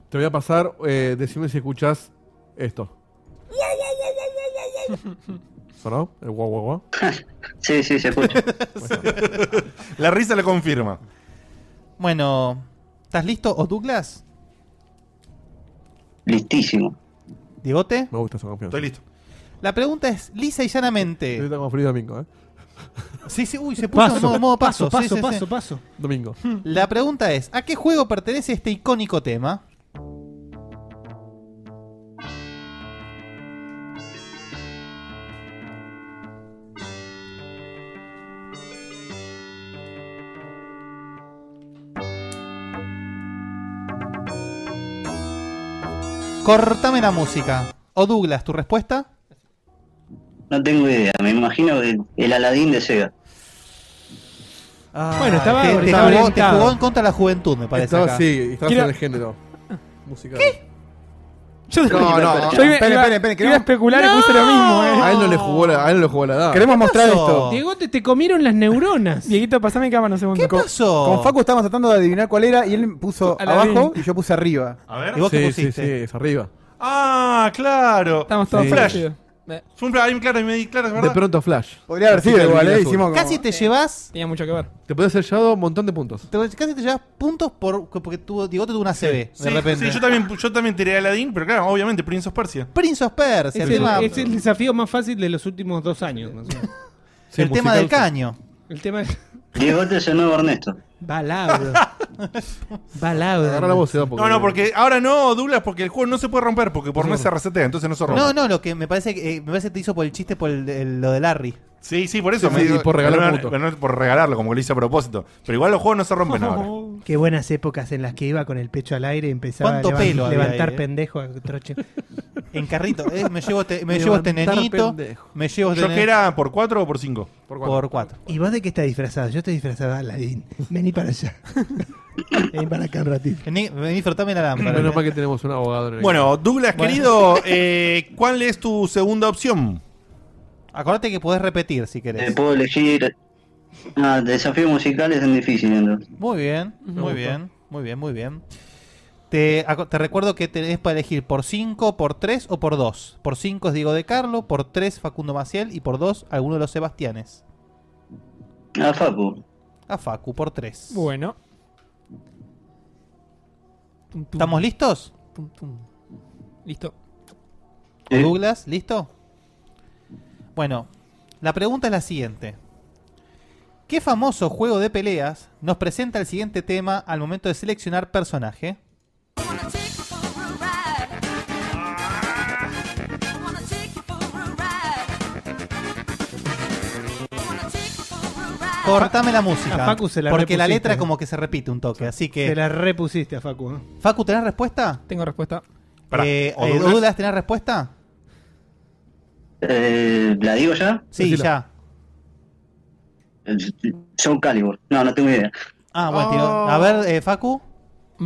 Speaker 4: Te voy a pasar, eh, decime si escuchás esto. ¿Sonó? El guau guau guau.
Speaker 13: Sí, sí, se escucha.
Speaker 2: La risa lo confirma.
Speaker 3: Bueno, ¿estás listo, o Douglas?
Speaker 13: Listísimo.
Speaker 3: ¿Diegote?
Speaker 4: Me gusta esa campeón.
Speaker 2: Estoy listo.
Speaker 3: La pregunta es lisa y llanamente.
Speaker 4: Ahorita como frío domingo, ¿eh?
Speaker 3: Sí, sí, uy, se puso en modo, modo paso.
Speaker 4: Paso,
Speaker 3: sí,
Speaker 4: paso,
Speaker 3: sí,
Speaker 4: paso,
Speaker 3: sí. Hmm.
Speaker 4: paso. Domingo.
Speaker 3: La pregunta es, ¿a qué juego pertenece este icónico tema? Cortame la música. O Douglas, ¿tu respuesta?
Speaker 13: No tengo idea. Me imagino que el Aladín de Sega.
Speaker 3: bueno,
Speaker 4: estaba-
Speaker 3: te, te
Speaker 4: estaba
Speaker 3: jugó, te
Speaker 4: orientado.
Speaker 3: jugó en contra de la juventud, me parece.
Speaker 4: Estaba,
Speaker 3: acá.
Speaker 4: sí, estaba
Speaker 3: Quiero-
Speaker 4: en el género musical.
Speaker 6: Yo
Speaker 4: no, no,
Speaker 6: Yo iba-
Speaker 4: Esperen,
Speaker 6: iba-
Speaker 4: esperen, esperen,
Speaker 6: iba a especular y puse lo mismo, eh.
Speaker 4: A él no le jugó la, a él no le jugó la edad.
Speaker 5: Diego, te, te comieron las neuronas.
Speaker 6: Dieguito, pasame cámara un segundo.
Speaker 5: ¿Qué
Speaker 7: pasó? Con Facu estábamos tratando de adivinar cuál era y él puso
Speaker 6: Aladín.
Speaker 7: abajo y yo puse arriba.
Speaker 2: A ver.
Speaker 7: ¿Y vos qué
Speaker 4: Sí,
Speaker 7: pusiste?
Speaker 4: Sí, sí, es arriba.
Speaker 2: Ah, claro.
Speaker 6: Estamos
Speaker 4: todos
Speaker 2: un flash.
Speaker 4: parecidos.
Speaker 7: Eh,
Speaker 2: Fue un flash, hay un claro, y me di claro, es
Speaker 4: De
Speaker 2: verdad.
Speaker 4: pronto Flash.
Speaker 7: Podría haber
Speaker 4: Así
Speaker 7: sido
Speaker 4: que
Speaker 7: igual,
Speaker 4: adivinas
Speaker 7: ¿eh?
Speaker 4: uno.
Speaker 7: Hicimos como-
Speaker 3: Casi te llevas.
Speaker 6: Tenía mucho que ver.
Speaker 4: Te podías haber llevado un montón de puntos.
Speaker 3: Te- casi te llevas puntos por, porque tuvo, Diego tuvo una CB
Speaker 2: Sí,
Speaker 3: de repente.
Speaker 2: sí, yo también, yo también tiré a Aladdin, pero claro, obviamente, Prince of Persia.
Speaker 3: Prince of Persia,
Speaker 5: Es
Speaker 3: el
Speaker 5: el,
Speaker 3: tema,
Speaker 5: es el desafío más fácil de los últimos dos años. más o menos.
Speaker 3: el tema del caño.
Speaker 5: El tema es.
Speaker 13: Diego este te sonó Ernesto.
Speaker 5: Balabro. Balabro.
Speaker 2: No, no, porque ahora no, Douglas, porque el juego no se puede romper, porque por
Speaker 3: No se
Speaker 2: mes se resetea, entonces no se rompe.
Speaker 3: No, no, lo que me parece que eh, me parece que te hizo por el chiste por el- el- lo de Larry.
Speaker 2: Sí, sí, por eso.
Speaker 3: Sí,
Speaker 2: me
Speaker 3: sí,
Speaker 2: digo-
Speaker 3: y por regalar
Speaker 2: pero no-
Speaker 3: puntos.
Speaker 2: pero no por regalarlo, como que lo hice a propósito. Pero igual los juegos no se rompen ahora.
Speaker 5: Qué buenas épocas en las que iba con el pecho al aire y empezaba
Speaker 3: ¿Cuánto
Speaker 5: a levan-
Speaker 3: pelo había
Speaker 5: levantar
Speaker 3: ahí, eh?
Speaker 5: pendejo a troche.
Speaker 3: En carrito, eh, me llevo este, me llevo este nenito, me llevo este
Speaker 2: ¿Yo
Speaker 3: nen-
Speaker 2: que era por 4 o por 5? Por
Speaker 5: ¿Y vos de qué estás disfrazado? Yo estoy disfrazado de Aladdin. Vení para allá. Vení para acá un ratito.
Speaker 3: Vení, vení, frotame la lámpara.
Speaker 4: Menos mal que tenemos un abogado en el
Speaker 2: Bueno, Douglas, querido, eh, ¿cuál es tu segunda opción?
Speaker 3: Acordate que podés repetir si querés.
Speaker 13: Eh, puedo elegir. Ah, desafío musical es en difícil entonces.
Speaker 3: Muy bien,
Speaker 13: Me
Speaker 3: muy
Speaker 13: gustó.
Speaker 3: bien, muy bien, muy bien. Te, aco- te recuerdo que tenés para elegir por 5, por 3 o por 2. Por 5 es Diego de Carlo, por 3 Facundo Maciel y por 2 alguno de los Sebastianes.
Speaker 13: Ah, Facu.
Speaker 3: A Facu por 3.
Speaker 6: Bueno.
Speaker 3: ¿Estamos listos?
Speaker 6: Listo.
Speaker 3: Douglas, ¿listo? Bueno, la pregunta es la siguiente. ¿Qué famoso juego de peleas nos presenta el siguiente tema al momento de seleccionar personaje? Cortame la música.
Speaker 5: A Facu se la
Speaker 3: porque la
Speaker 5: repusiste,
Speaker 3: letra
Speaker 5: ¿no?
Speaker 3: como que se repite un toque, así que...
Speaker 5: Te la repusiste a Facu. ¿eh? ¿no?
Speaker 3: Facu, ¿tenés respuesta?
Speaker 6: Tengo respuesta.
Speaker 2: Pará,
Speaker 3: eh,
Speaker 2: ¿o
Speaker 3: eh,
Speaker 2: Douglas?
Speaker 3: Douglas, ¿tenés respuesta?
Speaker 13: Eh, ¿La digo ya?
Speaker 3: Sí, ya.
Speaker 13: Son Calibur. No, no tengo idea.
Speaker 3: Ah, bueno, tío. A ver, eh, Facu. No,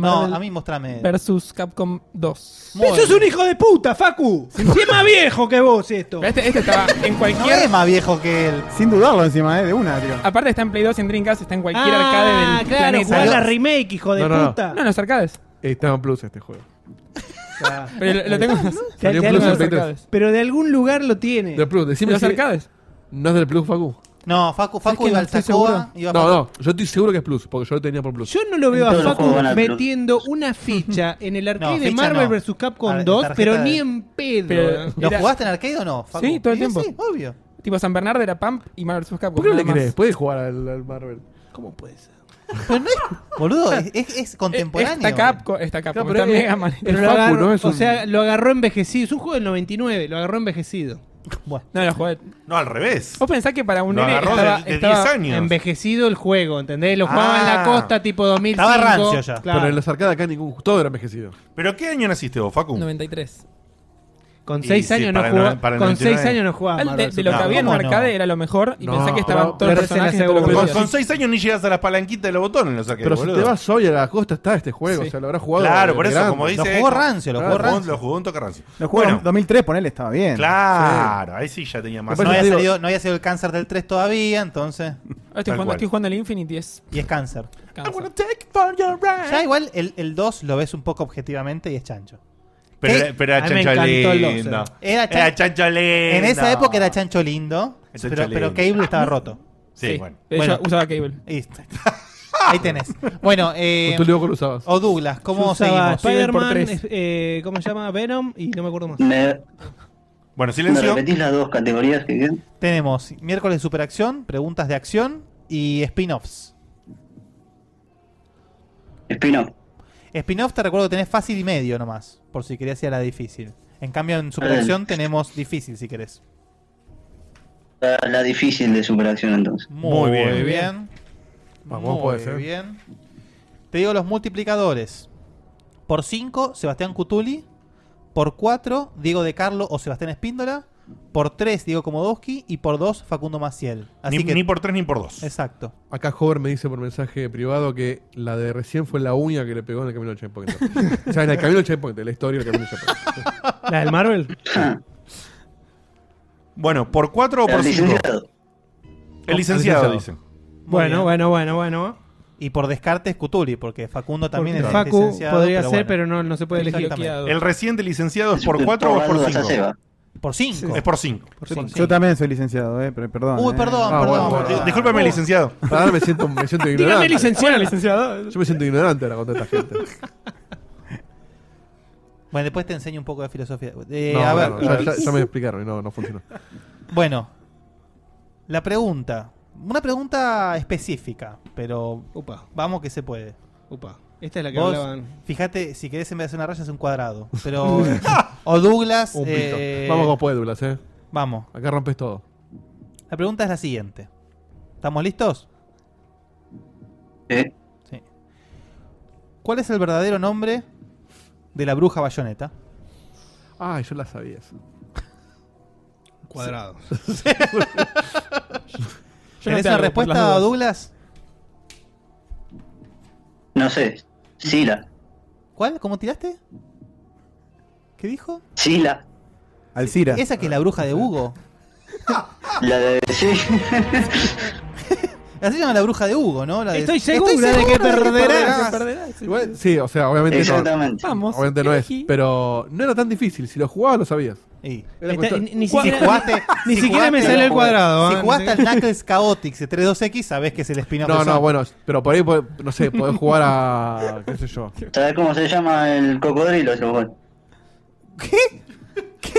Speaker 6: Oh. Marvel
Speaker 3: a mí mostrame.
Speaker 6: Versus Capcom 2.
Speaker 3: Muy
Speaker 5: ¡Sos un hijo de puta, Facu! ¡Si es más viejo que vos esto!
Speaker 6: Este, este estaba en
Speaker 7: No
Speaker 6: cualquier.
Speaker 7: es
Speaker 3: más viejo que él.
Speaker 7: Sin dudarlo encima, ¿eh? De una, tío.
Speaker 6: Aparte está en Play 2 y en Dreamcast, está en cualquier
Speaker 5: Ah,
Speaker 6: arcade del
Speaker 5: claro,
Speaker 6: planeta.
Speaker 5: jugá la remake, hijo de
Speaker 4: No, no, no.
Speaker 5: puta.
Speaker 6: No, en los arcades.
Speaker 4: Estaba en Plus este juego.
Speaker 6: Pero lo- lo tengo-
Speaker 5: ¿no?
Speaker 6: Salió
Speaker 5: De- de
Speaker 6: Plus en
Speaker 5: algún-
Speaker 6: los arcades.
Speaker 5: Pero de algún lugar lo tiene.
Speaker 4: Del Plus, decime
Speaker 6: ¿Los
Speaker 4: si-
Speaker 6: arcades?
Speaker 4: ¿No es del Plus, Facu?
Speaker 3: No, Facu, Facu
Speaker 6: que
Speaker 3: iba
Speaker 6: no
Speaker 3: al
Speaker 6: estoy
Speaker 3: Tacoa.
Speaker 4: No, no, yo estoy seguro que es Plus, porque yo lo tenía por Plus.
Speaker 5: Yo no lo veo
Speaker 4: Todos
Speaker 5: a
Speaker 4: los
Speaker 5: Facu
Speaker 4: juegos van al Plus.
Speaker 5: metiendo una ficha en el arcade
Speaker 3: No,
Speaker 5: de
Speaker 3: ficha
Speaker 5: Marvel
Speaker 3: no.
Speaker 5: vs. Capcom
Speaker 3: Tar-
Speaker 5: 2,
Speaker 3: tarjeta
Speaker 5: pero
Speaker 3: de-
Speaker 5: ni en pedo.
Speaker 6: Pero-
Speaker 5: ¿no?
Speaker 3: ¿Lo
Speaker 6: Era-
Speaker 3: jugaste en arcade o no, Facu?
Speaker 6: Sí, todo el
Speaker 3: Y
Speaker 6: tiempo.
Speaker 3: Sí, obvio.
Speaker 6: Tipo San Bernardo era Pump y Marvel vs. Capcom.
Speaker 4: ¿Por qué no le
Speaker 6: nada más.
Speaker 4: crees? Puede jugar al, al Marvel.
Speaker 6: ¿Cómo puede ser?
Speaker 3: Boludo, es, es-
Speaker 5: Eh,
Speaker 3: es contemporáneo.
Speaker 6: Está Capcom, está Capcom,
Speaker 3: Claro, pero
Speaker 6: está
Speaker 3: es-
Speaker 6: Mega Man.
Speaker 5: Pero lo agarró, O sea, lo agarró envejecido. Es un juego del 99, lo agarró envejecido.
Speaker 6: No, lo jugué.
Speaker 2: No, al revés.
Speaker 6: Vos pensás que para un
Speaker 2: Lo
Speaker 6: nene
Speaker 2: agarró de-
Speaker 6: estaba,
Speaker 2: de
Speaker 6: estaba
Speaker 2: 10 años.
Speaker 5: Envejecido el juego, ¿entendés? Lo jugaba en la
Speaker 2: Ah.
Speaker 5: costa tipo 2005. Claro.
Speaker 4: Pero en los arcades acá ningún Uh, todo era envejecido.
Speaker 2: ¿Pero qué año naciste vos, Facu?
Speaker 6: 93.
Speaker 5: Con
Speaker 2: Y
Speaker 5: 6
Speaker 2: sí,
Speaker 5: años, no
Speaker 2: para el
Speaker 5: jugaba.
Speaker 2: no- para el
Speaker 5: Con
Speaker 2: 99.
Speaker 5: 6 años no jugaba.
Speaker 6: Al- de-
Speaker 5: Marvel
Speaker 6: de lo
Speaker 5: vs.
Speaker 6: que había en
Speaker 5: Capcom.
Speaker 6: un arcade era lo mejor y pensé que estaban todos los personajes y todos los
Speaker 2: Con,
Speaker 6: videos.
Speaker 2: con seis años ni llegas a las palanquitas de los botones, los saqué,
Speaker 4: Pero
Speaker 2: boludo.
Speaker 4: si te vas hoy a la costa está este juego,
Speaker 2: Sí.
Speaker 4: o sea, lo habrás jugado.
Speaker 2: Claro,
Speaker 4: de
Speaker 2: por eso,
Speaker 4: grande.
Speaker 2: como dice. Claro, Lo jugó un toque rancio.
Speaker 7: Lo jugó en
Speaker 2: Bueno.
Speaker 7: 2003, ponele, estaba bien.
Speaker 2: Claro, ahí sí ya tenía más.
Speaker 3: No había,
Speaker 2: años.
Speaker 3: salido, no había salido el cáncer del 3 todavía, entonces.
Speaker 6: Ahora estoy, jugando, estoy jugando el Infinity y es.
Speaker 3: Y es cáncer.
Speaker 6: cáncer.
Speaker 3: Ya igual el, el 2 lo ves un poco objetivamente y es chancho.
Speaker 2: Pero,
Speaker 3: ¿Qué?
Speaker 2: pero era chancho lindo.
Speaker 6: eh.
Speaker 3: Era, chan-
Speaker 2: Era chancho lindo.
Speaker 3: En esa época era chancho lindo,
Speaker 2: Es el
Speaker 3: pero,
Speaker 2: chancho
Speaker 3: pero
Speaker 6: Ah,
Speaker 2: lindo.
Speaker 3: Cable estaba roto.
Speaker 2: Sí, bueno.
Speaker 6: Yo usaba Cable.
Speaker 3: Listo. Ahí tenés. Bueno, eh,
Speaker 4: O tú, Leo, ¿cuál usabas?
Speaker 3: O Douglas,
Speaker 5: Yo
Speaker 3: ¿cómo
Speaker 5: usaba
Speaker 3: seguimos?
Speaker 5: Spider-Man, es- eh, ¿cómo se llama? Venom y no me acuerdo más.
Speaker 13: Me,
Speaker 2: Bueno,
Speaker 13: ¿Me repetís las dos categorías que quedan?
Speaker 3: Tenemos miércoles superacción, preguntas de acción y spin-offs.
Speaker 13: Spin-off.
Speaker 3: Spin-off te recuerdo que tenés fácil y medio nomás, por si querías ir a la difícil. En cambio en superacción tenemos difícil si querés.
Speaker 13: La, la difícil de superacción entonces.
Speaker 3: Muy bien. Muy bien.
Speaker 13: Vamos, puede ser.
Speaker 3: bien. Te digo los multiplicadores. Por 5, Sebastián Cutuli. Por 4, Diego De Carlo o Sebastián Espíndola. Por 3, Diego Komodowski. Y por 2, Facundo Maciel. Así
Speaker 4: Ni-
Speaker 3: que,
Speaker 4: ni por
Speaker 2: 3 ni por 2.
Speaker 3: Exacto.
Speaker 4: Acá Hover me dice por mensaje privado que la de recién fue la única que le pegó en el camino al checkpoint. o sea, en el camino al checkpoint, en la historia del camino al checkpoint.
Speaker 5: ¿La del Marvel?
Speaker 2: Bueno, ¿por 4 o por 5? El licenciado, dicen.
Speaker 5: Bueno, bueno, bueno, bueno.
Speaker 3: Y por descarte es Cutuli, porque Facundo también
Speaker 5: Porque
Speaker 3: es
Speaker 5: Facu
Speaker 3: licenciado.
Speaker 5: podría
Speaker 3: bueno.
Speaker 5: ser, pero no- no se puede elegir.
Speaker 3: Exactamente.
Speaker 2: El reciente licenciado es por 4 o es por 5.
Speaker 3: Por 5.
Speaker 2: Es por 5.
Speaker 7: Yo también soy licenciado, eh, pero perdón.
Speaker 3: Uy,
Speaker 7: eh.
Speaker 3: perdón, Ah, perdón, bueno, perdón.
Speaker 2: Discúlpame, licenciado.
Speaker 4: Ahora me siento, me siento ignorante.
Speaker 3: Dígame, licenciado,
Speaker 5: licenciado.
Speaker 4: Yo me siento ignorante ahora con toda esta gente.
Speaker 3: Bueno, después te enseño un poco de filosofía. Eh,
Speaker 4: No,
Speaker 3: a ver,
Speaker 4: no, ya, ya- ya me explicaron y no, no funcionó.
Speaker 3: Bueno, la pregunta. Una pregunta específica, pero vamos que se puede.
Speaker 5: Upa. Esta es la que
Speaker 3: Vos,
Speaker 5: hablaban.
Speaker 3: Fíjate, si querés en vez de hacer una raya es un cuadrado. Pero. o Douglas.
Speaker 4: Un pito.
Speaker 3: eh,
Speaker 4: Vamos como puede, Douglas, eh.
Speaker 3: Vamos.
Speaker 4: Acá rompes todo.
Speaker 3: La pregunta es la siguiente. ¿Estamos listos?
Speaker 13: Sí.
Speaker 3: ¿Cuál es el verdadero nombre de la bruja bayoneta?
Speaker 4: Ah, yo la sabía. eso.
Speaker 9: Cuadrado.
Speaker 3: ¿Tenés una respuesta, Douglas?
Speaker 13: No sé. Sila.
Speaker 3: ¿Cuál? ¿Cómo tiraste? ¿Qué dijo?
Speaker 13: Sila.
Speaker 7: Alcira.
Speaker 3: ¿Esa que es la bruja de Hugo?
Speaker 13: La de. Sí.
Speaker 3: Así se llama la bruja de Hugo, ¿no? La de-
Speaker 5: Estoy segura de que perderás.
Speaker 4: Igual, sí, o sea, obviamente
Speaker 5: Exactamente.
Speaker 4: no.
Speaker 5: Vamos,
Speaker 4: obviamente no es.
Speaker 5: elegí.
Speaker 4: Pero no era tan difícil. Si lo jugabas, lo sabías.
Speaker 3: este
Speaker 4: Era
Speaker 5: Está-
Speaker 4: cuestión-
Speaker 5: ni- ni
Speaker 4: Cu-
Speaker 5: siquiera- ni
Speaker 3: si
Speaker 5: siquiera me
Speaker 3: jugaste-
Speaker 5: sale el cuadrado,
Speaker 3: Si
Speaker 5: ¿eh?
Speaker 3: jugaste al Knuckles Chaotix de 3-2X, sabés que es el spin-off.
Speaker 4: No, no,
Speaker 3: de Sonic.
Speaker 4: bueno, pero por ahí, pod- no sé, podés jugar a. qué sé yo.
Speaker 13: ¿Sabés cómo se llama el cocodrilo? Es lo bueno.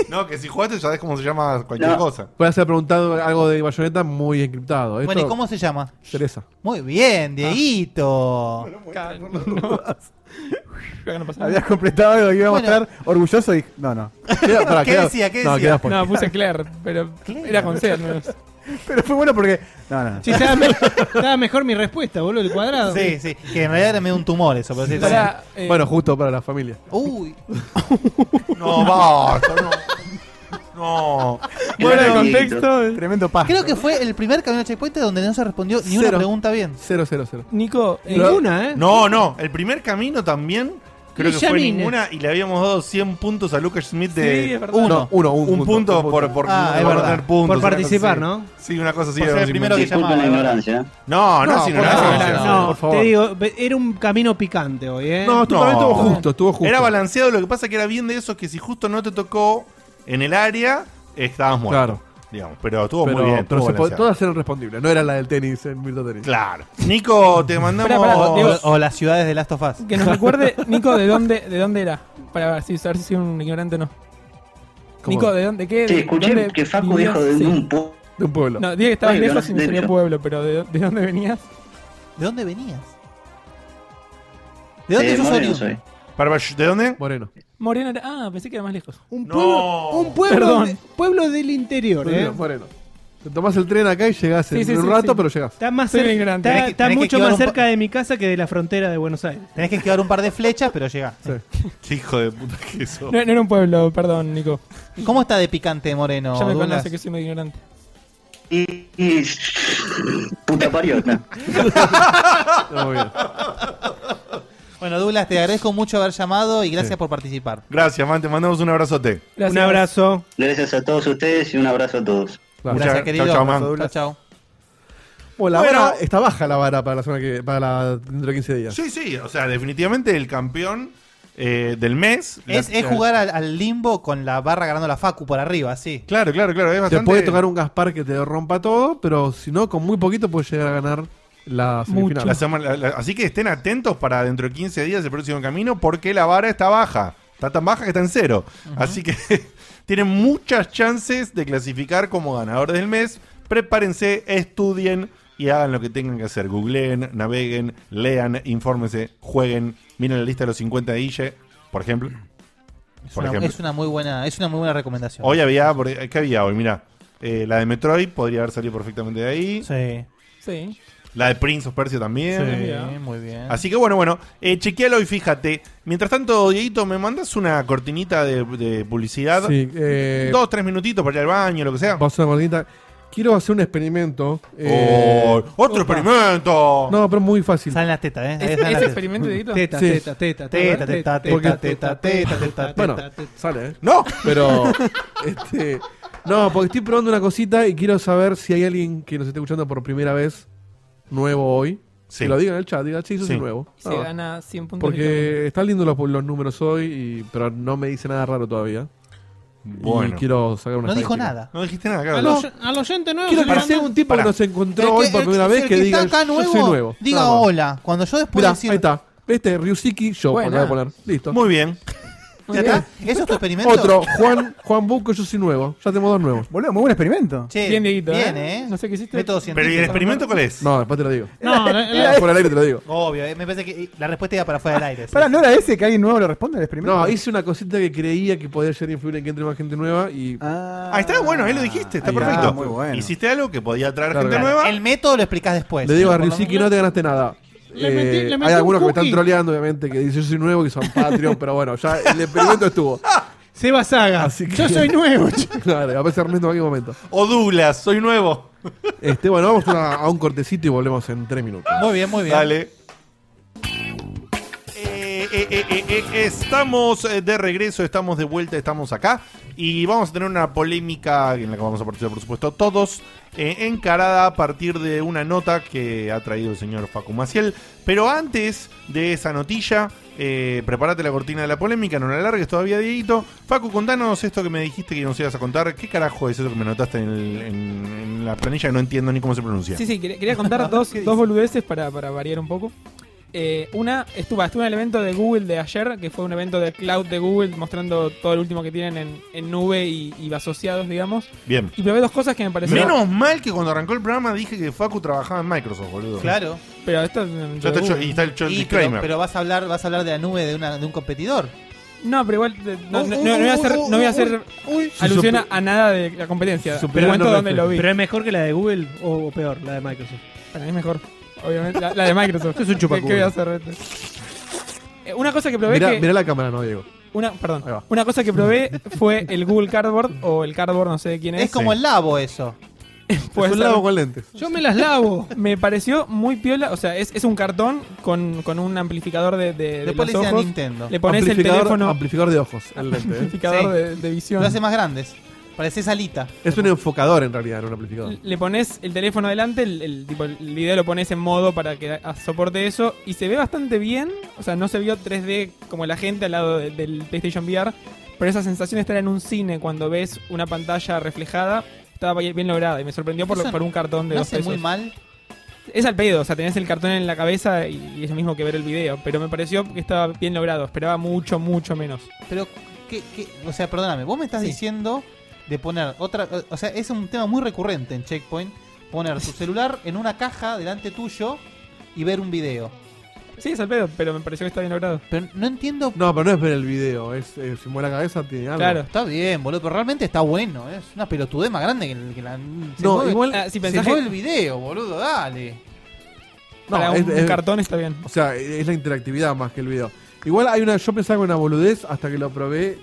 Speaker 2: No, que si jugaste ya sabes cómo se llama cualquier cosa.
Speaker 4: Puedes haber preguntado algo de Bayonetta muy encriptado. Esto-
Speaker 3: Bueno, ¿y cómo se llama?
Speaker 4: Teresa.
Speaker 3: Muy bien, Dieguito.
Speaker 7: Habías completado algo que iba a
Speaker 12: Eh,
Speaker 7: mostrar orgulloso y. No, no.
Speaker 4: Queda- pará,
Speaker 6: ¿Qué
Speaker 7: queda-
Speaker 6: decía? ¿Qué
Speaker 7: no,
Speaker 6: decía?
Speaker 7: queda-
Speaker 6: No, puse Claire, pero era con C al menos.
Speaker 7: Pero fue bueno porque. No, no. no.
Speaker 5: Sí, estaba, me- estaba mejor mi respuesta, boludo, el cuadrado.
Speaker 3: Sí, sí. Que en realidad era medio un tumor eso. Pero sí,
Speaker 5: Pará,
Speaker 3: está bien.
Speaker 5: eh,
Speaker 4: Bueno, justo para la familia.
Speaker 3: Uy.
Speaker 2: No, basta, no. Ah. No.
Speaker 3: Bueno,
Speaker 4: el
Speaker 7: Tremendo paso.
Speaker 3: Creo que fue el primer camino al checkpoint donde no se respondió ni una
Speaker 4: Cero.
Speaker 3: pregunta bien.
Speaker 4: Cero, cero, cero.
Speaker 5: Nico,
Speaker 2: Ninguna, ¿eh? No, no. El primer camino también. Creo que fue
Speaker 5: Villamines.
Speaker 2: ninguna y le habíamos dado 100 puntos a Lucas Smith de.
Speaker 5: Sí, es verdad.
Speaker 2: uno.
Speaker 5: No,
Speaker 4: uno,
Speaker 2: un, punto, por, por,
Speaker 5: Ah, es
Speaker 2: por
Speaker 5: verdad.
Speaker 2: tener puntos.
Speaker 5: Por
Speaker 2: una cosa
Speaker 5: participar,
Speaker 2: así.
Speaker 5: ¿no?
Speaker 2: Sí, una cosa así.
Speaker 5: Por ser el primero que Disculpen llamaba, la ¿verdad? ignorancia, ¿eh?
Speaker 2: No, no, es
Speaker 5: por
Speaker 2: ignorancia.
Speaker 5: favor, no, Te digo, ve- era un camino picante hoy, ¿eh?
Speaker 2: Era balanceado, lo que pasa que era bien de esos que si justo no te tocó en el área, estabas muerto.
Speaker 4: Claro.
Speaker 2: Digamos, pero estuvo
Speaker 4: Pero-
Speaker 2: muy bien.
Speaker 4: pero
Speaker 2: estuvo
Speaker 4: se po-
Speaker 2: balanceado.
Speaker 4: todas eran respondibles. No era la del tenis, el Mirto Tenis.
Speaker 2: Claro. Nico, te mandamos.
Speaker 6: Pará, pará, Diego.
Speaker 3: O las ciudades de Last of Us.
Speaker 6: Que nos recuerde, Nico, de dónde, de dónde era. Para ver si, saber si soy un ignorante o no.
Speaker 13: ¿Cómo?
Speaker 6: Nico, ¿de dónde? ¿Qué?
Speaker 13: Sí,
Speaker 6: de-
Speaker 13: escuché
Speaker 6: dónde
Speaker 13: que Facu
Speaker 6: vivías?
Speaker 13: dijo de
Speaker 6: Sí.
Speaker 13: un pueblo.
Speaker 4: De un pueblo.
Speaker 6: No, dije que estabas
Speaker 13: Pueblo,
Speaker 6: lejos
Speaker 13: no,
Speaker 6: y me
Speaker 13: de
Speaker 6: salía
Speaker 13: hecho.
Speaker 6: pueblo, pero ¿de, de dónde venías?
Speaker 3: ¿De dónde venías?
Speaker 6: ¿De dónde Eh, sos Moreno oriundo? soy.
Speaker 2: ¿De dónde?
Speaker 4: Moreno.
Speaker 6: Moreno era. Ah, pensé que era más lejos.
Speaker 5: Un pueblo, un pueblo,
Speaker 6: Perdón.
Speaker 5: de- pueblo del interior, ¿eh?
Speaker 4: Moreno, Moreno. Te tomás el tren acá y llegás
Speaker 5: Sí,
Speaker 4: en
Speaker 5: sí,
Speaker 4: un
Speaker 5: sí,
Speaker 4: rato,
Speaker 5: sí.
Speaker 4: pero llegás.
Speaker 5: Está, más
Speaker 6: Soy
Speaker 5: cer-
Speaker 6: bien grande.
Speaker 5: está-
Speaker 6: Tenés que-
Speaker 5: está
Speaker 6: tenés que
Speaker 5: mucho
Speaker 6: esquivar un
Speaker 5: más
Speaker 6: pa-
Speaker 5: cerca de mi casa que de la frontera de Buenos Aires.
Speaker 3: Tenés que esquivar un par de flechas, pero llegás.
Speaker 2: Hijo de puta que eso.
Speaker 6: No, no era un pueblo, perdón, Nico.
Speaker 3: ¿Cómo está de picante Moreno?
Speaker 6: ya me
Speaker 3: Douglas?
Speaker 6: conoce que soy muy ignorante.
Speaker 13: Y. y- puta parió. no.
Speaker 3: Bueno, Douglas, te agradezco mucho haber llamado y gracias por participar.
Speaker 2: Gracias, man. Te mandamos un abrazote.
Speaker 3: Un abrazo.
Speaker 13: Gracias a todos ustedes y un abrazo a todos.
Speaker 3: Gracias,
Speaker 2: Muchas-
Speaker 3: querido.
Speaker 2: chau, chau, man.
Speaker 3: Chau, chau.
Speaker 4: Bueno, la
Speaker 2: Bueno.
Speaker 4: vara está baja la vara para la semana que para la, dentro de 15 días.
Speaker 2: Sí, sí. O sea, definitivamente el campeón eh, del mes.
Speaker 3: Es,
Speaker 2: La-
Speaker 3: es jugar al, al limbo con la barra ganando la Facu por arriba, sí.
Speaker 2: Claro, claro, claro. Es
Speaker 4: Te puede tocar un Gaspar que te rompa todo, pero si no, con muy poquito puedes llegar a ganar la semifinal.
Speaker 2: La semana- la- la- así que estén atentos para dentro de 15 días el próximo camino porque la vara está baja. Está tan baja que está en cero. Así que tienen muchas chances de clasificar como ganador del mes. Prepárense, estudien y hagan lo que tengan que hacer. Googleen, naveguen, lean, infórmense, jueguen. Miren la lista de los 50 de Ille, por ejemplo.
Speaker 3: Es una, es una muy buena, es una muy buena recomendación.
Speaker 2: Hoy había, porque- ¿qué había hoy? Mira, la de Metroid podría haber salido perfectamente de ahí.
Speaker 3: Sí.
Speaker 6: Sí.
Speaker 2: La de Prince of Persia también.
Speaker 3: Sí, Mira. muy bien.
Speaker 2: Así que bueno, bueno, eh, chequealo y fíjate. Mientras tanto, Dieguito, me mandas una cortinita de, de publicidad.
Speaker 4: Sí, eh,
Speaker 2: Dos, tres minutitos para ir al baño, lo que sea.
Speaker 4: Vamos a una cortita. Quiero hacer un experimento. eh,
Speaker 2: Oh, ¡Otro experimento!
Speaker 4: No, pero es muy fácil.
Speaker 3: Salen las tetas, ¿eh?
Speaker 4: Ahí salen las tetas.
Speaker 5: Teta,
Speaker 4: Sí.
Speaker 5: teta, teta,
Speaker 4: Teta, teta, teta, teta, teta, teta, Bueno, sale, ¿eh? No. Pero, este, no, porque estoy probando una cosita y quiero saber si hay alguien que nos esté escuchando por primera vez, nuevo hoy.
Speaker 2: Sí.
Speaker 4: Que lo diga en el chat, diga, sí, yo soy
Speaker 2: Sí.
Speaker 4: nuevo.
Speaker 6: Se
Speaker 4: Nada más.
Speaker 6: gana 100 puntos de
Speaker 4: Porque están lindos los, los números hoy, y- pero no me dice nada raro todavía.
Speaker 2: Bueno.
Speaker 4: Y quiero sacar una
Speaker 12: No dijo
Speaker 4: estadística.
Speaker 12: nada.
Speaker 2: No dijiste nada,
Speaker 12: Al,
Speaker 4: No,
Speaker 12: oy- al oyente nuevo.
Speaker 4: Quiero
Speaker 12: se
Speaker 4: que
Speaker 12: le
Speaker 4: sea
Speaker 12: mandó-
Speaker 4: un tipo
Speaker 2: Pará.
Speaker 4: que nos encontró
Speaker 12: El que-
Speaker 4: hoy por
Speaker 12: el
Speaker 4: primera
Speaker 12: que-
Speaker 4: vez
Speaker 12: el
Speaker 4: que,
Speaker 12: que
Speaker 4: diga
Speaker 12: está acá
Speaker 4: yo soy
Speaker 12: nuevo,
Speaker 4: nuevo.
Speaker 12: diga
Speaker 4: Nada más.
Speaker 12: hola. Cuando yo después
Speaker 4: Mirá,
Speaker 12: decir-
Speaker 4: ahí está. Este Ryusiki yo
Speaker 12: Buena.
Speaker 4: acabo de poner. Listo.
Speaker 2: Muy bien.
Speaker 12: Ya está. ¿Eso es tu experimento?
Speaker 4: Otro, Juan, Juan Buco, yo soy nuevo. Ya tenemos dos nuevos.
Speaker 7: Boludo, muy buen experimento.
Speaker 3: Che,
Speaker 6: Bien, Dieguito,
Speaker 3: bien,
Speaker 6: ¿eh?
Speaker 3: ¿eh?
Speaker 6: No sé qué hiciste.
Speaker 3: Método
Speaker 6: Pero,
Speaker 2: Pero ¿y el
Speaker 3: científico.
Speaker 2: experimento cuál es?
Speaker 4: No, después te lo digo.
Speaker 3: No, la- la-
Speaker 4: Por el aire te lo digo.
Speaker 3: Obvio, eh, me parece que la respuesta iba para fuera del aire. sí.
Speaker 7: Pará, ¿no era ese que alguien nuevo lo responde al experimento?
Speaker 4: No, hice una cosita que creía que podía llegar a influir en que entre más gente nueva y.
Speaker 7: Ah,
Speaker 2: Ah, está bueno, ahí lo dijiste, está
Speaker 4: Ahí está,
Speaker 2: perfecto.
Speaker 4: muy bueno.
Speaker 2: Hiciste algo que podía traer
Speaker 4: Claro,
Speaker 2: gente
Speaker 4: claro.
Speaker 2: nueva.
Speaker 3: El método lo explicás después.
Speaker 4: le digo a
Speaker 3: Por lo
Speaker 4: Ryusiki,
Speaker 3: menos-
Speaker 4: no te ganaste nada.
Speaker 3: Le
Speaker 4: Eh,
Speaker 3: metí- le metí
Speaker 4: hay
Speaker 3: un
Speaker 4: algunos que me están
Speaker 3: cookie.
Speaker 4: troleando, obviamente, que dicen yo soy nuevo, que son Patreon, pero bueno, ya el experimento estuvo.
Speaker 5: Seba Saga.
Speaker 4: Yo soy nuevo, Claro, a veces Ernesto en cualquier momento.
Speaker 2: O Douglas, soy nuevo.
Speaker 4: Este, bueno, vamos a, a un cortecito y volvemos en tres minutos.
Speaker 3: Muy bien, muy bien.
Speaker 2: Dale. Eh, eh, eh, eh, eh, estamos eh, de regreso, estamos de vuelta, estamos acá y vamos a tener una polémica en la que vamos a participar, por supuesto, todos eh, encarada a partir de una nota que ha traído el señor Facu Maciel. Pero antes de esa notilla, eh, prepárate la cortina de la polémica, no la largues todavía, Dieguito. Facu, contanos esto que me dijiste que nos ibas a contar. ¿Qué carajo es eso que me notaste en, el- en- en la planilla que no entiendo ni cómo se pronuncia?
Speaker 6: Sí, sí, quería, quería contar dos, dos boludeces para, para variar un poco. Eh, una, estuvo, estuvo en el evento de Google de ayer, que fue un evento de cloud de Google, mostrando todo el último que tienen en, en nube y, y asociados, digamos.
Speaker 2: Bien.
Speaker 6: Y probé dos cosas que me parecieron.
Speaker 2: Menos mal que cuando arrancó el programa dije que Facu trabajaba en Microsoft, boludo.
Speaker 3: Claro.
Speaker 6: Pero esto. es
Speaker 2: Ya está
Speaker 6: de
Speaker 2: hecho-
Speaker 6: Google.
Speaker 2: y está hecho el
Speaker 3: Y, pero,
Speaker 2: disclaimer.
Speaker 3: pero vas a hablar, vas a hablar de la nube de, una, de un competidor.
Speaker 6: No, pero igual. eh, No, no- no- no voy a hacer, no voy a hacer alusión a- a nada de la competencia.
Speaker 5: Pero
Speaker 6: Pero cuento dónde lo vi.
Speaker 5: Pero es mejor que la de Google o, o peor, la de Microsoft.
Speaker 6: Para mí es mejor. Obviamente, la, la de Microsoft.
Speaker 5: Esto es un
Speaker 6: ¿Qué-
Speaker 5: chupaculo.
Speaker 6: ¿Qué voy a hacer? Beto? Eh, Una cosa que probé
Speaker 4: Mirá,
Speaker 6: que-
Speaker 4: mirá la cámara, no, Diego.
Speaker 6: Una, perdón.
Speaker 4: Ahí va.
Speaker 6: Una cosa que probé fue el Google Cardboard o el Cardboard, no sé de quién es.
Speaker 3: Es como el labo eso.
Speaker 6: Puede
Speaker 4: es
Speaker 6: ser.
Speaker 4: un lado con lentes.
Speaker 6: Yo me las lavo. me pareció muy piola. O sea, es, es un cartón con, con un amplificador de, de, de
Speaker 3: Después le
Speaker 6: los
Speaker 3: dicen a
Speaker 6: ojos.
Speaker 3: Nintendo.
Speaker 6: Le pones el
Speaker 4: Amplificador-
Speaker 6: teléfono.
Speaker 4: Amplificador de ojos, el lente. ¿eh?
Speaker 6: amplificador
Speaker 3: Sí.
Speaker 6: de, de visión.
Speaker 3: Lo hace más grandes. Parece salita.
Speaker 4: Es un enfocador en realidad, no un amplificador.
Speaker 6: Le pones el teléfono delante, el, el tipo, el video lo pones en modo para que a- soporte eso. Y se ve bastante bien. O sea, no se vio 3D como la gente al lado de- del PlayStation VR. Pero esa sensación de estar en un cine cuando ves una pantalla reflejada estaba bien bien lograda. Y me sorprendió por, lo-
Speaker 3: Eso
Speaker 6: por un cartón de
Speaker 3: no
Speaker 6: dos
Speaker 3: hace
Speaker 6: pesos.
Speaker 3: muy mal.
Speaker 6: Es al pedo, o sea, tenés el cartón en la cabeza y, y es lo mismo que ver el video. Pero me pareció que estaba bien logrado. Esperaba mucho, mucho menos.
Speaker 3: Pero, ¿qué, qué? o sea, perdóname, vos me estás diciendo de poner otra. O sea, es un tema muy recurrente en Checkpoint. Poner tu celular en una caja delante tuyo y ver un video.
Speaker 6: Sí, es al pedo, pero me pareció que está bien logrado.
Speaker 3: Pero no entiendo.
Speaker 4: No, pero no es ver el video, es eh, si mueve la cabeza tiene algo.
Speaker 6: Claro.
Speaker 3: Está bien, boludo, pero realmente está bueno. eh. Es una pelotudez más grande que, el- que la. se
Speaker 4: No,
Speaker 3: mueve-
Speaker 4: igual-
Speaker 6: Ah, si
Speaker 3: se
Speaker 6: pensás
Speaker 3: mueve
Speaker 6: que-
Speaker 3: el video, boludo, dale.
Speaker 4: No,
Speaker 6: Para
Speaker 4: es-
Speaker 6: un
Speaker 4: es-
Speaker 6: cartón está bien.
Speaker 4: O sea, es la interactividad más que el video. Igual hay una, yo pensaba en una boludez hasta que lo probé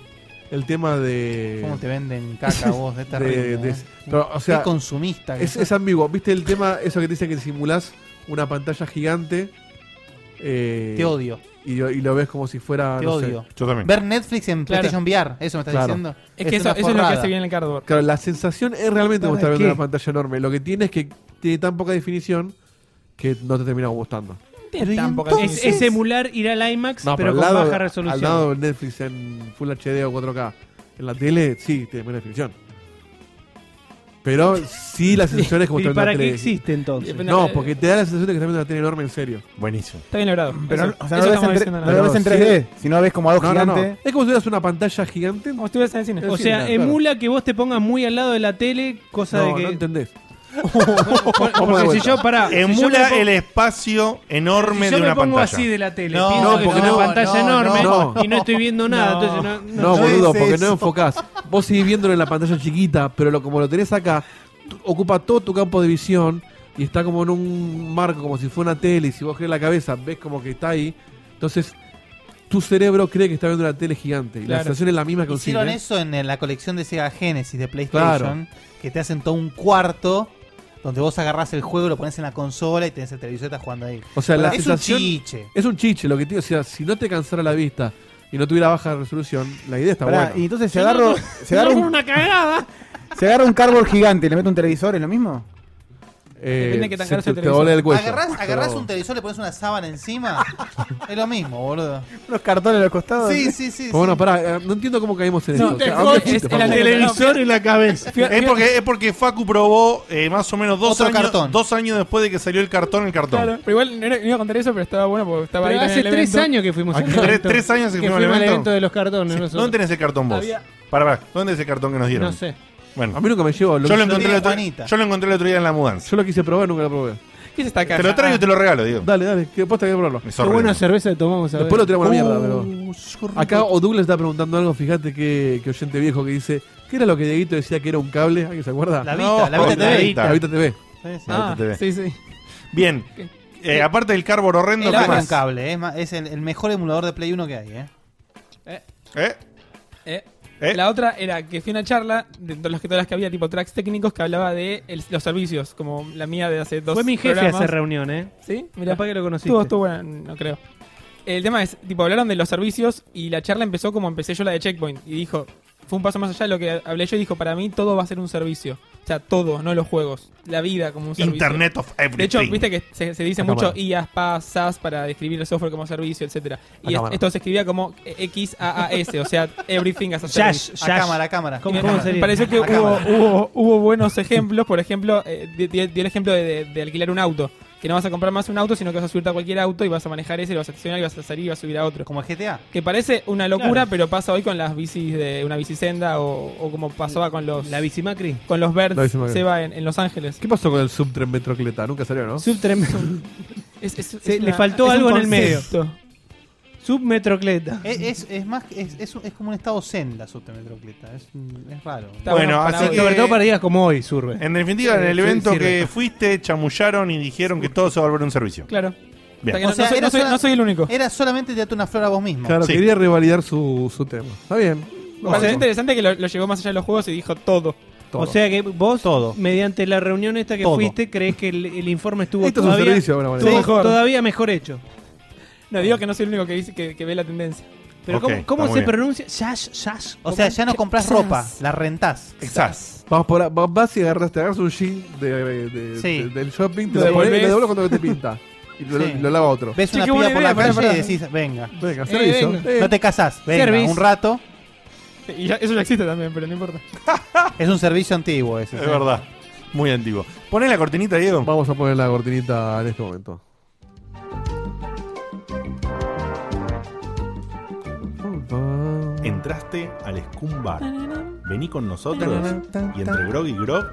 Speaker 4: el tema de.
Speaker 3: ¿Cómo te venden caca vos? Es
Speaker 4: de-
Speaker 3: terrible.
Speaker 4: de-
Speaker 3: eh.
Speaker 4: pero, o sea,
Speaker 3: Qué consumista. que
Speaker 4: es,
Speaker 3: sos.
Speaker 4: es ambiguo. ¿Viste el tema, eso que te dicen que simulás una pantalla gigante? eh,
Speaker 3: Te odio.
Speaker 4: Y, lo- y lo ves como si fuera.
Speaker 3: Te
Speaker 4: no sé.
Speaker 3: odio.
Speaker 2: Yo también.
Speaker 3: Ver Netflix en
Speaker 6: Claro.
Speaker 3: PlayStation VR, eso me estás
Speaker 4: Claro.
Speaker 3: diciendo.
Speaker 6: Es que eso, eso
Speaker 3: una
Speaker 6: es lo que
Speaker 3: forrada.
Speaker 6: hace bien el cardboard.
Speaker 4: Claro, la sensación es realmente como
Speaker 5: ¿Para
Speaker 4: estar viendo
Speaker 5: qué?
Speaker 4: una pantalla enorme. Lo que tiene es que tiene tan poca definición que no te termina gustando.
Speaker 6: Tiene tan poca
Speaker 5: Es,
Speaker 6: definición.
Speaker 5: es emular ir al IMAX,
Speaker 4: No,
Speaker 5: pero,
Speaker 4: al
Speaker 5: con
Speaker 4: lado-
Speaker 5: baja
Speaker 4: Al
Speaker 5: resolución.
Speaker 4: lado de Netflix en Full HD o 4K. En la tele, sí, tiene buena definición. Pero sí la sensación es como
Speaker 5: ¿Y
Speaker 4: estar viendo
Speaker 5: para
Speaker 4: la
Speaker 5: qué
Speaker 4: tele.
Speaker 5: existe, entonces?
Speaker 4: No, porque te da la sensación de que estás viendo una tele enorme en serio.
Speaker 2: Buenísimo.
Speaker 6: eh, Está bien logrado.
Speaker 7: Pero
Speaker 6: Eso-
Speaker 7: no- o
Speaker 6: eso
Speaker 7: sea, no lo
Speaker 6: estamos
Speaker 7: ves en tre-
Speaker 6: diciendo
Speaker 7: no
Speaker 6: nada.
Speaker 7: lo ves en 3D, sino ves como algo gigante.
Speaker 4: Es como si tuvieras una pantalla gigante.
Speaker 6: Como si estuvieras en el cine.
Speaker 5: O sea, emula que vos te pongas muy al lado de la tele, cosa
Speaker 4: No,
Speaker 5: de que.
Speaker 4: no entendés.
Speaker 5: Porque si yo, pará, si yo
Speaker 2: Emula
Speaker 5: me pongo-
Speaker 2: el espacio enorme
Speaker 5: si yo
Speaker 2: de
Speaker 5: me
Speaker 2: una
Speaker 5: pongo
Speaker 2: pantalla.
Speaker 5: así de la tele,
Speaker 2: No,
Speaker 5: pienso que
Speaker 2: porque
Speaker 5: es una
Speaker 2: no,
Speaker 5: pantalla
Speaker 2: no,
Speaker 5: enorme
Speaker 2: no,
Speaker 5: y no estoy viendo nada,
Speaker 4: No.
Speaker 5: entonces no, no-
Speaker 4: No,
Speaker 5: no
Speaker 4: boludo,
Speaker 5: es
Speaker 4: porque
Speaker 5: eso.
Speaker 4: no enfocás. Vos seguís viéndolo en la pantalla chiquita, pero lo, como lo tenés acá, tu- ocupa todo tu campo de visión y está como en un marco, como si fuera una tele. Y si vos girás la cabeza, ves como que está ahí. Entonces, tu cerebro cree que está viendo una tele gigante. Y la sensación es la misma que un
Speaker 3: Hicieron
Speaker 4: cine.
Speaker 3: eso en la colección de Sega Genesis de PlayStation, que te hacen todo un cuarto donde vos agarrás el juego, lo pones en la consola y tenés el televisor y estás jugando ahí.
Speaker 4: O sea, la
Speaker 3: es
Speaker 4: sensación
Speaker 3: un chiche.
Speaker 4: es un chiche. Lo que te digo, o sea, si no te cansara la vista y no tuviera baja resolución, la idea está
Speaker 7: Pará,
Speaker 4: buena.
Speaker 7: y entonces se agarro, se agarra un,
Speaker 12: una cagada.
Speaker 7: se agarra un cardboard gigante y le meto un televisor, ¿es lo mismo?
Speaker 4: Depende de qué tan Eh, se- caro sea el te televisor. duele el cuello.
Speaker 3: Agarrás, agarrás
Speaker 4: Pero-
Speaker 3: un televisor, le pones una sábana encima. es lo mismo, boludo.
Speaker 7: Unos cartones a los costados.
Speaker 3: Sí, sí, sí.
Speaker 4: Bueno, pará, eh, no entiendo cómo caímos en
Speaker 3: No,
Speaker 4: esto. Ah, este O sea,
Speaker 3: te
Speaker 4: ¿a dónde
Speaker 3: jod-
Speaker 4: fuiste,
Speaker 3: es- era
Speaker 4: Facu?
Speaker 3: el televisor
Speaker 2: en la cabeza. Es
Speaker 6: eh,
Speaker 2: porque, es porque Facu probó eh, más o menos dos
Speaker 6: Otro
Speaker 2: años,
Speaker 6: cartón.
Speaker 2: dos años después de que salió el cartón en cartón.
Speaker 6: Claro, pero igual no, era- no iba a contar eso, pero estaba bueno porque estaba
Speaker 2: Pero
Speaker 6: ahí también
Speaker 2: hace
Speaker 6: el
Speaker 2: tres
Speaker 6: evento.
Speaker 2: años que fuimos al Tres- evento. tres años que fuimos al evento.
Speaker 5: de los cartones.
Speaker 2: Sí.
Speaker 5: nosotros.
Speaker 2: ¿Dónde tenés el cartón vos?
Speaker 5: Había-
Speaker 2: Para, para, ¿dónde es el cartón que nos dieron?
Speaker 5: No sé.
Speaker 2: Bueno.
Speaker 4: A mí nunca me llevo.
Speaker 2: Yo lo, encontré el otro, yo lo encontré el otro día en la mudanza.
Speaker 4: Yo lo quise probar, nunca lo probé.
Speaker 6: ¿Qué es esta
Speaker 2: Te lo traigo y te lo regalo, digo.
Speaker 4: Dale, dale, que posta que probarlo.
Speaker 2: Es
Speaker 5: Qué buena cerveza que tomamos a
Speaker 4: Después lo
Speaker 5: ver.
Speaker 4: tiramos a la mierda, pero.
Speaker 5: rico.
Speaker 4: Acá o Douglas está preguntando algo, fíjate que, que oyente viejo que dice, ¿qué era lo que Dieguito decía que era un cable? ¿Alguien se acuerda?
Speaker 3: La Vita, No, la Vita
Speaker 2: TV.
Speaker 4: La Vita TV.
Speaker 3: Sí, sí.
Speaker 4: La Vita
Speaker 3: Ah,
Speaker 4: TV.
Speaker 3: sí, sí.
Speaker 2: Bien. Eh, aparte del carbón horrendo,
Speaker 3: El
Speaker 2: ¿qué
Speaker 3: Alan
Speaker 2: más?
Speaker 3: cable, es, ma- es el, el mejor emulador de Play 1 que hay, ¿eh?
Speaker 2: ¿Eh?
Speaker 6: Eh. La otra era que fui a una charla de todas las que, todas las que había, tipo tracks técnicos, que hablaba de el- los servicios, como la mía de hace dos
Speaker 5: Fue mi jefe a
Speaker 6: programas.
Speaker 5: esa reunión, ¿eh?
Speaker 6: ¿Sí? Mirá.
Speaker 5: Capaz que lo conociste.
Speaker 6: Estuvo, estuvo buena, no creo. El tema es, tipo, hablaron de los servicios y la charla empezó como empecé yo la de Checkpoint. Y dijo, fue un paso más allá de lo que hablé yo y dijo, para mí todo va a ser un servicio. O sea, todo, no los juegos. La vida como un servicio.
Speaker 2: Internet of
Speaker 6: De hecho,
Speaker 2: everything.
Speaker 6: viste que se, se dice
Speaker 2: Acá
Speaker 6: mucho
Speaker 2: va.
Speaker 6: IAS, PAS, SAS para describir el software como servicio, etcétera Y
Speaker 2: Acá
Speaker 6: es-
Speaker 2: va.
Speaker 6: esto se escribía como XAAS, o sea, Everything as a
Speaker 3: Yash,
Speaker 6: Service.
Speaker 3: yash. A cámara, a cámara. ¿Cómo-
Speaker 6: Me-
Speaker 3: cómo
Speaker 6: me
Speaker 3: sería?
Speaker 6: Pareció que
Speaker 3: A
Speaker 6: hubo,
Speaker 3: cámara.
Speaker 6: hubo, hubo buenos ejemplos. Por ejemplo, eh, di- di- dio el ejemplo de, de- de alquilar un auto. Que no vas a comprar más un auto, sino que vas a subirte a cualquier auto y vas a manejar ese, lo vas a estacionar y vas a salir y vas a subir a otro.
Speaker 3: Como el GTA.
Speaker 6: Que parece una locura,
Speaker 5: Claro.
Speaker 6: pero pasa hoy con las bicis de una bicisenda o, o como pasaba con los.
Speaker 5: La bicimacri.
Speaker 6: Con los
Speaker 4: La
Speaker 6: Birds
Speaker 4: bicimacri.
Speaker 6: Seba en, en Los Ángeles.
Speaker 4: ¿Qué pasó con el subtren Metrocleta? Nunca salió, ¿no?
Speaker 5: Subtren.
Speaker 6: Es- es- es
Speaker 5: Se- le
Speaker 6: una-
Speaker 5: faltó
Speaker 6: es un
Speaker 5: algo en el medio.
Speaker 6: concepto.
Speaker 5: Submetrocleta.
Speaker 6: Eh.
Speaker 3: Es, es, es más, que- es, es, un- es como un estado zen la submetrocleta. Es, un- es raro.
Speaker 2: bueno, así que,
Speaker 5: Sobre todo para días como hoy, Surbe.
Speaker 2: En definitiva, en el
Speaker 5: Sí,
Speaker 2: evento
Speaker 5: sirve.
Speaker 2: que fuiste, chamullaron y dijeron que todo se va a volver un servicio.
Speaker 6: Claro.
Speaker 2: Bien.
Speaker 6: O sea, que no- no soy-
Speaker 3: era
Speaker 6: no soy-
Speaker 3: sola-
Speaker 6: no soy el único.
Speaker 3: Era solamente tirarte una flor a vos mismo.
Speaker 4: Claro, quería revalidar su, su tema. Está bien.
Speaker 6: Me pareció interesante que lo, lo llevó más allá de los juegos y dijo todo.
Speaker 5: O sea que vos, mediante la reunión esta que
Speaker 6: Todo.
Speaker 5: fuiste, crees que el, el informe estuvo
Speaker 6: Esto es un
Speaker 5: todavía,
Speaker 6: servicio, bueno, vale.
Speaker 5: estuvo
Speaker 6: Sí, mejor.
Speaker 5: todavía mejor hecho.
Speaker 6: No, digo que no soy el único que, dice, que, que ve la tendencia.
Speaker 5: Pero ¿cómo- ¿cómo, se pronuncia? Yash, yash.
Speaker 3: O sea, ya no compras ropa, la rentás.
Speaker 2: Exacto.
Speaker 4: Vamos por a- vas- vas y agarras, te agarras un jean de, de- de-
Speaker 3: Sí.
Speaker 4: de- del shopping, te
Speaker 3: Lo
Speaker 4: lo pones y
Speaker 3: devolvés.
Speaker 4: lo devolves cuando te pinta. Y lo,
Speaker 3: Sí.
Speaker 4: lo lava otro.
Speaker 3: Ves una
Speaker 4: Che, qué
Speaker 3: piba
Speaker 4: buena
Speaker 3: por
Speaker 4: idea,
Speaker 3: la
Speaker 4: pará,
Speaker 3: calle
Speaker 4: pará.
Speaker 3: y decís, venga.
Speaker 4: Venga,
Speaker 3: Eh,
Speaker 4: servicio.
Speaker 3: venga.
Speaker 4: Eh.
Speaker 3: No te casás, venga,
Speaker 4: Service.
Speaker 3: un rato.
Speaker 6: Y ya- eso ya existe también, pero no importa.
Speaker 3: Es un servicio antiguo ese. ¿eh?
Speaker 2: Es
Speaker 3: ¿sí?
Speaker 2: verdad. Muy antiguo. Poné la cortinita, Diego.
Speaker 4: Vamos a poner la cortinita en este momento.
Speaker 2: Entraste al Scum Bar. Vení con nosotros y entre Grog y Grog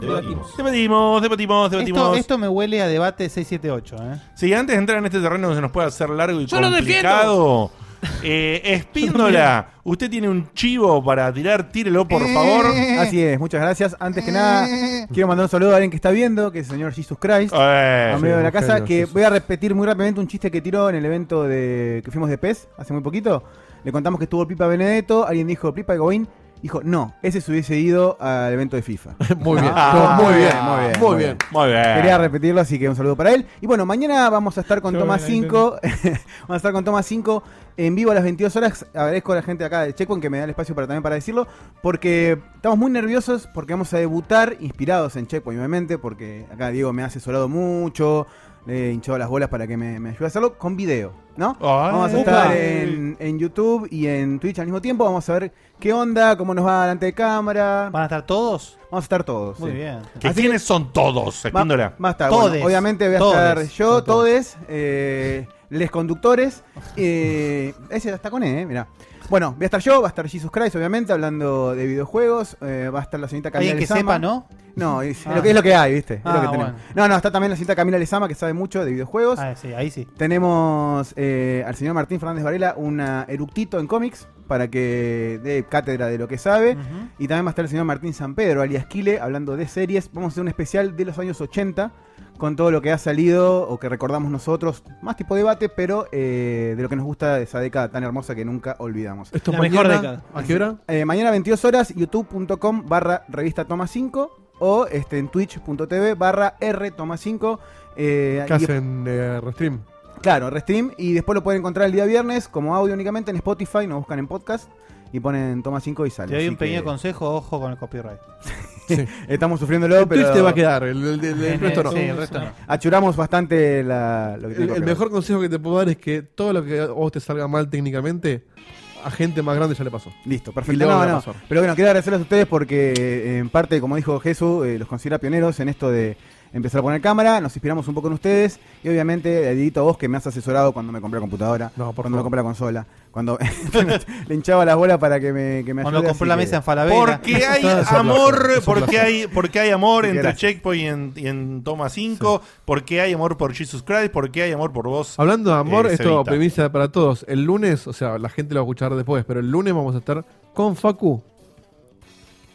Speaker 2: debatimos. Debatimos, debatimos,
Speaker 3: Esto,
Speaker 2: debatimos.
Speaker 3: esto me huele a debate 678, ¿eh.
Speaker 2: Sí, antes de entrar en este terreno que se nos puede hacer largo y
Speaker 3: Yo lo
Speaker 2: complicado. eh, Espíndola, usted tiene un chivo para tirar, tírelo por
Speaker 3: Eh.
Speaker 2: favor.
Speaker 7: Así es, muchas gracias. Antes que nada,
Speaker 12: Eh.
Speaker 7: quiero mandar un saludo a alguien que está viendo, que es el señor Jesus Christ,
Speaker 2: Eh,
Speaker 7: amigo
Speaker 2: sí,
Speaker 7: de la
Speaker 2: un
Speaker 7: casa,
Speaker 2: genio,
Speaker 7: que
Speaker 2: Jesus.
Speaker 7: voy a repetir muy rápidamente un chiste que tiró en el evento de que fuimos de PES hace muy poquito. Le contamos que estuvo Pipa Benedetto, alguien dijo Pipa Goin, dijo no, ese se hubiese ido al evento de FIFA.
Speaker 4: muy bien,
Speaker 7: Ah,
Speaker 4: muy bien, muy bien.
Speaker 2: Muy bien.
Speaker 7: Quería repetirlo, así que un saludo para él. Y bueno, mañana vamos a estar con
Speaker 4: Todo
Speaker 7: Toma
Speaker 4: bien,
Speaker 7: 5. vamos a estar con Toma 5 en vivo a las 22 horas. Agradezco a la gente de acá de Checkpoint que me da el espacio para también para decirlo. Porque estamos muy nerviosos porque vamos a debutar inspirados en Checkpoint, obviamente. Porque acá Diego me ha asesorado mucho. Le he hinchado las bolas para que me, me ayude a hacerlo con video. ¿no?
Speaker 2: Ay.
Speaker 7: vamos a estar
Speaker 2: Upa.
Speaker 7: en, en YouTube y en Twitch al mismo tiempo. Vamos a ver qué onda, cómo nos va delante de cámara. ¿Van a estar todos? Vamos a estar todos.
Speaker 3: Muy
Speaker 7: sí.
Speaker 3: bien.
Speaker 2: ¿Que ¿Quiénes son todos?
Speaker 7: Va,
Speaker 2: Espíndola.
Speaker 7: va a estar,
Speaker 3: Todes.
Speaker 7: bueno, obviamente voy a
Speaker 3: Todes.
Speaker 7: estar yo,
Speaker 3: No
Speaker 7: todes, eh, les conductores. eh, ese está con E, eh, mirá. Bueno, voy a estar yo, va a estar Jesus Christ, obviamente, hablando de videojuegos. eh, va a estar la señorita Camila
Speaker 3: Alguien que
Speaker 7: Lezama.
Speaker 3: sepa, ¿no?
Speaker 7: No, es, es
Speaker 3: Ah.
Speaker 7: lo que, es lo que hay, ¿viste? Es lo
Speaker 3: Ah,
Speaker 7: que tenemos.
Speaker 3: bueno.
Speaker 7: No, no, está también la señorita Camila Lezama, que sabe mucho de videojuegos.
Speaker 3: Ah, sí, ahí sí.
Speaker 7: Tenemos eh, al señor Martín Fernández Varela, una eructito en cómics, para que dé cátedra de lo que sabe. Y también va a estar el señor Martín San Pedro, alias Kile, hablando de series. Vamos a hacer un especial de los años 80, con todo lo que ha salido o que recordamos nosotros. Más tipo debate, pero eh, de lo que nos gusta de esa década tan hermosa que nunca olvidamos.
Speaker 4: Esto es La mejor mañana, década. ¿a qué hora?
Speaker 7: Eh, mañana 22 horas, youtube.com barra revista toma 5 o este, en twitch.tv barra r toma 5. Eh,
Speaker 4: ¿Qué
Speaker 7: y-
Speaker 4: hacen de Restream?
Speaker 7: Claro, Restream. Y después lo pueden encontrar el día viernes como audio únicamente en Spotify. Nos buscan en podcast y ponen toma 5 y sale.
Speaker 3: Te doy
Speaker 7: Así
Speaker 3: un pequeño
Speaker 7: que
Speaker 3: consejo, ojo con el copyright.
Speaker 7: Estamos sufriéndolo,
Speaker 3: El
Speaker 7: pero.
Speaker 4: Twitch te va a quedar, el- el- el- el resto no.
Speaker 3: Sí, el resto no.
Speaker 7: Achuramos bastante la,
Speaker 4: Eh,
Speaker 7: lo que
Speaker 4: El,
Speaker 7: tiene
Speaker 4: el
Speaker 7: copyright.
Speaker 4: mejor consejo que te puedo dar es que todo lo que a vos te salga mal técnicamente, a gente más grande ya le pasó.
Speaker 7: Listo,
Speaker 4: Y
Speaker 7: perfecto.
Speaker 4: luego
Speaker 7: No,
Speaker 4: le va a
Speaker 7: no.
Speaker 4: pasar.
Speaker 7: Pero bueno, quiero agradecerles a ustedes porque, eh, en parte, como dijo Jesús, eh, los considera pioneros en esto de empezar a poner cámara. Nos inspiramos un poco en ustedes. Y obviamente, a Dieguito, vos que me has asesorado cuando me compré la computadora, cuando me compré la consola, cuando le hinchaba las bolas para que me, que me
Speaker 3: Cuando
Speaker 7: ayude,
Speaker 3: compré
Speaker 7: así
Speaker 3: la
Speaker 7: que-
Speaker 3: mesa en
Speaker 2: Porque hay amor, porque hay, porque hay amor
Speaker 7: Así que
Speaker 2: entre
Speaker 7: gracias.
Speaker 2: Checkpoint y en, y en Toma 5, porque hay amor por Jesus Christ, porque hay amor por vos.
Speaker 4: Hablando de amor,
Speaker 2: eh,
Speaker 4: esto
Speaker 2: Cevita.
Speaker 4: premisa para todos. El lunes, o sea, la gente lo va a escuchar después, pero el lunes vamos a estar con Facu.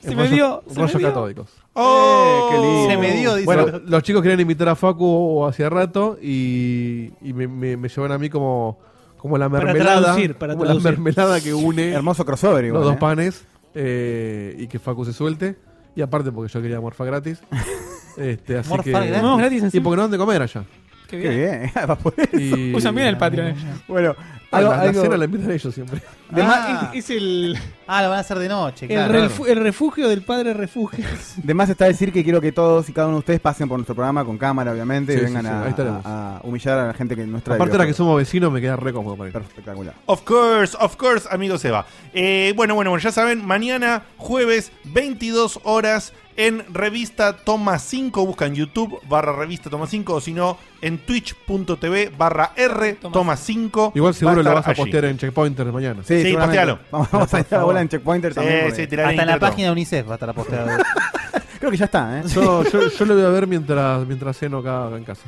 Speaker 6: Se
Speaker 4: En
Speaker 6: me dio, se me
Speaker 4: rollos
Speaker 6: dio.
Speaker 4: catódicos.
Speaker 6: ¡Oh!
Speaker 3: qué lindo. Se me dio, dice.
Speaker 4: Bueno, los chicos querían invitar a Facu hacia rato y, y me, me, me llevan a mí como, como la
Speaker 7: Para
Speaker 4: mermelada.
Speaker 7: traducir, para
Speaker 4: como la
Speaker 7: traducir.
Speaker 4: mermelada que une.
Speaker 7: Hermoso crossover, igual,
Speaker 4: Los dos
Speaker 7: eh.
Speaker 4: panes eh, y que Facu se suelte. Y aparte, porque yo quería morfa gratis. Este, así
Speaker 6: Morfa
Speaker 4: que,
Speaker 6: gratis. No, gratis
Speaker 4: Y
Speaker 6: encima.
Speaker 4: porque no dan de comer allá.
Speaker 6: Qué bien. Qué bien,
Speaker 7: va por eso.
Speaker 4: Y-
Speaker 6: Usan bien el Patreon ellos.
Speaker 7: Bueno,
Speaker 4: Ah,
Speaker 6: algo-
Speaker 4: la, la
Speaker 6: algo-
Speaker 4: cena la invitan ellos siempre.
Speaker 3: Ah,
Speaker 5: es, es el.
Speaker 3: Ah, lo van a hacer de noche,
Speaker 5: El,
Speaker 3: claro. Este,
Speaker 5: refu- el refugio del padre refugio.
Speaker 7: De más está decir que quiero que todos y cada uno de ustedes pasen por nuestro programa con cámara, obviamente,
Speaker 4: Sí,
Speaker 7: y vengan
Speaker 4: sí, sí, ahí
Speaker 7: a,
Speaker 4: estaremos.
Speaker 7: a- a humillar a la gente que no está
Speaker 4: Aparte, ahora que somos vecinos, me queda re cómodo para ir.
Speaker 7: Espectacular.
Speaker 2: Of course, of course, amigo Seba. Eh, bueno, bueno, bueno, ya saben, mañana jueves 22 horas en revista Toma 5. Buscan YouTube barra revista Toma 5 o si no en twitch.tv barra R Toma 5.
Speaker 4: Igual seguro
Speaker 2: Va
Speaker 4: lo
Speaker 2: a
Speaker 4: vas
Speaker 2: estar
Speaker 4: a
Speaker 2: allí.
Speaker 4: postear en Checkpointer mañana.
Speaker 2: Sí, Sí, seguramente. postealo. Vamos-
Speaker 7: vamos a tirar la bola en Checkpointer
Speaker 2: Sí, también, porque- sí, tirá el
Speaker 3: Hasta en la
Speaker 2: intro.
Speaker 3: página de UNICEF va a estar la posteada.
Speaker 7: Creo que ya está, ¿eh?
Speaker 4: Yo, yo, yo lo voy a ver mientras, mientras ceno acá acá en casa.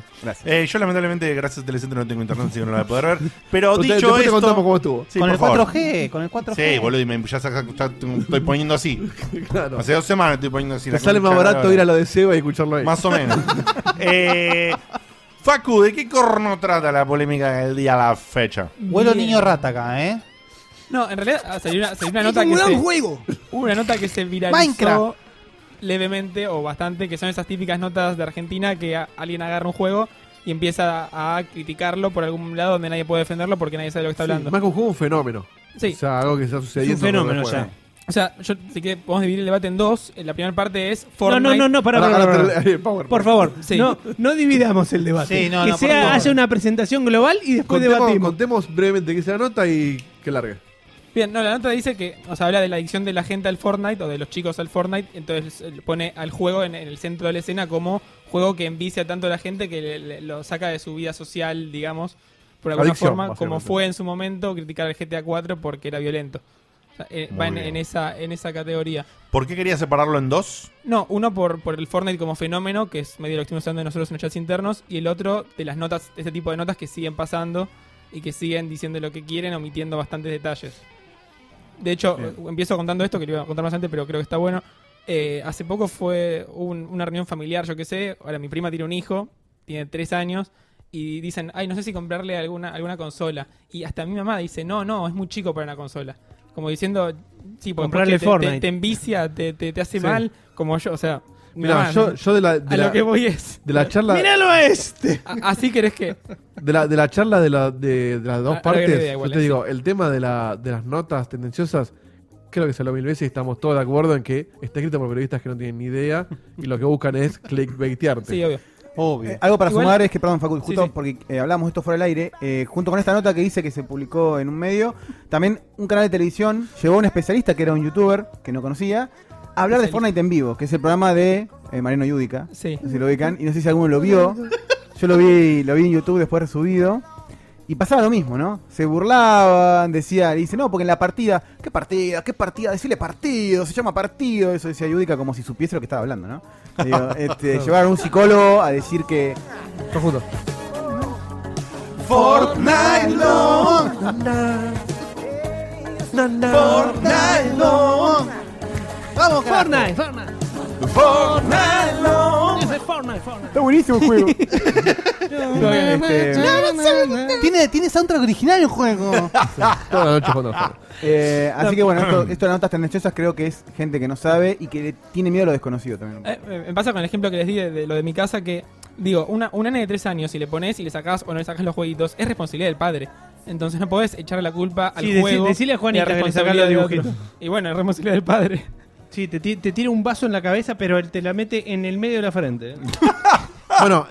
Speaker 2: Eh, yo lamentablemente, gracias a Telecentro, no tengo internet, así que no la voy a poder ver. Pero
Speaker 4: Después te-
Speaker 2: dicho
Speaker 4: después te
Speaker 2: esto...
Speaker 4: contamos cómo estuvo.
Speaker 2: por
Speaker 3: con el
Speaker 2: favor.
Speaker 3: 4G, con el 4G.
Speaker 2: Sí, boludo, y me, ya, saca- ya te- estoy poniendo así.
Speaker 4: Claro.
Speaker 2: Hace dos semanas estoy poniendo así.
Speaker 4: Te
Speaker 2: la
Speaker 4: sale más
Speaker 2: concha de la
Speaker 4: barato
Speaker 2: lora.
Speaker 4: ir a lo de Seba y escucharlo ahí.
Speaker 2: Más o menos. eh, Facu, ¿de qué corno trata la polémica del día a la fecha?
Speaker 3: Vuelo niño rata acá, ¿eh?
Speaker 6: No, en realidad ah, salió una, salió una
Speaker 12: Es
Speaker 6: nota
Speaker 12: un
Speaker 6: que
Speaker 12: gran
Speaker 6: se,
Speaker 12: juego.
Speaker 6: hubo Una nota que se viralizó
Speaker 12: Minecraft.
Speaker 6: levemente o bastante, que son esas típicas notas de Argentina que a- alguien agarra un juego y empieza a, a criticarlo por algún lado donde nadie puede defenderlo porque nadie sabe lo que está
Speaker 4: Sí,
Speaker 6: hablando.
Speaker 4: Más que un juego, un fenómeno.
Speaker 6: Sí.
Speaker 4: O sea, algo que está sucediendo.
Speaker 6: Es un fenómeno
Speaker 4: con el juego.
Speaker 6: O sea, yo sé que podemos dividir el debate en dos. Eh, La primera parte es Fortnite.
Speaker 5: No, no, no, no, pará, pará, pará, pará.
Speaker 4: eh,
Speaker 5: Por favor,
Speaker 6: Sí.
Speaker 5: no, no dividamos el debate.
Speaker 6: Sí, no,
Speaker 5: que
Speaker 6: no, por
Speaker 5: sea,
Speaker 6: favor.
Speaker 5: haya una presentación global y después
Speaker 4: Contemos,
Speaker 5: debatimos.
Speaker 4: contemos brevemente qué es la nota y que largue.
Speaker 6: Bien, no, la nota dice que, o sea, habla de la adicción de la gente al Fortnite o de los chicos al Fortnite, entonces eh, pone al juego en, en el centro de la escena como juego que envicia tanto a la gente que le- le- lo saca de su vida social, digamos, por alguna
Speaker 4: Adicción,
Speaker 6: forma, como
Speaker 4: básicamente.
Speaker 6: fue en su momento criticar al GTA 4 porque era violento. O sea, eh,
Speaker 2: Muy
Speaker 6: va en,
Speaker 2: bien.
Speaker 6: en esa, en esa categoría.
Speaker 2: ¿Por qué quería separarlo en dos?
Speaker 6: No, uno por, por el Fortnite como fenómeno, que es medio lo que estuvimos hablando nosotros en los chats internos, y el otro de las notas, este tipo de notas que siguen pasando y que siguen diciendo lo que quieren, omitiendo bastantes detalles. De hecho, eh, empiezo contando esto, que lo iba a contar más antes, pero creo que está bueno. Eh, hace poco fue un- una reunión familiar, yo qué sé. Ahora mi prima tiene un hijo, tiene tres años, y dicen, ay, no sé si comprarle alguna, alguna consola. Y hasta mi mamá dice, no, no, es muy chico para una consola. Como diciendo, sí, porque
Speaker 5: Comprarle
Speaker 6: te- te,
Speaker 5: Fortnite.
Speaker 6: te envicia, te, te- te hace
Speaker 4: Sí.
Speaker 6: mal, como yo, o sea.
Speaker 4: Mirá,
Speaker 6: mamá,
Speaker 4: yo- yo de la- de
Speaker 6: a
Speaker 4: la-
Speaker 6: lo que voy es.
Speaker 4: de la charla-
Speaker 6: ¡Míralo a este! A- Así querés que.
Speaker 4: De la, de la charla de, la, de, de las dos
Speaker 6: Ah,
Speaker 4: partes,
Speaker 6: era idea igual,
Speaker 4: yo te
Speaker 6: eh,
Speaker 4: digo, el tema de, la, de las notas tendenciosas, creo que se lo mil veces y estamos todos de acuerdo en que está escrito por periodistas que no tienen ni idea y lo que buscan es clickbaitearte.
Speaker 6: Sí, obvio.
Speaker 3: Obvio.
Speaker 7: Eh, algo para
Speaker 3: Igual-
Speaker 7: sumar es que, perdón, Facu,
Speaker 3: Sí,
Speaker 7: justo
Speaker 3: sí.
Speaker 7: porque eh, hablamos esto fuera del aire, eh, junto con esta nota que dice que se publicó en un medio, también un canal de televisión llevó a un especialista que era un youtuber que no conocía a hablar de Fortnite en vivo, que es el programa de eh, Mariano Yudica.
Speaker 6: Sí.
Speaker 7: No sé si lo ubican, y no sé si alguno lo vio. Yo lo vi, lo vi en YouTube después resubido. Y pasaba lo mismo, ¿no? Se burlaban, decía, y dice, no, porque en la partida, ¿qué partida? ¿Qué partida? Decirle partido, se llama partido, eso decía Yudica como si supiese lo que estaba hablando, ¿no? Digo, este, llevaron a un psicólogo a decir que. Todo junto.
Speaker 1: Fortnite long. Fortnite long.
Speaker 3: Vamos,
Speaker 1: Fortnite, Fortnite. Fortnite long.
Speaker 5: Ese es Fortnite, Fortnite.
Speaker 7: Está buenísimo el juego. este,
Speaker 3: tiene, tiene soundtrack original el juego.
Speaker 7: Toda
Speaker 4: la noche jugando al
Speaker 7: Eh, así que bueno, esto, esto de las notas tendenciosas creo que es gente que no sabe y que le tiene miedo a lo desconocido también.
Speaker 6: Eh, eh, me pasa con el ejemplo que les di de, de lo de mi casa que, digo, una, un nene de tres años, si le pones y le sacás o no le sacás los jueguitos, es responsabilidad del padre. Entonces no podés echarle la culpa al
Speaker 5: Sí, decí-
Speaker 6: juego.
Speaker 5: decile a Juanita
Speaker 6: y
Speaker 5: que le
Speaker 6: responsabilidad
Speaker 5: saca los
Speaker 6: del otro.
Speaker 5: dibujitos.
Speaker 6: Y bueno, es responsabilidad del padre.
Speaker 5: Sí, te, ti- te tira un vaso en la cabeza, pero él te la mete en el medio de la frente.
Speaker 4: bueno,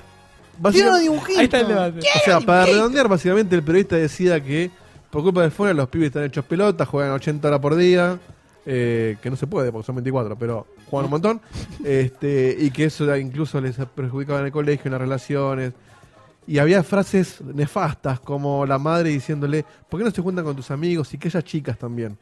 Speaker 5: Quiero dibujitos. Ahí está el debate.
Speaker 4: O sea,
Speaker 5: Quiero
Speaker 4: para
Speaker 5: dibujitos.
Speaker 4: redondear, básicamente el periodista decida que por culpa de fuera los pibes están hechos pelotas, juegan 80 horas por día, eh, que no se puede porque son 24, pero juegan un montón, este, y que eso incluso les perjudicaba en el colegio, en las relaciones. Y había frases nefastas como la madre diciéndole, ¿por qué no se juntan con tus amigos? Y que ellas chicas también.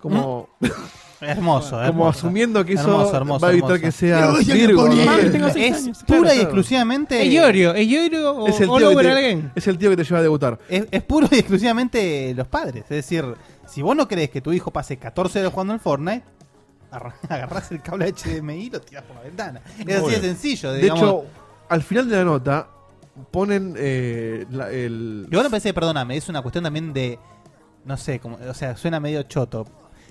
Speaker 4: Como...
Speaker 5: ¿Mm?
Speaker 3: Hermoso,
Speaker 4: Como
Speaker 3: hermoso.
Speaker 4: asumiendo que eso
Speaker 3: Hermoso, hermoso,
Speaker 4: va a evitar
Speaker 3: hermoso.
Speaker 4: que sea
Speaker 3: Pero, oye,
Speaker 4: Virgo.
Speaker 3: Leopoldo,
Speaker 4: ¿no?
Speaker 3: mami, tengo seis Es años. pura y Claro. exclusivamente- Es Iorio, es Iorio o-
Speaker 4: Es el
Speaker 3: all
Speaker 4: tío que
Speaker 3: over
Speaker 4: te-
Speaker 3: again.
Speaker 4: Es el tío que te lleva a debutar.
Speaker 3: Es, es puro y exclusivamente los padres. Es decir, si vos no crees que tu hijo pase 14 horas jugando al Fortnite, arra- agarrás el cable HDMI y lo tirás por la ventana. Es así de sencillo.
Speaker 4: De
Speaker 3: digamos.
Speaker 4: hecho, al final de la nota ponen eh, la- el.
Speaker 3: Igual me parece, perdóname, es una cuestión también de. No sé, como, o sea, suena medio choto.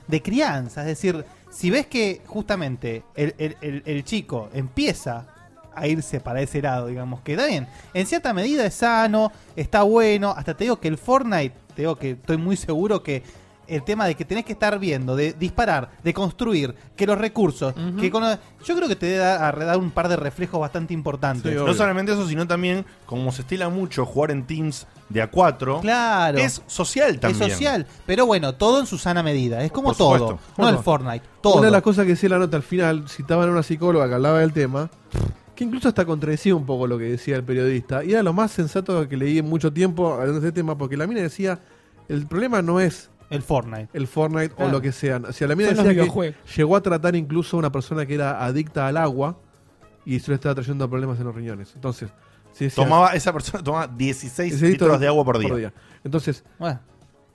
Speaker 3: De crianza, es decir, si ves que justamente el, el- el- el chico empieza a irse para ese lado, digamos, que está bien. En cierta medida es sano, está bueno. Hasta te digo que el Fortnite, te digo que estoy muy seguro que el tema de que tenés que estar viendo, de disparar, de construir, que los recursos, que con- yo creo que te debe a redar un par de reflejos bastante importantes.
Speaker 2: no solamente eso, sino también, como se estila mucho jugar en teams de a 4
Speaker 3: Claro.
Speaker 2: es social también.
Speaker 3: Es social, pero bueno, todo en su sana medida. Es como
Speaker 4: Por
Speaker 3: todo.
Speaker 4: supuesto.
Speaker 3: No
Speaker 4: Bueno,
Speaker 3: el Fortnite, todo.
Speaker 4: Una de las cosas que decía la nota al final, citaban a una psicóloga que hablaba del tema, que incluso hasta contradecía un poco lo que decía el periodista. Y era lo más sensato que leí en mucho tiempo hablando de este tema, porque la mina decía: el problema no es.
Speaker 3: El Fortnite.
Speaker 4: El Fortnite
Speaker 3: Claro.
Speaker 4: o lo que sea. O sea, la mina
Speaker 3: Son los
Speaker 4: decía que
Speaker 3: videojuegos.
Speaker 4: llegó a tratar incluso a una persona que era adicta al agua y eso le estaba trayendo problemas en los riñones. Entonces, sí decía-
Speaker 2: Tomaba, esa persona tomaba 16
Speaker 4: Ese
Speaker 2: litros,
Speaker 4: litro
Speaker 2: de agua por día.
Speaker 4: Entonces,
Speaker 3: Bueno.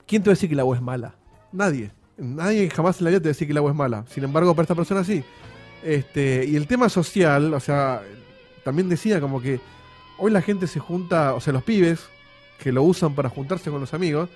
Speaker 4: ¿quién te va a decir que el agua es mala? Nadie. Nadie jamás en la vida te va a decir que el agua es mala. Sin embargo, para esta persona sí. Este, y el tema social, o sea, también decía como que hoy la gente se junta, o sea, los pibes que lo usan para juntarse con los amigos,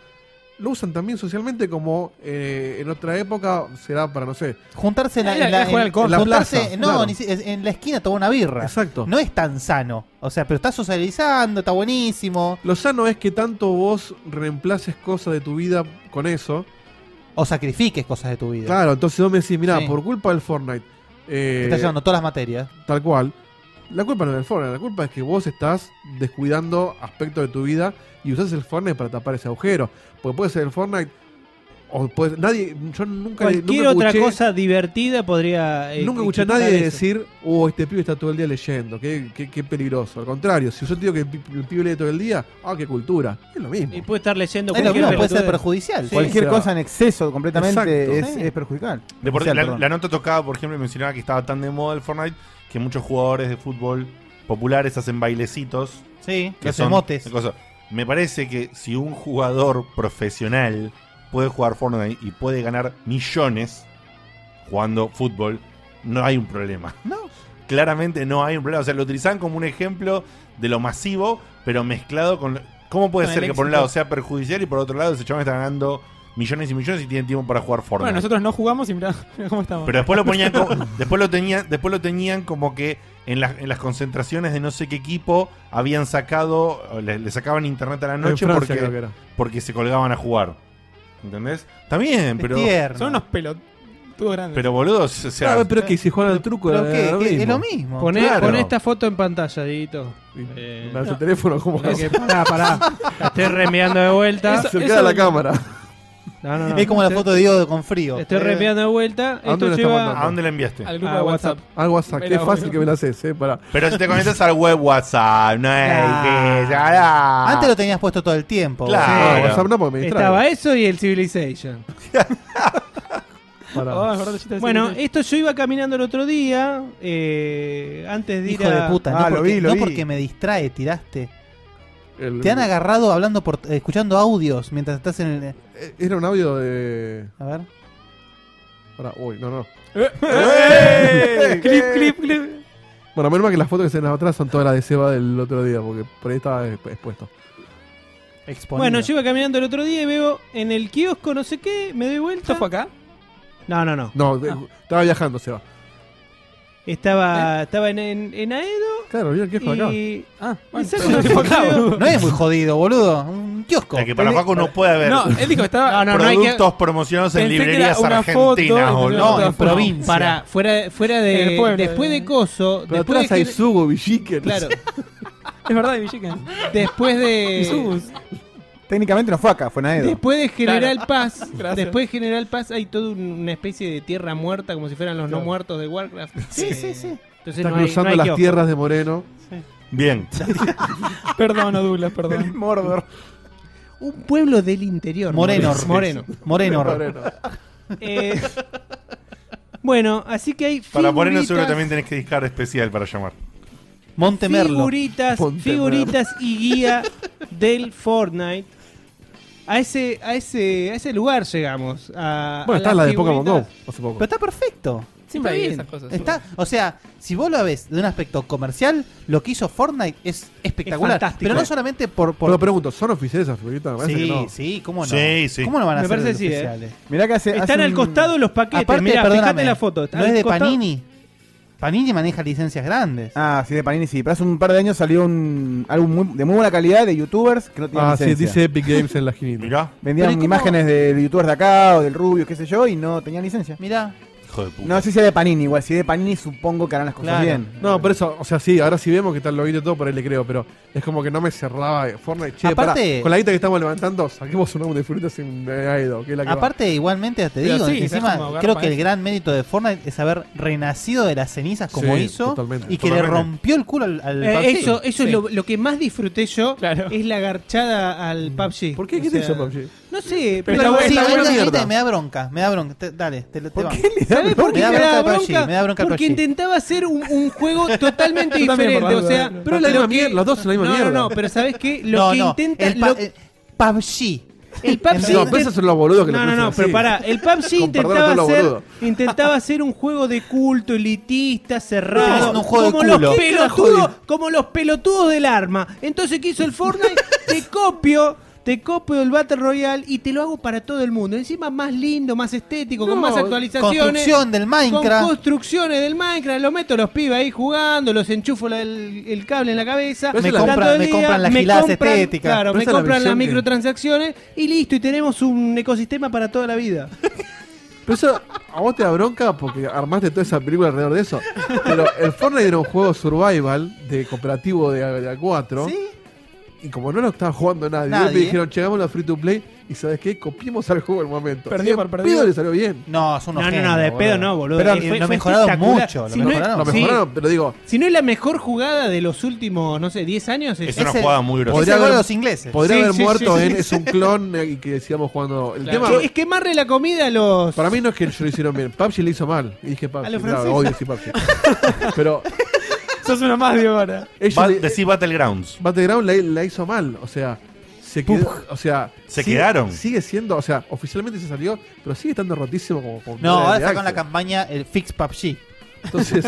Speaker 4: lo usan también socialmente como eh, en otra época será para, no sé,
Speaker 3: Juntarse en la, en la- en- juntarse- no, ni si- es- en la esquina toma una birra.
Speaker 4: Exacto.
Speaker 3: No es tan sano. O sea, pero está socializando, está buenísimo.
Speaker 4: Lo sano es que tanto vos reemplaces cosas de tu vida con eso.
Speaker 3: O sacrifiques cosas de tu vida.
Speaker 4: Claro, entonces vos me decís, mirá,
Speaker 3: Sí.
Speaker 4: por culpa del Fortnite. eh,
Speaker 3: Te está llevando todas las materias.
Speaker 4: Tal cual. La culpa no es del Fortnite, la culpa es que vos estás descuidando aspectos de tu vida y usás el Fortnite para tapar ese agujero. Porque puede ser el Fortnite. O puede, nadie. Yo nunca.
Speaker 5: Cualquier
Speaker 4: nunca
Speaker 5: otra
Speaker 4: escuché-
Speaker 5: cosa divertida podría. eh,
Speaker 4: Nunca escuché a
Speaker 5: quitar
Speaker 4: nadie
Speaker 5: eso.
Speaker 4: decir, oh, este pibe está todo el día leyendo, qué, qué- qué peligroso. Al contrario, si yo te digo que el pi- el pibe lee todo el día, ah, qué cultura. Es lo mismo.
Speaker 5: Y puede estar leyendo
Speaker 3: Es lo
Speaker 5: cualquier
Speaker 3: mismo, puede ser
Speaker 5: pelotudez.
Speaker 3: perjudicial.
Speaker 7: Cualquier
Speaker 4: o sea,
Speaker 7: cosa en exceso completamente es,
Speaker 4: exacto.
Speaker 7: es perjudicial.
Speaker 2: De por-
Speaker 7: Perjudicial,
Speaker 2: la,
Speaker 7: perdón.
Speaker 2: la nota tocaba, por ejemplo, y mencionaba que estaba tan de moda el Fortnite que muchos jugadores de fútbol populares hacen bailecitos.
Speaker 3: Sí,
Speaker 2: que
Speaker 3: los
Speaker 2: son-
Speaker 3: emotes.
Speaker 2: cosas. Me parece que si un jugador profesional puede jugar Fortnite y puede ganar millones jugando fútbol, no hay un problema.
Speaker 3: No.
Speaker 2: Claramente no hay un problema. O sea, lo utilizaban como un ejemplo de lo masivo, pero mezclado con... ¿Cómo puede
Speaker 6: Con
Speaker 2: ser
Speaker 6: el
Speaker 2: que por un
Speaker 6: éxito.
Speaker 2: lado sea perjudicial y por otro lado ese chabón está ganando millones y millones y tiene tiempo para jugar Fortnite?
Speaker 6: Bueno, nosotros no jugamos y mirá, mirá cómo estamos.
Speaker 2: Pero después lo ponían como, después lo tenían, después lo tenían como que en las, en las concentraciones de no sé qué equipo habían sacado, o le, le sacaban internet a la noche
Speaker 4: Francia creo que
Speaker 2: porque,
Speaker 4: era.
Speaker 2: porque se colgaban a jugar. ¿Entendés? Está bien, pero.
Speaker 6: Son unos pelotudos. Estuvo grande.
Speaker 2: Pero boludos, o sea. eh,
Speaker 4: Claro, pero que si juegan al truco,
Speaker 2: Pero
Speaker 4: era
Speaker 2: qué,
Speaker 4: lo
Speaker 2: qué,
Speaker 4: mismo.
Speaker 2: es lo mismo.
Speaker 5: Poné,
Speaker 4: Claro.
Speaker 5: poné esta foto en pantalla, Didito.
Speaker 4: me das el teléfono, ¿cómo
Speaker 5: Mirá
Speaker 4: vas?
Speaker 5: que- Pará, pará. La estoy reenviando de vuelta.
Speaker 4: Eso- Acercá eso- a la cámara.
Speaker 5: No, no, no.
Speaker 3: Es como la foto de Diego con frío.
Speaker 5: Estoy reenviando de vuelta. Esto lleva... A Ah, WhatsApp.
Speaker 4: Al WhatsApp,
Speaker 5: Era
Speaker 4: qué
Speaker 5: obvio.
Speaker 4: fácil que me la haces, eh. Pará.
Speaker 2: Pero si te conectas al web WhatsApp, no es que- ya, ya.
Speaker 3: Antes lo tenías puesto todo el tiempo.
Speaker 2: Claro.
Speaker 4: No, WhatsApp no, porque me distrae.
Speaker 5: Estaba eso y el Civilization.
Speaker 4: Pará.
Speaker 6: Oh, es verdad, yo estaba
Speaker 5: bueno,
Speaker 6: Civilization.
Speaker 5: esto yo iba caminando el otro día, eh, antes de ir
Speaker 3: Hijo
Speaker 5: a... Ah,
Speaker 3: de puta,
Speaker 2: Ah,
Speaker 3: no, porque, no porque me distrae, tiraste.
Speaker 4: El-
Speaker 3: Te han agarrado hablando por, eh, escuchando audios mientras estás en el.
Speaker 4: Eh, Era un audio de.
Speaker 3: A ver.
Speaker 4: Pará, uy, no, no.
Speaker 6: ¡Eh! Clip, clip, clip.
Speaker 4: Bueno, menos mal que las fotos que se ven atrás son todas las de Seba del otro día, porque por ahí estaba exp- expuesto.
Speaker 5: Bueno, yo iba caminando el otro día y veo en el kiosco no sé qué, me doy vuelta. ¿Esto fue acá? No, no, no.
Speaker 4: No, de- estaba viajando, Seba.
Speaker 5: Estaba, estaba en, en, en Aedo.
Speaker 4: Claro, mira el
Speaker 5: kiosco
Speaker 4: acá.
Speaker 5: y... Ah,
Speaker 3: No es muy jodido, boludo. Un kiosco.
Speaker 2: La que para Facu no puede haber.
Speaker 5: No, él dijo que estaba- No, no, no hay que-
Speaker 2: productos promocionados en
Speaker 5: Pensé que
Speaker 2: librerías
Speaker 5: era una foto y
Speaker 2: argentinas,
Speaker 5: tenía
Speaker 2: boludo.
Speaker 5: otra foto. Pará, fuera, fuera
Speaker 6: En
Speaker 5: de.
Speaker 6: el pueblo,
Speaker 5: después de Coso.
Speaker 4: eh. Pero
Speaker 5: después
Speaker 4: atrás
Speaker 5: de
Speaker 4: hay
Speaker 5: Gene-
Speaker 4: Sugo, Villique.
Speaker 5: Claro.
Speaker 6: Es verdad, Villiquen.
Speaker 5: Después
Speaker 6: Y
Speaker 5: de.
Speaker 6: Sugus.
Speaker 7: Técnicamente no fue acá, fue Naedo.
Speaker 5: Después de General
Speaker 6: Claro.
Speaker 5: Paz.
Speaker 6: Gracias.
Speaker 5: Después de General Paz hay toda un- una especie de tierra muerta, como si fueran los no
Speaker 4: Claro.
Speaker 5: muertos de Warcraft.
Speaker 3: Sí,
Speaker 5: Eh,
Speaker 3: sí, sí.
Speaker 5: Entonces
Speaker 4: Está
Speaker 5: no hay- no
Speaker 4: cruzando
Speaker 5: hay
Speaker 4: las
Speaker 5: kiosco.
Speaker 4: tierras de Moreno.
Speaker 2: Bien.
Speaker 6: Perdón, Douglas, perdón.
Speaker 7: Mordor.
Speaker 5: Un pueblo del interior.
Speaker 3: Morenor.
Speaker 5: Moreno.
Speaker 3: Morenor.
Speaker 5: Eh, bueno, así que hay.
Speaker 2: Para ponerlo
Speaker 5: figuritas-
Speaker 2: seguro también tenés que discar especial para llamar.
Speaker 5: Figuritas, figuritas y guía del Fortnite. A ese, a ese, a ese lugar llegamos. a-
Speaker 4: Bueno,
Speaker 5: a
Speaker 4: está
Speaker 5: las
Speaker 4: la de Pokémon
Speaker 5: figuritas.
Speaker 4: Go hace poco.
Speaker 3: Pero está perfecto.
Speaker 6: Siempre
Speaker 3: Está
Speaker 6: hay
Speaker 3: bien.
Speaker 6: esas cosas,
Speaker 3: Está, o sea, si vos lo ves de un aspecto comercial, lo que hizo Fortnite es espectacular.
Speaker 5: fantástico.
Speaker 3: pero no solamente por. por
Speaker 4: Pero pregunto, ¿son oficiales esas figuritas? Me parece
Speaker 3: Sí,
Speaker 4: que no.
Speaker 3: sí, ¿cómo no? Sí, sí. ¿Cómo no van a
Speaker 5: Me
Speaker 3: ser
Speaker 5: parece que sí, eh.
Speaker 3: oficiales?
Speaker 7: Mirá que hace.
Speaker 5: Están
Speaker 7: hace
Speaker 5: al
Speaker 7: un-
Speaker 5: costado los paquetes.
Speaker 3: Aparte,
Speaker 5: Mirá,
Speaker 3: perdóname,
Speaker 5: fíjate la foto.
Speaker 3: No
Speaker 5: Al
Speaker 3: es de
Speaker 5: costado-
Speaker 3: Panini. Panini maneja licencias grandes.
Speaker 7: Ah, sí, de Panini sí. Pero hace un par de años salió un álbum muy- de muy buena calidad de youtubers que no tienen
Speaker 4: Ah, sí,
Speaker 7: licencia.
Speaker 4: dice Epic Games en la esquinita.
Speaker 2: Mirá.
Speaker 7: Vendían
Speaker 3: Pero ¿y cómo?
Speaker 7: imágenes de youtubers de acá o del Rubio, qué sé yo, y no tenían licencia.
Speaker 3: Mirá.
Speaker 2: Hijo de puta.
Speaker 7: No sé si es de Panini, igual. Si es de Panini, supongo que harán las cosas
Speaker 4: Claro.
Speaker 7: bien.
Speaker 4: No, por eso, o sea, sí, ahora sí vemos que tal lo vi todo, por ahí le creo, pero es como que no me cerraba eh, Fortnite. Che,
Speaker 3: Aparte-
Speaker 4: pará, con la guita que estamos levantando, saquemos un álbum de frutas en Aido, que es la que va.
Speaker 3: Aparte, igualmente, te
Speaker 4: Pero
Speaker 3: digo,
Speaker 4: sí,
Speaker 3: encima
Speaker 4: es como
Speaker 3: creo
Speaker 4: garpa
Speaker 3: que el
Speaker 4: eso.
Speaker 3: gran mérito de Fortnite es haber renacido de las cenizas como
Speaker 4: Sí,
Speaker 3: hizo
Speaker 4: totalmente.
Speaker 3: y que le
Speaker 4: Totalmente.
Speaker 3: rompió el culo al, al
Speaker 5: Eh,
Speaker 3: PUBG.
Speaker 5: eso
Speaker 3: Sí.
Speaker 5: eso es lo, lo que más disfruté yo. Es la garchada al
Speaker 3: Mm.
Speaker 5: PUBG. ¿Por
Speaker 4: qué? ¿Qué te hizo PUBG?
Speaker 5: No sé,
Speaker 3: Pero,
Speaker 5: pero,
Speaker 3: sí,
Speaker 5: sí,
Speaker 3: ahí
Speaker 5: bueno,
Speaker 3: la
Speaker 5: sí,
Speaker 3: gente
Speaker 5: me-
Speaker 3: me da bronca, me da bronca. Te- dale, te, lo- te va.
Speaker 5: ¿Sabés por qué
Speaker 3: Me da bronca
Speaker 5: me da
Speaker 3: el PUBG,
Speaker 5: bronca?
Speaker 3: me da bronca el
Speaker 5: Porque
Speaker 3: PUBG.
Speaker 5: intentaba hacer un, un juego totalmente
Speaker 4: Yo también,
Speaker 5: diferente.
Speaker 4: por
Speaker 5: o
Speaker 4: la
Speaker 5: sea,
Speaker 4: duda. Pero es la
Speaker 5: lo
Speaker 4: misma
Speaker 5: que-
Speaker 4: mierda, los dos son la misma
Speaker 5: no,
Speaker 4: mierda.
Speaker 5: No, no, pero ¿sabes qué? Lo
Speaker 3: No,
Speaker 5: que
Speaker 3: no,
Speaker 5: intenta.
Speaker 3: el pa- eh,
Speaker 5: lo-
Speaker 3: el PUBG.
Speaker 5: El PUBG.
Speaker 4: No, pero esos son los boludos que lo
Speaker 5: No, no,
Speaker 4: cruzan
Speaker 5: no, pero
Speaker 4: así.
Speaker 5: pará. El PUBG
Speaker 4: Con perdón a
Speaker 5: intentaba
Speaker 4: todos los
Speaker 5: hacer,
Speaker 4: boludos.
Speaker 5: intentaba hacer un juego de culto, elitista, cerrado.
Speaker 3: No, un juego de
Speaker 5: como,
Speaker 3: culo.
Speaker 5: Los
Speaker 3: ¿Qué
Speaker 5: pelotudos, como los pelotudos del arma. Entonces, ¿qué hizo el Fortnite? te copio. Te copio el Battle Royale y te lo hago para todo el mundo. Encima más lindo, más estético, con
Speaker 3: No,
Speaker 5: más actualizaciones.
Speaker 3: construcción del Minecraft.
Speaker 5: Con construcciones del Minecraft. Lo meto a los pibes ahí jugando, los enchufo la- el, el cable en la cabeza.
Speaker 3: Pero esa es la-
Speaker 5: tanto
Speaker 3: compran-
Speaker 5: el
Speaker 3: me
Speaker 5: día,
Speaker 3: compran las giladas estéticas.
Speaker 5: Claro,
Speaker 3: Pero
Speaker 5: me
Speaker 3: esa es la
Speaker 5: compran las
Speaker 3: visión que-
Speaker 5: microtransacciones y listo, y tenemos un ecosistema para toda la vida.
Speaker 4: Pero eso, a vos te da bronca porque armaste toda esa película alrededor de eso. Pero el Fortnite era un juego survival de cooperativo de, A- de A4. Y como no lo estaba jugando nadie,
Speaker 3: Nadie.
Speaker 4: me dijeron, llegamos a Free to Play y ¿sabes qué? Copiemos al juego el momento.
Speaker 6: Perdió
Speaker 4: Y
Speaker 6: por
Speaker 4: el
Speaker 6: perdido.
Speaker 4: pedo le salió bien.
Speaker 3: No, son
Speaker 5: No,
Speaker 3: unos
Speaker 5: no,
Speaker 3: genios,
Speaker 5: no, de pedo no, boludo.
Speaker 3: Pero
Speaker 5: Eh, fue-
Speaker 3: lo
Speaker 5: fue
Speaker 3: mejoraron
Speaker 5: espectacular.
Speaker 3: mucho, lo
Speaker 5: Si no-
Speaker 3: mejoraron.
Speaker 4: Lo
Speaker 5: Sí.
Speaker 4: mejoraron, pero digo,
Speaker 5: Si no es la mejor jugada de los últimos, no sé, 10 años.
Speaker 2: Es una jugada muy grosa.
Speaker 4: Podría haber- Podría
Speaker 5: Sí,
Speaker 4: haber
Speaker 5: sí,
Speaker 4: muerto
Speaker 5: sí, sí,
Speaker 4: en
Speaker 5: sí.
Speaker 4: es un clon eh, y que sigamos jugando. El
Speaker 5: Claro.
Speaker 4: tema
Speaker 5: Es quemarle la comida a los.
Speaker 4: para mí no es que ellos lo hicieron bien. PUBG le hizo mal. Y dije PUBG,
Speaker 5: A los
Speaker 4: claro,
Speaker 5: franceses.
Speaker 4: odio sí PUBG. Pero
Speaker 6: Sos uno más de ahora.
Speaker 4: ellos
Speaker 2: Ba-
Speaker 4: le-
Speaker 2: decí Battlegrounds.
Speaker 4: Battleground la, la hizo mal, o sea, se quedó, o sea,
Speaker 2: Se quedaron.
Speaker 4: Sigue siendo, o sea, oficialmente se salió, pero sigue estando rotísimo como como
Speaker 3: No,
Speaker 4: de
Speaker 3: ahora
Speaker 4: Axel.
Speaker 3: sacan la campaña el Fix PUBG.
Speaker 4: Entonces,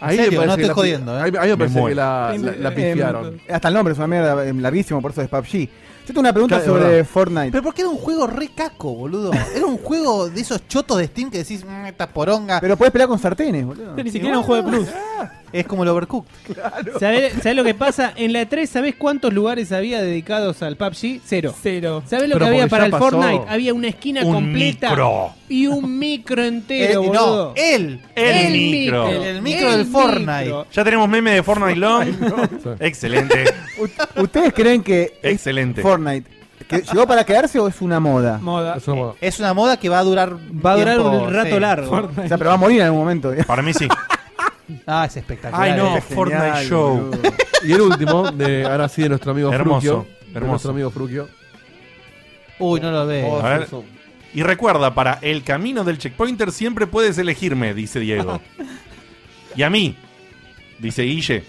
Speaker 4: ahí
Speaker 3: En serio,
Speaker 4: me parece
Speaker 3: no
Speaker 4: que
Speaker 3: estoy
Speaker 4: la-
Speaker 3: jodiendo, ¿eh?
Speaker 4: Ahí, ahí me
Speaker 3: Me
Speaker 4: parece
Speaker 3: muero.
Speaker 4: que la, la, la
Speaker 7: Eh,
Speaker 4: pifiaron.
Speaker 7: hasta el nombre es una mierda eh, larguísimo, por eso es PUBG. Yo tengo una pregunta
Speaker 4: Claro, es
Speaker 7: sobre
Speaker 4: verdad.
Speaker 7: Fortnite.
Speaker 3: Pero porque era un juego re caco, boludo. Era un juego de esos chotos de Steam que decís, "Mm, esta poronga.
Speaker 7: Pero puedes pelear con sartenes, boludo.
Speaker 6: Ni siquiera era un juego de plus.
Speaker 3: Es como el Overcooked.
Speaker 5: Claro. ¿Sabés, sabés lo que pasa? En la E3, ¿sabés cuántos lugares había dedicados al PUBG? Cero.
Speaker 6: Cero.
Speaker 5: ¿Sabés lo
Speaker 6: Pero porque
Speaker 5: que había para
Speaker 6: ya
Speaker 5: el
Speaker 6: pasó.
Speaker 5: Fortnite? Había una esquina
Speaker 6: Un
Speaker 5: completa
Speaker 6: micro.
Speaker 5: y un micro entero,
Speaker 3: Eh, no,
Speaker 5: boludo.
Speaker 3: él.
Speaker 2: El micro. El- el
Speaker 3: micro del Fortnite.
Speaker 2: Ya tenemos meme de Fortnite Long. Excelente.
Speaker 7: ¿Ustedes creen que es
Speaker 2: Excelente.
Speaker 7: Fortnite que llegó para quedarse o es una moda?
Speaker 6: Moda.
Speaker 4: Es una moda.
Speaker 3: Es una moda que va a durar Va
Speaker 7: a durar un rato largo. O sea, pero va a morir en algún momento.
Speaker 2: Para mí sí.
Speaker 3: Ah, es espectacular.
Speaker 2: Ay, no,
Speaker 3: Es
Speaker 2: Fortnite
Speaker 3: genial,
Speaker 2: Show.
Speaker 3: boludo.
Speaker 4: Y el último, de, ahora sí, de nuestro amigo
Speaker 2: Hermoso,
Speaker 4: Fruquio. De
Speaker 2: hermoso.
Speaker 4: nuestro amigo Fruquio.
Speaker 3: Uy, no lo veo.
Speaker 2: A ver. Y recuerda, para el camino del checkpointer siempre puedes elegirme, dice Diego. Y a mí, dice Guille.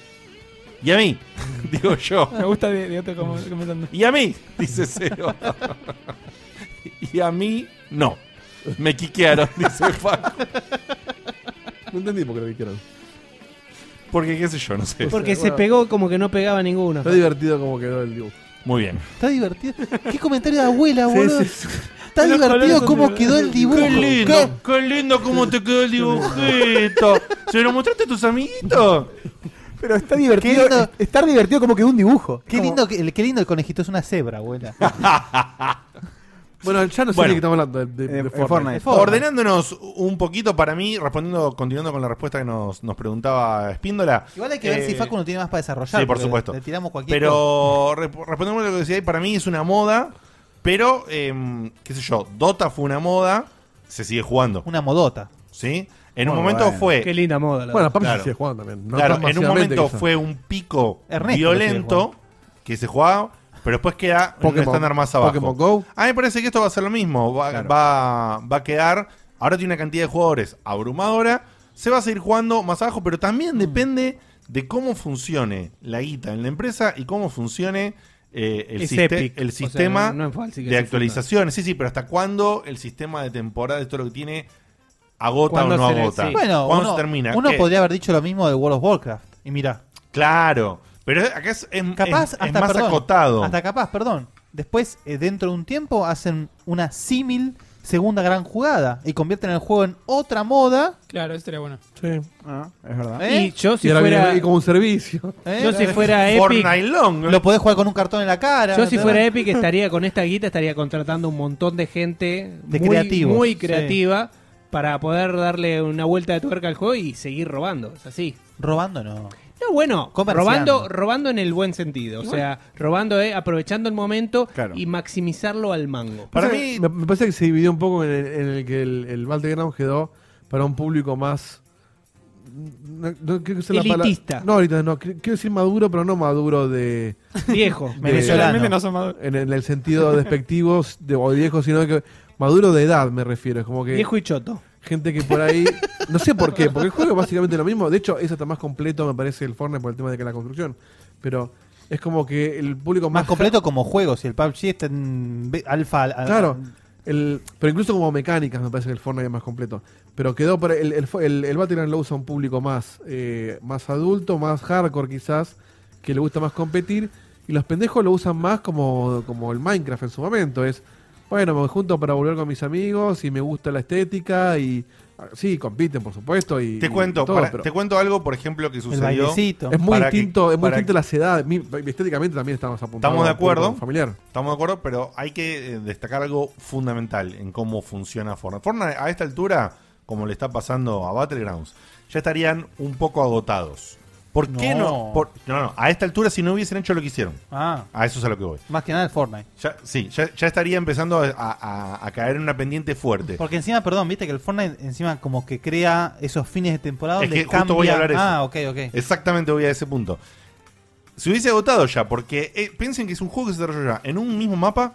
Speaker 2: Y a mí, digo yo.
Speaker 6: Me gusta de, de otro como- comentando.
Speaker 2: Y a mí, dice Cero. y a mí, no. Me quiquearon, dice Facu.
Speaker 4: No entendí por qué lo dijeron.
Speaker 2: Porque qué sé yo, no sé.
Speaker 5: Porque se pegó como que no pegaba ninguno.
Speaker 4: Está divertido como quedó el dibujo.
Speaker 2: Muy bien.
Speaker 3: Está divertido. Qué comentario de abuela,
Speaker 4: Sí,
Speaker 3: boludo.
Speaker 4: sí, sí.
Speaker 3: Está
Speaker 4: Los colores
Speaker 3: divertido
Speaker 4: son
Speaker 3: cómo
Speaker 4: divertidos.
Speaker 3: quedó el dibujo.
Speaker 2: Qué
Speaker 3: ¿Qué?
Speaker 2: lindo, qué lindo cómo te quedó el dibujito. ¿Se lo mostraste a tus amiguitos?
Speaker 7: Pero está divertido.
Speaker 3: Qué lindo.
Speaker 7: Estar divertido como que un dibujo.
Speaker 3: Qué lindo, que- qué lindo el conejito es una cebra, abuela.
Speaker 4: Bueno, ya no sé
Speaker 2: Bueno.
Speaker 4: de qué estamos hablando. De, de- de eh, Fortnite.
Speaker 2: Ordenándonos un poquito para mí, respondiendo, continuando con la respuesta que nos, nos preguntaba Espíndola.
Speaker 3: Igual hay que ver
Speaker 2: eh,
Speaker 3: si Facu no tiene más para desarrollar.
Speaker 2: Sí, por
Speaker 3: porque
Speaker 2: supuesto.
Speaker 3: Le tiramos cualquier
Speaker 2: Pero re- respondemos a lo que decía, y para mí es una moda, pero, em, qué sé yo, Dota fue una moda, se sigue jugando.
Speaker 3: Una modota.
Speaker 2: ¿Sí? En un
Speaker 4: Bueno,
Speaker 2: momento
Speaker 4: bueno.
Speaker 2: fue...
Speaker 4: Qué linda moda, la Bueno, verdad. PUBG se sigue jugando también, no
Speaker 2: claro,
Speaker 4: tan
Speaker 2: en un
Speaker 4: masivamente
Speaker 2: momento
Speaker 4: quizá.
Speaker 2: fue un pico
Speaker 4: Ernesto lo sigue
Speaker 2: violento que se jugaba, pero después queda en un
Speaker 4: Pokémon-
Speaker 2: estándar más abajo.
Speaker 4: Pokémon Go.
Speaker 2: A mí me parece que esto va a ser lo mismo. Va, va, va a quedar. Ahora tiene una cantidad de jugadores abrumadora. Se va a seguir jugando más abajo, pero
Speaker 3: Mm.
Speaker 2: también depende de cómo funcione la guita en la empresa y cómo funcione eh, el,
Speaker 5: Es
Speaker 2: siste-
Speaker 5: Epic.
Speaker 2: el
Speaker 5: O sea,
Speaker 2: sistema
Speaker 5: no- no es fácil que
Speaker 2: de
Speaker 5: se
Speaker 2: actualizaciones. Sí, sí, pero hasta cuándo el sistema de temporada, de todo lo que tiene, agota o
Speaker 5: ¿Cuándo
Speaker 2: no
Speaker 5: se le-
Speaker 2: agota.
Speaker 5: sí.
Speaker 3: Bueno,
Speaker 2: ¿Cuándo
Speaker 3: uno,
Speaker 2: se termina?
Speaker 3: uno
Speaker 2: ¿Qué?
Speaker 3: podría haber dicho lo mismo de World of Warcraft. Y mirá.
Speaker 2: Claro. Pero acá es, es- es-
Speaker 3: Capaz,
Speaker 2: es
Speaker 3: hasta,
Speaker 2: más
Speaker 3: perdón,
Speaker 2: acotado.
Speaker 3: Hasta capaz, perdón. Después, eh, dentro de un tiempo, hacen una símil segunda gran jugada y convierten el juego en otra moda.
Speaker 6: Claro, eso sería bueno.
Speaker 4: Sí.
Speaker 2: Ah,
Speaker 7: Es verdad.
Speaker 3: ¿Eh?
Speaker 5: Y yo si
Speaker 4: Y ahora
Speaker 5: fuera-
Speaker 4: viene- y como un servicio.
Speaker 3: ¿Eh?
Speaker 5: Yo si fuera Epic- Fortnite Long.
Speaker 3: Lo podés jugar con un cartón en la cara.
Speaker 5: Yo si
Speaker 3: ¿no?
Speaker 5: fuera Epic estaría con esta guita estaría contratando un montón de gente
Speaker 3: De
Speaker 5: muy,
Speaker 3: creativos,
Speaker 5: muy
Speaker 3: sí.
Speaker 5: creativa para poder darle una vuelta de tuerca al juego y seguir robando, es así.
Speaker 3: Robando no.
Speaker 5: No, bueno,
Speaker 3: Comerciando.
Speaker 5: robando robando en el buen sentido, o sea, robando eh, aprovechando el momento y maximizarlo al mango.
Speaker 4: Para mí, me, me parece que se dividió un poco en el, en el que el, el Battleground quedó para un público más. No, no quiero usar la palabra-
Speaker 5: Elitista.
Speaker 4: No, ahorita no. Qui- Quiero decir maduro, pero no maduro de.
Speaker 5: Viejo.
Speaker 4: de-
Speaker 5: Venezolano. Realmente no son maduros.
Speaker 4: En, en el sentido despectivo de, o viejo, sino que. Maduro de edad, me refiero. Es como que.
Speaker 5: Viejo y choto.
Speaker 4: Gente que por ahí. No sé por qué, porque el juego es básicamente lo mismo. De hecho, es hasta más completo, me parece, el Fortnite por el tema de que la construcción. Pero es como que el público más.
Speaker 3: Más completo como juego, si el PUBG está en be- alfa. al-
Speaker 4: Claro. El, pero incluso como mecánicas me parece que el Fortnite es más completo. Pero quedó para el, el, el, el Battleground lo usa un público más, eh, más adulto, más hardcore quizás, que le gusta más competir. Y los pendejos lo usan más como, como el Minecraft en su momento. Es, bueno, me junto para volver con mis amigos y me gusta la estética y... ah, Sí, compiten, por supuesto. Y,
Speaker 2: Te
Speaker 4: y
Speaker 2: cuento,
Speaker 4: todo,
Speaker 2: para-
Speaker 4: pero
Speaker 2: te cuento algo, por ejemplo, que sucedió.
Speaker 4: Es muy
Speaker 2: para que-
Speaker 4: distinto, es muy
Speaker 2: para
Speaker 4: distinto las edades. Mi- Estéticamente también estamos apuntando.
Speaker 2: Estamos de
Speaker 4: a un público
Speaker 2: acuerdo.
Speaker 4: Familiar.
Speaker 2: Estamos de acuerdo, pero hay que eh, destacar algo fundamental en cómo funciona Fortnite. Fortnite a esta altura, como le está pasando a Battlegrounds, ya estarían un poco agotados. ¿Por qué no?
Speaker 3: No.
Speaker 2: Por- no, no, a esta altura si no hubiesen hecho lo que hicieron.
Speaker 3: Ah.
Speaker 2: A eso es a lo que voy.
Speaker 3: Más que nada el Fortnite.
Speaker 2: Ya, sí, ya, ya estaría empezando a, a- a caer en una pendiente fuerte.
Speaker 3: Porque encima, perdón, viste que el Fortnite encima como que crea esos fines de temporada
Speaker 2: Es
Speaker 3: donde
Speaker 2: que justo voy a hablar eso.
Speaker 3: Ah, ok, ok.
Speaker 2: Exactamente voy a ese punto. Se hubiese agotado ya, porque eh, piensen que es un juego que se desarrolla en un mismo mapa,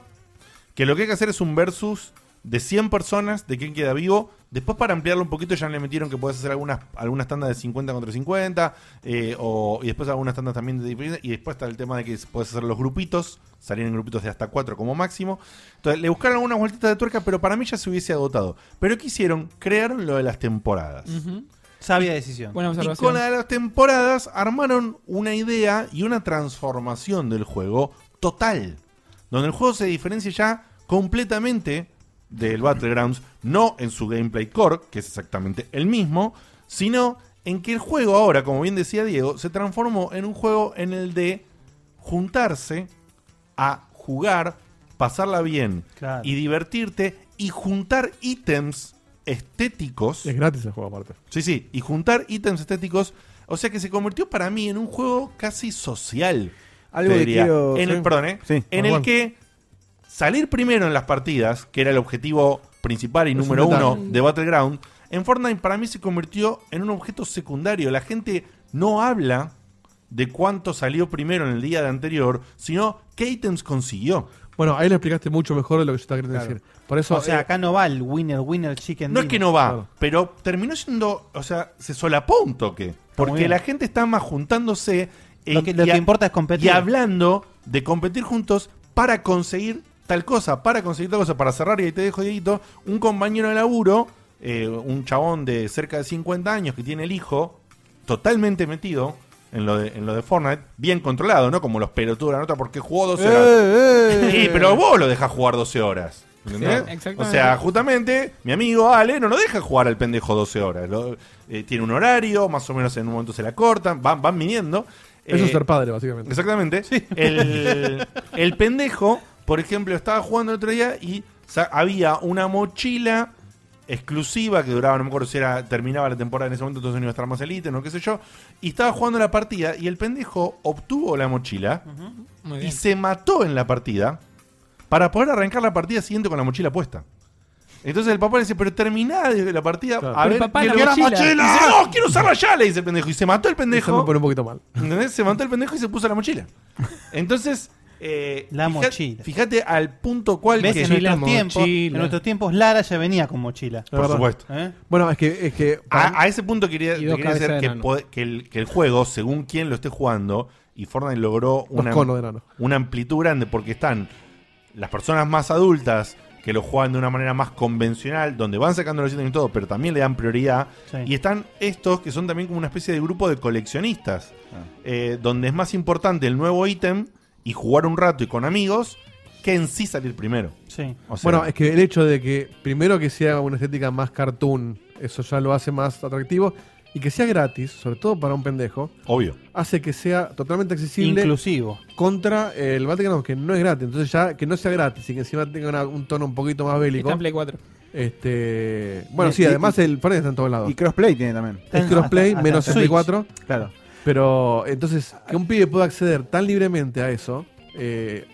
Speaker 2: que lo que hay que hacer es un versus de 100 personas, de quién queda vivo. Después para ampliarlo un poquito ya le metieron que podés hacer algunas, algunas tandas de 50 contra 50, eh, o, y después algunas tandas también de diferencia, y después está el tema de que podés hacer los grupitos, salir en grupitos de hasta 4 como máximo. Entonces le buscaron algunas vueltitas de tuerca, pero para mí ya se hubiese agotado. Pero ¿qué hicieron? Crearon lo de las temporadas.
Speaker 3: Sabia decisión.
Speaker 6: Buena
Speaker 2: Y
Speaker 6: observación.
Speaker 2: con la de las temporadas armaron una idea y una transformación del juego total. Donde el juego se diferencia ya completamente del Battlegrounds, no en su gameplay core, que es exactamente el mismo, sino en que el juego ahora, como bien decía Diego, se transformó en un juego en el de juntarse a jugar, pasarla bien
Speaker 4: Claro.
Speaker 2: y divertirte y juntar ítems estéticos. Es
Speaker 4: gratis el juego aparte.
Speaker 2: Sí, sí, y juntar ítems estéticos. O sea que se convirtió para mí en un juego casi social.
Speaker 7: Algo
Speaker 2: te
Speaker 7: que
Speaker 2: diría.
Speaker 7: quiero-
Speaker 2: En
Speaker 7: sí.
Speaker 2: el, perdón, ¿eh?
Speaker 7: Sí,
Speaker 2: en
Speaker 7: bueno,
Speaker 2: el
Speaker 7: bueno.
Speaker 2: que salir primero en las partidas, que era el objetivo principal y
Speaker 4: Es un
Speaker 2: número uno
Speaker 4: detalle.
Speaker 2: de Battleground, en Fortnite para mí se convirtió en un objeto secundario. La gente no habla de cuánto salió primero en el día de anterior, sino qué ítems consiguió.
Speaker 4: Bueno, ahí lo explicaste mucho mejor de lo que yo estaba queriendo decir. Por eso,
Speaker 2: O sea,
Speaker 4: eh,
Speaker 3: Acá no va el winner, winner, chicken
Speaker 2: No es
Speaker 3: dinner.
Speaker 2: que no va, pero terminó siendo, o sea, se solapó un toque. Porque
Speaker 3: bien.
Speaker 2: la gente está más juntándose.
Speaker 3: Lo que- lo
Speaker 2: y
Speaker 3: que importa es competir.
Speaker 2: Y hablando de competir juntos para conseguir tal cosa, para conseguir tal cosa. Para cerrar, y ahí te dejo, Dieguito, un compañero de laburo, eh, un chabón de cerca de 50 años que tiene el hijo, totalmente metido en lo de, en lo de Fortnite, bien controlado, ¿no? Como los pelotudos de la nota porque jugó 12 horas.
Speaker 7: Eh, eh.
Speaker 2: Sí, pero vos lo dejás jugar 12 horas. ¿Entendés?
Speaker 7: Sí, exactamente.
Speaker 2: o sea, justamente, mi amigo Ale no lo deja jugar al pendejo 12 horas. Lo- eh, tiene un horario, más o menos en un momento se la cortan, van, van viniendo.
Speaker 4: Eso
Speaker 2: Eh,
Speaker 4: es ser padre, básicamente.
Speaker 2: Exactamente. El, el pendejo, por ejemplo, estaba jugando el otro día y sa- había una mochila exclusiva que duraba, no me acuerdo si era terminaba la temporada en ese momento, entonces no iba a estar más elite, no qué sé yo. Y estaba jugando la partida y el pendejo obtuvo la mochila y se mató en la partida para poder arrancar la partida siguiente con la mochila puesta. Entonces el papá le dice, pero terminá de la partida. A
Speaker 4: Pero
Speaker 2: ver,
Speaker 4: papá,
Speaker 2: quiero
Speaker 4: la
Speaker 2: la
Speaker 4: mochila.
Speaker 2: mochila. Y dice, no, quiero usarla ya, le dice el pendejo. Y se mató el pendejo.
Speaker 4: Eso me pone un poquito mal.
Speaker 2: ¿Entendés? Se mató el pendejo y se puso la mochila. Entonces, eh,
Speaker 3: La
Speaker 2: fija-
Speaker 3: mochila.
Speaker 2: Fíjate al punto cual
Speaker 3: ¿Ves?
Speaker 2: que
Speaker 3: En nuestros, tiempos, en nuestros tiempos Lara ya venía con mochila.
Speaker 2: Por supuesto.
Speaker 3: ¿Eh?
Speaker 4: Bueno, es que. Es que
Speaker 2: a, a ese punto quería,
Speaker 3: Y dos
Speaker 2: quería
Speaker 3: cabezas
Speaker 2: decir
Speaker 3: de
Speaker 2: que,
Speaker 3: enano.
Speaker 2: pod- que el, que el juego, según quien lo esté jugando, y Fortnite logró una,
Speaker 4: conos de enano.
Speaker 2: una amplitud grande porque están las personas más adultas que lo juegan de una manera más convencional, donde van sacando los ítems y todo, pero también le dan prioridad.
Speaker 3: Sí.
Speaker 2: Y están estos que son también como una especie de grupo de coleccionistas, eh, donde es más importante el nuevo ítem y jugar un rato y con amigos que en sí salir primero.
Speaker 3: Sí.
Speaker 2: O sea,
Speaker 4: bueno, es que el hecho de que primero que sea una estética más cartoon, eso ya lo hace más atractivo, y que sea gratis, sobre todo para un pendejo,
Speaker 2: Obvio.
Speaker 4: hace que sea totalmente accesible.
Speaker 3: Inclusivo.
Speaker 4: Contra el Battlegrounds, que no es gratis. Entonces ya que no sea gratis y que encima tenga una- un tono un poquito más bélico.
Speaker 6: Está en Play 4.
Speaker 4: Este, bueno,
Speaker 7: Y-
Speaker 4: sí,
Speaker 7: y-
Speaker 4: además el Fortnite está en todos lados.
Speaker 7: Y crossplay tiene también.
Speaker 4: Es crossplay,
Speaker 7: Hasta- hasta
Speaker 4: menos
Speaker 7: Switch.
Speaker 4: 64.
Speaker 7: Claro.
Speaker 4: Pero entonces, que un pibe pueda acceder tan libremente a eso, eh,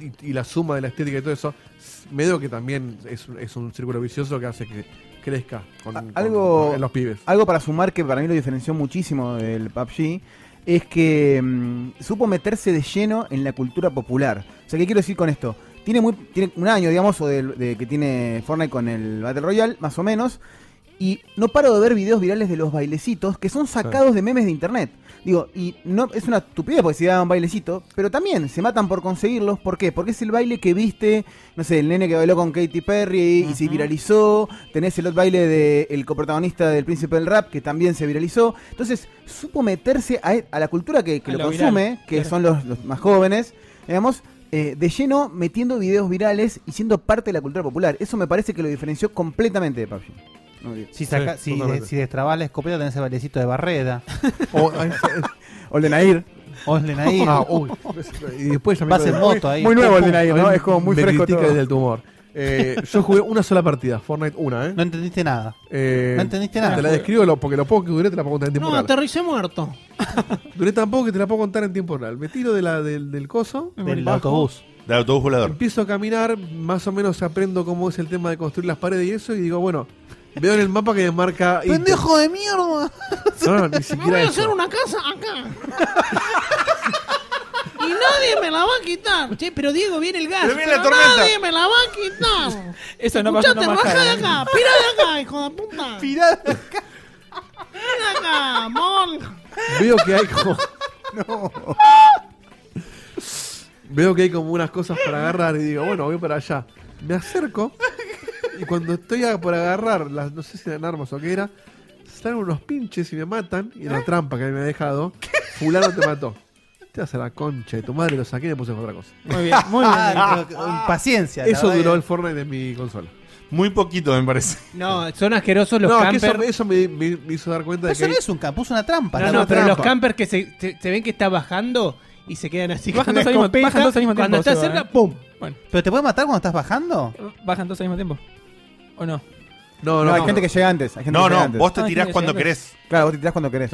Speaker 4: y, y- y la suma de la estética y todo eso, s- medio que también es, es un círculo vicioso que hace que crezca con, con-
Speaker 7: algo,
Speaker 4: en los pibes.
Speaker 7: Algo para sumar que para mí lo diferenció muchísimo del PUBG es que mm, supo meterse de lleno en la cultura popular. O sea, ¿qué quiero decir con esto? Tiene, muy, tiene un año, digamos, o del- de, que tiene Fortnite con el Battle Royale, más o menos. Y no paro de ver videos virales de los bailecitos que son sacados de memes de internet. Digo, y no es una estupidez porque si daban un bailecito, pero también se matan por conseguirlos. ¿Por qué? Porque es el baile que viste, no sé, el nene que bailó con Katy Perry y se viralizó. Tenés el otro baile del coprotagonista del Príncipe del Rap que también se viralizó. Entonces, supo meterse a, e, a la cultura que,
Speaker 6: A
Speaker 7: que lo,
Speaker 6: lo
Speaker 7: consume,
Speaker 6: viral,
Speaker 7: que
Speaker 6: claro.
Speaker 7: son los, los más jóvenes, digamos. eh, de lleno metiendo videos virales y siendo parte de la cultura popular. Eso me parece que lo diferenció completamente de PUBG. No, digo.
Speaker 3: Si, saca, si, de- si destrabás la escopeta tenés el bailecito de Barreda.
Speaker 4: o,
Speaker 7: o el de Nair.
Speaker 3: O el de Nair.
Speaker 4: Ah, uy. Y después ya me-
Speaker 3: Vas en moto ahí.
Speaker 4: Pum, pum, pum. A mí me critica
Speaker 3: todo.
Speaker 4: desde el tumor. Eh, yo jugué una sola partida, Fortnite una, ¿eh? No
Speaker 3: entendiste nada.
Speaker 4: Eh,
Speaker 3: No entendiste nada.
Speaker 4: Te la describo lo- porque lo poco que duré te la puedo contar en tiempo
Speaker 12: No,
Speaker 4: real.
Speaker 12: aterricé muerto.
Speaker 4: Duré tan poco que te la puedo contar en tiempo real. Me tiro de la, del, del coso.
Speaker 3: Del
Speaker 4: bajo,
Speaker 3: autobús.
Speaker 2: Del autobús volador.
Speaker 4: Empiezo a caminar, más o menos aprendo cómo es el tema de construir las paredes y eso, y digo, bueno, veo en el mapa que me marca... ítem.
Speaker 12: ¡Pendejo de mierda!
Speaker 4: No, no,
Speaker 12: Me
Speaker 4: ni
Speaker 12: voy
Speaker 4: siquiera
Speaker 12: a
Speaker 4: eso.
Speaker 12: hacer una casa acá. Y nadie me la va a quitar. Che, pero Diego, viene el gas.
Speaker 6: Pero viene la tormenta.
Speaker 12: nadie me la va a quitar.
Speaker 6: Eso no pasó
Speaker 12: Escuchate,
Speaker 6: nomás.
Speaker 12: baja de
Speaker 6: Javi.
Speaker 12: acá. Pirá de acá, hijo de puta. Pirá de acá. Pirá de acá, mol.
Speaker 4: Veo que hay como... Veo que hay como unas cosas para agarrar y digo, bueno, voy para allá. Me acerco y cuando estoy a- por agarrar, las, no sé si eran armas o qué era, salen unos pinches y me matan y
Speaker 2: ¿Eh?
Speaker 4: la trampa que me ha dejado, fulano te mató. Te vas a la concha de tu madre, lo saqué y me puse con otra cosa.
Speaker 3: Muy bien, muy bien. Ah, pero, eh, paciencia, la
Speaker 4: Eso
Speaker 3: verdad
Speaker 4: duró
Speaker 3: que-
Speaker 4: el Fortnite de mi consola.
Speaker 2: Muy poquito, me parece.
Speaker 5: No, son asquerosos los
Speaker 4: no, es que
Speaker 5: campers.
Speaker 4: eso- eso, me, me- me hizo dar cuenta de que.
Speaker 5: Eso
Speaker 4: hay-
Speaker 5: no es
Speaker 3: un campo, es una trampa.
Speaker 5: No,
Speaker 4: Es
Speaker 5: no,
Speaker 4: una
Speaker 5: pero
Speaker 4: trampa.
Speaker 5: los campers que se, se- se ven que está bajando y se quedan así.
Speaker 6: Bajan
Speaker 5: con la
Speaker 6: todos al mismo-
Speaker 5: escopeta,
Speaker 6: bajan todos al mismo
Speaker 5: Cuando
Speaker 6: tiempo,
Speaker 5: está
Speaker 6: se van,
Speaker 5: cerca,
Speaker 6: ¿eh?
Speaker 5: ¡pum!
Speaker 3: ¿Pero te puede matar cuando estás bajando?
Speaker 6: ¿Bajan todos al mismo tiempo? ¿O no?
Speaker 7: No, hay gente que llega antes. hay gente
Speaker 2: no,
Speaker 7: que
Speaker 2: no,
Speaker 7: llega antes.
Speaker 2: vos te
Speaker 6: Ah,
Speaker 2: tirás
Speaker 6: sí,
Speaker 2: cuando
Speaker 6: sí,
Speaker 2: querés.
Speaker 7: Claro, vos te tirás cuando querés.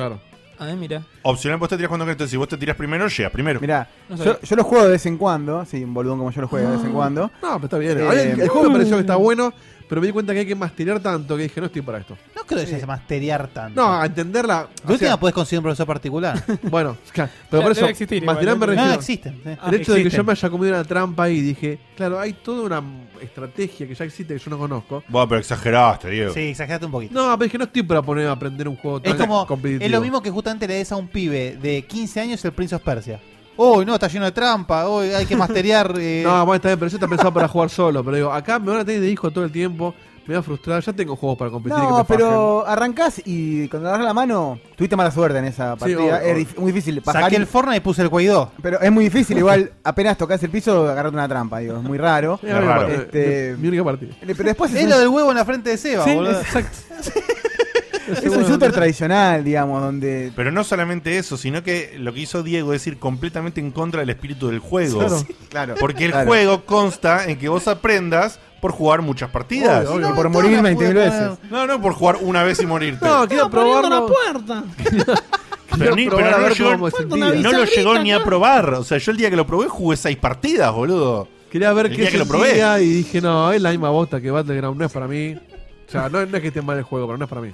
Speaker 6: Ah, mira.
Speaker 2: Opcional, vos te tirás cuando querés. Entonces, si vos te tirás primero, llegas primero.
Speaker 7: Mirá,
Speaker 6: No sabía.
Speaker 7: yo, yo lo juego de vez en cuando, sí, un boludón como yo lo juego de vez en cuando.
Speaker 4: Ah. No, pero está bien.
Speaker 7: Eh,
Speaker 4: A mí el, el juego me pareció que está
Speaker 3: mm.
Speaker 4: bueno, pero me di cuenta que hay que masterear tanto que dije, no estoy para esto.
Speaker 3: No creo que se masterear tanto.
Speaker 4: No, a entenderla.
Speaker 3: De última podés conseguir un profesor particular.
Speaker 4: bueno, claro, Pero por eso, masterear me refiero.
Speaker 3: No, existen. sí.
Speaker 4: El hecho de que yo me haya comido una trampa ahí y dije, claro, hay toda una estrategia que ya existe que yo no conozco.
Speaker 2: Vos, pero exageraste, Diego.
Speaker 3: Sí, exagerate un poquito.
Speaker 4: No, pero es que no estoy para poner a aprender un juego tan
Speaker 3: Es como,
Speaker 4: competitivo.
Speaker 3: es lo mismo que justamente le des a un pibe de 15 años el Prince of Persia. Uy, no, está lleno de trampa, uy, hay que masterear. eh.
Speaker 4: No, bueno, está bien, pero eso está pensado para jugar solo. Pero digo, acá me van a tener de hijo todo el tiempo, me va a frustrar, ya tengo juegos para competir. que
Speaker 7: No,
Speaker 4: me fajen.
Speaker 7: pero arrancás y cuando agarras la mano, tuviste mala suerte en esa partida.
Speaker 4: obvio,
Speaker 7: es
Speaker 4: obvio.
Speaker 7: dif- muy difícil.
Speaker 3: Saqué el Fortnite y puse el Guaidó.
Speaker 7: Pero es muy difícil, igual apenas tocas el piso, agarrarte una trampa, digo, es muy raro.
Speaker 4: Es raro.
Speaker 7: Este,
Speaker 4: Mi- mi única partida.
Speaker 7: Pero después
Speaker 3: es lo del huevo en la frente de Seba,
Speaker 7: Sí,
Speaker 3: boludo.
Speaker 4: Exacto.
Speaker 7: es un shooter tradicional, digamos, donde
Speaker 2: Pero no solamente eso, sino que lo que hizo Diego es ir completamente en contra del espíritu del juego.
Speaker 7: Claro. Sí, claro.
Speaker 2: Porque el
Speaker 7: Claro.
Speaker 2: juego consta en que vos aprendas por jugar muchas partidas.
Speaker 7: Obvio, obvio. Y por morir 20.000 veces.
Speaker 2: No, no, por jugar una vez y morirte.
Speaker 4: No, quiero
Speaker 12: Abriendo la
Speaker 4: probarlo.
Speaker 12: puerta.
Speaker 2: pero ni,
Speaker 4: quiero probar
Speaker 2: pero
Speaker 4: a
Speaker 2: no,
Speaker 4: ver
Speaker 2: llegó-
Speaker 4: cómo me
Speaker 2: no
Speaker 4: sentía.
Speaker 2: lo llegó ni a probar. O sea, yo el día que lo probé jugué seis partidas, boludo.
Speaker 4: Quería ver
Speaker 2: el
Speaker 4: qué
Speaker 2: día que lo probé.
Speaker 4: sentía y dije, no, es la misma bosta que Battleground, no es para mí. O sea, no, no es que esté mal el juego, pero no es para mí.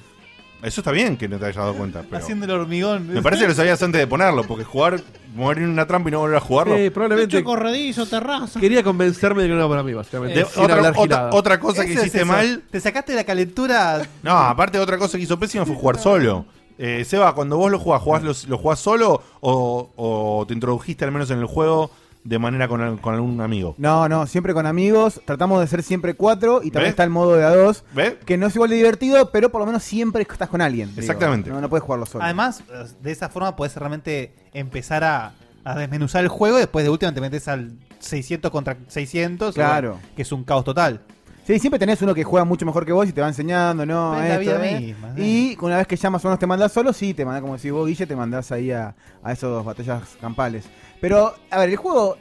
Speaker 2: Eso está bien que no te hayas dado cuenta. pero-
Speaker 3: Haciendo el hormigón.
Speaker 2: Me parece que lo sabías antes de ponerlo, porque jugar, morir en una trampa y no volver a jugarlo.
Speaker 4: Eh,
Speaker 12: Techo
Speaker 4: probablemente
Speaker 12: corredizo, terraza.
Speaker 4: quería convencerme de que no era para mí, básicamente.
Speaker 2: De-
Speaker 4: Sin
Speaker 2: Eh, otra-
Speaker 4: hablar
Speaker 2: otra-
Speaker 4: gilada.
Speaker 2: otra cosa que
Speaker 3: Eso es
Speaker 2: hiciste
Speaker 3: eso.
Speaker 2: mal.
Speaker 3: Te sacaste la calentura.
Speaker 2: No, aparte otra cosa que hizo pésima fue jugar solo. Eh, Seba, cuando vos lo jugás, ¿jugás los- lo, jugás solo o, o te introdujiste al menos en el juego de manera con, al- con algún amigo?
Speaker 7: No, no, siempre con amigos. Tratamos de ser siempre cuatro y
Speaker 2: ¿Ve?
Speaker 7: también está el modo de a dos.
Speaker 2: ¿Ve?
Speaker 7: Que no es igual de divertido, pero por lo menos siempre estás con alguien. digo.
Speaker 2: Exactamente.
Speaker 7: No, no puedes jugarlo solo.
Speaker 3: Además, eh, de esa forma podés realmente empezar a, a desmenuzar el juego y después de última te metes al 600 contra 600. y
Speaker 7: Claro.
Speaker 3: bueno, que es un caos total.
Speaker 7: Sí, siempre tenés uno que juega mucho mejor que vos y te va enseñando, ¿no?
Speaker 3: Pero es la
Speaker 7: esto,
Speaker 3: vida
Speaker 7: eh.
Speaker 3: misma,
Speaker 7: Y una vez que ya más o menos te mandás solo, sí, te mandás, como decís vos, Guille, te mandás ahí a, a esos batallas campales. Pero, a ver, el juego,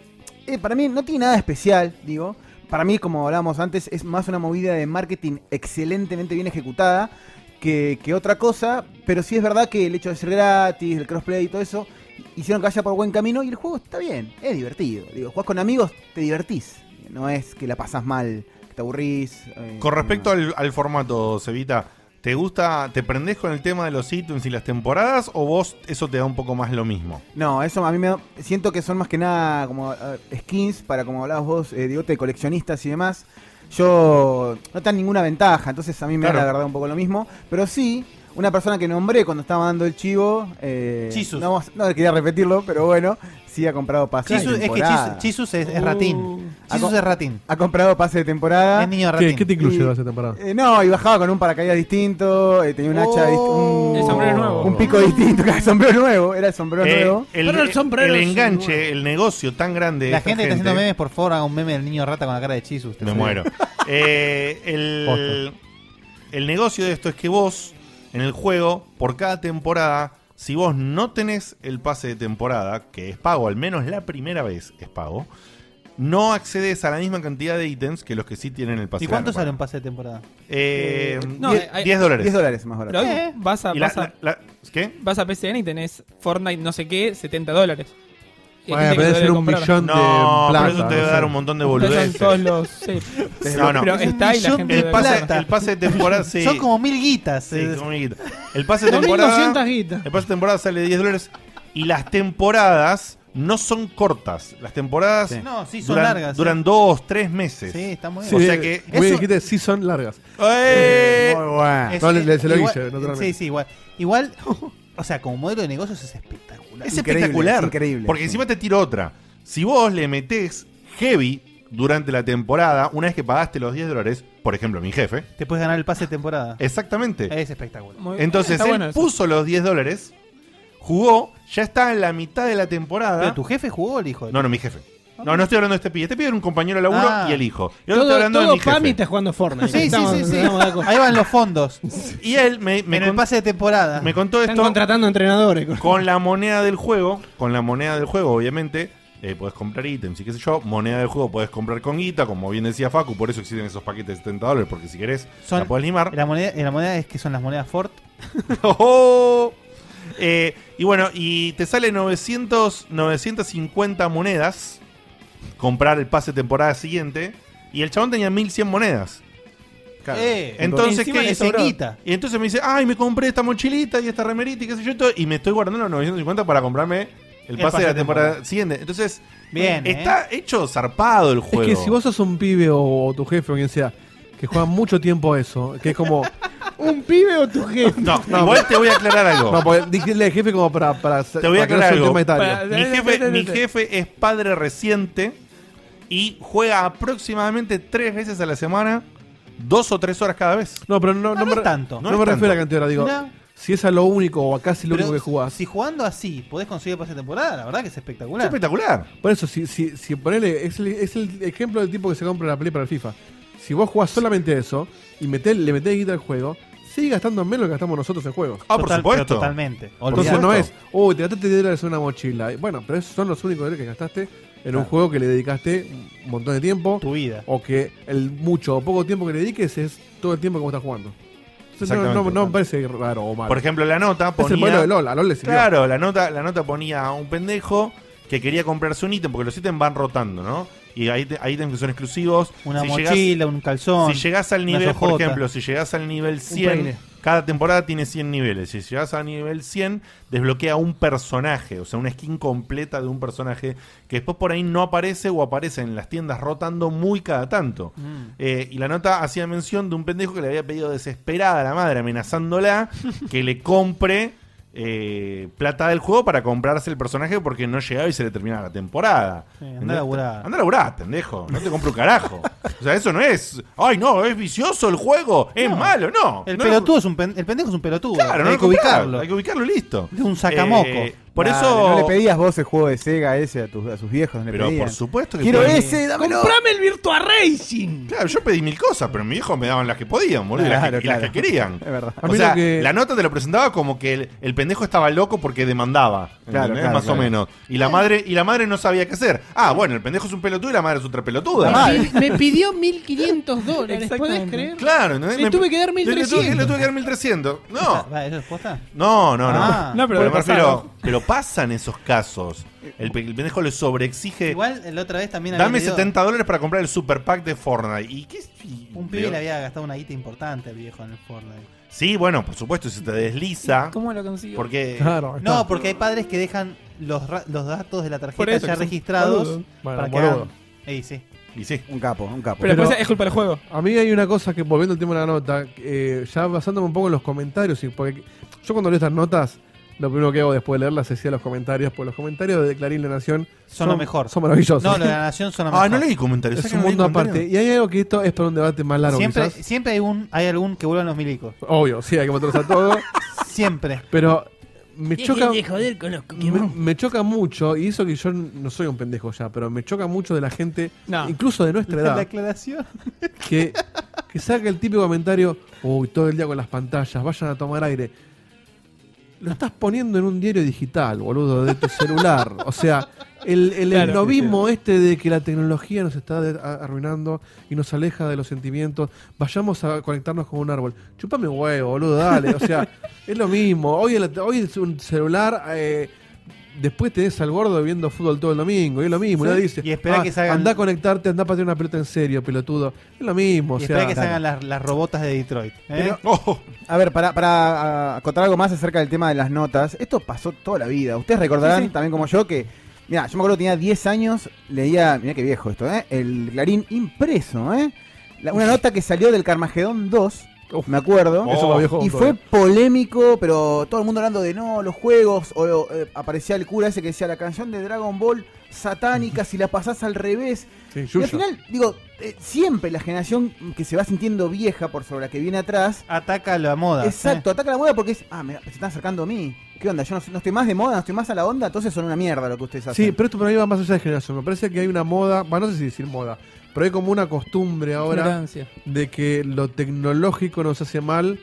Speaker 7: eh, para mí no tiene nada especial, digo. Para mí, como hablábamos antes, es más una movida de marketing excelentemente bien ejecutada que, que otra cosa. Pero sí es verdad que el hecho de ser gratis, el crossplay y todo eso, hicieron que vaya por buen camino y el juego está bien, es divertido. Digo, jugás con amigos, te divertís. No es que la pasás mal, que te aburrís. eh,
Speaker 2: Con respecto al, al formato, Cevita, ¿te gusta, te prendés con el tema de los ítems y las temporadas o vos eso te da un poco más lo mismo?
Speaker 7: No, eso a mí me da- siento que son más que nada como a ver, skins para como hablabas vos, eh, Diegote, de coleccionistas y demás. Yo no tan ninguna ventaja, entonces a mí me da
Speaker 2: Claro.
Speaker 7: la verdad un poco lo mismo, pero sí una persona que nombré cuando estaba dando el chivo, eh,
Speaker 3: Chisus.
Speaker 7: no, vamos- no quería repetirlo, pero bueno, sí ha comprado pases.
Speaker 3: Chisus-
Speaker 7: de
Speaker 3: es que
Speaker 7: temporada.
Speaker 3: Chisus, Chisus es, es ratín.
Speaker 7: Ha
Speaker 3: Chisus
Speaker 7: co-
Speaker 3: es ratín.
Speaker 7: Ha comprado pase de temporada.
Speaker 3: Es niño ratín.
Speaker 4: ¿Qué, qué te incluye
Speaker 7: Y-
Speaker 4: de esa temporada?
Speaker 7: Eh, no, y bajaba con un paracaídas distinto, eh, tenía un hacha, dist- un,
Speaker 6: Oh. El sombrero nuevo.
Speaker 7: un pico distinto, el sombrero nuevo, era el sombrero
Speaker 2: Eh,
Speaker 7: nuevo.
Speaker 2: el,
Speaker 12: Pero el sombrero
Speaker 2: el
Speaker 12: es un-
Speaker 2: enganche, el negocio tan grande. de
Speaker 3: La
Speaker 2: esta
Speaker 3: gente que está haciendo memes, por favor, haga un meme del niño rata con la cara de Chisus. te
Speaker 2: Me
Speaker 3: juro.
Speaker 2: muero. Eh, el, el negocio de esto es que vos, en el juego, por cada temporada, si vos no tenés el pase de temporada, que es pago, al menos la primera vez es pago, no accedes a la misma cantidad de ítems que los que sí tienen el pase
Speaker 3: ¿Y
Speaker 2: de
Speaker 3: cuánto sale
Speaker 2: temporada.
Speaker 3: un pase de temporada?
Speaker 2: Eh,
Speaker 6: No,
Speaker 2: die-
Speaker 6: hay-
Speaker 2: 10 dólares.
Speaker 7: 10 dólares más
Speaker 6: Pero
Speaker 7: barato.
Speaker 6: hoy vas a,
Speaker 2: Y la-
Speaker 6: vas, a,
Speaker 2: la- la- ¿Qué?
Speaker 6: vas a PCN y tenés Fortnite no sé qué, 70 dólares. Y hay
Speaker 4: Bueno,
Speaker 6: gente que
Speaker 4: pero debe
Speaker 6: lo
Speaker 4: ser un
Speaker 6: comprar.
Speaker 4: millón
Speaker 2: No,
Speaker 4: de plata.
Speaker 2: pero eso te
Speaker 4: no
Speaker 2: debe
Speaker 4: sé.
Speaker 2: dar un montón de
Speaker 6: Pero
Speaker 2: boludeces.
Speaker 6: Son todos los... sí.
Speaker 2: No, no.
Speaker 6: Pero está y la gente...
Speaker 2: El
Speaker 6: lo
Speaker 2: pase,
Speaker 6: compra.
Speaker 2: el pase de temporada sí.
Speaker 3: Son como mil guitas.
Speaker 2: Sí,
Speaker 3: eh.
Speaker 2: como amiguito. El pase de temporada.
Speaker 12: 2.200 guita.
Speaker 2: El pase de temporada sale de 10 dólares. Y las temporadas no son cortas. Las temporadas
Speaker 3: No, sí, son
Speaker 2: duran,
Speaker 3: largas,
Speaker 2: duran
Speaker 3: sí.
Speaker 2: dos, tres meses.
Speaker 3: Sí, está muy
Speaker 4: Sí,
Speaker 2: O
Speaker 3: bien.
Speaker 2: sea que-
Speaker 4: muy bien,
Speaker 3: Eso-
Speaker 4: dijiste, sí son largas.
Speaker 2: ¡Eh!
Speaker 7: Muy bueno.
Speaker 3: Es-
Speaker 4: No, le- le- se lo
Speaker 3: igual-
Speaker 4: hice, no te lo
Speaker 3: Sí, sí, igual. Igual, o sea, como modelo de negocios es espectacular.
Speaker 2: Es
Speaker 7: Increíble,
Speaker 2: espectacular.
Speaker 7: increíble.
Speaker 2: Porque encima te tiro otra. Si vos le metés heavy durante la temporada, una vez que pagaste los 10 dólares, por ejemplo, mi jefe.
Speaker 3: Te puedes ganar el pase de temporada.
Speaker 2: Exactamente.
Speaker 3: Es espectacular.
Speaker 6: Muy-
Speaker 2: Entonces
Speaker 6: está
Speaker 2: él
Speaker 6: bueno eso.
Speaker 2: puso los 10 dólares, jugó, ya está en la mitad de la temporada.
Speaker 3: Pero tu jefe jugó el hijo de
Speaker 2: No, no, mi jefe. No, no estoy hablando de este pibe. Este pibe era un compañero de laburo
Speaker 5: Ah.
Speaker 2: y el hijo. Yo
Speaker 5: Todo-
Speaker 2: estoy hablando de
Speaker 5: todo
Speaker 2: mi jefe.
Speaker 5: Pami está jugando Fortnite.
Speaker 3: Sí, sí,
Speaker 5: Estamos-
Speaker 3: sí, sí.
Speaker 5: estamos de acuerdo.
Speaker 3: Ahí van los fondos.
Speaker 2: Y él me,
Speaker 3: en el pase de temporada.
Speaker 2: Me contó esto.
Speaker 3: Están contratando
Speaker 2: entrenadores. Con la moneda del juego, con la moneda del juego, obviamente, eh, puedes comprar ítems y qué sé yo. Moneda del juego puedes comprar con guita, como bien decía Facu, por eso existen esos paquetes de 70 dólares, porque si querés,
Speaker 3: Son-
Speaker 2: la podés limar.
Speaker 3: La moneda, la moneda es que son las monedas Ford.
Speaker 2: ¡Oh! Eh, y bueno, y te sale 900, 950 monedas comprar el pase temporada siguiente. Y el chabón tenía 1100 monedas.
Speaker 3: Eh,
Speaker 2: entonces,
Speaker 3: encima
Speaker 2: ¿qué
Speaker 3: le
Speaker 2: hice?
Speaker 3: sobró.
Speaker 2: Y entonces me dice, ay, me compré esta mochilita y esta remerita y qué sé yo, y todo, y me estoy guardando los 950 para comprarme el pase, de la temporada, siguiente. Entonces,
Speaker 4: Bien,
Speaker 2: está hecho zarpado el juego.
Speaker 4: Es que si vos sos un pibe o, o tu jefe o quien sea, que juega mucho tiempo a eso, que es como.
Speaker 12: ¿Un pibe o tu jefe?
Speaker 2: No, igual te voy a aclarar algo.
Speaker 4: No, porque dije jefe como para. para
Speaker 2: Te voy a aclarar algo. Mi
Speaker 4: Para-
Speaker 2: jefe, mi jefe es padre reciente y juega aproximadamente tres veces a la semana, dos o tres horas cada vez.
Speaker 4: No, pero no, no, me,
Speaker 3: tanto.
Speaker 4: No, me refiero a la cantidad de horas, digo.
Speaker 3: No.
Speaker 4: Si es a lo único o a casi lo
Speaker 3: Pero
Speaker 4: único que jugás.
Speaker 3: Si jugando así podés conseguir el pase de temporada, la verdad que es espectacular.
Speaker 4: Por eso, si, si, si ponele, es el, es el ejemplo del tipo que se compra la Play para el FIFA. Si vos jugás solamente eso y metés- le metés guita al juego, sigue gastando menos lo que gastamos nosotros en juegos.
Speaker 2: Ah, por Total- supuesto. pero totalmente. Olvidate.
Speaker 4: Entonces no es, uy, te gastaste 10 dólares en una mochila. Bueno, pero esos son los únicos dólares que gastaste en un
Speaker 2: Claro.
Speaker 4: juego que le dedicaste un montón de tiempo. Tu vida. O que el mucho o poco tiempo que le dediques es todo el tiempo que vos estás jugando. Entonces no, no,
Speaker 2: Exactamente.
Speaker 4: no me parece raro o malo.
Speaker 2: Por ejemplo, la nota
Speaker 4: Es el
Speaker 2: ponía.
Speaker 4: modelo de LOL, a LOL le sirvió.
Speaker 2: Claro, la nota, la nota ponía a un pendejo que quería comprarse un ítem, porque los ítems van rotando, ¿no? Y hay, te- hay ítems que son exclusivos.
Speaker 3: Una
Speaker 2: llegás-
Speaker 3: mochila, un calzón,
Speaker 2: Si llegás al
Speaker 3: una
Speaker 2: nivel, por
Speaker 3: sojota.
Speaker 2: ejemplo, si llegás al nivel
Speaker 3: peine.
Speaker 2: 100, cada temporada tiene 100 niveles. Si llegás al nivel 100, desbloquea un personaje, o sea, una skin completa de un personaje que después por ahí no aparece o aparece en las tiendas rotando muy cada tanto.
Speaker 3: Mm.
Speaker 2: Eh, y la nota hacía mención de un pendejo que le había pedido desesperada a la madre, amenazándola que le compre eh, plata del juego para comprarse el personaje porque no llegaba y se le terminaba la temporada.
Speaker 3: andá a laburar.
Speaker 2: Andá a laburar, pendejo. No te compro un carajo. O sea, eso no es. Ay, no, es vicioso el juego. Es malo, no.
Speaker 3: El
Speaker 2: No lo-
Speaker 3: pelotudo es un pen- el pendejo es un pelotudo.
Speaker 2: Claro, no
Speaker 3: hay
Speaker 2: lo
Speaker 3: que
Speaker 2: comprás,
Speaker 3: ubicarlo.
Speaker 2: Hay que ubicarlo y listo. Eh,
Speaker 3: De un sacamoco.
Speaker 2: por
Speaker 7: Eh, Dale,
Speaker 2: eso.
Speaker 7: No le pedías vos el juego de Sega ese a, tus, a sus viejos. no le
Speaker 2: Pero
Speaker 7: pedían.
Speaker 2: por supuesto que
Speaker 7: Quiero
Speaker 2: pueden-
Speaker 7: ese, dámelo.
Speaker 12: ¡Comprame el Virtua Racing!
Speaker 2: Claro, yo pedí mil cosas, pero mis hijos me daban las que podían, boludo, y las
Speaker 7: Claro,
Speaker 2: que- y las, que,
Speaker 7: claro.
Speaker 2: querían.
Speaker 7: Es verdad. A
Speaker 2: O
Speaker 7: mí lo
Speaker 2: sea,
Speaker 7: que-
Speaker 2: la nota te lo presentaba como que el, el pendejo estaba loco porque demandaba, ¿entendés?
Speaker 7: Claro, claro,
Speaker 2: más
Speaker 7: claro.
Speaker 2: o menos. Y la madre y la madre no sabía qué hacer. Ah, bueno, el pendejo es un pelotudo y la madre es otra pelotuda.
Speaker 12: Me, pi- me pidió 1500 dólares, ¿podés creer?
Speaker 2: Claro, ¿no?
Speaker 12: Le
Speaker 2: Me-
Speaker 12: tuve que dar
Speaker 2: le- le tuve-
Speaker 12: 1300.
Speaker 2: Le tuve que dar 1300. No.
Speaker 3: Va, ¿Eso es posta?
Speaker 2: No, no, no.
Speaker 3: Ah. No, pero
Speaker 2: Porque
Speaker 3: puede
Speaker 2: me
Speaker 3: pasar,
Speaker 2: refiero-
Speaker 3: ¿no?
Speaker 2: pero pasan esos casos. El, pe- el pendejo le sobreexige.
Speaker 3: Igual la otra vez también había
Speaker 2: Dame
Speaker 3: leído-
Speaker 2: 70 dólares para comprar el super pack de Fortnite. ¿Y qué?
Speaker 3: Un pibe le había gastado una guita importante al viejo en el Fortnite.
Speaker 2: Sí, bueno, por supuesto, si te desliza.
Speaker 3: ¿Cómo
Speaker 6: lo consiguió?
Speaker 2: Porque.
Speaker 3: No, porque hay padres que dejan los, ra- los datos de la
Speaker 6: Por
Speaker 3: tarjeta
Speaker 6: eso,
Speaker 3: ya
Speaker 6: que son
Speaker 3: registrados
Speaker 6: boludos. Bueno,
Speaker 3: para que
Speaker 4: boludo.
Speaker 3: hagan- Ey, sí.
Speaker 2: Y sí.
Speaker 7: Un capo, un capo.
Speaker 6: Pero después es culpa del juego.
Speaker 4: A mí hay una cosa que, volviendo al tema de la nota, eh, ya basándome un poco en los comentarios, y porque yo cuando leo estas notas, lo primero que hago después de leerlas es ir a los comentarios, porque los comentarios de Clarín La Nación
Speaker 3: Son lo mejor.
Speaker 4: Son maravillosos.
Speaker 3: No, lo de La Nación son lo Ah, mejor. no leí comentarios,
Speaker 4: Es
Speaker 3: ¿sabes
Speaker 4: un
Speaker 3: que no leí
Speaker 4: mundo aparte.
Speaker 3: comentarios?
Speaker 4: Y hay algo que esto es para un debate más largo.
Speaker 3: siempre,
Speaker 4: quizás.
Speaker 3: siempre hay un hay algún que vuelvan los milicos.
Speaker 4: Obvio, sí, hay que matarlos a todos.
Speaker 3: siempre.
Speaker 4: Pero me
Speaker 3: Dejen
Speaker 4: choca.
Speaker 3: de joder con los
Speaker 4: me, me choca mucho, y eso que yo no soy un pendejo ya, pero me choca mucho de la gente, incluso de nuestra edad.
Speaker 3: La aclaración.
Speaker 4: que, que saca el típico comentario, uy, todo el día con las pantallas, vayan a tomar aire. Lo estás poniendo en un diario digital, boludo, de tu celular. O sea, el, el
Speaker 6: Claro.
Speaker 4: esnovismo este de que la tecnología nos está de- a- arruinando y nos aleja de los sentimientos, vayamos a conectarnos con un árbol. Chupame un huevo, boludo, dale. O sea, es lo mismo. Hoy, el- hoy es un celular... eh, Después tenés al gordo viendo fútbol todo el domingo, y es lo mismo.
Speaker 3: Sí.
Speaker 4: Y, dice,
Speaker 3: Y espera que salgan-
Speaker 4: Anda a conectarte, anda a patear una pelota en serio, pelotudo. Es lo mismo.
Speaker 3: y
Speaker 4: o
Speaker 3: espera
Speaker 4: sea,
Speaker 3: que salgan las, las robotas de Detroit. ¿eh?
Speaker 7: Pero- A ver, para, para ah, acotar algo más acerca del tema de las notas, esto pasó toda la vida. Ustedes recordarán
Speaker 3: Sí, sí.
Speaker 7: también como yo que, mira, yo me acuerdo que tenía 10 años, leía, mira qué viejo esto, ¿eh? El Clarín impreso, ¿eh? La- una nota que salió del Carmagedón 2, me acuerdo.
Speaker 4: Eso más viejo
Speaker 7: y fue
Speaker 4: todavía.
Speaker 7: polémico, pero todo el mundo hablando de no, los juegos, o eh, aparecía el cura ese que decía la canción de Dragon Ball satánicas y la pasás al revés.
Speaker 4: Sí,
Speaker 7: y
Speaker 4: Yuya.
Speaker 7: al final, digo, eh, siempre la generación que se va sintiendo vieja por sobre la que viene atrás.
Speaker 3: Ataca la moda. eh.
Speaker 7: Exacto, ataca la moda porque es, ah, me, se están acercando a mí. ¿Qué onda? Yo no, no estoy más de moda, no estoy más a la onda, entonces son una mierda lo que ustedes hacen.
Speaker 4: Sí, pero esto por ahí va más allá de generación. Me parece que hay una moda, bueno, no sé si decir moda, pero hay como una costumbre ahora
Speaker 6: Ignorancia.
Speaker 4: de que lo tecnológico nos hace mal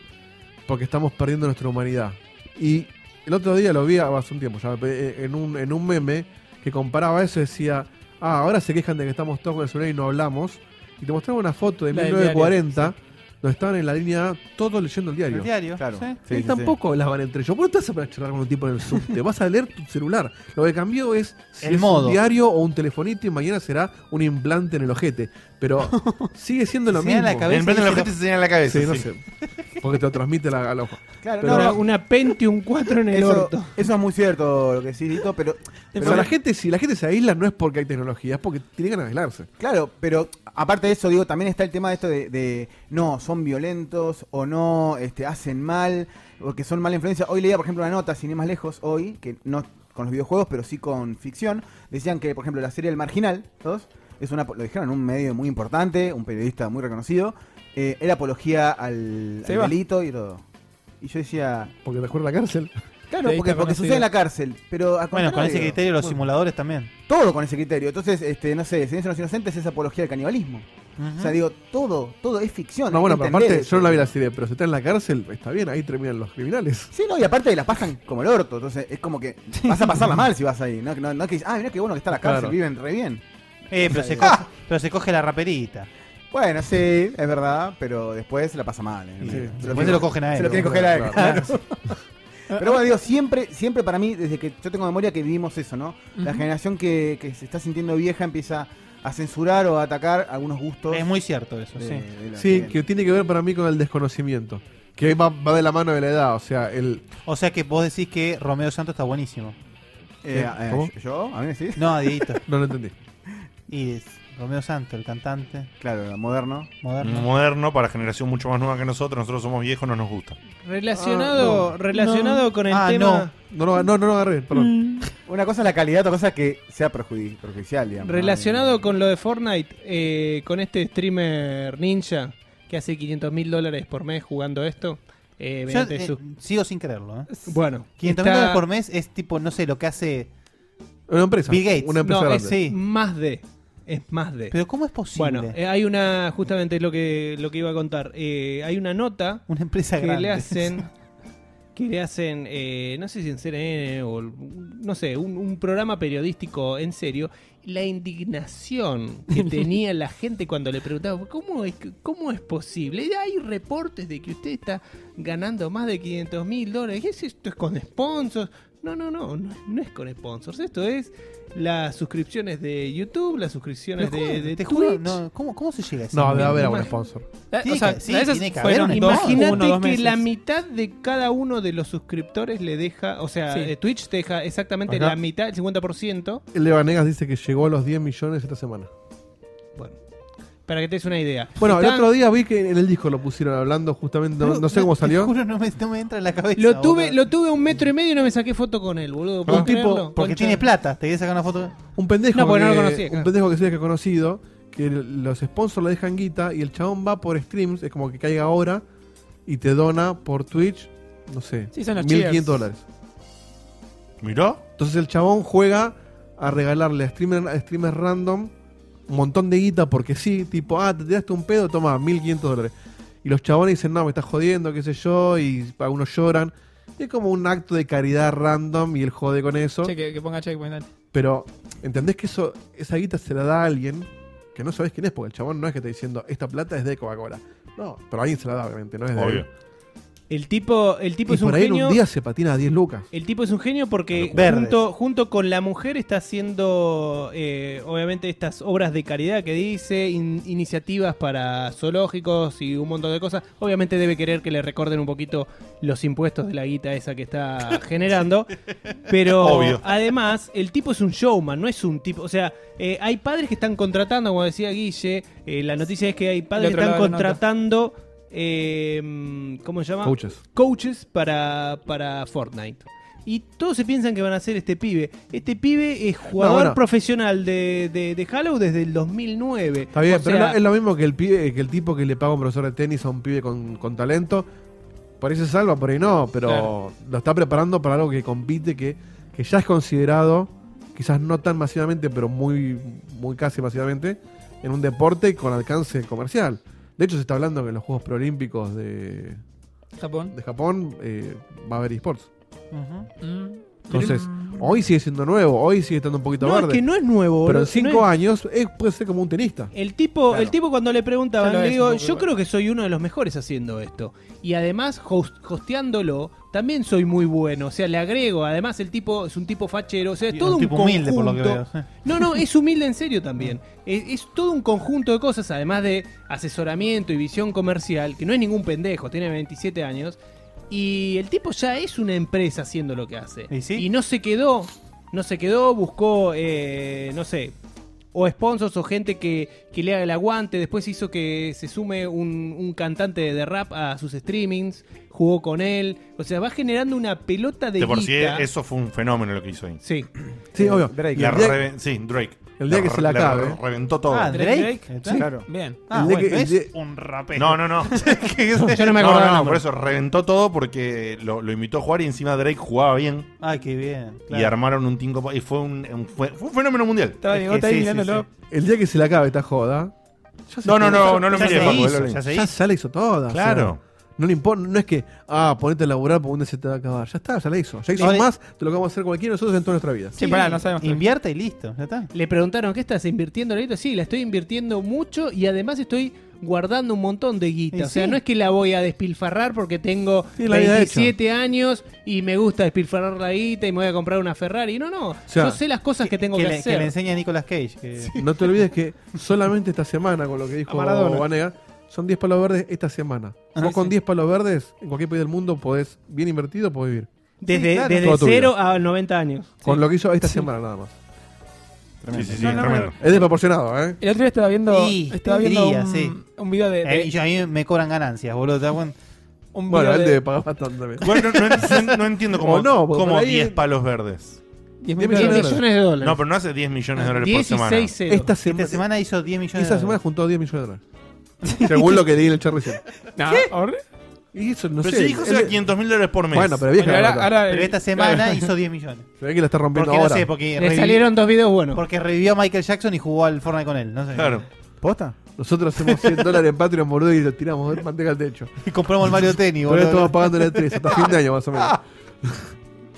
Speaker 4: porque estamos perdiendo nuestra humanidad. Y el otro día lo vi ah, hace un tiempo ya, eh, en un, en un meme que comparaba eso y decía, ah, ahora se quejan de que estamos todos con el celular y no hablamos. Y te mostraba una foto de
Speaker 6: La del
Speaker 4: 1940 donde estaban en la línea todos leyendo el diario.
Speaker 3: El diario, Claro. sí.
Speaker 4: Y
Speaker 3: Sí, sí,
Speaker 4: tampoco las van entre ellos. ¿Por qué te vas a charlar con un tipo en el subte? Vas a leer tu celular. Lo que cambió es si
Speaker 3: El
Speaker 4: es
Speaker 3: modo.
Speaker 4: un diario o un telefonito y mañana será un implante en el ojete. Pero sigue siendo lo
Speaker 3: Se señala
Speaker 4: mismo.
Speaker 3: la cabeza El implante en el y se ojete lo-
Speaker 2: se señala la cabeza,
Speaker 4: Sí, no
Speaker 2: sí.
Speaker 4: sé. Porque te lo transmite la, al ojo.
Speaker 7: Claro,
Speaker 4: Pero-
Speaker 7: no, no.
Speaker 5: Una Pentium 4 en el
Speaker 7: eso,
Speaker 5: orto.
Speaker 7: Eso es muy cierto lo que decís, Dito, pero.
Speaker 4: O sea, la gente, si la gente se aísla no es porque hay tecnología, es porque tiene ganas de aislarse.
Speaker 7: Claro, pero aparte de eso, digo, también está el tema de esto de, de, no, son violentos o no, este, hacen mal, o que son mala influencia. Hoy leía, por ejemplo, una nota, sin ir más lejos, hoy, que no con los videojuegos, pero sí con ficción, decían que, por ejemplo, la serie El Marginal, todos, es una, lo dijeron en un medio muy importante, un periodista muy reconocido, eh, era apología al, al
Speaker 4: Seba.
Speaker 7: delito y todo. Y yo decía...
Speaker 4: Porque te juega la cárcel.
Speaker 7: Claro, porque, porque sucede en la cárcel, pero... al
Speaker 3: Bueno, con ese
Speaker 7: contrario.
Speaker 3: criterio los
Speaker 7: Bueno.
Speaker 3: simuladores también.
Speaker 7: Todo con ese criterio. Entonces, este, no sé, Silencio de los Inocentes es apología al canibalismo.
Speaker 3: Ujú.
Speaker 7: O sea, digo, todo, todo es ficción.
Speaker 4: No,
Speaker 7: hay
Speaker 4: bueno,
Speaker 7: que
Speaker 4: pero
Speaker 7: entender
Speaker 4: aparte,
Speaker 7: eso.
Speaker 4: yo no la vi la serie, pero si está en la cárcel, está bien, ahí terminan los criminales.
Speaker 7: Sí, no, y aparte la pasan como el orto. Entonces, es como que vas a pasarla mal si vas ahí. No, no, no es que, ah, mira qué bueno que está la cárcel,
Speaker 3: Claro.
Speaker 7: viven re bien.
Speaker 3: Eh, pero,
Speaker 7: O sea,
Speaker 3: se
Speaker 7: digo,
Speaker 3: coge, pero se coge la raperita.
Speaker 7: Bueno, sí, es verdad, pero después la pasa mal. ¿eh?
Speaker 3: Sí,
Speaker 7: Se lo
Speaker 3: después
Speaker 7: tiene-
Speaker 3: se lo cogen a él.
Speaker 7: Se lo quieren coger a él,
Speaker 3: Claro.
Speaker 7: claro.
Speaker 4: Eh,
Speaker 7: Pero bueno, digo, siempre, siempre para mí, desde que yo tengo memoria que vivimos eso, ¿no? La
Speaker 3: Ujú.
Speaker 7: generación que, que se está sintiendo vieja empieza a censurar o a atacar algunos gustos.
Speaker 3: Es muy cierto eso, sí.
Speaker 7: la-
Speaker 4: Sí, que tiene que ver para mí con el desconocimiento. Que va, va de la mano de la edad, o sea, el...
Speaker 3: O sea que vos decís que Romeo Santos está buenísimo.
Speaker 7: Eh, eh, ¿Yo? ¿A mí sí?
Speaker 3: No, Dieguito.
Speaker 4: no lo entendí.
Speaker 3: Y es Romeo Santos, el cantante.
Speaker 7: Claro, moderno.
Speaker 3: Moderno.
Speaker 2: Moderno para generación mucho más nueva que nosotros. Nosotros somos viejos, no nos gusta.
Speaker 12: Ah,
Speaker 5: Relacionado,
Speaker 3: Ah, no.
Speaker 5: relacionado
Speaker 3: No.
Speaker 5: con el
Speaker 3: Ah,
Speaker 5: tema.
Speaker 4: No, no, no, no lo agarré,
Speaker 3: Mm.
Speaker 4: perdón.
Speaker 7: Una cosa es la calidad, otra cosa es que sea perjudi- perjudicial, digamos.
Speaker 5: Relacionado con lo de Fortnite, eh, con este streamer ninja que hace 500 mil dólares por mes jugando esto. eh,
Speaker 3: Yo,
Speaker 5: mediante
Speaker 3: eh,
Speaker 5: su-
Speaker 3: sigo sin creerlo. ¿eh?
Speaker 5: Bueno,
Speaker 3: 500
Speaker 5: está-
Speaker 3: dólares por mes es tipo, no sé, lo que hace.
Speaker 4: Una empresa.
Speaker 3: Bill Gates.
Speaker 5: no,
Speaker 3: No,
Speaker 5: es eh, más de. Es más de.
Speaker 3: Pero ¿cómo es posible?
Speaker 5: Bueno, eh, hay una, justamente es lo que, lo que iba a contar. Eh, hay una nota
Speaker 3: Una empresa
Speaker 5: que
Speaker 3: grande.
Speaker 5: le hacen, que le hacen, eh, no sé si en CNN o no sé, un, un programa periodístico en serio, la indignación que tenía la gente cuando le preguntaba, ¿cómo es, que- cómo es posible? Hay reportes de que usted está ganando más de 500 mil dólares. ¿Qué es esto? ¿Es con sponsors? No, no, no, no, no es con sponsors. Esto es las suscripciones de YouTube, las suscripciones
Speaker 3: Pero
Speaker 5: de,
Speaker 3: ¿cómo?
Speaker 5: de
Speaker 3: Te
Speaker 5: Twitch.
Speaker 3: juro, no, ¿cómo, cómo se llega a ese
Speaker 4: No, debe
Speaker 3: nivel?
Speaker 4: haber algún
Speaker 5: Imagínate.
Speaker 4: sponsor.
Speaker 3: Tiene
Speaker 5: Eh, O sea,
Speaker 3: que- sí,
Speaker 5: esas
Speaker 3: tiene que haber
Speaker 5: fueron-
Speaker 3: un
Speaker 5: Imagínate
Speaker 3: sponsor. Uno, dos
Speaker 5: que
Speaker 3: meses.
Speaker 5: la mitad de cada uno de los suscriptores le deja, o sea,
Speaker 6: Sí.
Speaker 5: eh, Twitch te deja exactamente
Speaker 4: Ajá.
Speaker 5: la mitad, el 50%.
Speaker 4: Leo Vanegas dice que llegó a los 10 millones esta semana.
Speaker 5: Para que te des una idea.
Speaker 4: Bueno, el
Speaker 5: Está-
Speaker 4: otro día vi que en el disco lo pusieron hablando justamente, no, no sé cómo
Speaker 3: Te
Speaker 4: salió.
Speaker 3: juro, no me, no me entra en la cabeza.
Speaker 5: Lo tuve,
Speaker 3: boludo.
Speaker 5: lo tuve a un metro y medio y no me saqué foto con él, boludo. ¿Puedo
Speaker 4: Un tipo-
Speaker 5: creerlo?
Speaker 3: Porque
Speaker 5: Concha-
Speaker 3: tiene plata. Te quería sacar una foto.
Speaker 4: Un pendejo,
Speaker 5: No, porque no lo
Speaker 4: que-
Speaker 5: conocía, claro.
Speaker 4: un pendejo que sea que conocido, que el- los sponsors le dejan guita y el chabón va por streams, es como que caiga ahora y te dona por Twitch, no sé,
Speaker 6: Sí, son los
Speaker 4: 1500
Speaker 6: cheers.
Speaker 4: dólares.
Speaker 2: ¿Miró?
Speaker 4: Entonces el chabón juega a regalarle a streamer, a streamers random un montón de guita porque sí, tipo, ah, te tiraste un pedo, toma, 1500 dólares. Y los chabones dicen, no, me estás jodiendo, qué sé yo, y algunos lloran. Y es como un acto de caridad random y él jode con eso.
Speaker 6: Che, que, que ponga checkpoint, dale.
Speaker 4: Pero, ¿entendés que eso, esa guita se la da a alguien que no sabés quién es? Porque el chabón no es que te diciendo, esta plata es de Coca-Cola. No, pero alguien se la da, obviamente, no es de
Speaker 2: Obvio.
Speaker 4: él.
Speaker 5: El tipo, el
Speaker 4: y
Speaker 5: tipo es Pues un
Speaker 4: por ahí en
Speaker 5: genio.
Speaker 4: un día se patina a 10 lucas.
Speaker 5: El tipo es un genio porque
Speaker 4: Verdes.
Speaker 5: junto, junto con la mujer está haciendo, eh, obviamente, estas obras de caridad que dice, in- iniciativas para zoológicos y un montón de cosas. Obviamente debe querer que le recorden un poquito los impuestos de la guita esa que está generando. Pero
Speaker 2: Obvio.
Speaker 5: además, el tipo es un showman, no es un tipo. O sea, eh, hay padres que están contratando, como decía Guille, eh, la noticia es que hay padres
Speaker 6: El
Speaker 5: que
Speaker 6: otro
Speaker 5: están
Speaker 6: lado de la nota.
Speaker 5: contratando. eh, ¿Cómo se llama?
Speaker 4: Coaches.
Speaker 5: coaches para, para Fortnite. Y todos se piensan que van a ser este pibe. Este pibe es jugador
Speaker 4: bueno.
Speaker 5: profesional de, de, de Halo desde el 2009.
Speaker 4: Está bien,
Speaker 5: O
Speaker 4: pero
Speaker 5: sea,
Speaker 4: es lo- es lo mismo que el pibe, que el tipo que le paga un profesor de tenis a un pibe con, con talento. Por ahí se salva, por ahí no, pero
Speaker 2: Claro.
Speaker 4: lo está preparando para algo que compite, que, que ya es considerado, quizás no tan masivamente, pero muy, muy casi masivamente, en un deporte con alcance comercial. De hecho, se está hablando que en los Juegos Preolímpicos de
Speaker 6: Japón,
Speaker 4: de Japón eh, va a haber esports.
Speaker 6: Mm.
Speaker 4: Entonces, hoy sigue siendo nuevo, hoy sigue estando un poquito
Speaker 5: No, es
Speaker 4: verde.
Speaker 5: que no es nuevo,
Speaker 4: Pero
Speaker 5: no-
Speaker 4: en cinco
Speaker 5: no es-
Speaker 4: años eh, puede ser como un tenista.
Speaker 5: El tipo,
Speaker 4: Claro.
Speaker 5: el tipo cuando le
Speaker 4: Ya
Speaker 5: preguntaban,
Speaker 4: lo
Speaker 5: le
Speaker 4: es
Speaker 5: digo,
Speaker 4: un poco
Speaker 5: yo
Speaker 4: igual".
Speaker 5: creo que soy uno de los mejores haciendo esto. Y además, host- hosteándolo, también soy muy bueno. O sea, le agrego, además el tipo es un tipo fachero. O sea, es
Speaker 3: Y
Speaker 5: todo
Speaker 3: un
Speaker 5: un,
Speaker 3: tipo humilde, por lo que
Speaker 5: conjunto-
Speaker 3: veo, sí.
Speaker 5: No, no, es humilde en serio también. Es, es todo un conjunto de cosas, además de asesoramiento y visión comercial, que no es ningún pendejo, tiene 27 años. Y el tipo ya es una empresa haciendo lo que hace. ¿Y, no se quedó, no se quedó, buscó, eh, no sé, o sponsors o gente que, que le haga el aguante. Después hizo que se sume un, un cantante de rap a sus streamings, jugó con él. O sea, va generando una pelota de
Speaker 2: De por sí,
Speaker 5: guita.
Speaker 2: eso fue un fenómeno lo que hizo ahí.
Speaker 5: Sí.
Speaker 4: Sí, obvio.
Speaker 2: Drake.
Speaker 4: El día-
Speaker 2: sí, Drake.
Speaker 4: El día
Speaker 2: La
Speaker 4: que
Speaker 2: re-
Speaker 4: se la acabe.
Speaker 2: re- Reventó todo.
Speaker 4: Ah, ¿Drake? Drake,
Speaker 2: Sí.
Speaker 4: claro.
Speaker 6: Bien.
Speaker 4: Ah, bueno, es
Speaker 3: un rapero.
Speaker 2: No, no, no. ¿Qué es?
Speaker 3: Yo no me acordaba el
Speaker 2: No,
Speaker 3: nombre.
Speaker 2: por eso reventó todo porque lo, lo invitó a jugar y encima Drake jugaba bien.
Speaker 3: Ay, qué bien.
Speaker 2: Y
Speaker 3: claro.
Speaker 2: armaron un tinco. Y fue un, un- fue, fue un fenómeno mundial.
Speaker 6: Estaba Diegote ahí mirándolo.
Speaker 4: El día que se le acabe esta joda. ya se-
Speaker 2: No, no, no,
Speaker 4: ya-
Speaker 2: no lo
Speaker 4: ya
Speaker 2: miré,
Speaker 4: se
Speaker 2: Paco,
Speaker 4: hizo,
Speaker 2: no lo leí.
Speaker 4: Ya, se hizo. ya la hizo toda. o sea,
Speaker 2: Claro.
Speaker 4: no le importa, no es que, ah, ponete a laburar porque un día se te va a acabar. Ya está, ya la hizo. Ya hizo
Speaker 3: Ahora-
Speaker 4: más de lo que vamos a hacer cualquiera de nosotros en toda nuestra vida.
Speaker 3: Invierte y listo, ya está.
Speaker 5: Le preguntaron, ¿qué estás invirtiendo, Leito? Sí, la estoy invirtiendo mucho y además estoy guardando un montón de guita.
Speaker 3: Y
Speaker 5: o sea,
Speaker 3: sí.
Speaker 5: no es que la voy a despilfarrar porque tengo
Speaker 4: Sí, la vida
Speaker 5: 27 años y me gusta despilfarrar la guita y me voy a comprar una Ferrari. No, no.
Speaker 4: sea,
Speaker 5: yo sé las cosas que, tengo que,
Speaker 3: que le-
Speaker 5: hacer.
Speaker 3: que le enseña a Nicolas Cage. que-
Speaker 4: No te olvides que solamente esta semana, con lo que dijo
Speaker 3: Maradona.
Speaker 4: Vanega, son 10 palos verdes esta semana.
Speaker 3: Ah,
Speaker 4: Vos con
Speaker 3: sí.
Speaker 4: 10 palos verdes, en cualquier país del mundo, podés, bien invertido, podés vivir.
Speaker 5: Desde,
Speaker 4: Sí, claro.
Speaker 5: desde
Speaker 4: Toda tu vida.
Speaker 5: 0 a 90 años.
Speaker 4: Con
Speaker 5: Sí.
Speaker 4: lo que hizo esta
Speaker 5: Sí.
Speaker 4: semana nada más.
Speaker 2: Tremendo.
Speaker 6: Sí, sí, sí, No, no, tremendo. no.
Speaker 4: Es desproporcionado, ¿eh?
Speaker 6: El otro día estaba viendo, este
Speaker 3: Y
Speaker 6: estaba viendo
Speaker 3: diría,
Speaker 6: un,
Speaker 3: sí.
Speaker 6: un video de, de-
Speaker 3: Eh, yo- a mí me cobran ganancias, boludo. ¿te das cuenta?
Speaker 6: un
Speaker 4: Bueno,
Speaker 6: video
Speaker 4: él
Speaker 6: de-
Speaker 4: debe pagar bastante también.
Speaker 2: Bueno, no, no- no- no entiendo cómo,
Speaker 4: O no, porque
Speaker 2: cómo
Speaker 4: por ahí-
Speaker 2: 10 palos verdes.
Speaker 6: 10 millones de dólares.
Speaker 5: millones de dólares.
Speaker 2: No, pero no hace 10 millones de dólares por semana.
Speaker 4: Esta, semana,
Speaker 3: hizo 10 millones de
Speaker 4: Esta
Speaker 3: dólares.
Speaker 4: semana juntó 10 millones de dólares. Según lo que leí en el chat recién.
Speaker 6: No, ahorré.
Speaker 4: Y eso no
Speaker 2: Pero
Speaker 4: sé.
Speaker 2: se dijo que
Speaker 4: él-
Speaker 2: era 500 mil dólares por mes.
Speaker 4: Bueno, pero vieja.
Speaker 3: Bueno,
Speaker 4: la
Speaker 3: ahora-
Speaker 4: plata.
Speaker 3: ahora- Pero esta semana claro. hizo 10 millones.
Speaker 4: Se ve que la está rompiendo
Speaker 3: Porque no
Speaker 4: ahora.
Speaker 3: sé, porque
Speaker 5: Le
Speaker 3: reviv-
Speaker 5: salieron dos videos buenos.
Speaker 3: Porque revivió a Michael Jackson y jugó al Fortnite con él. No sé.
Speaker 4: Claro.
Speaker 3: ¿Posta?
Speaker 4: Nosotros hacemos 100 dólares en Patreon, boludo, y lo tiramos de manteca al techo.
Speaker 3: Y compramos el Mario Tennis,
Speaker 4: Pero
Speaker 3: boludo.
Speaker 4: estamos pagando la 3 hasta fin de año más o menos.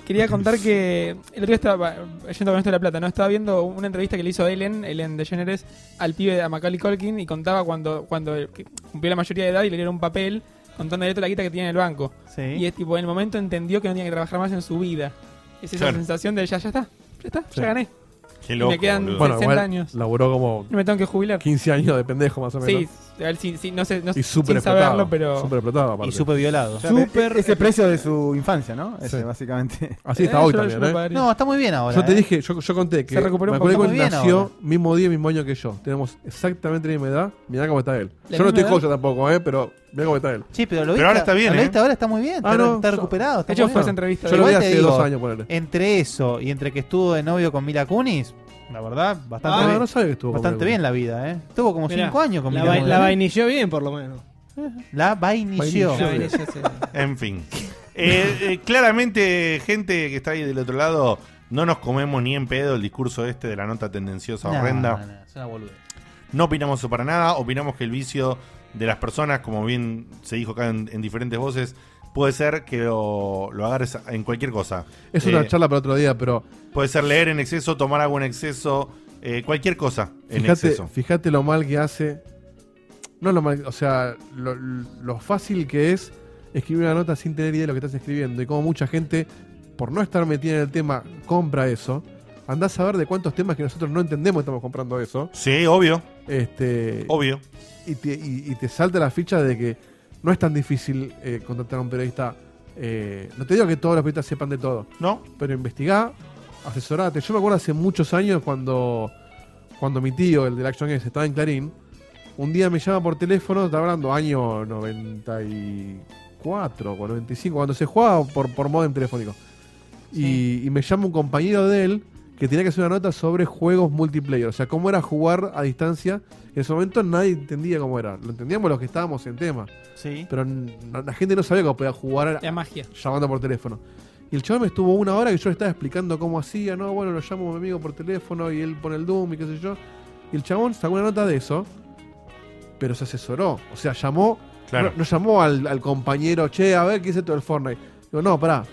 Speaker 6: Quería contar que el otro día estaba eh, yendo con esto de la plata, ¿no? Estaba viendo una entrevista que le hizo Ellen, Ellen DeGeneres, al pibe de Macaulay Culkin y contaba cuando, cuando que cumplió la mayoría de edad y le dieron un papel contándole toda la guita que tenía en el banco.
Speaker 3: Sí.
Speaker 6: Y es tipo, en el momento entendió que no tenía que trabajar más en su vida. Es esa
Speaker 4: Claro.
Speaker 6: sensación de ya, ya está, ya está,
Speaker 4: Sí.
Speaker 6: ya gané.
Speaker 2: Qué
Speaker 6: Y
Speaker 2: loco,
Speaker 6: Me quedan
Speaker 2: boludo.
Speaker 6: 60
Speaker 4: Bueno, igual
Speaker 6: años.
Speaker 4: laburó como
Speaker 6: No me tengo que jubilar.
Speaker 4: 15 años de pendejo más o menos.
Speaker 6: Sí, a ver, sí, sí, no sé, no
Speaker 4: Y
Speaker 6: sé
Speaker 4: súper
Speaker 6: sin
Speaker 4: explotado.
Speaker 6: saberlo, pero...
Speaker 4: Súper explotado, aparte.
Speaker 3: Y súper violado.
Speaker 7: O sea, Es el precio de su infancia, ¿no? Ese, básicamente.
Speaker 4: Así está hoy también, ¿eh?
Speaker 3: No, está muy bien ahora,
Speaker 4: Yo te
Speaker 3: ¿eh?
Speaker 4: dije, yo, yo conté que
Speaker 3: Se recuperó un
Speaker 4: Macaulay
Speaker 3: poco.
Speaker 4: Culkin
Speaker 3: Está muy bien
Speaker 4: nació
Speaker 3: ahora.
Speaker 4: mismo día, mismo año que yo. Tenemos exactamente la misma edad. Mirá cómo está él.
Speaker 3: ¿La
Speaker 4: Yo no
Speaker 3: misma
Speaker 4: estoy
Speaker 3: edad?
Speaker 4: joya tampoco, ¿eh? Pero mirá cómo está él.
Speaker 3: Sí, pero lo viste. lo viste ahora está muy bien. ¿eh?
Speaker 4: Ah,
Speaker 3: está,
Speaker 4: no,
Speaker 3: está
Speaker 4: yo-
Speaker 3: recuperado. Está
Speaker 4: de hecho,
Speaker 3: muy
Speaker 4: fue
Speaker 3: bien.
Speaker 4: esa entrevista. Yo lo vi
Speaker 3: Igual te
Speaker 4: hace dos años, ponele.
Speaker 3: Entre eso y entre que estuvo de novio con Mila Kunis, la verdad, bastante
Speaker 4: Ah,
Speaker 3: bien.
Speaker 4: no sabía que estuvo con
Speaker 3: bastante
Speaker 4: Mila
Speaker 3: bien la vida, ¿eh? Estuvo como
Speaker 5: Mirá,
Speaker 3: 5 años con
Speaker 5: la
Speaker 3: Mila
Speaker 5: vai-
Speaker 3: Kunis. ¿eh?
Speaker 5: la vainilló bien, por lo menos.
Speaker 3: La vainilló.
Speaker 5: La vainilló, sí.
Speaker 2: Este, En fin. Eh, eh, claramente, gente que está ahí del otro lado, no nos comemos ni en pedo el discurso este de la nota tendenciosa
Speaker 3: No,
Speaker 2: horrenda.
Speaker 3: no, no, es una boludez.
Speaker 2: No opinamos eso para nada. Opinamos que el vicio de las personas, como bien se dijo acá en, en diferentes voces, puede ser que lo, lo agarres en cualquier cosa.
Speaker 4: Es una
Speaker 2: Eh,
Speaker 4: charla para otro día, pero
Speaker 2: Puede ser leer en exceso, tomar agua en exceso, eh, cualquier cosa en
Speaker 4: fíjate,
Speaker 2: exceso.
Speaker 4: fíjate lo mal que hace. No lo mal, o sea, lo, lo fácil que es escribir una nota sin tener idea de lo que estás escribiendo. Y como mucha gente, por no estar metida en el tema, compra eso. Andás a ver de cuántos temas que nosotros no entendemos estamos comprando eso.
Speaker 2: Sí, obvio.
Speaker 4: Este,
Speaker 2: Obvio.
Speaker 4: Y te, y- y te salta la ficha de que no es tan difícil eh, contratar a un periodista. eh, no te digo que todos los periodistas sepan de todo.
Speaker 2: No.
Speaker 4: Pero investigá, asesorate. Yo me acuerdo hace muchos años cuando, cuando mi tío, el del Action S, estaba en Clarín. Un día me llama por teléfono, está hablando año 94 o 95, cuando se jugaba por, por modem telefónico. Y, y me llama un compañero de él que tenía que hacer una nota sobre juegos multiplayer. O sea, cómo era jugar a distancia. En ese momento nadie entendía cómo era. Lo entendíamos los que estábamos en tema.
Speaker 3: Sí.
Speaker 4: Pero n- la gente no sabía cómo podía jugar.
Speaker 6: La magia.
Speaker 4: Llamando por teléfono. Y el chaval me estuvo una hora que yo le estaba explicando cómo hacía. No, bueno, lo llamo a mi amigo por teléfono y él pone el Doom y qué sé yo. Y el chabón sacó una nota de eso. Pero se asesoró. O sea, llamó.
Speaker 2: Claro.
Speaker 4: No, no llamó al, al compañero, che, a ver qué es esto del Fortnite. Digo, no, pará.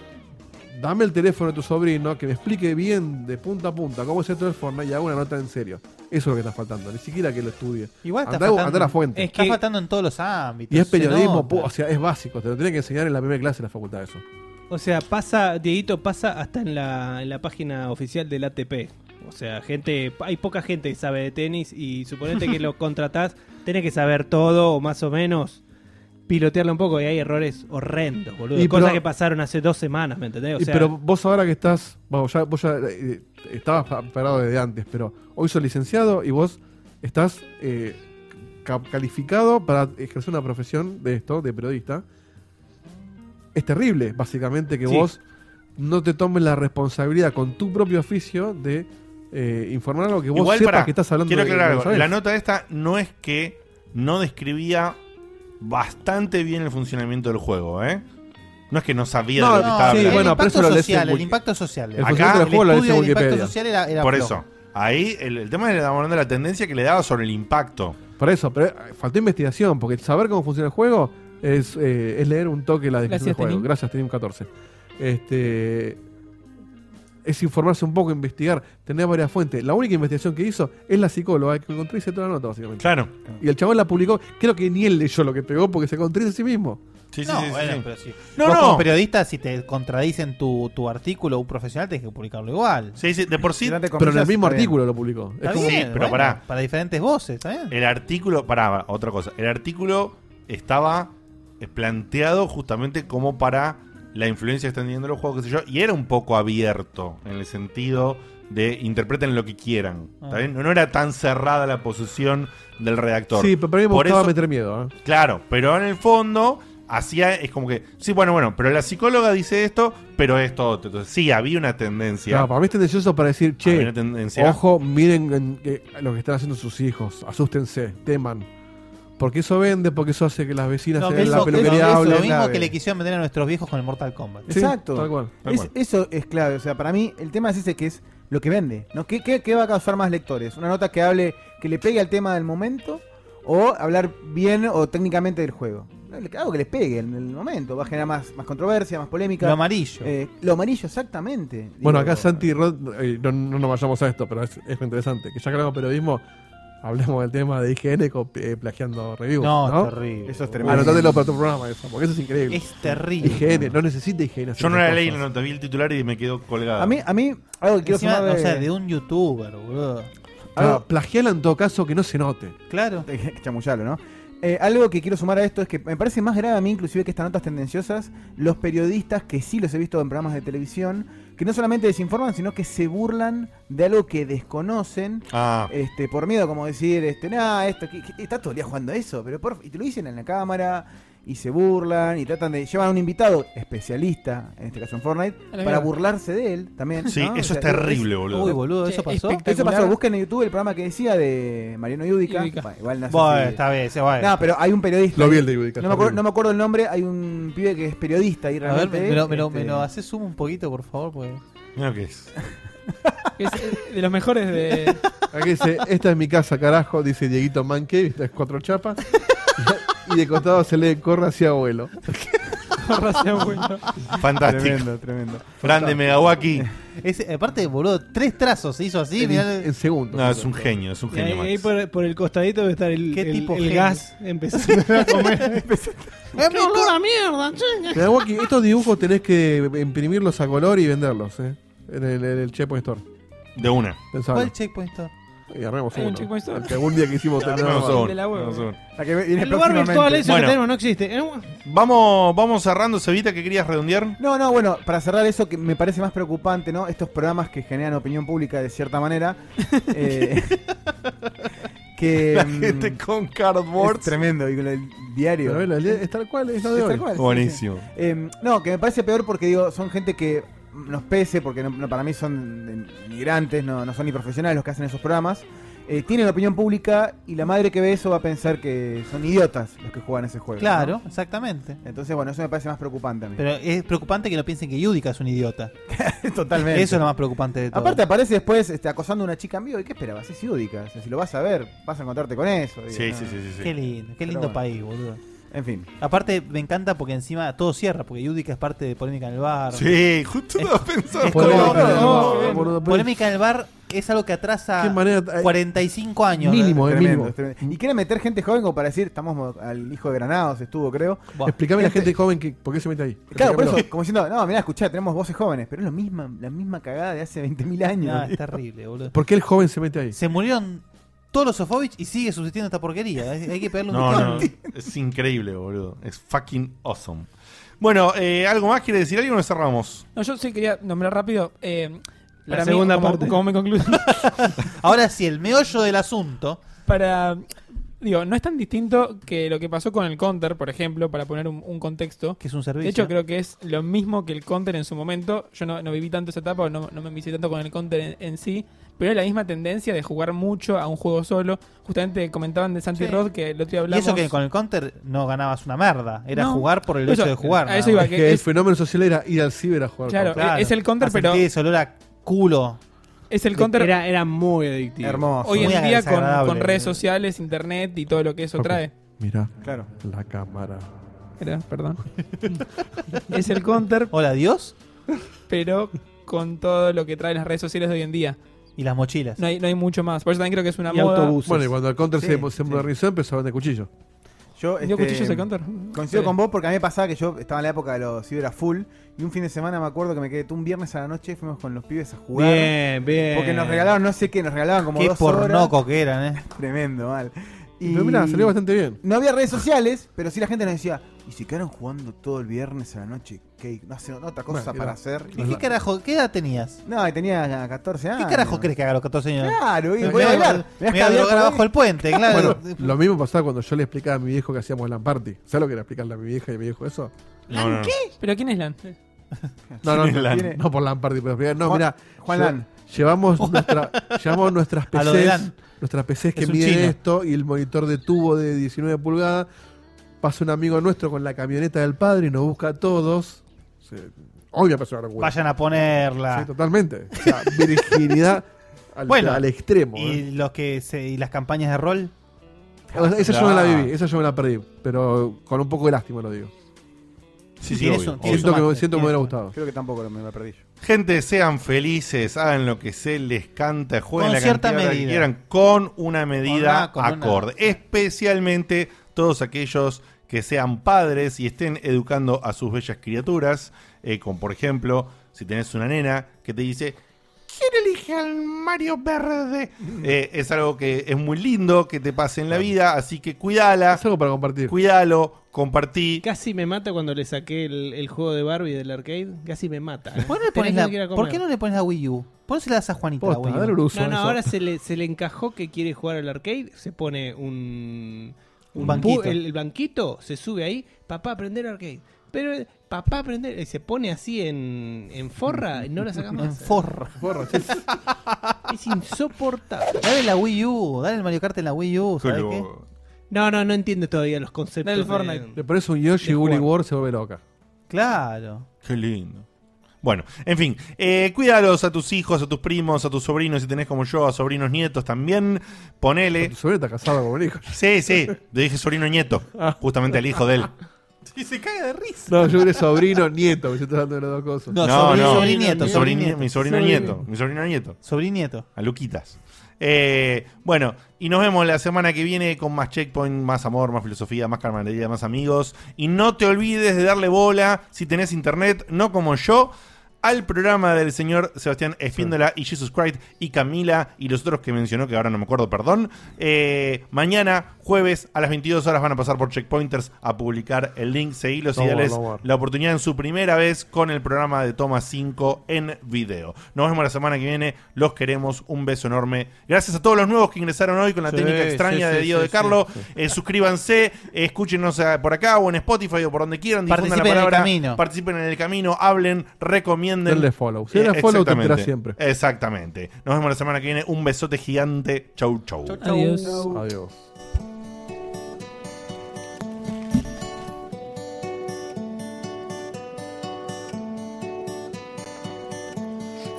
Speaker 4: Dame el teléfono de tu sobrino que me explique bien de punta a punta cómo es esto del Fortnite y hago una nota en serio. Eso es lo que está faltando. Ni siquiera que lo estudie.
Speaker 3: Igual está
Speaker 4: Andá-
Speaker 3: faltando,
Speaker 4: andá a la fuente.
Speaker 3: está faltando en todos los ámbitos.
Speaker 4: Y es periodismo,
Speaker 3: Se
Speaker 4: pu- o sea, es básico. Te lo tienen que enseñar en la primera clase de la facultad eso.
Speaker 5: O sea, pasa, Dieguito, pasa hasta en la, en la página oficial del ATP. O sea, gente, hay poca gente que sabe de tenis y suponete que lo contratás, tenés que saber todo o más o menos pilotearlo un poco y hay errores horrendos, boludo.
Speaker 4: Y
Speaker 5: cosas
Speaker 4: pero-
Speaker 5: que pasaron hace dos semanas, ¿me entendés? O
Speaker 4: Y
Speaker 5: sea,
Speaker 4: pero vos ahora que estás, bueno, ya, vos ya eh, estabas pa- parado desde antes, pero hoy sos licenciado y vos estás eh, ca- calificado para ejercer una profesión de esto, de periodista. Es terrible, básicamente, que
Speaker 10: Sí.
Speaker 4: vos no te tomes la responsabilidad con tu propio oficio de eh, informar algo que vos
Speaker 2: Igual
Speaker 4: sepas
Speaker 2: pará,
Speaker 4: que estás hablando
Speaker 2: Quiero
Speaker 4: de-
Speaker 2: aclarar
Speaker 4: de-
Speaker 2: algo.
Speaker 4: ¿sabes?
Speaker 2: La nota esta no es que no describía bastante bien el funcionamiento del juego, ¿eh? No es que no sabía
Speaker 3: No,
Speaker 2: de lo que
Speaker 3: no,
Speaker 2: estaba
Speaker 3: sí,
Speaker 2: hablando.
Speaker 3: bueno, pero eso El lo lees en impacto Wiki- social, el impacto social. El funcionamiento del juego lo lees en estudio del impacto Wikipedia. social era- era
Speaker 2: Por
Speaker 3: flojo.
Speaker 2: eso. Ahí el, el tema es hablando de la tendencia que le daba sobre el impacto.
Speaker 4: Por eso, pero eh, faltó investigación, porque saber cómo funciona el juego es, eh, es leer un toque la descripción
Speaker 6: Gracias,
Speaker 4: del juego.
Speaker 6: Tenim.
Speaker 4: Gracias, Tenim 14. Este, es informarse un poco, investigar, tener varias fuentes. La única investigación que hizo es la psicóloga que encontró y hizo toda la nota, básicamente.
Speaker 2: Claro.
Speaker 4: Y el chabón la publicó, creo que ni él leyó lo que pegó porque se contradice a sí mismo.
Speaker 2: Sí,
Speaker 3: No, bueno, pero sí.
Speaker 4: No,
Speaker 3: Vos
Speaker 4: no.
Speaker 3: como periodista, si te contradicen tu, tu artículo, un profesional, tenés que publicarlo igual.
Speaker 2: Sí, sí, de por sí.
Speaker 4: Pero en el mismo artículo lo publicó.
Speaker 3: Está
Speaker 4: Es como-
Speaker 3: bien,
Speaker 2: Sí, pero
Speaker 3: bueno,
Speaker 2: pará.
Speaker 3: Para diferentes voces, ¿está bien?
Speaker 2: El artículo, pará, otra cosa. El artículo estaba eh, planteado justamente como para la influencia que están teniendo los juegos, qué sé yo, y era un poco abierto en el sentido de interpreten lo que quieran. ¿está
Speaker 4: Ah.
Speaker 2: bien? No, no era tan cerrada la posición del redactor.
Speaker 4: Sí, pero para mí me
Speaker 2: Por
Speaker 4: gustaba
Speaker 2: eso-
Speaker 4: meter miedo. ¿eh?
Speaker 2: Claro, pero en el fondo hacía es como que sí, bueno, bueno, pero la psicóloga dice esto, pero esto otro. Entonces, sí, había una tendencia.
Speaker 4: Claro, para mí es tendencioso para decir,
Speaker 2: Había
Speaker 4: che,
Speaker 2: una tendencia.
Speaker 4: ojo, miren en- eh, lo que están haciendo sus hijos, asústense, teman. Porque eso vende, porque eso hace que las vecinas
Speaker 3: No,
Speaker 4: se
Speaker 3: que
Speaker 4: den
Speaker 3: eso-
Speaker 4: la
Speaker 3: eso
Speaker 4: peluquería
Speaker 3: es
Speaker 4: hablen.
Speaker 3: lo mismo que le quisieron meter a nuestros viejos con el Mortal Kombat.
Speaker 7: Exacto.
Speaker 4: tal cual, tal
Speaker 7: Es-
Speaker 4: cual.
Speaker 7: eso es clave. O sea, para mí el tema es ese que es lo que vende. ¿no? ¿Qué, qué, qué va a causar más lectores? ¿Una nota que hable, que le pegue al tema del momento? ¿O hablar bien o técnicamente del juego? Algo que les pegue en el momento. Va a generar más, más controversia, más polémica.
Speaker 3: Lo amarillo.
Speaker 7: Eh, lo amarillo, exactamente.
Speaker 4: Bueno,
Speaker 7: Digo,
Speaker 4: acá Santi y Rod, eh, no, no nos vayamos a esto, pero es, es lo interesante. Que ya que hablamos de periodismo, hablemos del tema de IGN co- eh, plagiando reviews.
Speaker 3: No,
Speaker 4: No,
Speaker 3: es terrible. Eso es tremendo.
Speaker 4: Anotátelo para tu programa eso, porque eso es increíble.
Speaker 3: Es terrible.
Speaker 4: IGN, no necesita IGN. hacer
Speaker 2: Yo no
Speaker 4: esas
Speaker 2: la leí,
Speaker 4: cosas.
Speaker 2: no vi el titular y me quedó colgado.
Speaker 7: A mí, a mí algo que quiero
Speaker 3: Encima,
Speaker 7: sumar
Speaker 3: o sea,
Speaker 7: de-
Speaker 3: de un youtuber, boludo.
Speaker 4: Claro, plagiala en todo caso que no se note.
Speaker 3: Claro.
Speaker 7: Chamullalo, ¿no? Eh, algo que quiero sumar a esto es que me parece más grave a mí, inclusive, que estas notas tendenciosas, los periodistas que sí los he visto en programas de televisión, que no solamente desinforman, sino que se burlan de algo que desconocen,
Speaker 2: Ah.
Speaker 7: este, por miedo, como decir, este, nada, esto, que, que- está todo el día jugando a eso, pero por, y te lo dicen en la cámara, y se burlan, y tratan de, llevan a un invitado especialista, en este caso en Fortnite,
Speaker 3: A la
Speaker 7: para
Speaker 3: mierda.
Speaker 7: burlarse de él también.
Speaker 2: Sí,
Speaker 7: ¿no?
Speaker 2: eso
Speaker 7: O sea,
Speaker 2: es terrible, boludo.
Speaker 3: Uy, boludo, ¿eso pasó?
Speaker 7: Eso pasó, busquen en YouTube el programa que decía de Mariano Yudica. Bah, Igual no sé
Speaker 3: Bueno,
Speaker 7: si-
Speaker 3: está bien, se va.
Speaker 7: No, pero hay un periodista.
Speaker 4: Lo vi el de Yudica, está
Speaker 7: No me, acuerdo,
Speaker 4: bien.
Speaker 7: no me acuerdo el nombre, hay un pibe que es periodista y
Speaker 3: A ver,
Speaker 7: realmente.
Speaker 3: me, me lo, me lo-
Speaker 7: este,
Speaker 3: me lo haces zoom un poquito, por favor, pues.
Speaker 2: Mira que es.
Speaker 6: Es eh, de los mejores de.
Speaker 4: Acá dice, "Este esta es mi casa, carajo, dice Dieguito Manque, estas cuatro chapas. y de costado se lee, corra hacia abuelo.
Speaker 6: Corra hacia abuelo.
Speaker 2: Fantástico.
Speaker 7: Tremendo, tremendo.
Speaker 2: Grande Megawaki.
Speaker 3: Ese- aparte, boludo, tres trazos se hizo así.
Speaker 4: En-
Speaker 3: mirá-
Speaker 4: en segundos.
Speaker 2: No, es un genio, es un
Speaker 5: y ahí,
Speaker 2: genio Max.
Speaker 5: ahí por, por el costadito debe estar el,
Speaker 3: ¿Qué
Speaker 5: el-
Speaker 3: tipo
Speaker 5: el
Speaker 3: genio?
Speaker 5: gas empezando a comer.
Speaker 12: ¡Qué olor a mierda, che!
Speaker 4: Megawaki, estos dibujos tenés que imprimirlos a color y venderlos, ¿eh? En el, en el Checkpoint Store.
Speaker 2: De una.
Speaker 4: Pensalo.
Speaker 3: ¿Cuál checkpoint store?
Speaker 4: Y armemos
Speaker 3: Hay un
Speaker 4: uno.
Speaker 3: Checkpoint Store.
Speaker 4: El que algún día quisimos tener.
Speaker 2: Armemos uno,
Speaker 4: De la huevo.
Speaker 2: armemos uno.
Speaker 5: El lugar virtual ese
Speaker 2: Bueno.
Speaker 5: que tenemos no existe. Eh,
Speaker 2: Vamos, vamos cerrando, Cevita, que querías redondear.
Speaker 7: No, no, bueno, para cerrar eso que me parece más preocupante, ¿no? Estos programas que generan opinión pública de cierta manera. eh, que.
Speaker 2: La
Speaker 7: mm,
Speaker 2: gente con cardboards.
Speaker 7: Es tremendo, y con el diario.
Speaker 4: Pero bueno, es tal cual, es lo de
Speaker 7: Es
Speaker 4: hoy.
Speaker 7: tal cual, sí,
Speaker 2: Buenísimo.
Speaker 7: Em, sí. Eh, no, que me parece peor porque digo, son gente que nos pese, porque no- no- para mí son de- migrantes, no, no son ni profesionales los que hacen esos programas, eh, tienen opinión pública y la madre que ve eso va a pensar que son idiotas los que juegan ese juego.
Speaker 3: Claro,
Speaker 7: ¿no?
Speaker 3: exactamente.
Speaker 7: Entonces, bueno, eso me parece más preocupante a mí.
Speaker 3: Pero es preocupante que no piensen que Yudica es un idiota.
Speaker 7: Totalmente.
Speaker 3: Eso es lo más preocupante de todo.
Speaker 7: Aparte aparece después este, acosando a una chica en vivo. ¿Y qué esperabas? Es iúdica. O sea, si lo vas a ver, vas a encontrarte con eso. digo,
Speaker 2: Sí,
Speaker 7: no.
Speaker 2: sí, sí, sí, sí.
Speaker 3: Qué lindo, qué
Speaker 7: Pero
Speaker 3: lindo
Speaker 7: bueno.
Speaker 3: país, boludo.
Speaker 7: En fin.
Speaker 3: Aparte, me encanta porque encima todo cierra, porque Yudica es parte de Polémica en el Bar.
Speaker 2: Sí, justo
Speaker 3: Es-
Speaker 2: lo pensaba.
Speaker 3: es como-
Speaker 2: Polémica en el Bar,
Speaker 3: no,
Speaker 2: boludo,
Speaker 3: boludo, Polémica en el Bar es algo que atrasa
Speaker 7: Qué manera-
Speaker 3: 45 años. ¿no?
Speaker 7: Tremendo, tremendo. Y quiere meter gente joven como para decir, estamos mo- al hijo de Granados, estuvo, creo. Este
Speaker 3: Buah.
Speaker 4: Explícame a la gente joven que, por qué se mete ahí.
Speaker 7: Claro, por
Speaker 4: Explícamelo.
Speaker 7: eso, como diciendo, no, mirá, escuchá, tenemos voces jóvenes, pero es lo misma, la misma cagada de hace 20.000 años.
Speaker 3: No, es terrible, boludo.
Speaker 4: ¿Por qué el joven se mete ahí?
Speaker 3: Se murieron todos los Sofovich y sigue subsistiendo esta porquería. Hay, hay que pegarle un
Speaker 2: No, no,
Speaker 3: picón.
Speaker 2: es increíble, boludo. Es fucking awesome. Bueno, eh, ¿algo más quiere decir alguien o nos cerramos?
Speaker 6: No, yo sí quería nombrar rápido. eh,
Speaker 5: La
Speaker 6: para mí,
Speaker 5: segunda
Speaker 6: como-
Speaker 5: parte.
Speaker 6: como me concluyo.
Speaker 3: Ahora sí, el meollo del asunto.
Speaker 6: para. Digo, no es tan distinto que lo que pasó con el counter, por ejemplo, para poner un, un contexto.
Speaker 3: Que es un servicio.
Speaker 6: De hecho, creo que es lo mismo que el counter en su momento. Yo no, no viví tanto esa etapa, no, no me envicié tanto con el counter en, en sí. Pero era la misma tendencia de jugar mucho a un juego solo. Justamente comentaban de Santi
Speaker 3: Sí.
Speaker 6: Rod que el otro día
Speaker 3: Y
Speaker 6: hablamos.
Speaker 3: eso que con el counter no ganabas una merda. Era
Speaker 6: No.
Speaker 3: jugar por el
Speaker 6: Eso-
Speaker 3: hecho de jugar.
Speaker 6: a
Speaker 3: nada
Speaker 6: eso iba,
Speaker 3: más.
Speaker 6: que
Speaker 4: Que el
Speaker 6: es-
Speaker 4: fenómeno social era ir al ciber a jugar.
Speaker 6: Claro, es el counter,
Speaker 3: A
Speaker 6: pero-
Speaker 3: sentir ese olor a culo.
Speaker 6: Es el counter.
Speaker 5: Era, era muy adictivo.
Speaker 3: Hermoso.
Speaker 6: Hoy
Speaker 3: Muy
Speaker 6: en día con- con,
Speaker 3: desagradable.
Speaker 6: redes sociales, internet y todo lo que eso
Speaker 4: Paco,
Speaker 6: trae.
Speaker 4: Mirá.
Speaker 7: Claro.
Speaker 4: La cámara.
Speaker 6: Era, perdón. es el counter.
Speaker 3: Hola, Dios.
Speaker 6: Pero con todo lo que traen las redes sociales de hoy en día.
Speaker 3: Y las mochilas.
Speaker 6: No hay, no hay mucho más. Por eso también creo que es una
Speaker 4: Y
Speaker 6: moda.
Speaker 4: autobuses. Bueno, y cuando el counter
Speaker 7: Sí,
Speaker 4: se, se
Speaker 7: sí.
Speaker 4: modernizó, empezó a vender cuchillos.
Speaker 7: Yo, este,
Speaker 6: ¿Dio cuchillos de counter?
Speaker 7: Coincido
Speaker 6: Sí.
Speaker 7: con vos porque a mí me pasaba que yo estaba en la época de los ciber a full y un fin de semana me acuerdo que me quedé un viernes a la noche fuimos con los pibes a jugar.
Speaker 5: Bien, bien.
Speaker 7: Porque nos regalaban no sé qué, nos regalaban Ah, como
Speaker 3: Qué
Speaker 7: dos
Speaker 3: pornocos
Speaker 7: horas.
Speaker 3: que eran, eh.
Speaker 7: Tremendo, mal.
Speaker 4: Pero mirá, salió bastante bien.
Speaker 7: No había redes sociales, pero sí la gente nos decía, y se quedaron jugando todo el viernes a la noche, que no hacen otra cosa
Speaker 3: Bueno,
Speaker 7: para
Speaker 3: era-
Speaker 7: hacer.
Speaker 3: ¿Y qué carajo? ¿Qué edad tenías?
Speaker 7: No, y tenía 14 años.
Speaker 3: ¿Qué carajo crees que haga a los 14 años?
Speaker 7: Claro, y
Speaker 3: Me
Speaker 7: voy a
Speaker 3: voy a-
Speaker 7: bailar.
Speaker 3: me voy a drogar
Speaker 7: por ahí.
Speaker 3: abajo el puente, claro.
Speaker 4: Bueno, lo mismo pasaba cuando yo le explicaba a mi viejo que hacíamos LAN party. ¿Sabes lo que era explicarle a mi vieja y a mi viejo eso?
Speaker 2: No, no, no.
Speaker 6: ¿Pero quién es LAN?
Speaker 4: No, no,
Speaker 2: ¿Quién
Speaker 4: no,
Speaker 2: es LAN?
Speaker 4: tiene- no por LAN party, pero primero- no,
Speaker 7: Juan-
Speaker 4: mira,
Speaker 7: Juan
Speaker 4: lleva-
Speaker 7: LAN.
Speaker 4: llevamos nuestra, llevamos nuestras
Speaker 3: A lo de
Speaker 4: PCs,
Speaker 3: LAN.
Speaker 4: nuestras PCs que
Speaker 3: Es un
Speaker 4: miden
Speaker 3: chino.
Speaker 4: esto y el monitor de tubo de 19 pulgadas. Pasa un amigo nuestro con la camioneta del padre y nos busca a todos. Se- obvio persona locura.
Speaker 3: Vayan a ponerla.
Speaker 4: Sí, totalmente. O sea, virginidad al,
Speaker 3: Bueno,
Speaker 4: al extremo. ¿eh?
Speaker 3: ¿Y, los que se- y las campañas de rol?
Speaker 4: O sea, Esa yo no
Speaker 2: Ah.
Speaker 4: la viví, esa yo me la perdí, pero con un poco de lástima lo digo.
Speaker 2: Sí, sí,
Speaker 3: Tiene
Speaker 2: obvio,
Speaker 3: su- tiene
Speaker 2: obvio.
Speaker 4: Siento que,
Speaker 3: mate,
Speaker 4: siento que me hubiera
Speaker 3: tiene-
Speaker 4: gustado.
Speaker 7: Creo que tampoco lo- me la perdí yo.
Speaker 2: Gente, sean felices, hagan lo que se les canta, jueguen
Speaker 3: Con
Speaker 2: la
Speaker 3: cierta
Speaker 2: cantidad de horas que
Speaker 3: medida.
Speaker 2: quieran con una medida
Speaker 3: Con una- con
Speaker 2: acorde. Especialmente todos aquellos que sean padres y estén educando a sus bellas criaturas, eh, como por ejemplo, si tenés una nena que te dice, ¿Quién elige al Mario Verde? Eh, es algo que es muy lindo que te pase en la vida, así que cuídala,
Speaker 4: Es algo para compartir.
Speaker 2: cuídalo, compartí.
Speaker 5: Casi me mata cuando le saqué el, el juego de Barbie del arcade. Casi me mata. ¿eh?
Speaker 3: ¿Por qué, no le
Speaker 5: Tenés
Speaker 3: pones
Speaker 5: que
Speaker 3: la,
Speaker 5: no quiera comer.
Speaker 3: ¿Por qué no le pones la Wii U? Pónselas a Juanita la
Speaker 4: Posta,
Speaker 3: Wii U.
Speaker 4: dale un uso
Speaker 5: No, no,
Speaker 4: a eso.
Speaker 5: ahora se le, se le encajó que quiere jugar al arcade. Se pone un.
Speaker 3: Un
Speaker 5: pu-
Speaker 3: banquito.
Speaker 5: El, el banquito, se sube ahí. Papá, aprender arcade. Pero, eh, papá, aprender. Y se pone así en, en forra y no la saca más.
Speaker 3: En forra.
Speaker 4: Porra, che,
Speaker 5: Es insoportable.
Speaker 3: Dale la Wii U, dale el Mario Kart en la Wii U, ¿sabes qué?
Speaker 5: No, no, no entiendo todavía los conceptos.
Speaker 6: Del Fortnite.
Speaker 5: de-
Speaker 4: Le pones un Yoshi
Speaker 5: De
Speaker 4: Woolly
Speaker 5: jugar.
Speaker 4: War, se vuelve loca.
Speaker 3: Claro.
Speaker 2: Qué lindo. Bueno, en fin, eh, cuídalos a tus hijos, a tus primos, a tus sobrinos, si tenés como yo, a sobrinos nietos también. Ponele.
Speaker 4: Tu sobrino está casado con un hijo. Ah.
Speaker 2: Sí, sí, le dije sobrino nieto, justamente al hijo de él. Sí, se cae de risa.
Speaker 4: No, yo era sobrino, nieto, me estoy hablando de las dos cosas.
Speaker 3: No, sobrino, sobrinieto,
Speaker 2: Mi sobrino,
Speaker 3: sobrinieto.
Speaker 2: mi sobrino
Speaker 4: Sobrino.
Speaker 2: nieto, mi sobrino nieto,
Speaker 3: Sobrinieto.
Speaker 2: a Luquitas. Eh, bueno, y nos vemos la semana que viene con más checkpoint, más amor, más filosofía, más camaradería, más amigos. Y no te olvides de darle bola si tenés internet, no como yo, al programa del señor Sebastián Espíndola y Jesus Christ y Camila y los otros que mencionó, que ahora no me acuerdo, perdón. Eh, mañana, jueves, a las 22 horas van a pasar por Checkpointers a publicar el link. Seguilos y
Speaker 4: Lo
Speaker 2: dales
Speaker 4: guardo, guardo.
Speaker 2: la oportunidad en su primera vez con el programa de Toma 5 en video. Nos vemos la semana que viene. Los queremos. Un beso enorme. Gracias a todos los nuevos que ingresaron hoy con la
Speaker 4: Sí,
Speaker 2: técnica
Speaker 4: sí,
Speaker 2: extraña de
Speaker 4: sí,
Speaker 2: Diego
Speaker 4: sí,
Speaker 2: de Carlo.
Speaker 4: sí,
Speaker 2: Eh, suscríbanse, eh, escúchenos eh, por acá o en Spotify o por donde quieran. Difundan
Speaker 3: Participen en
Speaker 2: la
Speaker 3: el
Speaker 2: palabra.
Speaker 3: camino.
Speaker 2: Participen en el camino, hablen, recomienden recomienden.
Speaker 4: Denle follow. Si eres
Speaker 2: Eh,
Speaker 4: follow, te
Speaker 2: exactamente.
Speaker 4: enterás siempre.
Speaker 2: Exactamente. Nos vemos la semana que viene. Un besote gigante. Chau, chau.
Speaker 4: chau. Adiós. Adiós.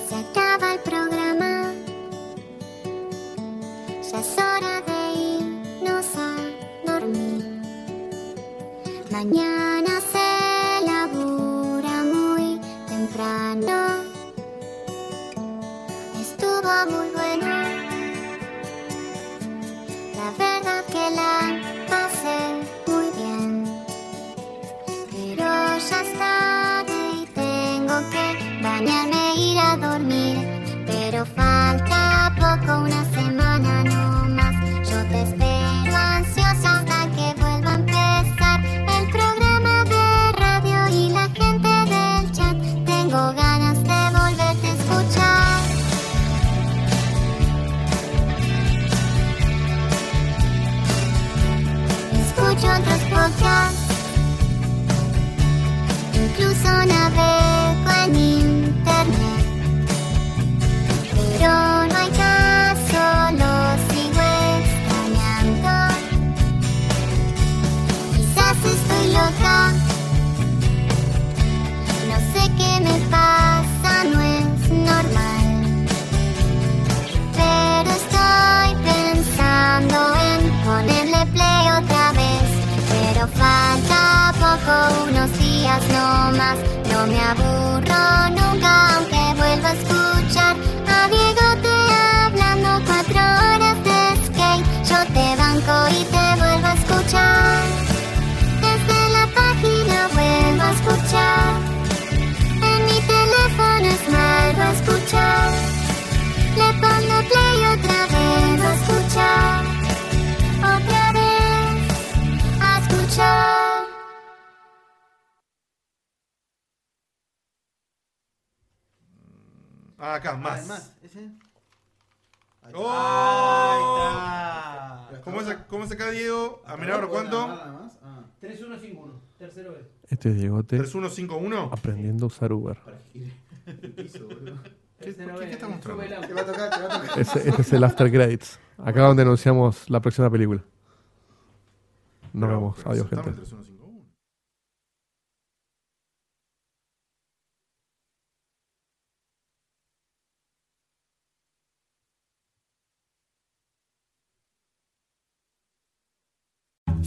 Speaker 14: Se acaba el programa. Ya es hora de irnos a dormir. Mañana se labura muy temprano. Estuvo muy bueno. La verdad que la pasé muy bien. Pero ya es tarde y tengo que bañarme e ir a dormir. Pero falta poco, una semana no más. Yo te espero ansiosa hasta que vuelva a empezar el programa de radio y la gente del chat. Tengo ganas de volverte a escuchar. Escucho otros podcasts. Incluso navego en internet. Pero no hay caso, lo sigo extrañando. Quizás estoy loca. No sé qué me pasa, no es normal. Pero estoy pensando en ponerle play otra vez. Pero falta poco, unos días no más. No me aburro nunca, aunque vuelva a escuchar a Diego te hablando cuatro horas de skate. Yo te banco y te vuelvo a escuchar. Desde la página vuelvo a escuchar. En mi teléfono es malo escuchar. Le pongo play otra vez a escuchar. Otra vez a escuchar.
Speaker 2: Acá, más. ¡Oh! ¿Cómo es, ¿Cómo es acá, Diego? ¿A menor cuánto?
Speaker 5: 3151, tercero B.
Speaker 4: Este es Diegote.
Speaker 2: 3151.
Speaker 4: Aprendiendo a usar Uber.
Speaker 2: ¿Qué, qué- qué está mostrando?
Speaker 7: Te va a tocar, te va a tocar.
Speaker 4: Ese- este es el After Credits. Acá donde anunciamos la próxima película. Nos vemos. Adiós, gente.